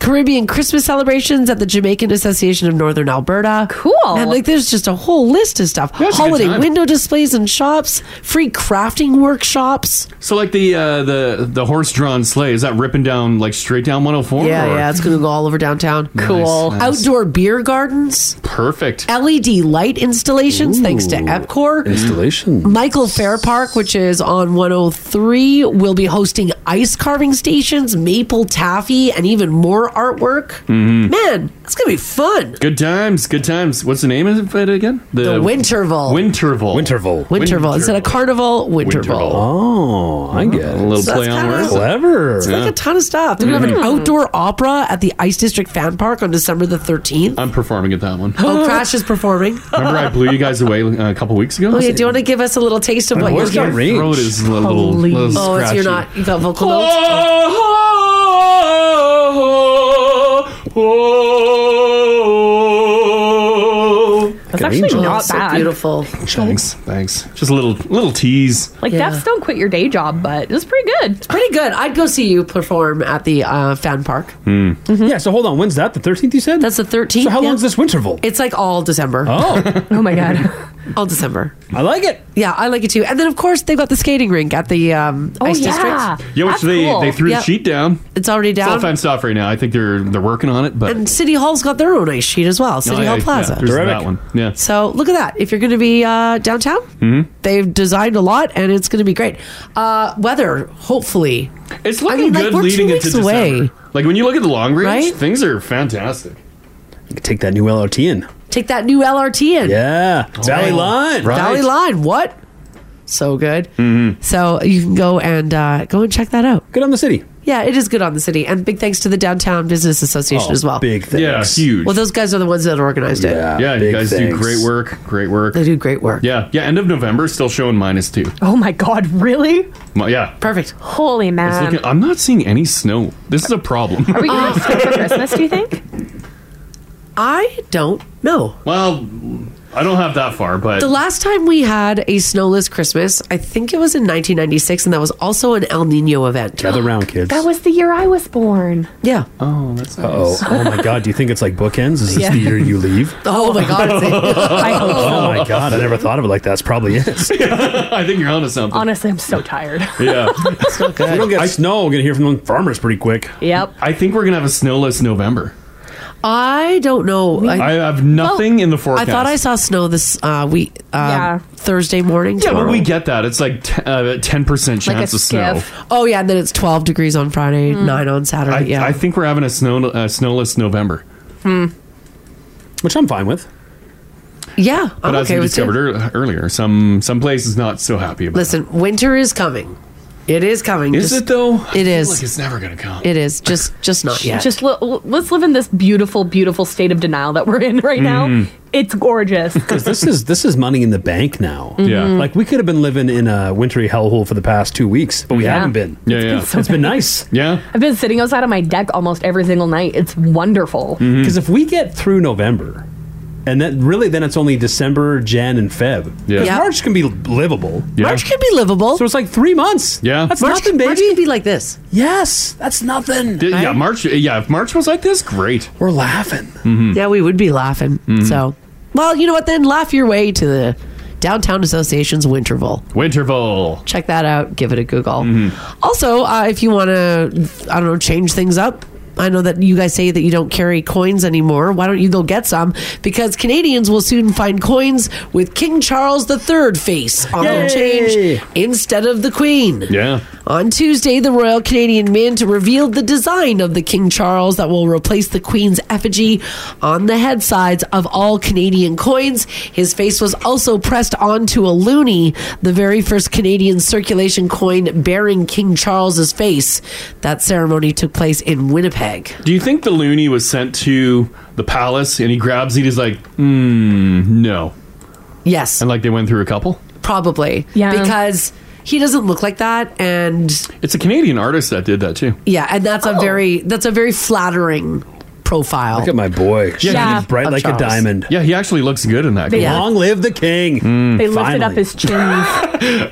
Speaker 3: Caribbean Christmas celebrations at the Jamaican Association of Northern Alberta. Cool. And like there's just a whole list of stuff.
Speaker 8: a good
Speaker 3: Holiday
Speaker 8: time.
Speaker 3: window displays and shops, free crafting workshops.
Speaker 8: So like the uh, the the horse drawn sleigh is that ripping down like straight down 104?
Speaker 3: Yeah,
Speaker 8: or-
Speaker 3: yeah, it's going to go all over downtown.
Speaker 8: Nice, Cool. nice.
Speaker 3: Outdoor beer gardens,
Speaker 8: Perfect.
Speaker 3: LED light installations, thanks to Epcor.
Speaker 10: Installation.
Speaker 3: Michael Fair Park, which is on 103, will be hosting ice carving stations, maple taffy, and even more artwork.
Speaker 8: Mhm.
Speaker 3: Man, it's going to be fun.
Speaker 8: Good times, good times. What's the name of it again? The,
Speaker 3: Winterval.
Speaker 8: Winterval. Winterval.
Speaker 3: Winterval. Instead of carnival, Winterval.
Speaker 8: Oh, I get it. A little
Speaker 3: So
Speaker 8: play
Speaker 3: that's
Speaker 8: on
Speaker 3: kinda-
Speaker 8: words.
Speaker 3: Clever. It's like a ton of stuff. They're going to have an
Speaker 8: Mhm.
Speaker 3: outdoor opera at the Ice District Fan Park on December the 13th.
Speaker 8: I'm performing at that one.
Speaker 3: Oh, Crash is performing.
Speaker 8: Remember I blew you guys away uh, a couple weeks ago?
Speaker 3: Oh, yeah. Do you want to give us a little taste of
Speaker 8: My
Speaker 3: what you're
Speaker 8: voice got
Speaker 3: getting?
Speaker 8: throat is a little, little
Speaker 3: Oh, it's, you're
Speaker 8: scratchy.
Speaker 3: not. You got vocal notes.
Speaker 8: Oh, oh,
Speaker 9: That's actually not bad.
Speaker 3: beautiful.
Speaker 8: Thanks, thanks. Just a little, little tease.
Speaker 9: Like that's don't quit your day job, but it's pretty good. It's
Speaker 3: pretty good. I'd go see you perform at the uh, fan park.
Speaker 8: Hmm.
Speaker 9: Mm-hmm.
Speaker 6: Yeah, so hold on. When's that? The 13th, you said?
Speaker 3: That's the 13th.
Speaker 6: So how
Speaker 3: yeah.
Speaker 6: long's this Winterval?
Speaker 3: It's like all December.
Speaker 6: Oh.
Speaker 3: oh my god. All December.
Speaker 6: I like it.
Speaker 3: Yeah, I like it too. And then of course they've got the skating rink at the um,
Speaker 8: Oh,
Speaker 3: ice
Speaker 8: yeah.
Speaker 3: district.
Speaker 8: Yeah, which they, they threw
Speaker 3: Yep.
Speaker 8: the sheet down.
Speaker 3: It's already
Speaker 8: It's all
Speaker 3: down.
Speaker 8: fenced off right now. I think they're they're working on it, but
Speaker 3: and City Hall's got their own ice sheet as well, City
Speaker 8: Oh, yeah,
Speaker 3: Hall
Speaker 8: yeah,
Speaker 3: Plaza.
Speaker 8: there's that one. Yeah.
Speaker 3: So look at that. If you're going to be uh, downtown,
Speaker 8: Mm-hmm.
Speaker 3: they've designed a lot, and it's going to be great. Uh, weather, hopefully,
Speaker 8: It's looking
Speaker 3: I mean, like,
Speaker 8: good
Speaker 3: we're two
Speaker 8: leading into
Speaker 3: weeks
Speaker 8: December.
Speaker 3: away.
Speaker 8: Like when you look at the long range,
Speaker 3: Right?
Speaker 8: things are fantastic.
Speaker 6: Take that new LRT in.
Speaker 3: Take that new LRT in.
Speaker 6: Yeah. Valley
Speaker 3: Oh,
Speaker 6: Line.
Speaker 3: Valley Line. What? So good.
Speaker 6: Mm-hmm.
Speaker 3: So you can go and uh, go and check that out.
Speaker 6: Good on the city.
Speaker 3: Yeah, it is good on the city, and big thanks to the Downtown Business Association
Speaker 8: Oh,
Speaker 3: as well.
Speaker 8: big thanks. Yeah, huge.
Speaker 3: Well, those guys are the ones that organized it.
Speaker 8: yeah, you guys do great work. Great work. They
Speaker 3: do great work.
Speaker 8: Yeah, yeah. End of November, still showing minus two.
Speaker 9: Oh my god, really?
Speaker 8: Well, yeah,
Speaker 3: Perfect.
Speaker 9: Holy
Speaker 3: Um,
Speaker 8: it's
Speaker 9: man.
Speaker 8: looking, I'm not seeing any snow. This is a problem.
Speaker 9: Are we gonna have snow for Christmas, do you think?
Speaker 3: I don't know.
Speaker 8: Well, I don't have that far, but
Speaker 3: The last time we had a snowless Christmas, I think it was in 1996, and that was also an El Nino event.
Speaker 6: Gather round, kids.
Speaker 9: That was the year I was born.
Speaker 3: Yeah.
Speaker 8: Oh, that's
Speaker 6: Uh-oh. Oh my god, do you think it's like bookends? Is this
Speaker 9: Yeah.
Speaker 6: the year you leave?
Speaker 3: Oh my god. is it-
Speaker 9: I hope so.
Speaker 6: Oh my god, I never thought of it like that. That's probably it.
Speaker 8: I think you're onto something.
Speaker 9: Honestly, I'm so tired.
Speaker 8: yeah,
Speaker 6: If we don't get snow, we're gonna hear from them farmers pretty quick.
Speaker 9: Yep.
Speaker 8: I think we're gonna have a snowless November.
Speaker 3: I don't know.
Speaker 8: I have nothing in the
Speaker 3: I
Speaker 8: forecast.
Speaker 3: thought I saw snow this uh, week, uh, Thursday morning.
Speaker 8: Yeah,
Speaker 3: tomorrow.
Speaker 8: but we get that. It's like uh, ten percent chance of snow.
Speaker 3: Oh yeah, and then it's 12 degrees on Friday,
Speaker 6: Hmm.
Speaker 3: nine on Saturday.
Speaker 8: I,
Speaker 3: yeah,
Speaker 8: I think we're having a snow uh, snowless November,
Speaker 6: Hmm. which I'm fine with.
Speaker 3: yeah.
Speaker 8: But
Speaker 3: I'm
Speaker 8: as
Speaker 3: okay
Speaker 8: we
Speaker 3: with
Speaker 8: discovered
Speaker 3: it.
Speaker 8: ear- earlier, some some places not so happy about.
Speaker 3: Listen, winter is coming. It is coming.
Speaker 8: Is it, though?
Speaker 3: It is.
Speaker 8: like it's never gonna come.
Speaker 3: It is just just not yet.
Speaker 9: Just li- l- let's live in this beautiful, beautiful state of denial that we're in right now.
Speaker 6: Mhm.
Speaker 8: Mm-hmm.
Speaker 9: It's gorgeous.
Speaker 6: Because this is this is money in the bank now.
Speaker 9: Yeah.
Speaker 8: Mm-hmm.
Speaker 9: Mhm.
Speaker 6: Like we could have been living in a wintry hellhole for the past two weeks, but we
Speaker 9: Yeah.
Speaker 6: haven't been.
Speaker 8: Yeah, yeah.
Speaker 6: It's been, so been nice.
Speaker 8: Yeah.
Speaker 9: I've been sitting outside on my deck almost every single night. It's wonderful.
Speaker 8: Mm-hmm.
Speaker 6: Because if we get through November, and then really then it's only December, Jan, and Feb. 'Cause
Speaker 3: Yeah.
Speaker 6: March can be livable.
Speaker 3: March can be livable. So
Speaker 6: it's like three months.
Speaker 8: Yeah,
Speaker 6: That's
Speaker 3: March,
Speaker 6: nothing,
Speaker 3: March
Speaker 6: baby.
Speaker 3: could be like this.
Speaker 6: Yes, that's nothing.
Speaker 8: Did- Yeah, March. Yeah, if March was like this, great. Mm-hmm.
Speaker 6: We're laughing.
Speaker 8: Hmm.
Speaker 3: Yeah, we would be laughing. So, well, you know what? Then laugh your way to the Downtown Association's Winterville.
Speaker 8: Winterville.
Speaker 3: Check that out. Give it a Google.
Speaker 6: Mm-hmm.
Speaker 3: Also, uh, if you want to, I don't know, change things up. I know that you guys say that you don't carry coins anymore. Why don't you go get some? Because Canadians will soon find coins with King Charles III face on
Speaker 8: Yay!
Speaker 3: their change instead of the Queen.
Speaker 8: Yeah.
Speaker 3: On Tuesday, the Royal Canadian Mint revealed the design of the King Charles that will replace the Queen's effigy on the head sides of all Canadian coins. His face was also pressed onto a loonie, the very first Canadian circulation coin bearing King Charles's face. That ceremony took place in Winnipeg.
Speaker 8: Do you think the loony was sent to the palace and he grabs it? He's like, hmm, no.
Speaker 3: Yes.
Speaker 8: And like they went through a couple?
Speaker 3: Probably. Yeah. Because he doesn't look like that and
Speaker 8: It's a Canadian artist that did that too.
Speaker 3: yeah, and that's a very that's a very flattering profile.
Speaker 8: Look at
Speaker 6: my boy.
Speaker 3: Yeah. Yeah.
Speaker 6: bright
Speaker 3: Of
Speaker 6: like
Speaker 3: Charles.
Speaker 6: a diamond.
Speaker 8: Yeah, he actually looks good in that. Mm.
Speaker 3: They- Yeah.
Speaker 6: Long live the king.
Speaker 9: They lifted up his chin.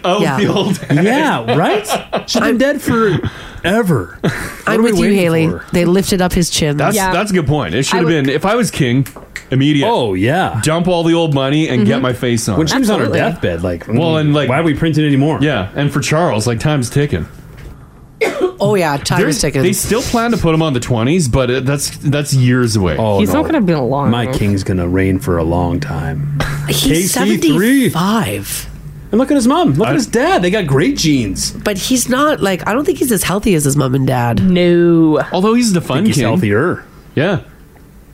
Speaker 8: Oh,
Speaker 3: Yeah.
Speaker 8: the old
Speaker 6: Yeah, right? She's been dead forever.
Speaker 3: I'm with you, Haley. They lifted up his chin.
Speaker 8: That's that's a good point. It should have been if I was king, immediate. Oh
Speaker 6: yeah,
Speaker 8: dump all the old money and get
Speaker 6: Mhm.
Speaker 8: my face on.
Speaker 6: When she was on her Absolutely. deathbed, like, mm,
Speaker 8: well, and like, why
Speaker 6: are we printing anymore?
Speaker 8: Yeah, and for Charles, like, time's ticking.
Speaker 3: Oh yeah, time
Speaker 8: There's-
Speaker 3: is ticking.
Speaker 8: They still plan to put him on the twenties, but it, that's that's years away.
Speaker 6: Oh, He's no. not gonna
Speaker 3: be long.
Speaker 6: My king's going to reign for a long time.
Speaker 3: He's
Speaker 6: KC3.
Speaker 3: 75.
Speaker 6: And look at his mom. Look at his dad. They got great genes.
Speaker 3: But he's not like I don't think he's as healthy as his mom and dad.
Speaker 9: No.
Speaker 8: Although he's the fun
Speaker 6: Think he's
Speaker 8: king.
Speaker 6: healthier.
Speaker 8: Yeah,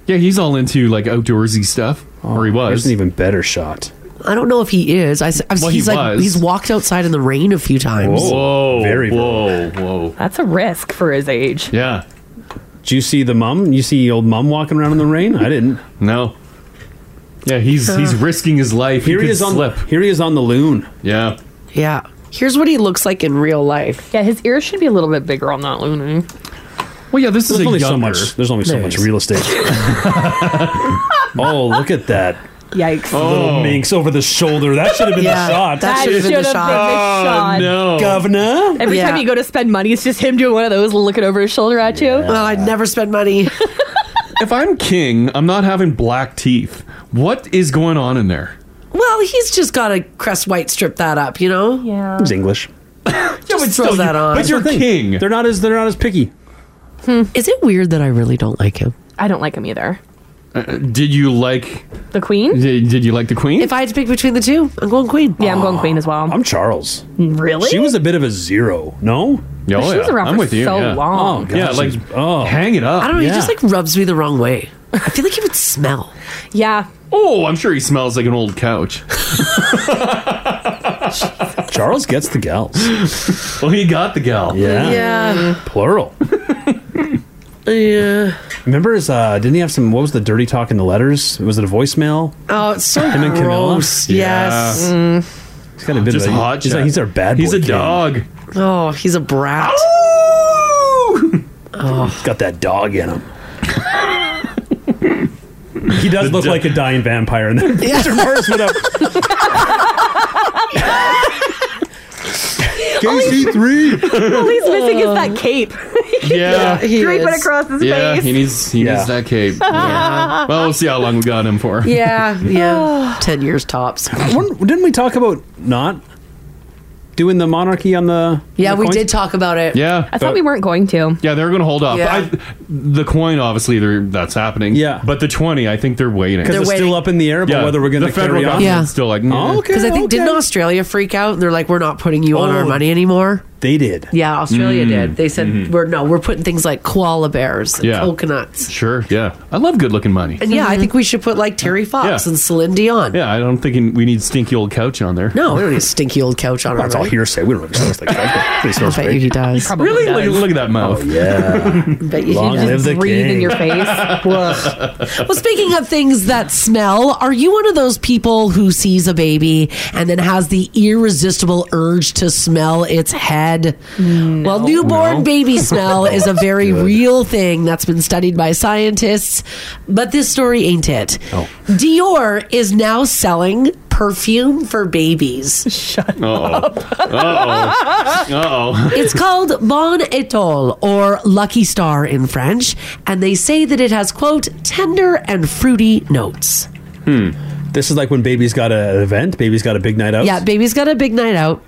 Speaker 8: yeah, he's all into like outdoorsy stuff, or he was.
Speaker 6: Oh, There's an even better shot.
Speaker 3: I don't know if he is. I, have
Speaker 8: Well, he
Speaker 3: he's like
Speaker 8: was.
Speaker 3: he's walked outside in the rain a few times.
Speaker 8: Whoa, very whoa, whoa.
Speaker 9: That's a risk for his age.
Speaker 8: Yeah.
Speaker 6: Do you see the mom? You see old mom walking around in the rain? I didn't.
Speaker 8: no. Yeah, he's he's risking his life.
Speaker 6: Here he,
Speaker 8: could
Speaker 6: is on
Speaker 8: slip.
Speaker 6: here he is on the loon.
Speaker 8: Yeah.
Speaker 3: Yeah. Here's what he looks like in real life.
Speaker 9: Yeah, his ears should be a little bit bigger on that eh? loony.
Speaker 8: Well, yeah, this
Speaker 6: There's only so much. There's only so
Speaker 9: There
Speaker 6: much
Speaker 9: is.
Speaker 6: real estate. oh, look at that!
Speaker 9: Yikes!
Speaker 8: Oh.
Speaker 6: The Little minx over the shoulder. Oh. That should have been
Speaker 9: Yeah,
Speaker 6: the shot. Oh,
Speaker 9: that That should've been the should've shot. been the shot.
Speaker 6: no, governor.
Speaker 9: Every time you go to spend money, it's just him doing one of those looking over his shoulder at you.
Speaker 3: Well, I'd never spend money.
Speaker 8: If I'm king, I'm not having black teeth. What is going on in there?
Speaker 3: Well, he's just got to crest white strip that up, you know.
Speaker 9: Yeah.
Speaker 6: He's English.
Speaker 3: Just throw that on. Hmm.
Speaker 6: But you're king. They're not as they're not as picky.
Speaker 3: Is it weird that I really don't like him?
Speaker 9: I don't like him either.
Speaker 8: Uh, did you like
Speaker 9: the queen?
Speaker 8: Did, did you like the queen?
Speaker 3: If I had to pick between the two, I'm going queen.
Speaker 9: Yeah, I'm going queen as well.
Speaker 6: I'm Charles.
Speaker 9: Really?
Speaker 6: She was a bit of a zero. No.
Speaker 8: Yeah,
Speaker 9: But she was around
Speaker 8: I'm
Speaker 9: for
Speaker 8: with you.
Speaker 9: so
Speaker 8: yeah.
Speaker 9: long.
Speaker 8: Oh, yeah,
Speaker 6: gosh,
Speaker 8: like
Speaker 6: she's-
Speaker 8: oh, hang it up.
Speaker 3: I don't know. He just like rubs me the wrong way. I feel like he would smell.
Speaker 9: Yeah.
Speaker 8: Oh, I'm sure he smells like an old couch.
Speaker 6: Charles gets the gals.
Speaker 8: well, he got the gal.
Speaker 6: Yeah.
Speaker 3: Yeah.
Speaker 6: Plural.
Speaker 3: yeah.
Speaker 6: Remember his? Uh, didn't he have some? What was the dirty talk in the letters? Was it a voicemail?
Speaker 3: Oh, it's so
Speaker 6: Him and Camilla?
Speaker 3: gross.
Speaker 6: Yeah.
Speaker 3: Yes. Mm.
Speaker 6: He's got a bit
Speaker 8: Just
Speaker 6: of a,
Speaker 8: hot
Speaker 6: he's,
Speaker 8: shot.
Speaker 6: like, he's our bad boy.
Speaker 8: He's a dog.
Speaker 3: Oh, he's a brat.
Speaker 8: Oh.
Speaker 6: He's got that dog in him. he does look like a dying vampire in that
Speaker 11: Yeah.
Speaker 6: picture. Mars with a
Speaker 11: KC3.
Speaker 9: All he's missing is that cape.
Speaker 8: Yeah,
Speaker 9: Draping across his
Speaker 8: yeah,
Speaker 9: face.
Speaker 8: he needs he
Speaker 6: Yeah.
Speaker 8: needs that cape.
Speaker 9: Yeah.
Speaker 8: Well, we'll see how long we got him for.
Speaker 3: Yeah, yeah. Ten years tops.
Speaker 6: When- didn't we talk about not doing the monarchy on the?
Speaker 3: Yeah,
Speaker 6: on the
Speaker 3: we
Speaker 6: coins?
Speaker 3: did talk about it.
Speaker 8: Yeah,
Speaker 9: I thought we weren't going to.
Speaker 8: Yeah, they're going to hold up.
Speaker 9: Yeah.
Speaker 8: I, the coin, obviously, they're, that's happening. Yeah, but the twenty, I think they're waiting
Speaker 6: 'Cause They're it's still waiting. up in the air about whether we're gonna
Speaker 8: The federal
Speaker 6: carry on.
Speaker 8: government's
Speaker 6: Yeah.
Speaker 8: still like, "Mm."
Speaker 6: Oh,
Speaker 8: "Nah."
Speaker 6: okay.
Speaker 3: Because I think didn't Australia freak out and they're like, we're not putting you on our
Speaker 6: Oh.
Speaker 3: money anymore.
Speaker 6: They did.
Speaker 3: Yeah, Australia
Speaker 8: Mm.
Speaker 3: did. They said
Speaker 6: Mm-hmm.
Speaker 3: we're no, we're putting things like koala bears, and
Speaker 8: Yeah.
Speaker 3: coconuts,
Speaker 8: Sure. Yeah, I love good looking money.
Speaker 3: and yeah, I think we should put like Terry Fox
Speaker 8: Yeah.
Speaker 3: and Celine Dion.
Speaker 8: Yeah, I don't think we need stinky old couch on there.
Speaker 3: No, we don't need a stinky old couch on
Speaker 8: That's
Speaker 3: our
Speaker 8: all
Speaker 3: money.
Speaker 6: hearsay. We don't have like that.
Speaker 3: I bet you he does.
Speaker 8: Really? Look, look at that mouth.
Speaker 6: Oh, yeah.
Speaker 3: Bet you
Speaker 8: Long
Speaker 3: he
Speaker 8: live
Speaker 3: does.
Speaker 8: the
Speaker 3: breathe in
Speaker 8: king.
Speaker 3: your face. well, speaking of things that smell, are you one of those people who sees a baby and then has the irresistible urge to smell its head? Well, newborn
Speaker 9: No.
Speaker 3: baby smell is a very real thing that's been studied by scientists, but this story ain't it.
Speaker 9: Oh.
Speaker 3: Dior is now selling perfume for babies. Shut
Speaker 8: Uh oh. Uh oh. Uh oh.
Speaker 3: it's called Bon Étoile or Lucky Star in French, and they say that it has quote tender and fruity notes.
Speaker 8: Hmm.
Speaker 6: This is like when baby's got a- an event, baby's got a big night out.
Speaker 3: Yeah, baby's got a big night out.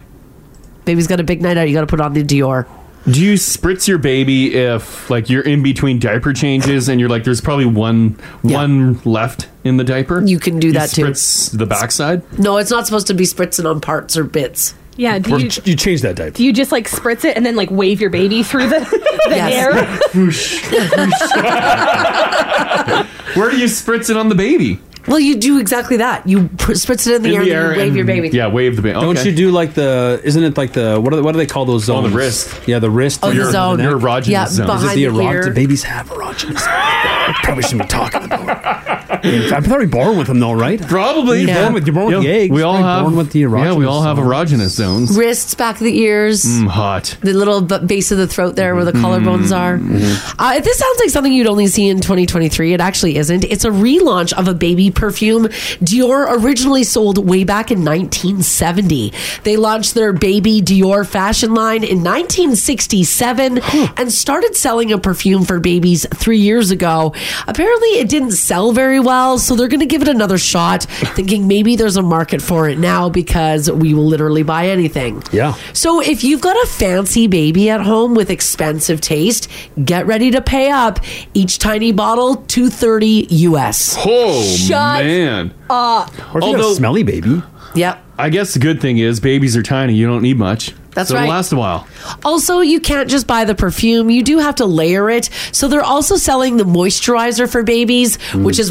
Speaker 3: Baby's got a big night out. You got to put on the Dior.
Speaker 8: Do you spritz your baby if like you're in between diaper changes and you're like there's probably one one left in the diaper? You
Speaker 3: can do that too.
Speaker 8: spritz too. The backside.
Speaker 3: No, it's not supposed to be spritzing on parts or bits.
Speaker 9: Yeah, do you,
Speaker 6: change that diaper.
Speaker 9: do you just like spritz it and then like wave your baby through the, the air?
Speaker 8: Where do you spritz it on the baby?
Speaker 3: Well, you do exactly that. You pr- spritz it in the air, and you wave your baby.
Speaker 8: wave the baby.
Speaker 6: Don't
Speaker 8: Okay. Oh,
Speaker 6: you do like the? Isn't it like the? What, are, what do they call those zones?
Speaker 8: the wrist.
Speaker 6: Yeah, the wrist.
Speaker 3: Oh, the
Speaker 6: Your-
Speaker 3: zone.
Speaker 6: neck.
Speaker 3: Your erogenous Yeah, zone.
Speaker 6: Is it
Speaker 3: behind
Speaker 6: the
Speaker 3: the ear.
Speaker 6: erogenous? The babies have erogenous. I probably shouldn't be talking about it. I'm probably born with them though, right?
Speaker 8: Probably.
Speaker 6: You're
Speaker 8: Yeah.
Speaker 6: born with, you're born with
Speaker 8: Yeah.
Speaker 6: the eggs.
Speaker 8: We all
Speaker 6: Probably
Speaker 8: have-
Speaker 6: born with the
Speaker 8: yeah, we
Speaker 6: erogenous.
Speaker 8: all have erogenous zones.
Speaker 3: Wrists, back of the ears,
Speaker 8: Mm, hot. Mm-hmm.
Speaker 3: the little b- base of the throat there where the collarbones are.
Speaker 6: Mm-hmm.
Speaker 3: Uh, this sounds like something you'd only see in 2023. It actually isn't. It's a relaunch of a baby perfume Dior originally sold way back in 1970. They launched their Baby Dior fashion line in 1967 and started selling a perfume for babies three years ago. Apparently, it didn't sell very well, so they're going to give it another shot, thinking maybe there's a market for it now because we will literally buy anything.
Speaker 6: Yeah.
Speaker 3: So if you've got a fancy baby at home with expensive taste, get ready to pay up. Each tiny bottle, two thirty US.
Speaker 8: Oh
Speaker 3: Shut
Speaker 8: man.
Speaker 3: up.
Speaker 6: smelly baby.
Speaker 3: Yep.
Speaker 8: I guess the good thing is babies are tiny. You don't need much.
Speaker 3: That's
Speaker 8: so
Speaker 3: right.
Speaker 8: It'll last a while.
Speaker 3: Also, you can't just buy the perfume. You do have to layer it. So they're also selling the moisturizer for babies,
Speaker 8: Hmm.
Speaker 3: which is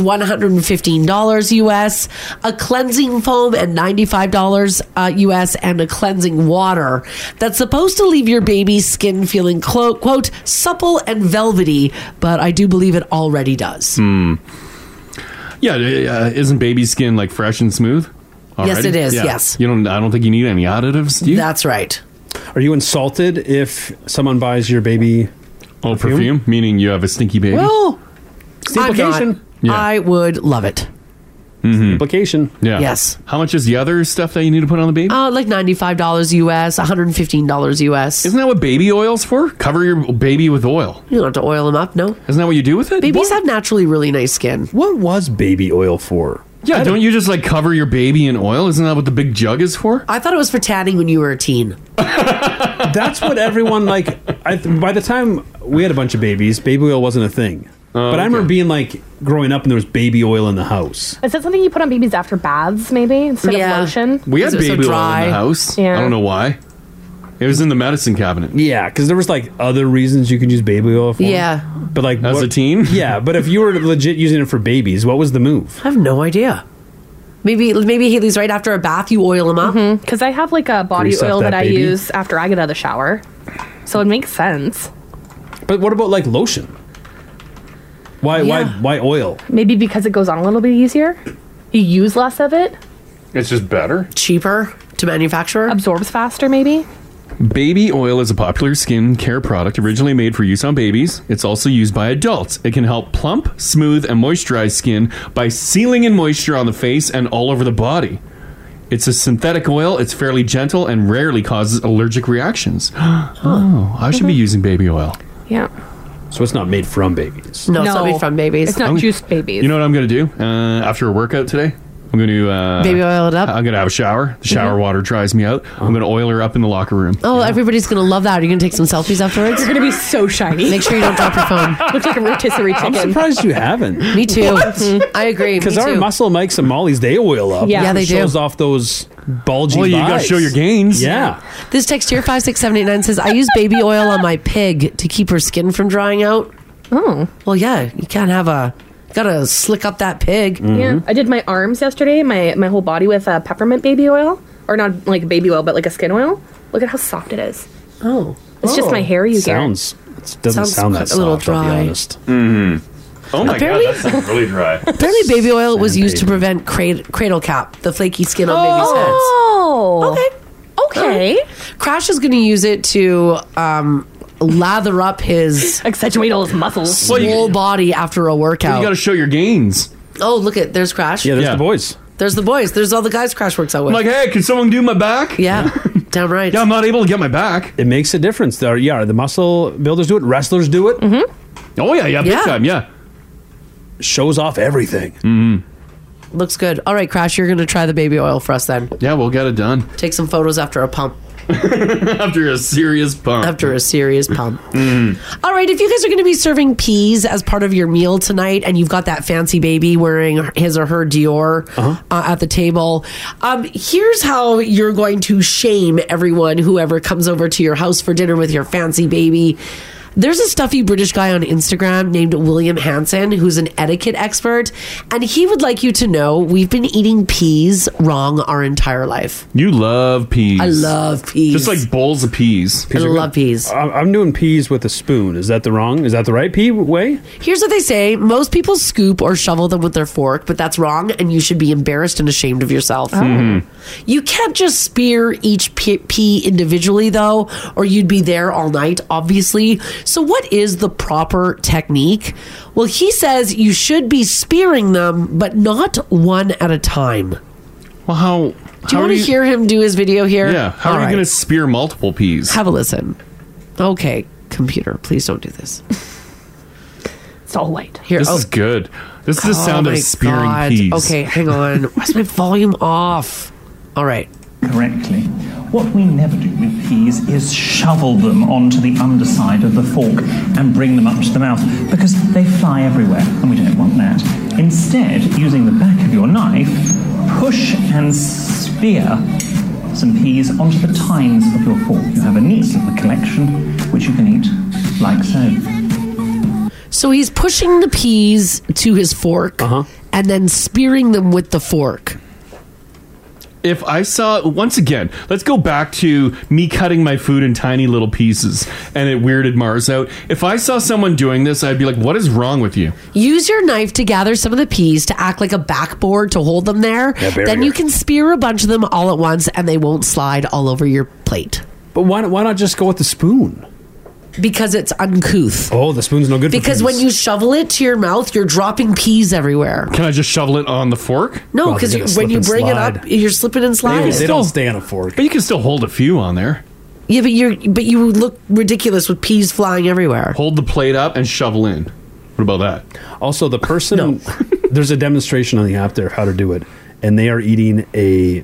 Speaker 3: $115 US, a cleansing foam at $95 uh, US, and a cleansing water that's supposed to leave your baby's skin feeling, clo- quote, supple and velvety, but I do believe it already does.
Speaker 8: Hmm. Yeah, uh, isn't baby skin like fresh and smooth?
Speaker 3: Yes,
Speaker 8: already?
Speaker 3: it is, yes.
Speaker 8: You don't. I don't think you need any additives. Do you?
Speaker 3: That's right.
Speaker 6: Are you insulted if someone buys your baby?
Speaker 8: Oh, perfume? Meaning you have a stinky baby.
Speaker 3: Well,
Speaker 6: the
Speaker 3: I'm not.
Speaker 6: implication.
Speaker 8: Yeah.
Speaker 3: I would love it.
Speaker 6: Implication.
Speaker 8: Mm-hmm. Yeah.
Speaker 3: Yes.
Speaker 8: How much is the other stuff that you need to put on the baby?
Speaker 3: Uh, like $95 US, $115 US.
Speaker 8: Isn't that what baby oil's for? Cover your baby with oil.
Speaker 3: You don't have to oil them up, no.
Speaker 8: Isn't that what you do with it?
Speaker 3: Babies have naturally really nice skin.
Speaker 6: What was baby oil for?
Speaker 8: Yeah, don't you just like cover your baby in oil? Isn't that what the big jug is for?
Speaker 3: I thought it was for tanning when you were a teen.
Speaker 6: That's what everyone like. I, th- by the time we had a bunch of babies, baby oil wasn't a thing.
Speaker 8: Oh,
Speaker 6: but I remember being like growing up and there was baby oil in the house.
Speaker 9: Is that something you put on babies after baths, maybe instead of lotion?
Speaker 8: We had baby oil in the house.
Speaker 9: Yeah.
Speaker 8: I don't know why. It was in the medicine cabinet.
Speaker 6: Yeah, because there was like other reasons you could use baby oil for.
Speaker 3: Yeah.
Speaker 6: But like
Speaker 8: As a
Speaker 6: teen? Yeah, but if you were legit using it for babies, what was the move?
Speaker 3: I have no idea. Maybe maybe Haley's right after a bath you oil them up.
Speaker 9: Because Mm-hmm. I have like a body
Speaker 6: Grease up
Speaker 9: oil
Speaker 6: that
Speaker 9: that, I
Speaker 6: baby.
Speaker 9: use after I get out of the shower, so it makes sense.
Speaker 6: But what about like lotion? Why
Speaker 9: Yeah.
Speaker 6: why why oil?
Speaker 9: Maybe because it goes on a little bit easier, you use less of it,
Speaker 8: It's just better.
Speaker 3: Cheaper to manufacture.
Speaker 9: absorbs faster, maybe.
Speaker 8: Baby oil is a popular skin care product originally made for use on babies. It's also used by adults. It can help plump, smooth, and moisturize skin by sealing in moisture on the face and all over the body. It's a synthetic oil. It's fairly gentle and rarely causes allergic reactions. Oh, I
Speaker 3: Mm-hmm.
Speaker 8: should be using baby oil.
Speaker 9: Yeah.
Speaker 6: So it's not made from babies.
Speaker 3: No, it's not made from babies.
Speaker 9: It's not
Speaker 8: I'm-
Speaker 9: juiced babies.
Speaker 8: You know what I'm going to do uh, after a workout today? I'm going to uh,
Speaker 3: Baby oil it up?
Speaker 8: I'm going to have a shower. The shower
Speaker 3: Mhm.
Speaker 8: water dries me out. I'm going to oil her up in the locker room.
Speaker 3: Oh, everybody's gonna love that. Are you gonna take some selfies afterwards? You're
Speaker 9: gonna be so shiny.
Speaker 3: Make sure you don't drop your phone.
Speaker 9: Looks like a rotisserie chicken.
Speaker 6: I'm surprised you haven't.
Speaker 3: Me too. Mhm. I agree.
Speaker 6: Because
Speaker 3: me
Speaker 6: our
Speaker 3: too.
Speaker 6: muscle makes and Molly's they oil up.
Speaker 3: Yeah. Yeah, they
Speaker 6: It shows
Speaker 3: do.
Speaker 6: off those bulgy.
Speaker 8: Well, you gotta
Speaker 6: buys.
Speaker 8: show your gains.
Speaker 6: Yeah.
Speaker 3: This text here five six seven eight nine says I use baby oil on my pig to keep her skin from drying out.
Speaker 9: Oh,
Speaker 3: well, yeah, you can't have a gotta slick up that pig.
Speaker 9: Yeah,
Speaker 6: mm-hmm.
Speaker 9: I did my arms yesterday, my my whole body with uh, peppermint baby oil, or not like baby oil, but like a skin oil. Look at how soft it is.
Speaker 3: Oh,
Speaker 9: it's just my hair you
Speaker 6: sounds. It doesn't
Speaker 9: Sounds
Speaker 6: sound that
Speaker 9: a little
Speaker 6: soft. I'll be
Speaker 9: dry.
Speaker 6: honest. Mm-hmm.
Speaker 8: Oh
Speaker 3: my God, Apparently- that
Speaker 8: sounds really dry.
Speaker 3: Apparently, baby oil was used to prevent crad- cradle cap, the flaky skin on babies' heads.
Speaker 9: Oh, okay, okay.
Speaker 3: Crash is going to use it to um, lather up his
Speaker 9: accentuate all his muscles,
Speaker 3: whole body after a workout.
Speaker 8: You got to show your gains.
Speaker 3: oh, look at there's Crash.
Speaker 8: Yeah, there's the boys.
Speaker 3: There's the boys. There's all the guys Crash works out
Speaker 8: I'm
Speaker 3: with.
Speaker 8: like, hey, can someone do my back?
Speaker 3: Yeah, damn right.
Speaker 8: Yeah, I'm not able to get my back.
Speaker 6: It makes a difference. There, yeah, the muscle builders do it. Wrestlers do it.
Speaker 8: Mm-hmm. Oh yeah, yeah, big
Speaker 6: Yeah.
Speaker 8: time, yeah.
Speaker 6: Shows off everything.
Speaker 8: Mm-hmm.
Speaker 3: Looks good. All right, Crash, you're going to try the baby oil for us then.
Speaker 8: Yeah, we'll get it done.
Speaker 3: Take some photos after a pump.
Speaker 8: after a serious pump. Mm-hmm. After
Speaker 3: a serious pump. All right, if you guys are going to be serving peas as part of your meal tonight and you've got that fancy baby wearing his or her Dior uh at the table, um, here's how you're going to shame everyone, whoever comes over to your house for dinner with your fancy baby. There's a stuffy British guy on Instagram named William Hanson who's an etiquette expert, and he would like you to know we've been eating peas wrong our entire life.
Speaker 8: You love peas.
Speaker 3: I love peas.
Speaker 8: Just like bowls of peas.
Speaker 3: I love peas.
Speaker 6: I'm I'm doing peas with a spoon. Is that the wrong? Is that the right pea way?
Speaker 3: Here's what they say most people scoop or shovel them with their fork, but that's wrong, and you should be embarrassed and ashamed of yourself.
Speaker 6: Oh. Mhm.
Speaker 8: Mm-hmm.
Speaker 3: You can't just spear each pe- pea individually, though, or you'd be there all night, obviously. So, what is the proper technique? Well, he says you should be spearing them, but not one at a time.
Speaker 8: Well, how?
Speaker 3: Do you want to hear him do his video here?
Speaker 8: Yeah. How
Speaker 3: All
Speaker 8: are you
Speaker 3: right.
Speaker 8: going to spear multiple peas?
Speaker 3: Have a listen. Okay, computer, please don't do this.
Speaker 9: it's all white.
Speaker 3: Here,
Speaker 8: this
Speaker 3: oh.
Speaker 8: is good. This is the
Speaker 3: Oh
Speaker 8: sound
Speaker 3: my
Speaker 8: of spearing
Speaker 3: God.
Speaker 8: peas.
Speaker 3: Okay, hang on. Why's my volume off? All right.
Speaker 22: correctly. What we never do with peas is shovel them onto the underside of the fork and bring them up to the mouth because they fly everywhere and we don't want that. Instead, using the back of your knife, push and spear some peas onto the tines of your fork. You have a neat little collection which you can eat like so.
Speaker 3: So he's pushing the peas to his fork
Speaker 8: Uh-huh.
Speaker 3: and then spearing them with the fork.
Speaker 8: If I saw once again, let's go back to me cutting my food in tiny little pieces, and it weirded Mars out. If I saw someone doing this, I'd be like, "What is wrong with you?"
Speaker 3: Use your knife to gather some of the peas to act like a backboard to hold them there.
Speaker 8: Yeah, barrier.
Speaker 3: then you can spear a bunch of them all at once and they won't slide all over your plate.
Speaker 6: But why, why not just go with the spoon?
Speaker 3: Because it's uncouth.
Speaker 6: Oh, the spoon's no good. for
Speaker 3: Because
Speaker 6: peas.
Speaker 3: when you shovel it to your mouth, you're dropping peas everywhere.
Speaker 8: Can I just shovel it on the fork?
Speaker 3: No, because when you bring it up, you're slipping and sliding.
Speaker 8: stay on a fork. But you can still hold a few on there.
Speaker 3: Yeah, but you're but you look ridiculous with peas flying everywhere.
Speaker 8: Hold the plate up and shovel in. What about that?
Speaker 6: Also, the person there's a demonstration on the app there of how to do it, and they are eating a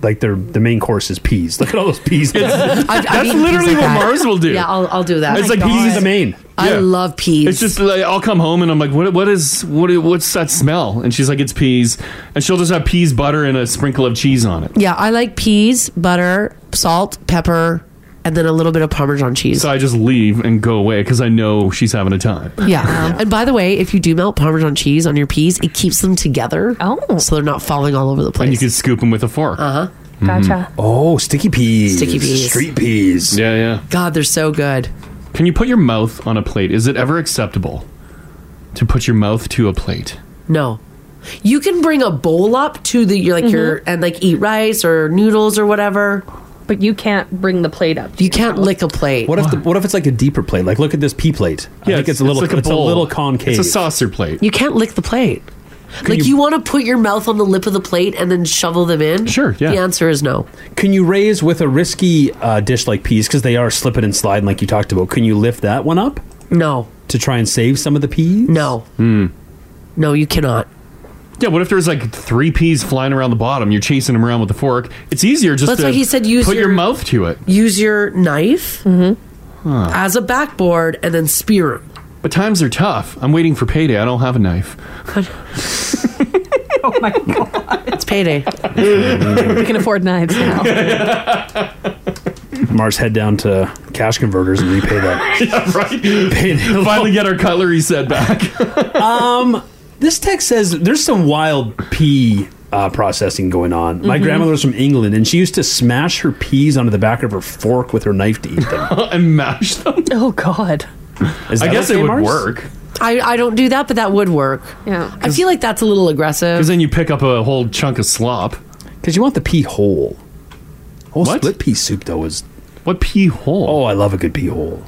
Speaker 6: like their the main course is peas. Look at all those peas.
Speaker 3: I've- I've eaten peas like that. Yeah, I'll, I'll do that.
Speaker 8: It's like peas is the main.
Speaker 3: I
Speaker 8: Yeah.
Speaker 3: love peas.
Speaker 8: It's just like I'll come home and I'm like, what? What is what? i- What's that smell? And she's like, it's peas. And she'll just have peas butter and a sprinkle of cheese on it.
Speaker 3: yeah, I like peas, butter, salt, pepper, and then a little bit of Parmesan cheese.
Speaker 8: So I just leave and go away because I know she's having a time.
Speaker 3: Yeah. and by the way, if you do melt Parmesan cheese on your peas, it keeps them together. Oh. So they're not falling all over the place.
Speaker 8: And you can scoop them with a fork.
Speaker 3: Uh huh.
Speaker 9: Gotcha.
Speaker 8: Oh, sticky peas.
Speaker 3: Sticky peas. Street
Speaker 8: peas. Yeah, yeah.
Speaker 3: God, they're so good.
Speaker 8: Can you put your mouth on a plate? Is it ever acceptable to put your mouth to a plate?
Speaker 3: No. You can bring a bowl up to the your like your and like eat rice or noodles or whatever.
Speaker 9: Mm-hmm. But you can't bring the plate up.
Speaker 3: You can't lick a plate.
Speaker 6: What if the, what if it's like a deeper plate? Like look at this pea plate. I think it's a little it's, a, little concave.
Speaker 8: It's a saucer plate.
Speaker 3: You can't lick the plate. like you, want to put your mouth on the lip of the plate and then shovel them in? Sure, yeah. The answer is no.
Speaker 6: Can you raise with a risky uh, dish like peas because they are slipping and sliding like you talked about? Can you lift that one up?
Speaker 3: No.
Speaker 6: To try and save some of the peas?
Speaker 3: No. No, you cannot.
Speaker 8: Hmm. Yeah, what if there's like three peas flying around the bottom? You're chasing them around with a fork. It's easier just
Speaker 3: That's
Speaker 8: to
Speaker 3: why he said use
Speaker 8: put your,
Speaker 3: your-
Speaker 8: mouth to it.
Speaker 3: Use your knife
Speaker 8: Huh.
Speaker 3: as a backboard and then spear 'em.
Speaker 8: But times are tough. I'm waiting for payday. I don't have a knife.
Speaker 3: It's payday.
Speaker 9: we can afford knives now.
Speaker 6: Mars head down to cash converters and repay that.
Speaker 8: yeah, right. Finally get our cutlery set back.
Speaker 6: um, this text says there's some wild pea uh, processing going on. My
Speaker 8: Mhm.
Speaker 6: grandmother's from England, and she used to smash her peas onto the back of her fork with her knife to eat them.
Speaker 8: and mash them.
Speaker 9: Oh God.
Speaker 6: Is
Speaker 8: I
Speaker 6: that
Speaker 8: guess
Speaker 6: okay,
Speaker 8: it would
Speaker 6: Mars?
Speaker 8: work.
Speaker 3: I, I don't do that, but that would work.
Speaker 9: Yeah.
Speaker 3: I feel like that's a little aggressive.
Speaker 8: Because then you pick up a whole chunk of slop.
Speaker 6: Because you want the pea hole. Whole
Speaker 8: What?
Speaker 6: split pea soup though is
Speaker 8: what pea hole?
Speaker 6: Oh, I love a good pea hole.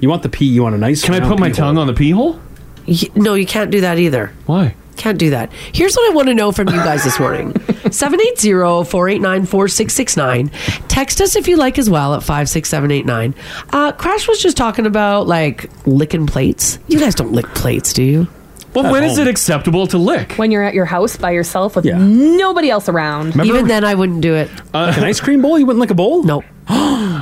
Speaker 6: You want the pea? You want a nice?
Speaker 8: Can I put my tongue on the pea hole?
Speaker 3: Y- No, you can't do that either.
Speaker 8: Why?
Speaker 3: Can't do that. Here's what I want to know from you guys this morning 780 489 4669. Text us if you like as well at 56789. Uh, Crash was just talking about like licking plates. You guys don't lick plates, do you?
Speaker 8: But
Speaker 9: At
Speaker 8: when is
Speaker 9: home.
Speaker 8: it acceptable to lick?
Speaker 9: When you're at your house by yourself with nobody else around.
Speaker 8: Even then,
Speaker 3: I wouldn't do it.
Speaker 8: Uh, an
Speaker 6: ice cream bowl? You wouldn't like a bowl?
Speaker 3: No.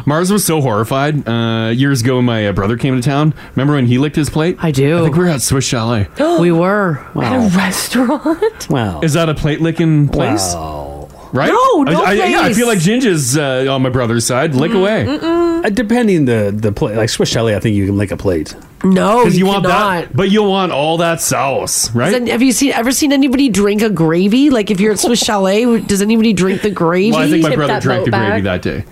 Speaker 8: Mars was so horrified. Uh, years ago, when my uh, brother came to town, remember when he licked his plate? I
Speaker 3: do.
Speaker 8: I think we were at Swiss Chalet.
Speaker 3: we were
Speaker 8: Wow.
Speaker 9: restaurant.
Speaker 6: Wow.
Speaker 8: Is that a plate licking place? Right?
Speaker 9: No, no
Speaker 8: I, I, Yeah, I
Speaker 9: place.
Speaker 8: feel like Ginger's uh, on my brother's side.
Speaker 3: Mm-hmm.
Speaker 8: Lick away.
Speaker 6: Uh, depending the the plate, like Swiss Chalet, I think you can lick a plate.
Speaker 3: No,
Speaker 6: Oh,
Speaker 8: Because
Speaker 3: you
Speaker 8: want that, but you'll want all that sauce, right?
Speaker 3: Does any- have you seen ever seen anybody drink a gravy? Like if you're at Swiss Chalet, does anybody drink the gravy?
Speaker 8: well, I think my brother drank the gravy that day.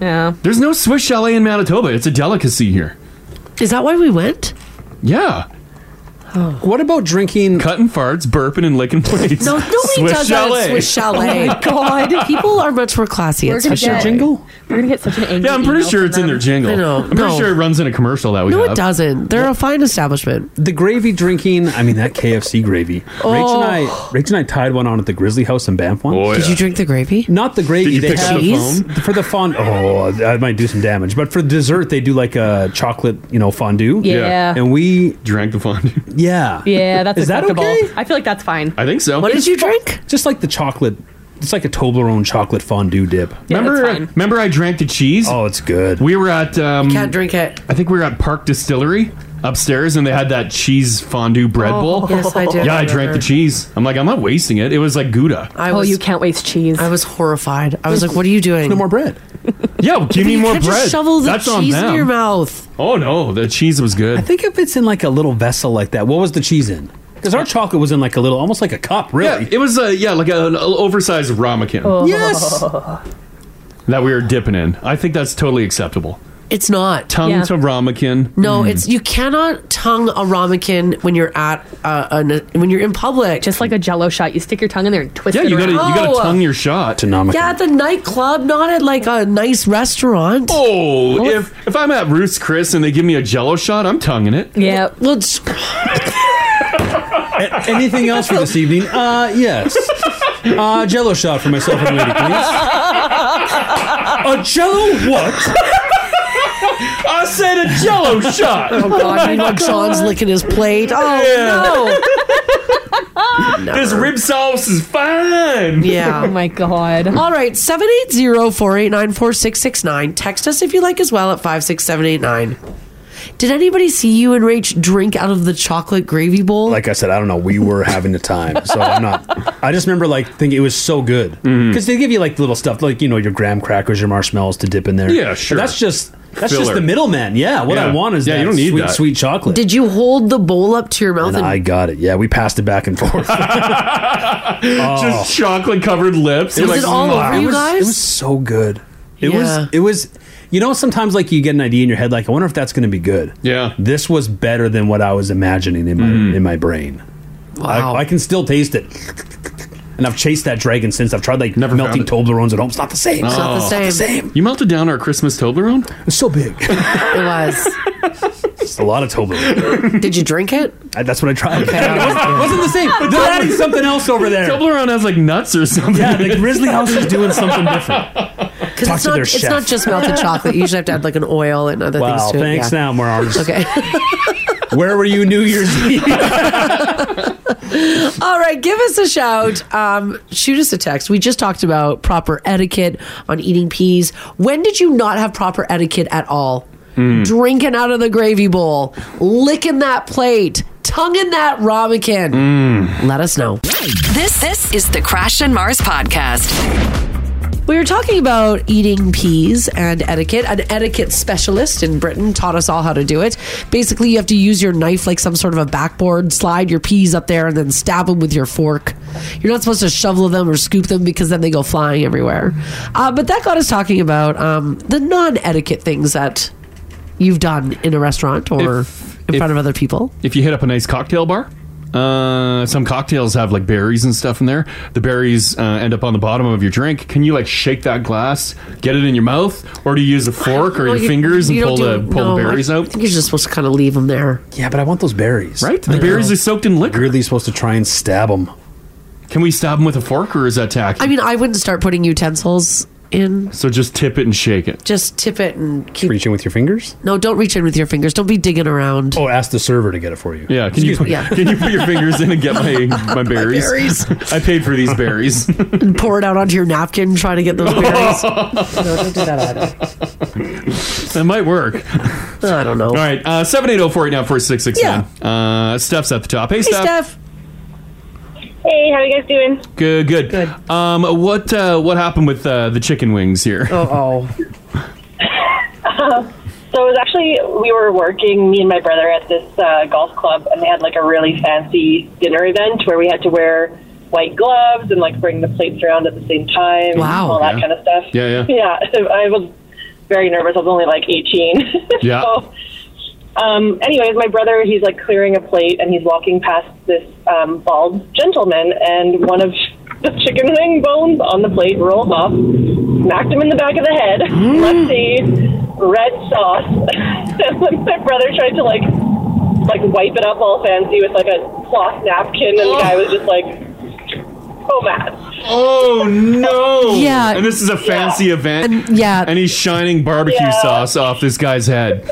Speaker 9: Yeah.
Speaker 8: There's no Swiss Chalet in Manitoba. It's a delicacy here.
Speaker 3: Is that why we went? Oh.
Speaker 8: Yeah.
Speaker 6: What about drinking?
Speaker 8: Cutting farts, burping, and licking plates. Oh
Speaker 3: No, nobody does that at Swiss Chalet. God, people are much more classy
Speaker 9: We're
Speaker 3: at
Speaker 9: gonna
Speaker 3: Swiss
Speaker 9: get-
Speaker 3: Chalet.
Speaker 9: jingle? We're gonna get such an angry.
Speaker 8: Yeah, I'm pretty sure it's in their jingle.
Speaker 3: I know.
Speaker 8: I'm pretty
Speaker 3: No.
Speaker 8: sure it runs in a commercial that we
Speaker 3: No,
Speaker 8: have.
Speaker 3: it doesn't. They're a fine establishment.
Speaker 6: The gravy drinking, I mean that KFC gravy. Rach and I, Rach and I tied one on at the Grizzly House in Banff once.
Speaker 3: Oh.
Speaker 8: Oh,
Speaker 3: Did you drink the gravy?
Speaker 6: Not the gravy.
Speaker 3: Did you
Speaker 6: they
Speaker 3: pick up
Speaker 6: have
Speaker 3: the Cheese?
Speaker 6: for the fond. Oh, I might do some damage. But for dessert, they do like a chocolate, you know, fondue.
Speaker 9: Yeah. Yeah.
Speaker 6: And we
Speaker 8: drank the fondue.
Speaker 6: Yeah.
Speaker 9: Yeah, that's
Speaker 6: Is that
Speaker 9: acceptable.
Speaker 6: okay?
Speaker 9: I feel like that's fine.
Speaker 8: I think so.
Speaker 9: What did you
Speaker 3: drink?
Speaker 6: Just like the chocolate. It's like a Toblerone chocolate fondue dip.
Speaker 8: remember, remember, I drank the cheese. Oh,
Speaker 6: it's good.
Speaker 8: We were at. Um,
Speaker 3: can't drink it.
Speaker 8: I think we were at Park Distillery upstairs, and they had that cheese fondue bread
Speaker 9: Oh,
Speaker 8: bowl.
Speaker 9: yes, I do
Speaker 8: Yeah, I drank
Speaker 9: remember.
Speaker 8: the cheese. I'm like, I'm not wasting it. It was like Gouda.
Speaker 3: I
Speaker 9: oh,
Speaker 3: was-
Speaker 9: you can't waste cheese. I
Speaker 3: was horrified. I was like, "What are you doing? No more
Speaker 6: bread."
Speaker 8: Yeah, well, give me
Speaker 3: You
Speaker 8: more
Speaker 3: can't
Speaker 8: bread.
Speaker 3: just shovel the
Speaker 8: That's on
Speaker 3: cheese in
Speaker 8: them.
Speaker 3: your mouth.
Speaker 8: Oh no, the cheese was good.
Speaker 6: I think if it's in like a little vessel like that, what was the cheese in? Because our chocolate was in like a little, almost like a cup, really.
Speaker 8: Yeah, it was a yeah, like a- an oversized ramekin
Speaker 3: Oh.
Speaker 6: Yes.
Speaker 8: that we were dipping in. I think that's totally acceptable.
Speaker 3: It's not
Speaker 8: Tongue to ramekin. Mm.
Speaker 3: No, it's you cannot tongue a ramekin when you're at uh, an, when you're in public.
Speaker 9: Just like a Jello shot, you stick your tongue in there and twist.
Speaker 8: Yeah,
Speaker 9: it
Speaker 8: you gotta
Speaker 9: around.
Speaker 8: you gotta tongue your shot.
Speaker 3: Yeah, at the nightclub, not at like a nice restaurant.
Speaker 8: Oh,
Speaker 3: Well,
Speaker 8: if if I'm at Ruth's Chris and they give me a Jello shot, I'm tonguing it.
Speaker 9: Yeah.
Speaker 3: Well, it's-
Speaker 6: Anything else for this evening? Uh, yes. Uh, jello shot for myself and lady, please. A jello what?
Speaker 8: I said a jello shot.
Speaker 3: Oh god, meanwhile Sean's licking his plate. Oh no.
Speaker 8: This rib sauce is fine.
Speaker 3: Yeah.
Speaker 9: Oh my god.
Speaker 3: All right, 780-489-4669. Text us if you like as well at 56789. Did anybody see you and Rach drink out of the chocolate gravy bowl?
Speaker 6: Like I said, I don't know. We were having the time, so I'm not. I just remember like thinking it was so good because
Speaker 8: Mm-hmm.
Speaker 6: they give you like little stuff, like you know your graham crackers, your marshmallows to dip in there.
Speaker 8: Yeah,
Speaker 6: But
Speaker 8: sure.
Speaker 6: that's just that's just
Speaker 8: Filler.
Speaker 6: the middleman. Yeah, what I
Speaker 8: Yeah.
Speaker 6: want is
Speaker 8: Yeah,
Speaker 6: that
Speaker 8: you don't need
Speaker 6: sweet
Speaker 8: that.
Speaker 6: sweet chocolate.
Speaker 3: Did you hold the bowl up to your mouth
Speaker 6: and
Speaker 3: and,
Speaker 6: I got it. Yeah, we passed it back and forth.
Speaker 8: Just chocolate covered lips.
Speaker 6: It
Speaker 8: You're
Speaker 6: was
Speaker 8: like,
Speaker 6: all
Speaker 8: "Mwah."
Speaker 6: over you guys? It was so good. It
Speaker 8: Yeah.
Speaker 6: was it was you know sometimes like you get an idea in your head like I wonder if that's going to be good.
Speaker 8: Yeah.
Speaker 6: This was better than what I was imagining in my
Speaker 8: Hmm.
Speaker 6: in my brain. Wow. I, I can still taste it. And I've chased that dragon since I've tried like Never melting Toblerones at home. It's not the same.
Speaker 8: Oh. You melted down our Christmas Toblerone?
Speaker 6: It's so big.
Speaker 3: it was.
Speaker 6: It's a lot of Toblerone.
Speaker 3: Did you drink it?
Speaker 6: I, that's what I tried.
Speaker 3: Okay.
Speaker 6: it wasn't, wasn't the same. They're
Speaker 3: But Toblerone-
Speaker 6: adding something else over there.
Speaker 8: Toblerone has like nuts or something.
Speaker 6: Yeah, the Grizzly House is doing something different.
Speaker 3: Because
Speaker 6: Talk
Speaker 3: it's
Speaker 6: to
Speaker 3: not
Speaker 6: their
Speaker 3: it's
Speaker 6: chef.
Speaker 3: not just melted chocolate. You usually have to add like an oil and other
Speaker 6: Wow,
Speaker 3: things to it.
Speaker 6: thanks now, Marge.
Speaker 3: Okay.
Speaker 6: Where were you New Year's Eve?
Speaker 3: All right, give us a shout. Um, shoot us a text. We just talked about proper etiquette on eating peas. When did you not have proper etiquette at all? Drinking out of the gravy bowl, licking that plate, tonguing that ramekin. Let us know.
Speaker 1: This this is the Crash and Mars podcast.
Speaker 3: We were talking about eating peas and etiquette. An etiquette specialist in Britain taught us all how to do it. Basically, you have to use your knife like some sort of a backboard, slide your peas up there, and then stab them with your fork. You're not supposed to shovel them or scoop them because then they go flying everywhere. Uh, but that got us talking about um, the non etiquette things that you've done in a restaurant or in front of other people.
Speaker 8: If you hit up a nice cocktail bar, uh, some cocktails have like berries and stuff in there. The berries uh, end up on the bottom of your drink. Can you like shake that glass, get it in your mouth, or do you use a fork or
Speaker 3: No,
Speaker 8: your
Speaker 3: you-
Speaker 8: fingers and
Speaker 3: you
Speaker 8: pull
Speaker 3: don't
Speaker 8: the
Speaker 3: do-
Speaker 8: pull
Speaker 3: no,
Speaker 8: the berries
Speaker 3: I
Speaker 8: out?
Speaker 3: think you're just supposed to kind of leave them there.
Speaker 6: Yeah, but I want those berries.
Speaker 8: Right? The berries are soaked in liquor.
Speaker 6: Really supposed to try and stab them.
Speaker 8: Can we stab them with a fork or is that tacky?
Speaker 3: I mean, I wouldn't start putting utensils in.
Speaker 8: So just tip it and shake it.
Speaker 3: Just tip it and keep.
Speaker 6: Reaching with your fingers?
Speaker 3: No, don't reach in with your fingers. Don't be digging around.
Speaker 6: Oh, ask the server to get it for you.
Speaker 8: Yeah, can you
Speaker 3: Excuse
Speaker 8: put,
Speaker 3: me. Yeah.
Speaker 8: can you put your fingers in and get my my berries?
Speaker 3: berries.
Speaker 8: I paid for these berries.
Speaker 3: And pour it out onto your napkin, trying to get those berries. no, don't do that either.
Speaker 8: that might work.
Speaker 3: I don't know. All
Speaker 8: right, uh, seven eight zero four eight nine four six six nine. Uh, Steph's at the top. Hey, Steph.
Speaker 15: Hey, how you guys doing?
Speaker 8: Good, good. Good. Um, what uh, what happened with uh, the chicken wings here?
Speaker 3: Oh,
Speaker 15: Um, so it was actually we were working me and my brother at this uh, golf club and they had like a really fancy dinner event where we had to wear white gloves and like bring the plates around at the same time
Speaker 8: Wow.
Speaker 15: all that
Speaker 8: Yeah.
Speaker 15: kind of stuff
Speaker 8: Yeah, yeah.
Speaker 15: yeah i was very nervous i was only like 18
Speaker 8: Yeah.
Speaker 15: so um, anyways my brother he's like clearing a plate and he's walking past this um, bald gentleman and one of the chicken wing bones on the plate rolled off smacked him in the back of the head let's see red sauce and then my brother tried to like like wipe it up all fancy with like a cloth napkin and the guy was just like so mad
Speaker 8: oh no!
Speaker 15: Yeah.
Speaker 8: And this is a fancy event.
Speaker 15: And- yeah.
Speaker 8: And he's shining barbecue
Speaker 15: Yeah.
Speaker 8: sauce off this guy's head.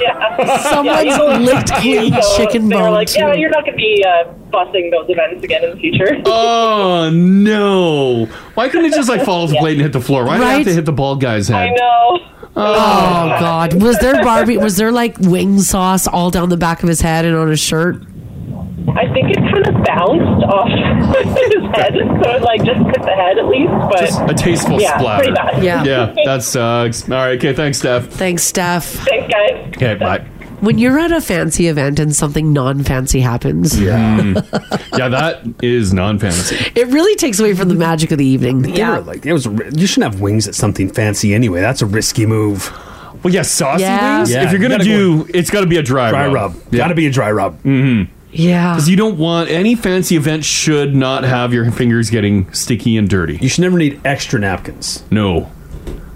Speaker 15: Yeah.
Speaker 3: Someone's
Speaker 15: you know,
Speaker 3: licked clean chicken
Speaker 15: They were
Speaker 3: bone,
Speaker 15: like, yeah,
Speaker 3: too."
Speaker 15: you're not going to be uh, busing those events again in the future.
Speaker 8: Oh no! Why couldn't it just like fall off the
Speaker 15: Yeah.
Speaker 8: plate and hit the floor? Why did it have
Speaker 3: Right?
Speaker 8: to hit the bald guy's head?
Speaker 15: I know.
Speaker 3: Oh,
Speaker 8: Oh.
Speaker 3: God, was there Barbie? Was there like wing sauce all down the back of his head and on his shirt?
Speaker 15: I think it kind of bounced off his head, so it like just hit the head at least. But
Speaker 8: Just a tasteful
Speaker 15: yeah,
Speaker 8: splatter.
Speaker 15: Pretty bad.
Speaker 8: yeah, that sucks. All right, okay, thanks, Steph.
Speaker 3: Thanks, Steph.
Speaker 15: Thanks, guys.
Speaker 8: Okay, bye.
Speaker 3: When you're at a fancy event and something non-fancy happens,
Speaker 8: Mm. yeah, that is non-fantasy.
Speaker 3: it really takes away from the magic of the evening.
Speaker 6: Yeah, like it was. You shouldn't have wings at something fancy anyway. That's a risky move.
Speaker 8: Well, yeah, saucy
Speaker 3: Yeah. wings?
Speaker 8: if you're gonna do, it's got to be a dry,
Speaker 6: Dry
Speaker 8: rub.
Speaker 6: rub. Gotta be a dry rub.
Speaker 8: Mm-hmm.
Speaker 3: Yeah,
Speaker 8: because you don't want any fancy event should not have your fingers getting sticky and dirty. You
Speaker 6: should never need extra napkins.
Speaker 8: No,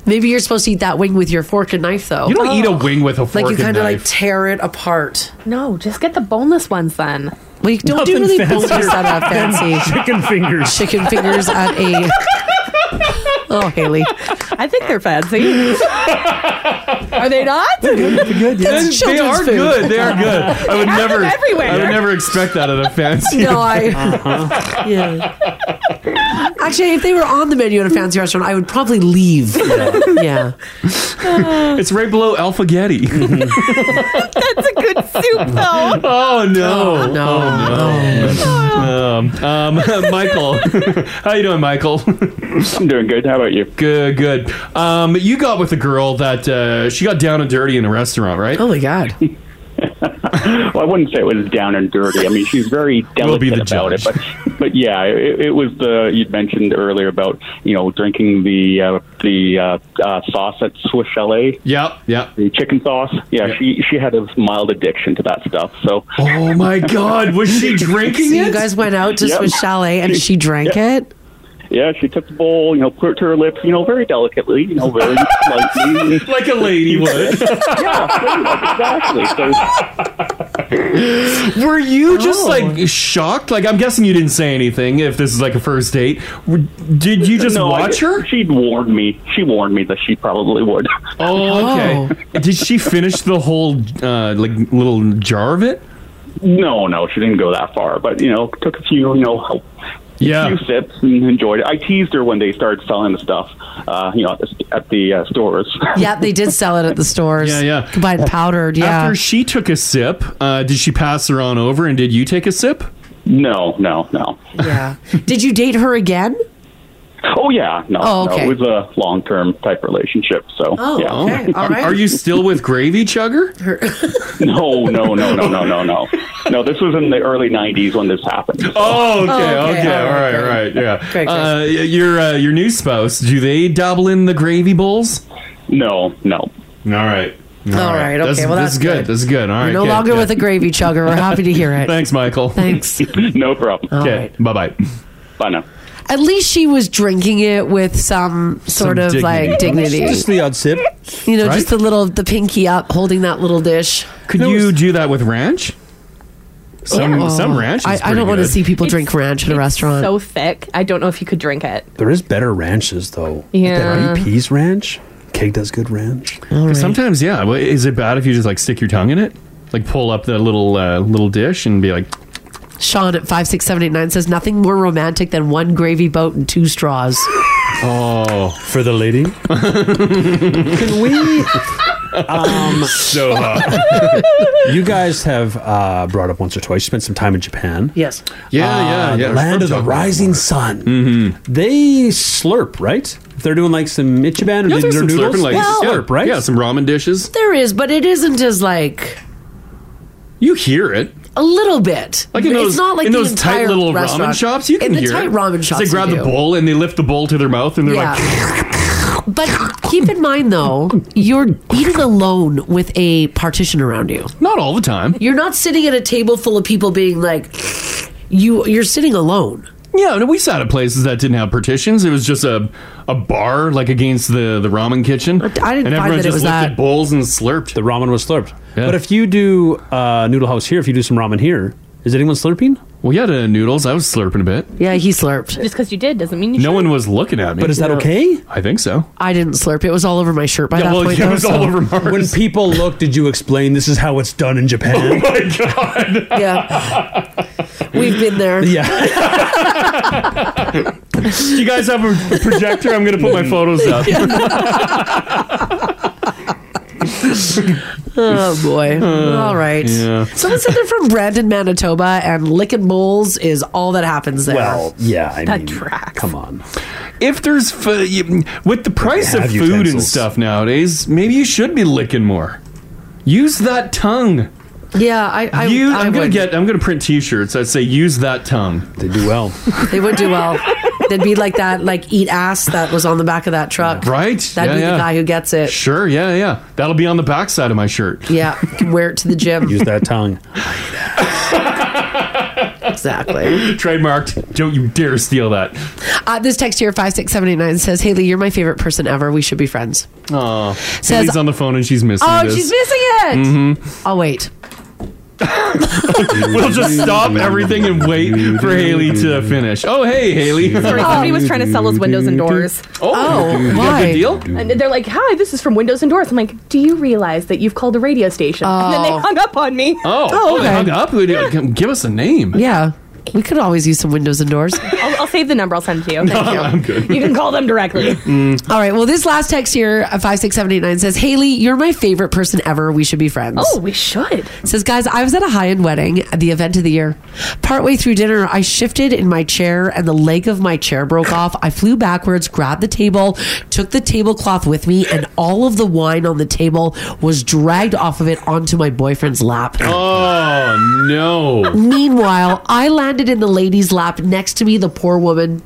Speaker 3: Maybe you're supposed to eat that wing with your fork and knife, though. Oh.
Speaker 8: you don't eat a wing with a fork
Speaker 3: Like you
Speaker 8: and
Speaker 3: kind of like
Speaker 8: knife.
Speaker 3: tear it apart.
Speaker 9: No, just get the boneless ones then.
Speaker 3: Well, you don't do really boneless at a fancy
Speaker 6: fingers.
Speaker 3: Chicken fingers at a. Oh, Haley.
Speaker 9: I think they're fancy. Are they not?
Speaker 8: They- they are good. They are good. I would
Speaker 9: They have
Speaker 8: never.
Speaker 9: them everywhere.
Speaker 8: I would never expect that at a fancy.
Speaker 3: No, I-
Speaker 8: event.
Speaker 3: Yeah. Actually, if they were on the menu at a fancy restaurant, I would probably leave. Yeah.
Speaker 8: it's right below Alphagetti.
Speaker 3: Mm-hmm.
Speaker 9: That's a good soup, though.
Speaker 8: Oh no! no! Oh, no. Um, um, Michael, how you doing, Michael? I'm
Speaker 7: doing good. How about you?
Speaker 8: Good, good. Um, you got with a girl that uh, she got down and dirty in a restaurant, right? Oh
Speaker 3: my god!
Speaker 7: well, I wouldn't say it was down and dirty. I mean, she's very delicate about it, but but yeah, it, it was the you'd mentioned earlier about you know drinking the uh, the uh, uh, sauce at Swiss Chalet.
Speaker 8: Yep, yep.
Speaker 7: The chicken sauce. Yeah, she she had a mild addiction to that stuff. So
Speaker 8: Oh my God! Was she drinking
Speaker 3: So
Speaker 8: it?
Speaker 3: you guys went out to
Speaker 7: Yep.
Speaker 3: Swiss Chalet and she drank it?
Speaker 7: yeah, she took the bowl, you know, put it to her lips, you know, very delicately, you know, very lightly,
Speaker 8: like a lady would.
Speaker 7: exactly. So
Speaker 8: Were you
Speaker 3: Oh.
Speaker 8: just like shocked? Like I'm guessing you didn't say anything. If this is like a first date, Were- did you just
Speaker 7: No, I-
Speaker 8: watch her?
Speaker 7: She warned me. She warned me that she probably would.
Speaker 8: Oh, okay. Did she finish the whole uh, like little jar of it?
Speaker 7: No, no, she didn't go that far. But you know, took a few, you know,
Speaker 8: yeah,
Speaker 7: few sips and enjoyed it. I teased her when they started selling the stuff, uh, you know, at the, at the uh, stores.
Speaker 3: Yeah, they did sell it at the stores. Yeah, yeah. Combined powdered, yeah.
Speaker 8: After she took a sip, uh, did she pass her on over, and did you take a sip?
Speaker 7: No, no, no.
Speaker 3: yeah. Did you date her again?
Speaker 7: Oh yeah, no,
Speaker 3: Oh, okay.
Speaker 7: no, it was a long-term type relationship. So
Speaker 3: Oh,
Speaker 7: yeah.
Speaker 3: okay, all right.
Speaker 8: Are you still with Gravy Chugger?
Speaker 7: no, no, no, no, no, no, no. No, this was in the early '90s when this happened.
Speaker 8: Oh, okay,
Speaker 7: Oh,
Speaker 8: okay,
Speaker 7: okay.
Speaker 8: all
Speaker 7: All
Speaker 8: right,
Speaker 7: right,
Speaker 8: all right, yeah.
Speaker 7: Great, great.
Speaker 8: Uh, y- your uh, your new spouse, do they dabble in the gravy bowls?
Speaker 7: No, no. All
Speaker 8: right.
Speaker 3: All right, okay,
Speaker 8: This-
Speaker 3: well,
Speaker 8: this
Speaker 3: that's
Speaker 8: is good. This is good. All right,
Speaker 3: You're no
Speaker 8: okay,
Speaker 3: longer
Speaker 8: yeah.
Speaker 3: with a gravy chugger. We're happy to hear it.
Speaker 8: Thanks, Michael.
Speaker 3: Thanks.
Speaker 7: no problem.
Speaker 3: All
Speaker 8: Okay, bye bye.
Speaker 7: Bye now.
Speaker 3: At least she was drinking it with some sort of like dignity.
Speaker 6: Just the odd sip.
Speaker 3: you know,
Speaker 8: Right?
Speaker 3: just the little, the pinky up, holding that little dish.
Speaker 8: Could you do that with ranch?
Speaker 6: Some some ranch. Is
Speaker 3: I, I
Speaker 6: pretty
Speaker 3: don't want to
Speaker 6: good.
Speaker 3: see people drink ranch at a restaurant.
Speaker 9: so thick. I don't know if you could drink it.
Speaker 6: There is better ranches though.
Speaker 9: Yeah.
Speaker 6: Three Peas ranch. Keg does good ranch.
Speaker 8: 'Cause Sometimes, yeah. Well, Is it bad if you just like stick your tongue in it, like pull up the little uh, little dish and be like,
Speaker 3: Sean at five six seven eight nine says nothing more romantic than one gravy boat and two straws.
Speaker 6: Oh, for the lady. Can we? Um, so
Speaker 8: uh,
Speaker 6: you guys have uh, brought up once or twice. You spent some time in Japan.
Speaker 3: Yes.
Speaker 6: Uh, the Land of the rising sun.
Speaker 8: Mm-hmm.
Speaker 6: They slurp, right? If they're doing like some Ichiban or
Speaker 3: Yeah,
Speaker 6: they-
Speaker 3: there's
Speaker 6: their
Speaker 3: some
Speaker 6: noodles,
Speaker 3: slurping, like,
Speaker 6: they
Speaker 3: Well-
Speaker 6: slurp, right?
Speaker 8: Yeah, some ramen dishes.
Speaker 3: There is, but it isn't as like
Speaker 8: You hear it.
Speaker 3: a little bit.
Speaker 8: Like in
Speaker 3: it's
Speaker 8: those,
Speaker 3: not like
Speaker 8: in
Speaker 3: the
Speaker 8: those tight
Speaker 3: entire
Speaker 8: little
Speaker 3: restaurant.
Speaker 8: ramen shops, you can
Speaker 3: in the
Speaker 8: hear
Speaker 3: tight
Speaker 8: it.
Speaker 3: ramen
Speaker 8: It's
Speaker 3: shops.
Speaker 8: They grab
Speaker 3: you
Speaker 8: the
Speaker 3: do.
Speaker 8: bowl and they lift the bowl to their mouth and they're like,
Speaker 3: Yeah. but keep in mind, though, you're eating alone with a partition around you.
Speaker 8: Not all the time.
Speaker 3: You're not sitting at a table full of people being like, you. You're sitting alone.
Speaker 8: Yeah, no, we sat at places that didn't have partitions. It was just a a bar like against the the ramen kitchen. I didn't
Speaker 6: find
Speaker 8: and everyone
Speaker 6: that it
Speaker 8: just
Speaker 6: was
Speaker 3: Uh,
Speaker 8: lifted
Speaker 6: that.
Speaker 8: bowls and slurped.
Speaker 6: The ramen was slurped. But if you do uh, noodle house here, if you do some ramen here, is anyone slurping?
Speaker 8: Well, yeah, the noodles. I was slurping a bit.
Speaker 3: Yeah, he slurped.
Speaker 9: Just because you did doesn't mean you.
Speaker 8: No one was looking at me.
Speaker 6: But is that okay?
Speaker 8: I think so.
Speaker 3: I didn't slurp. It was all over my shirt by that uh, point. though, so-
Speaker 6: When people look, did you explain this is how it's done
Speaker 8: Oh
Speaker 6: in Japan?
Speaker 3: yeah, we've been there.
Speaker 6: Yeah.
Speaker 8: Do you guys have a projector? I'm going to put my photos up.
Speaker 3: Oh boy! all right.
Speaker 8: Uh, Yeah.
Speaker 3: Someone said they're from Brandon, Manitoba, and licking bowls is all that happens there.
Speaker 8: Well,
Speaker 6: yeah, I
Speaker 3: that
Speaker 6: mean,
Speaker 3: tracks.
Speaker 6: Come on.
Speaker 8: If there's fu- you- with the price of
Speaker 6: have
Speaker 8: food and
Speaker 6: utensils.
Speaker 8: stuff nowadays, maybe you should be licking more. Use that tongue.
Speaker 3: Yeah, I. I
Speaker 8: you,
Speaker 3: I
Speaker 8: I'm gonna
Speaker 3: would.
Speaker 8: get. I'm gonna print T-shirts that say "Use that tongue."
Speaker 6: They do well.
Speaker 3: They would do well. They'd be like that, like eat ass that was on the back of that truck.
Speaker 8: Right?
Speaker 3: That'd
Speaker 8: Yeah,
Speaker 3: be the
Speaker 8: yeah.
Speaker 3: guy who gets it.
Speaker 8: Sure. Yeah. Yeah. That'll be on the backside of my shirt.
Speaker 3: Yeah, can wear it to the gym.
Speaker 6: Use that tongue.
Speaker 3: exactly.
Speaker 8: Trademarked. Don't you dare steal that.
Speaker 3: Uh, this text here, 56789, says, Haley, you're my favorite person ever. We should be friends.
Speaker 8: Oh,
Speaker 3: Says-
Speaker 8: Haley's on the phone and she's missing.
Speaker 3: oh,
Speaker 8: this. Mm-hmm.
Speaker 3: she's missing it. I'll wait.
Speaker 8: we'll just stop everything and wait for Haley to finish. Oh, hey, Haley.
Speaker 9: Sorry,
Speaker 3: Oh,
Speaker 9: somebody was trying to sell us windows and doors.
Speaker 8: Oh, You got a good deal?
Speaker 9: And they're like, "Hi, this is from Windows and Doors." I'm like, "Do you realize that you've called the radio station?" And then they
Speaker 3: Oh.
Speaker 9: hung up on me.
Speaker 8: Oh, oh, they hung up. They didn't g- Give us a name.
Speaker 3: Yeah. We could always use some windows and doors.
Speaker 9: I'll, I'll save the number. I'll send it to you.
Speaker 3: No,
Speaker 9: Thank you.
Speaker 3: I'm good. Mm.
Speaker 9: You can call them directly.
Speaker 3: All right. Well, this last text here, uh, 56789, says, Haley, you're my favorite person ever. We should be friends.
Speaker 9: Oh, we should.
Speaker 3: Says, guys, I was at a high end wedding at the event of the year. Partway through dinner, I shifted in my chair and the leg of my chair broke off. I flew backwards, grabbed the table, took the tablecloth with me, and all of the wine on the table was dragged off of it onto my boyfriend's lap.
Speaker 8: Oh no.
Speaker 3: Meanwhile, I landed in the lady's lap next to me, the poor woman.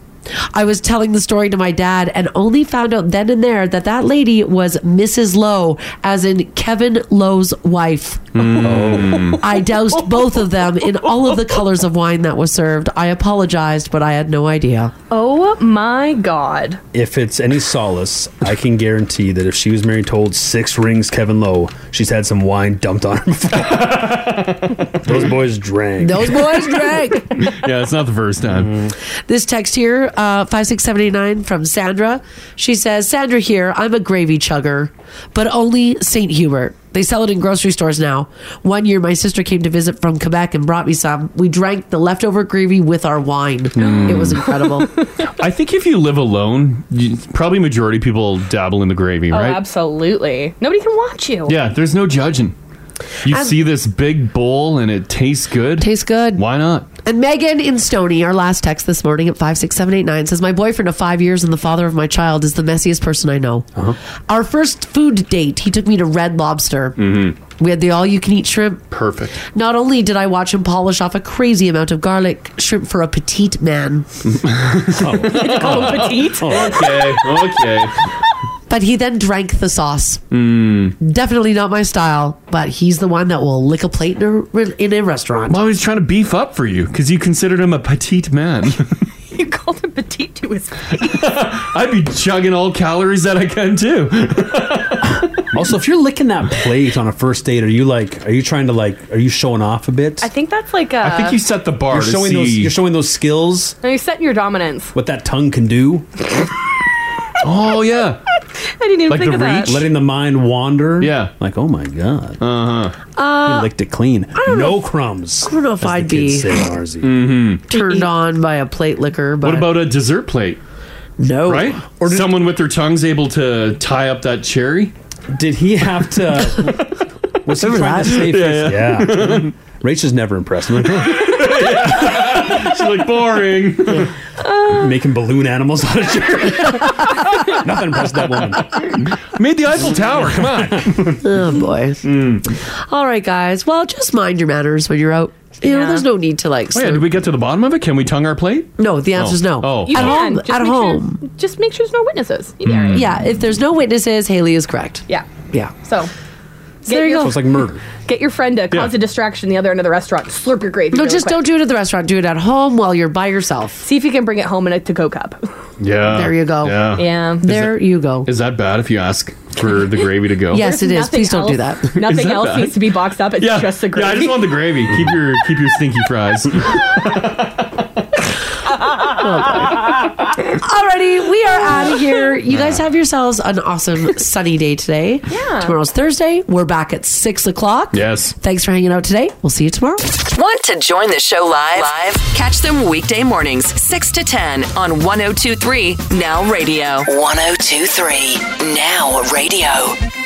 Speaker 3: I was telling the story to my dad and only found out then and there that that lady was Mrs. Lowe, as in Kevin Lowe's wife.
Speaker 8: Mm.
Speaker 3: I doused both of them in all of the colors of wine that was served. I apologized, but I had no idea.
Speaker 9: Oh my god.
Speaker 6: If it's any solace, I can guarantee that if she was married to old Six Rings Kevin Lowe, she's had some wine dumped on her before. Those boys drank.
Speaker 3: Those boys drank.
Speaker 8: yeah, it's not the first time.
Speaker 6: Mm-hmm.
Speaker 3: This text here, uh, 56789 from Sandra. She says, Sandra here, I'm a gravy chugger, but only St. Hubert. They sell it in grocery stores now. One year, my sister came to visit from Quebec and brought me some. We drank the leftover gravy with our wine. It was incredible.
Speaker 8: I think if you live alone, you, probably majority people dabble in the gravy,
Speaker 9: Oh,
Speaker 8: right?
Speaker 9: absolutely. Nobody can watch you.
Speaker 8: Yeah, there's no judging. You
Speaker 3: And-
Speaker 8: see this big bowl and it tastes good. Tastes
Speaker 3: good.
Speaker 8: Why not?
Speaker 3: And Megan in Stony, our last text this morning at 56789 says, My boyfriend of five years and the father of my child is the messiest person I know. Our first food date, he took me to Red Lobster. We had the all you can eat shrimp.
Speaker 8: Perfect.
Speaker 3: Not only did I watch him polish off a crazy amount of garlic shrimp for a petite man,
Speaker 9: Call him petite.
Speaker 8: Oh. Okay, okay.
Speaker 3: but he then drank the sauce.
Speaker 8: Mm.
Speaker 3: Definitely not my style, but he's the one that will lick a plate in a, in a restaurant.
Speaker 8: Well, he's trying to beef up for you because you considered him a petite man.
Speaker 9: You called him petite to his
Speaker 8: I'd be chugging all calories that I can too.
Speaker 6: also, if you're licking that plate on a first date, are you like, are you trying to like, are you showing off a bit?
Speaker 9: I think that's like. I
Speaker 6: the bar. You're
Speaker 9: to
Speaker 6: showing those.
Speaker 9: see-
Speaker 6: You're showing those skills.
Speaker 9: No, you're setting your dominance.
Speaker 6: What that tongue can do. oh yeah,
Speaker 9: I didn't even think of that.
Speaker 6: letting the mind wander. Yeah, like oh my god. Uh huh.
Speaker 3: Uh,
Speaker 6: you licked it clean.
Speaker 3: don't know
Speaker 6: No
Speaker 3: if-
Speaker 6: crumbs.
Speaker 3: I don't know
Speaker 6: as
Speaker 3: if
Speaker 6: the kids
Speaker 3: I'd be-
Speaker 6: say, Arzy.
Speaker 8: Mm-hmm.
Speaker 3: turned on by a plate liquor. But
Speaker 8: What about a dessert plate?
Speaker 3: No.
Speaker 8: Right? Or someone with their tongues able to tie up that cherry?
Speaker 6: Did he have to What's he trying to say?
Speaker 8: Yeah.
Speaker 6: first? yeah. Rachel's never impressed. I'm like,
Speaker 8: She's like boring.
Speaker 6: Making balloon animals out of cherry. Nothing impressed that woman.
Speaker 8: Made the Eiffel Tower. Come on.
Speaker 3: oh boy.
Speaker 8: Hmm.
Speaker 3: All right, guys. Well, just mind your manners when you're out. You know, there's no need to like.
Speaker 8: Oh, yeah, did we get to the bottom of it? Can we tongue our plate?
Speaker 3: No, the answer is no.
Speaker 8: Oh,
Speaker 9: You
Speaker 3: at
Speaker 9: can.
Speaker 3: home.
Speaker 9: Just
Speaker 3: at
Speaker 9: make sure-
Speaker 3: home.
Speaker 9: just make sure there's no witnesses. You
Speaker 3: Yeah.
Speaker 9: dare
Speaker 8: Mm-hmm.
Speaker 9: it.
Speaker 3: If there's no witnesses, Haley is correct.
Speaker 9: Yeah.
Speaker 3: Yeah.
Speaker 9: So.
Speaker 3: there you
Speaker 9: your,
Speaker 3: go.
Speaker 6: It's like murder.
Speaker 9: Get your friend to cause
Speaker 3: Yeah.
Speaker 9: a distraction the other end of the restaurant. Slurp your gravy.
Speaker 3: No,
Speaker 9: really
Speaker 3: just
Speaker 9: quick.
Speaker 3: don't do it at the restaurant. Do it at home while you're by yourself.
Speaker 9: See if you can bring it home in a to-go cup.
Speaker 8: Yeah.
Speaker 3: There you go.
Speaker 8: Yeah.
Speaker 9: Yeah.
Speaker 8: Is
Speaker 3: There you go.
Speaker 8: Is that bad if you ask for the gravy to go?
Speaker 9: Yes, it is. Please don't do Nothing that. Nothing
Speaker 8: Is
Speaker 9: else
Speaker 8: bad?
Speaker 9: needs to be boxed up. It's
Speaker 8: yeah.
Speaker 9: just the
Speaker 8: Yeah, I
Speaker 9: gravy.
Speaker 8: just want the gravy. Keep your keep your stinky fries.
Speaker 3: Alrighty, we are out of here. You guys have yourselves an awesome sunny day today. Yeah. Tomorrow's Thursday. We're back at six o'clock.
Speaker 8: Yes.
Speaker 3: Thanks for hanging out today. We'll see you tomorrow.
Speaker 1: Want to join the show live? Live? Catch them weekday mornings, 6 to 10 on 1023 Now Radio. 1023 Now Radio.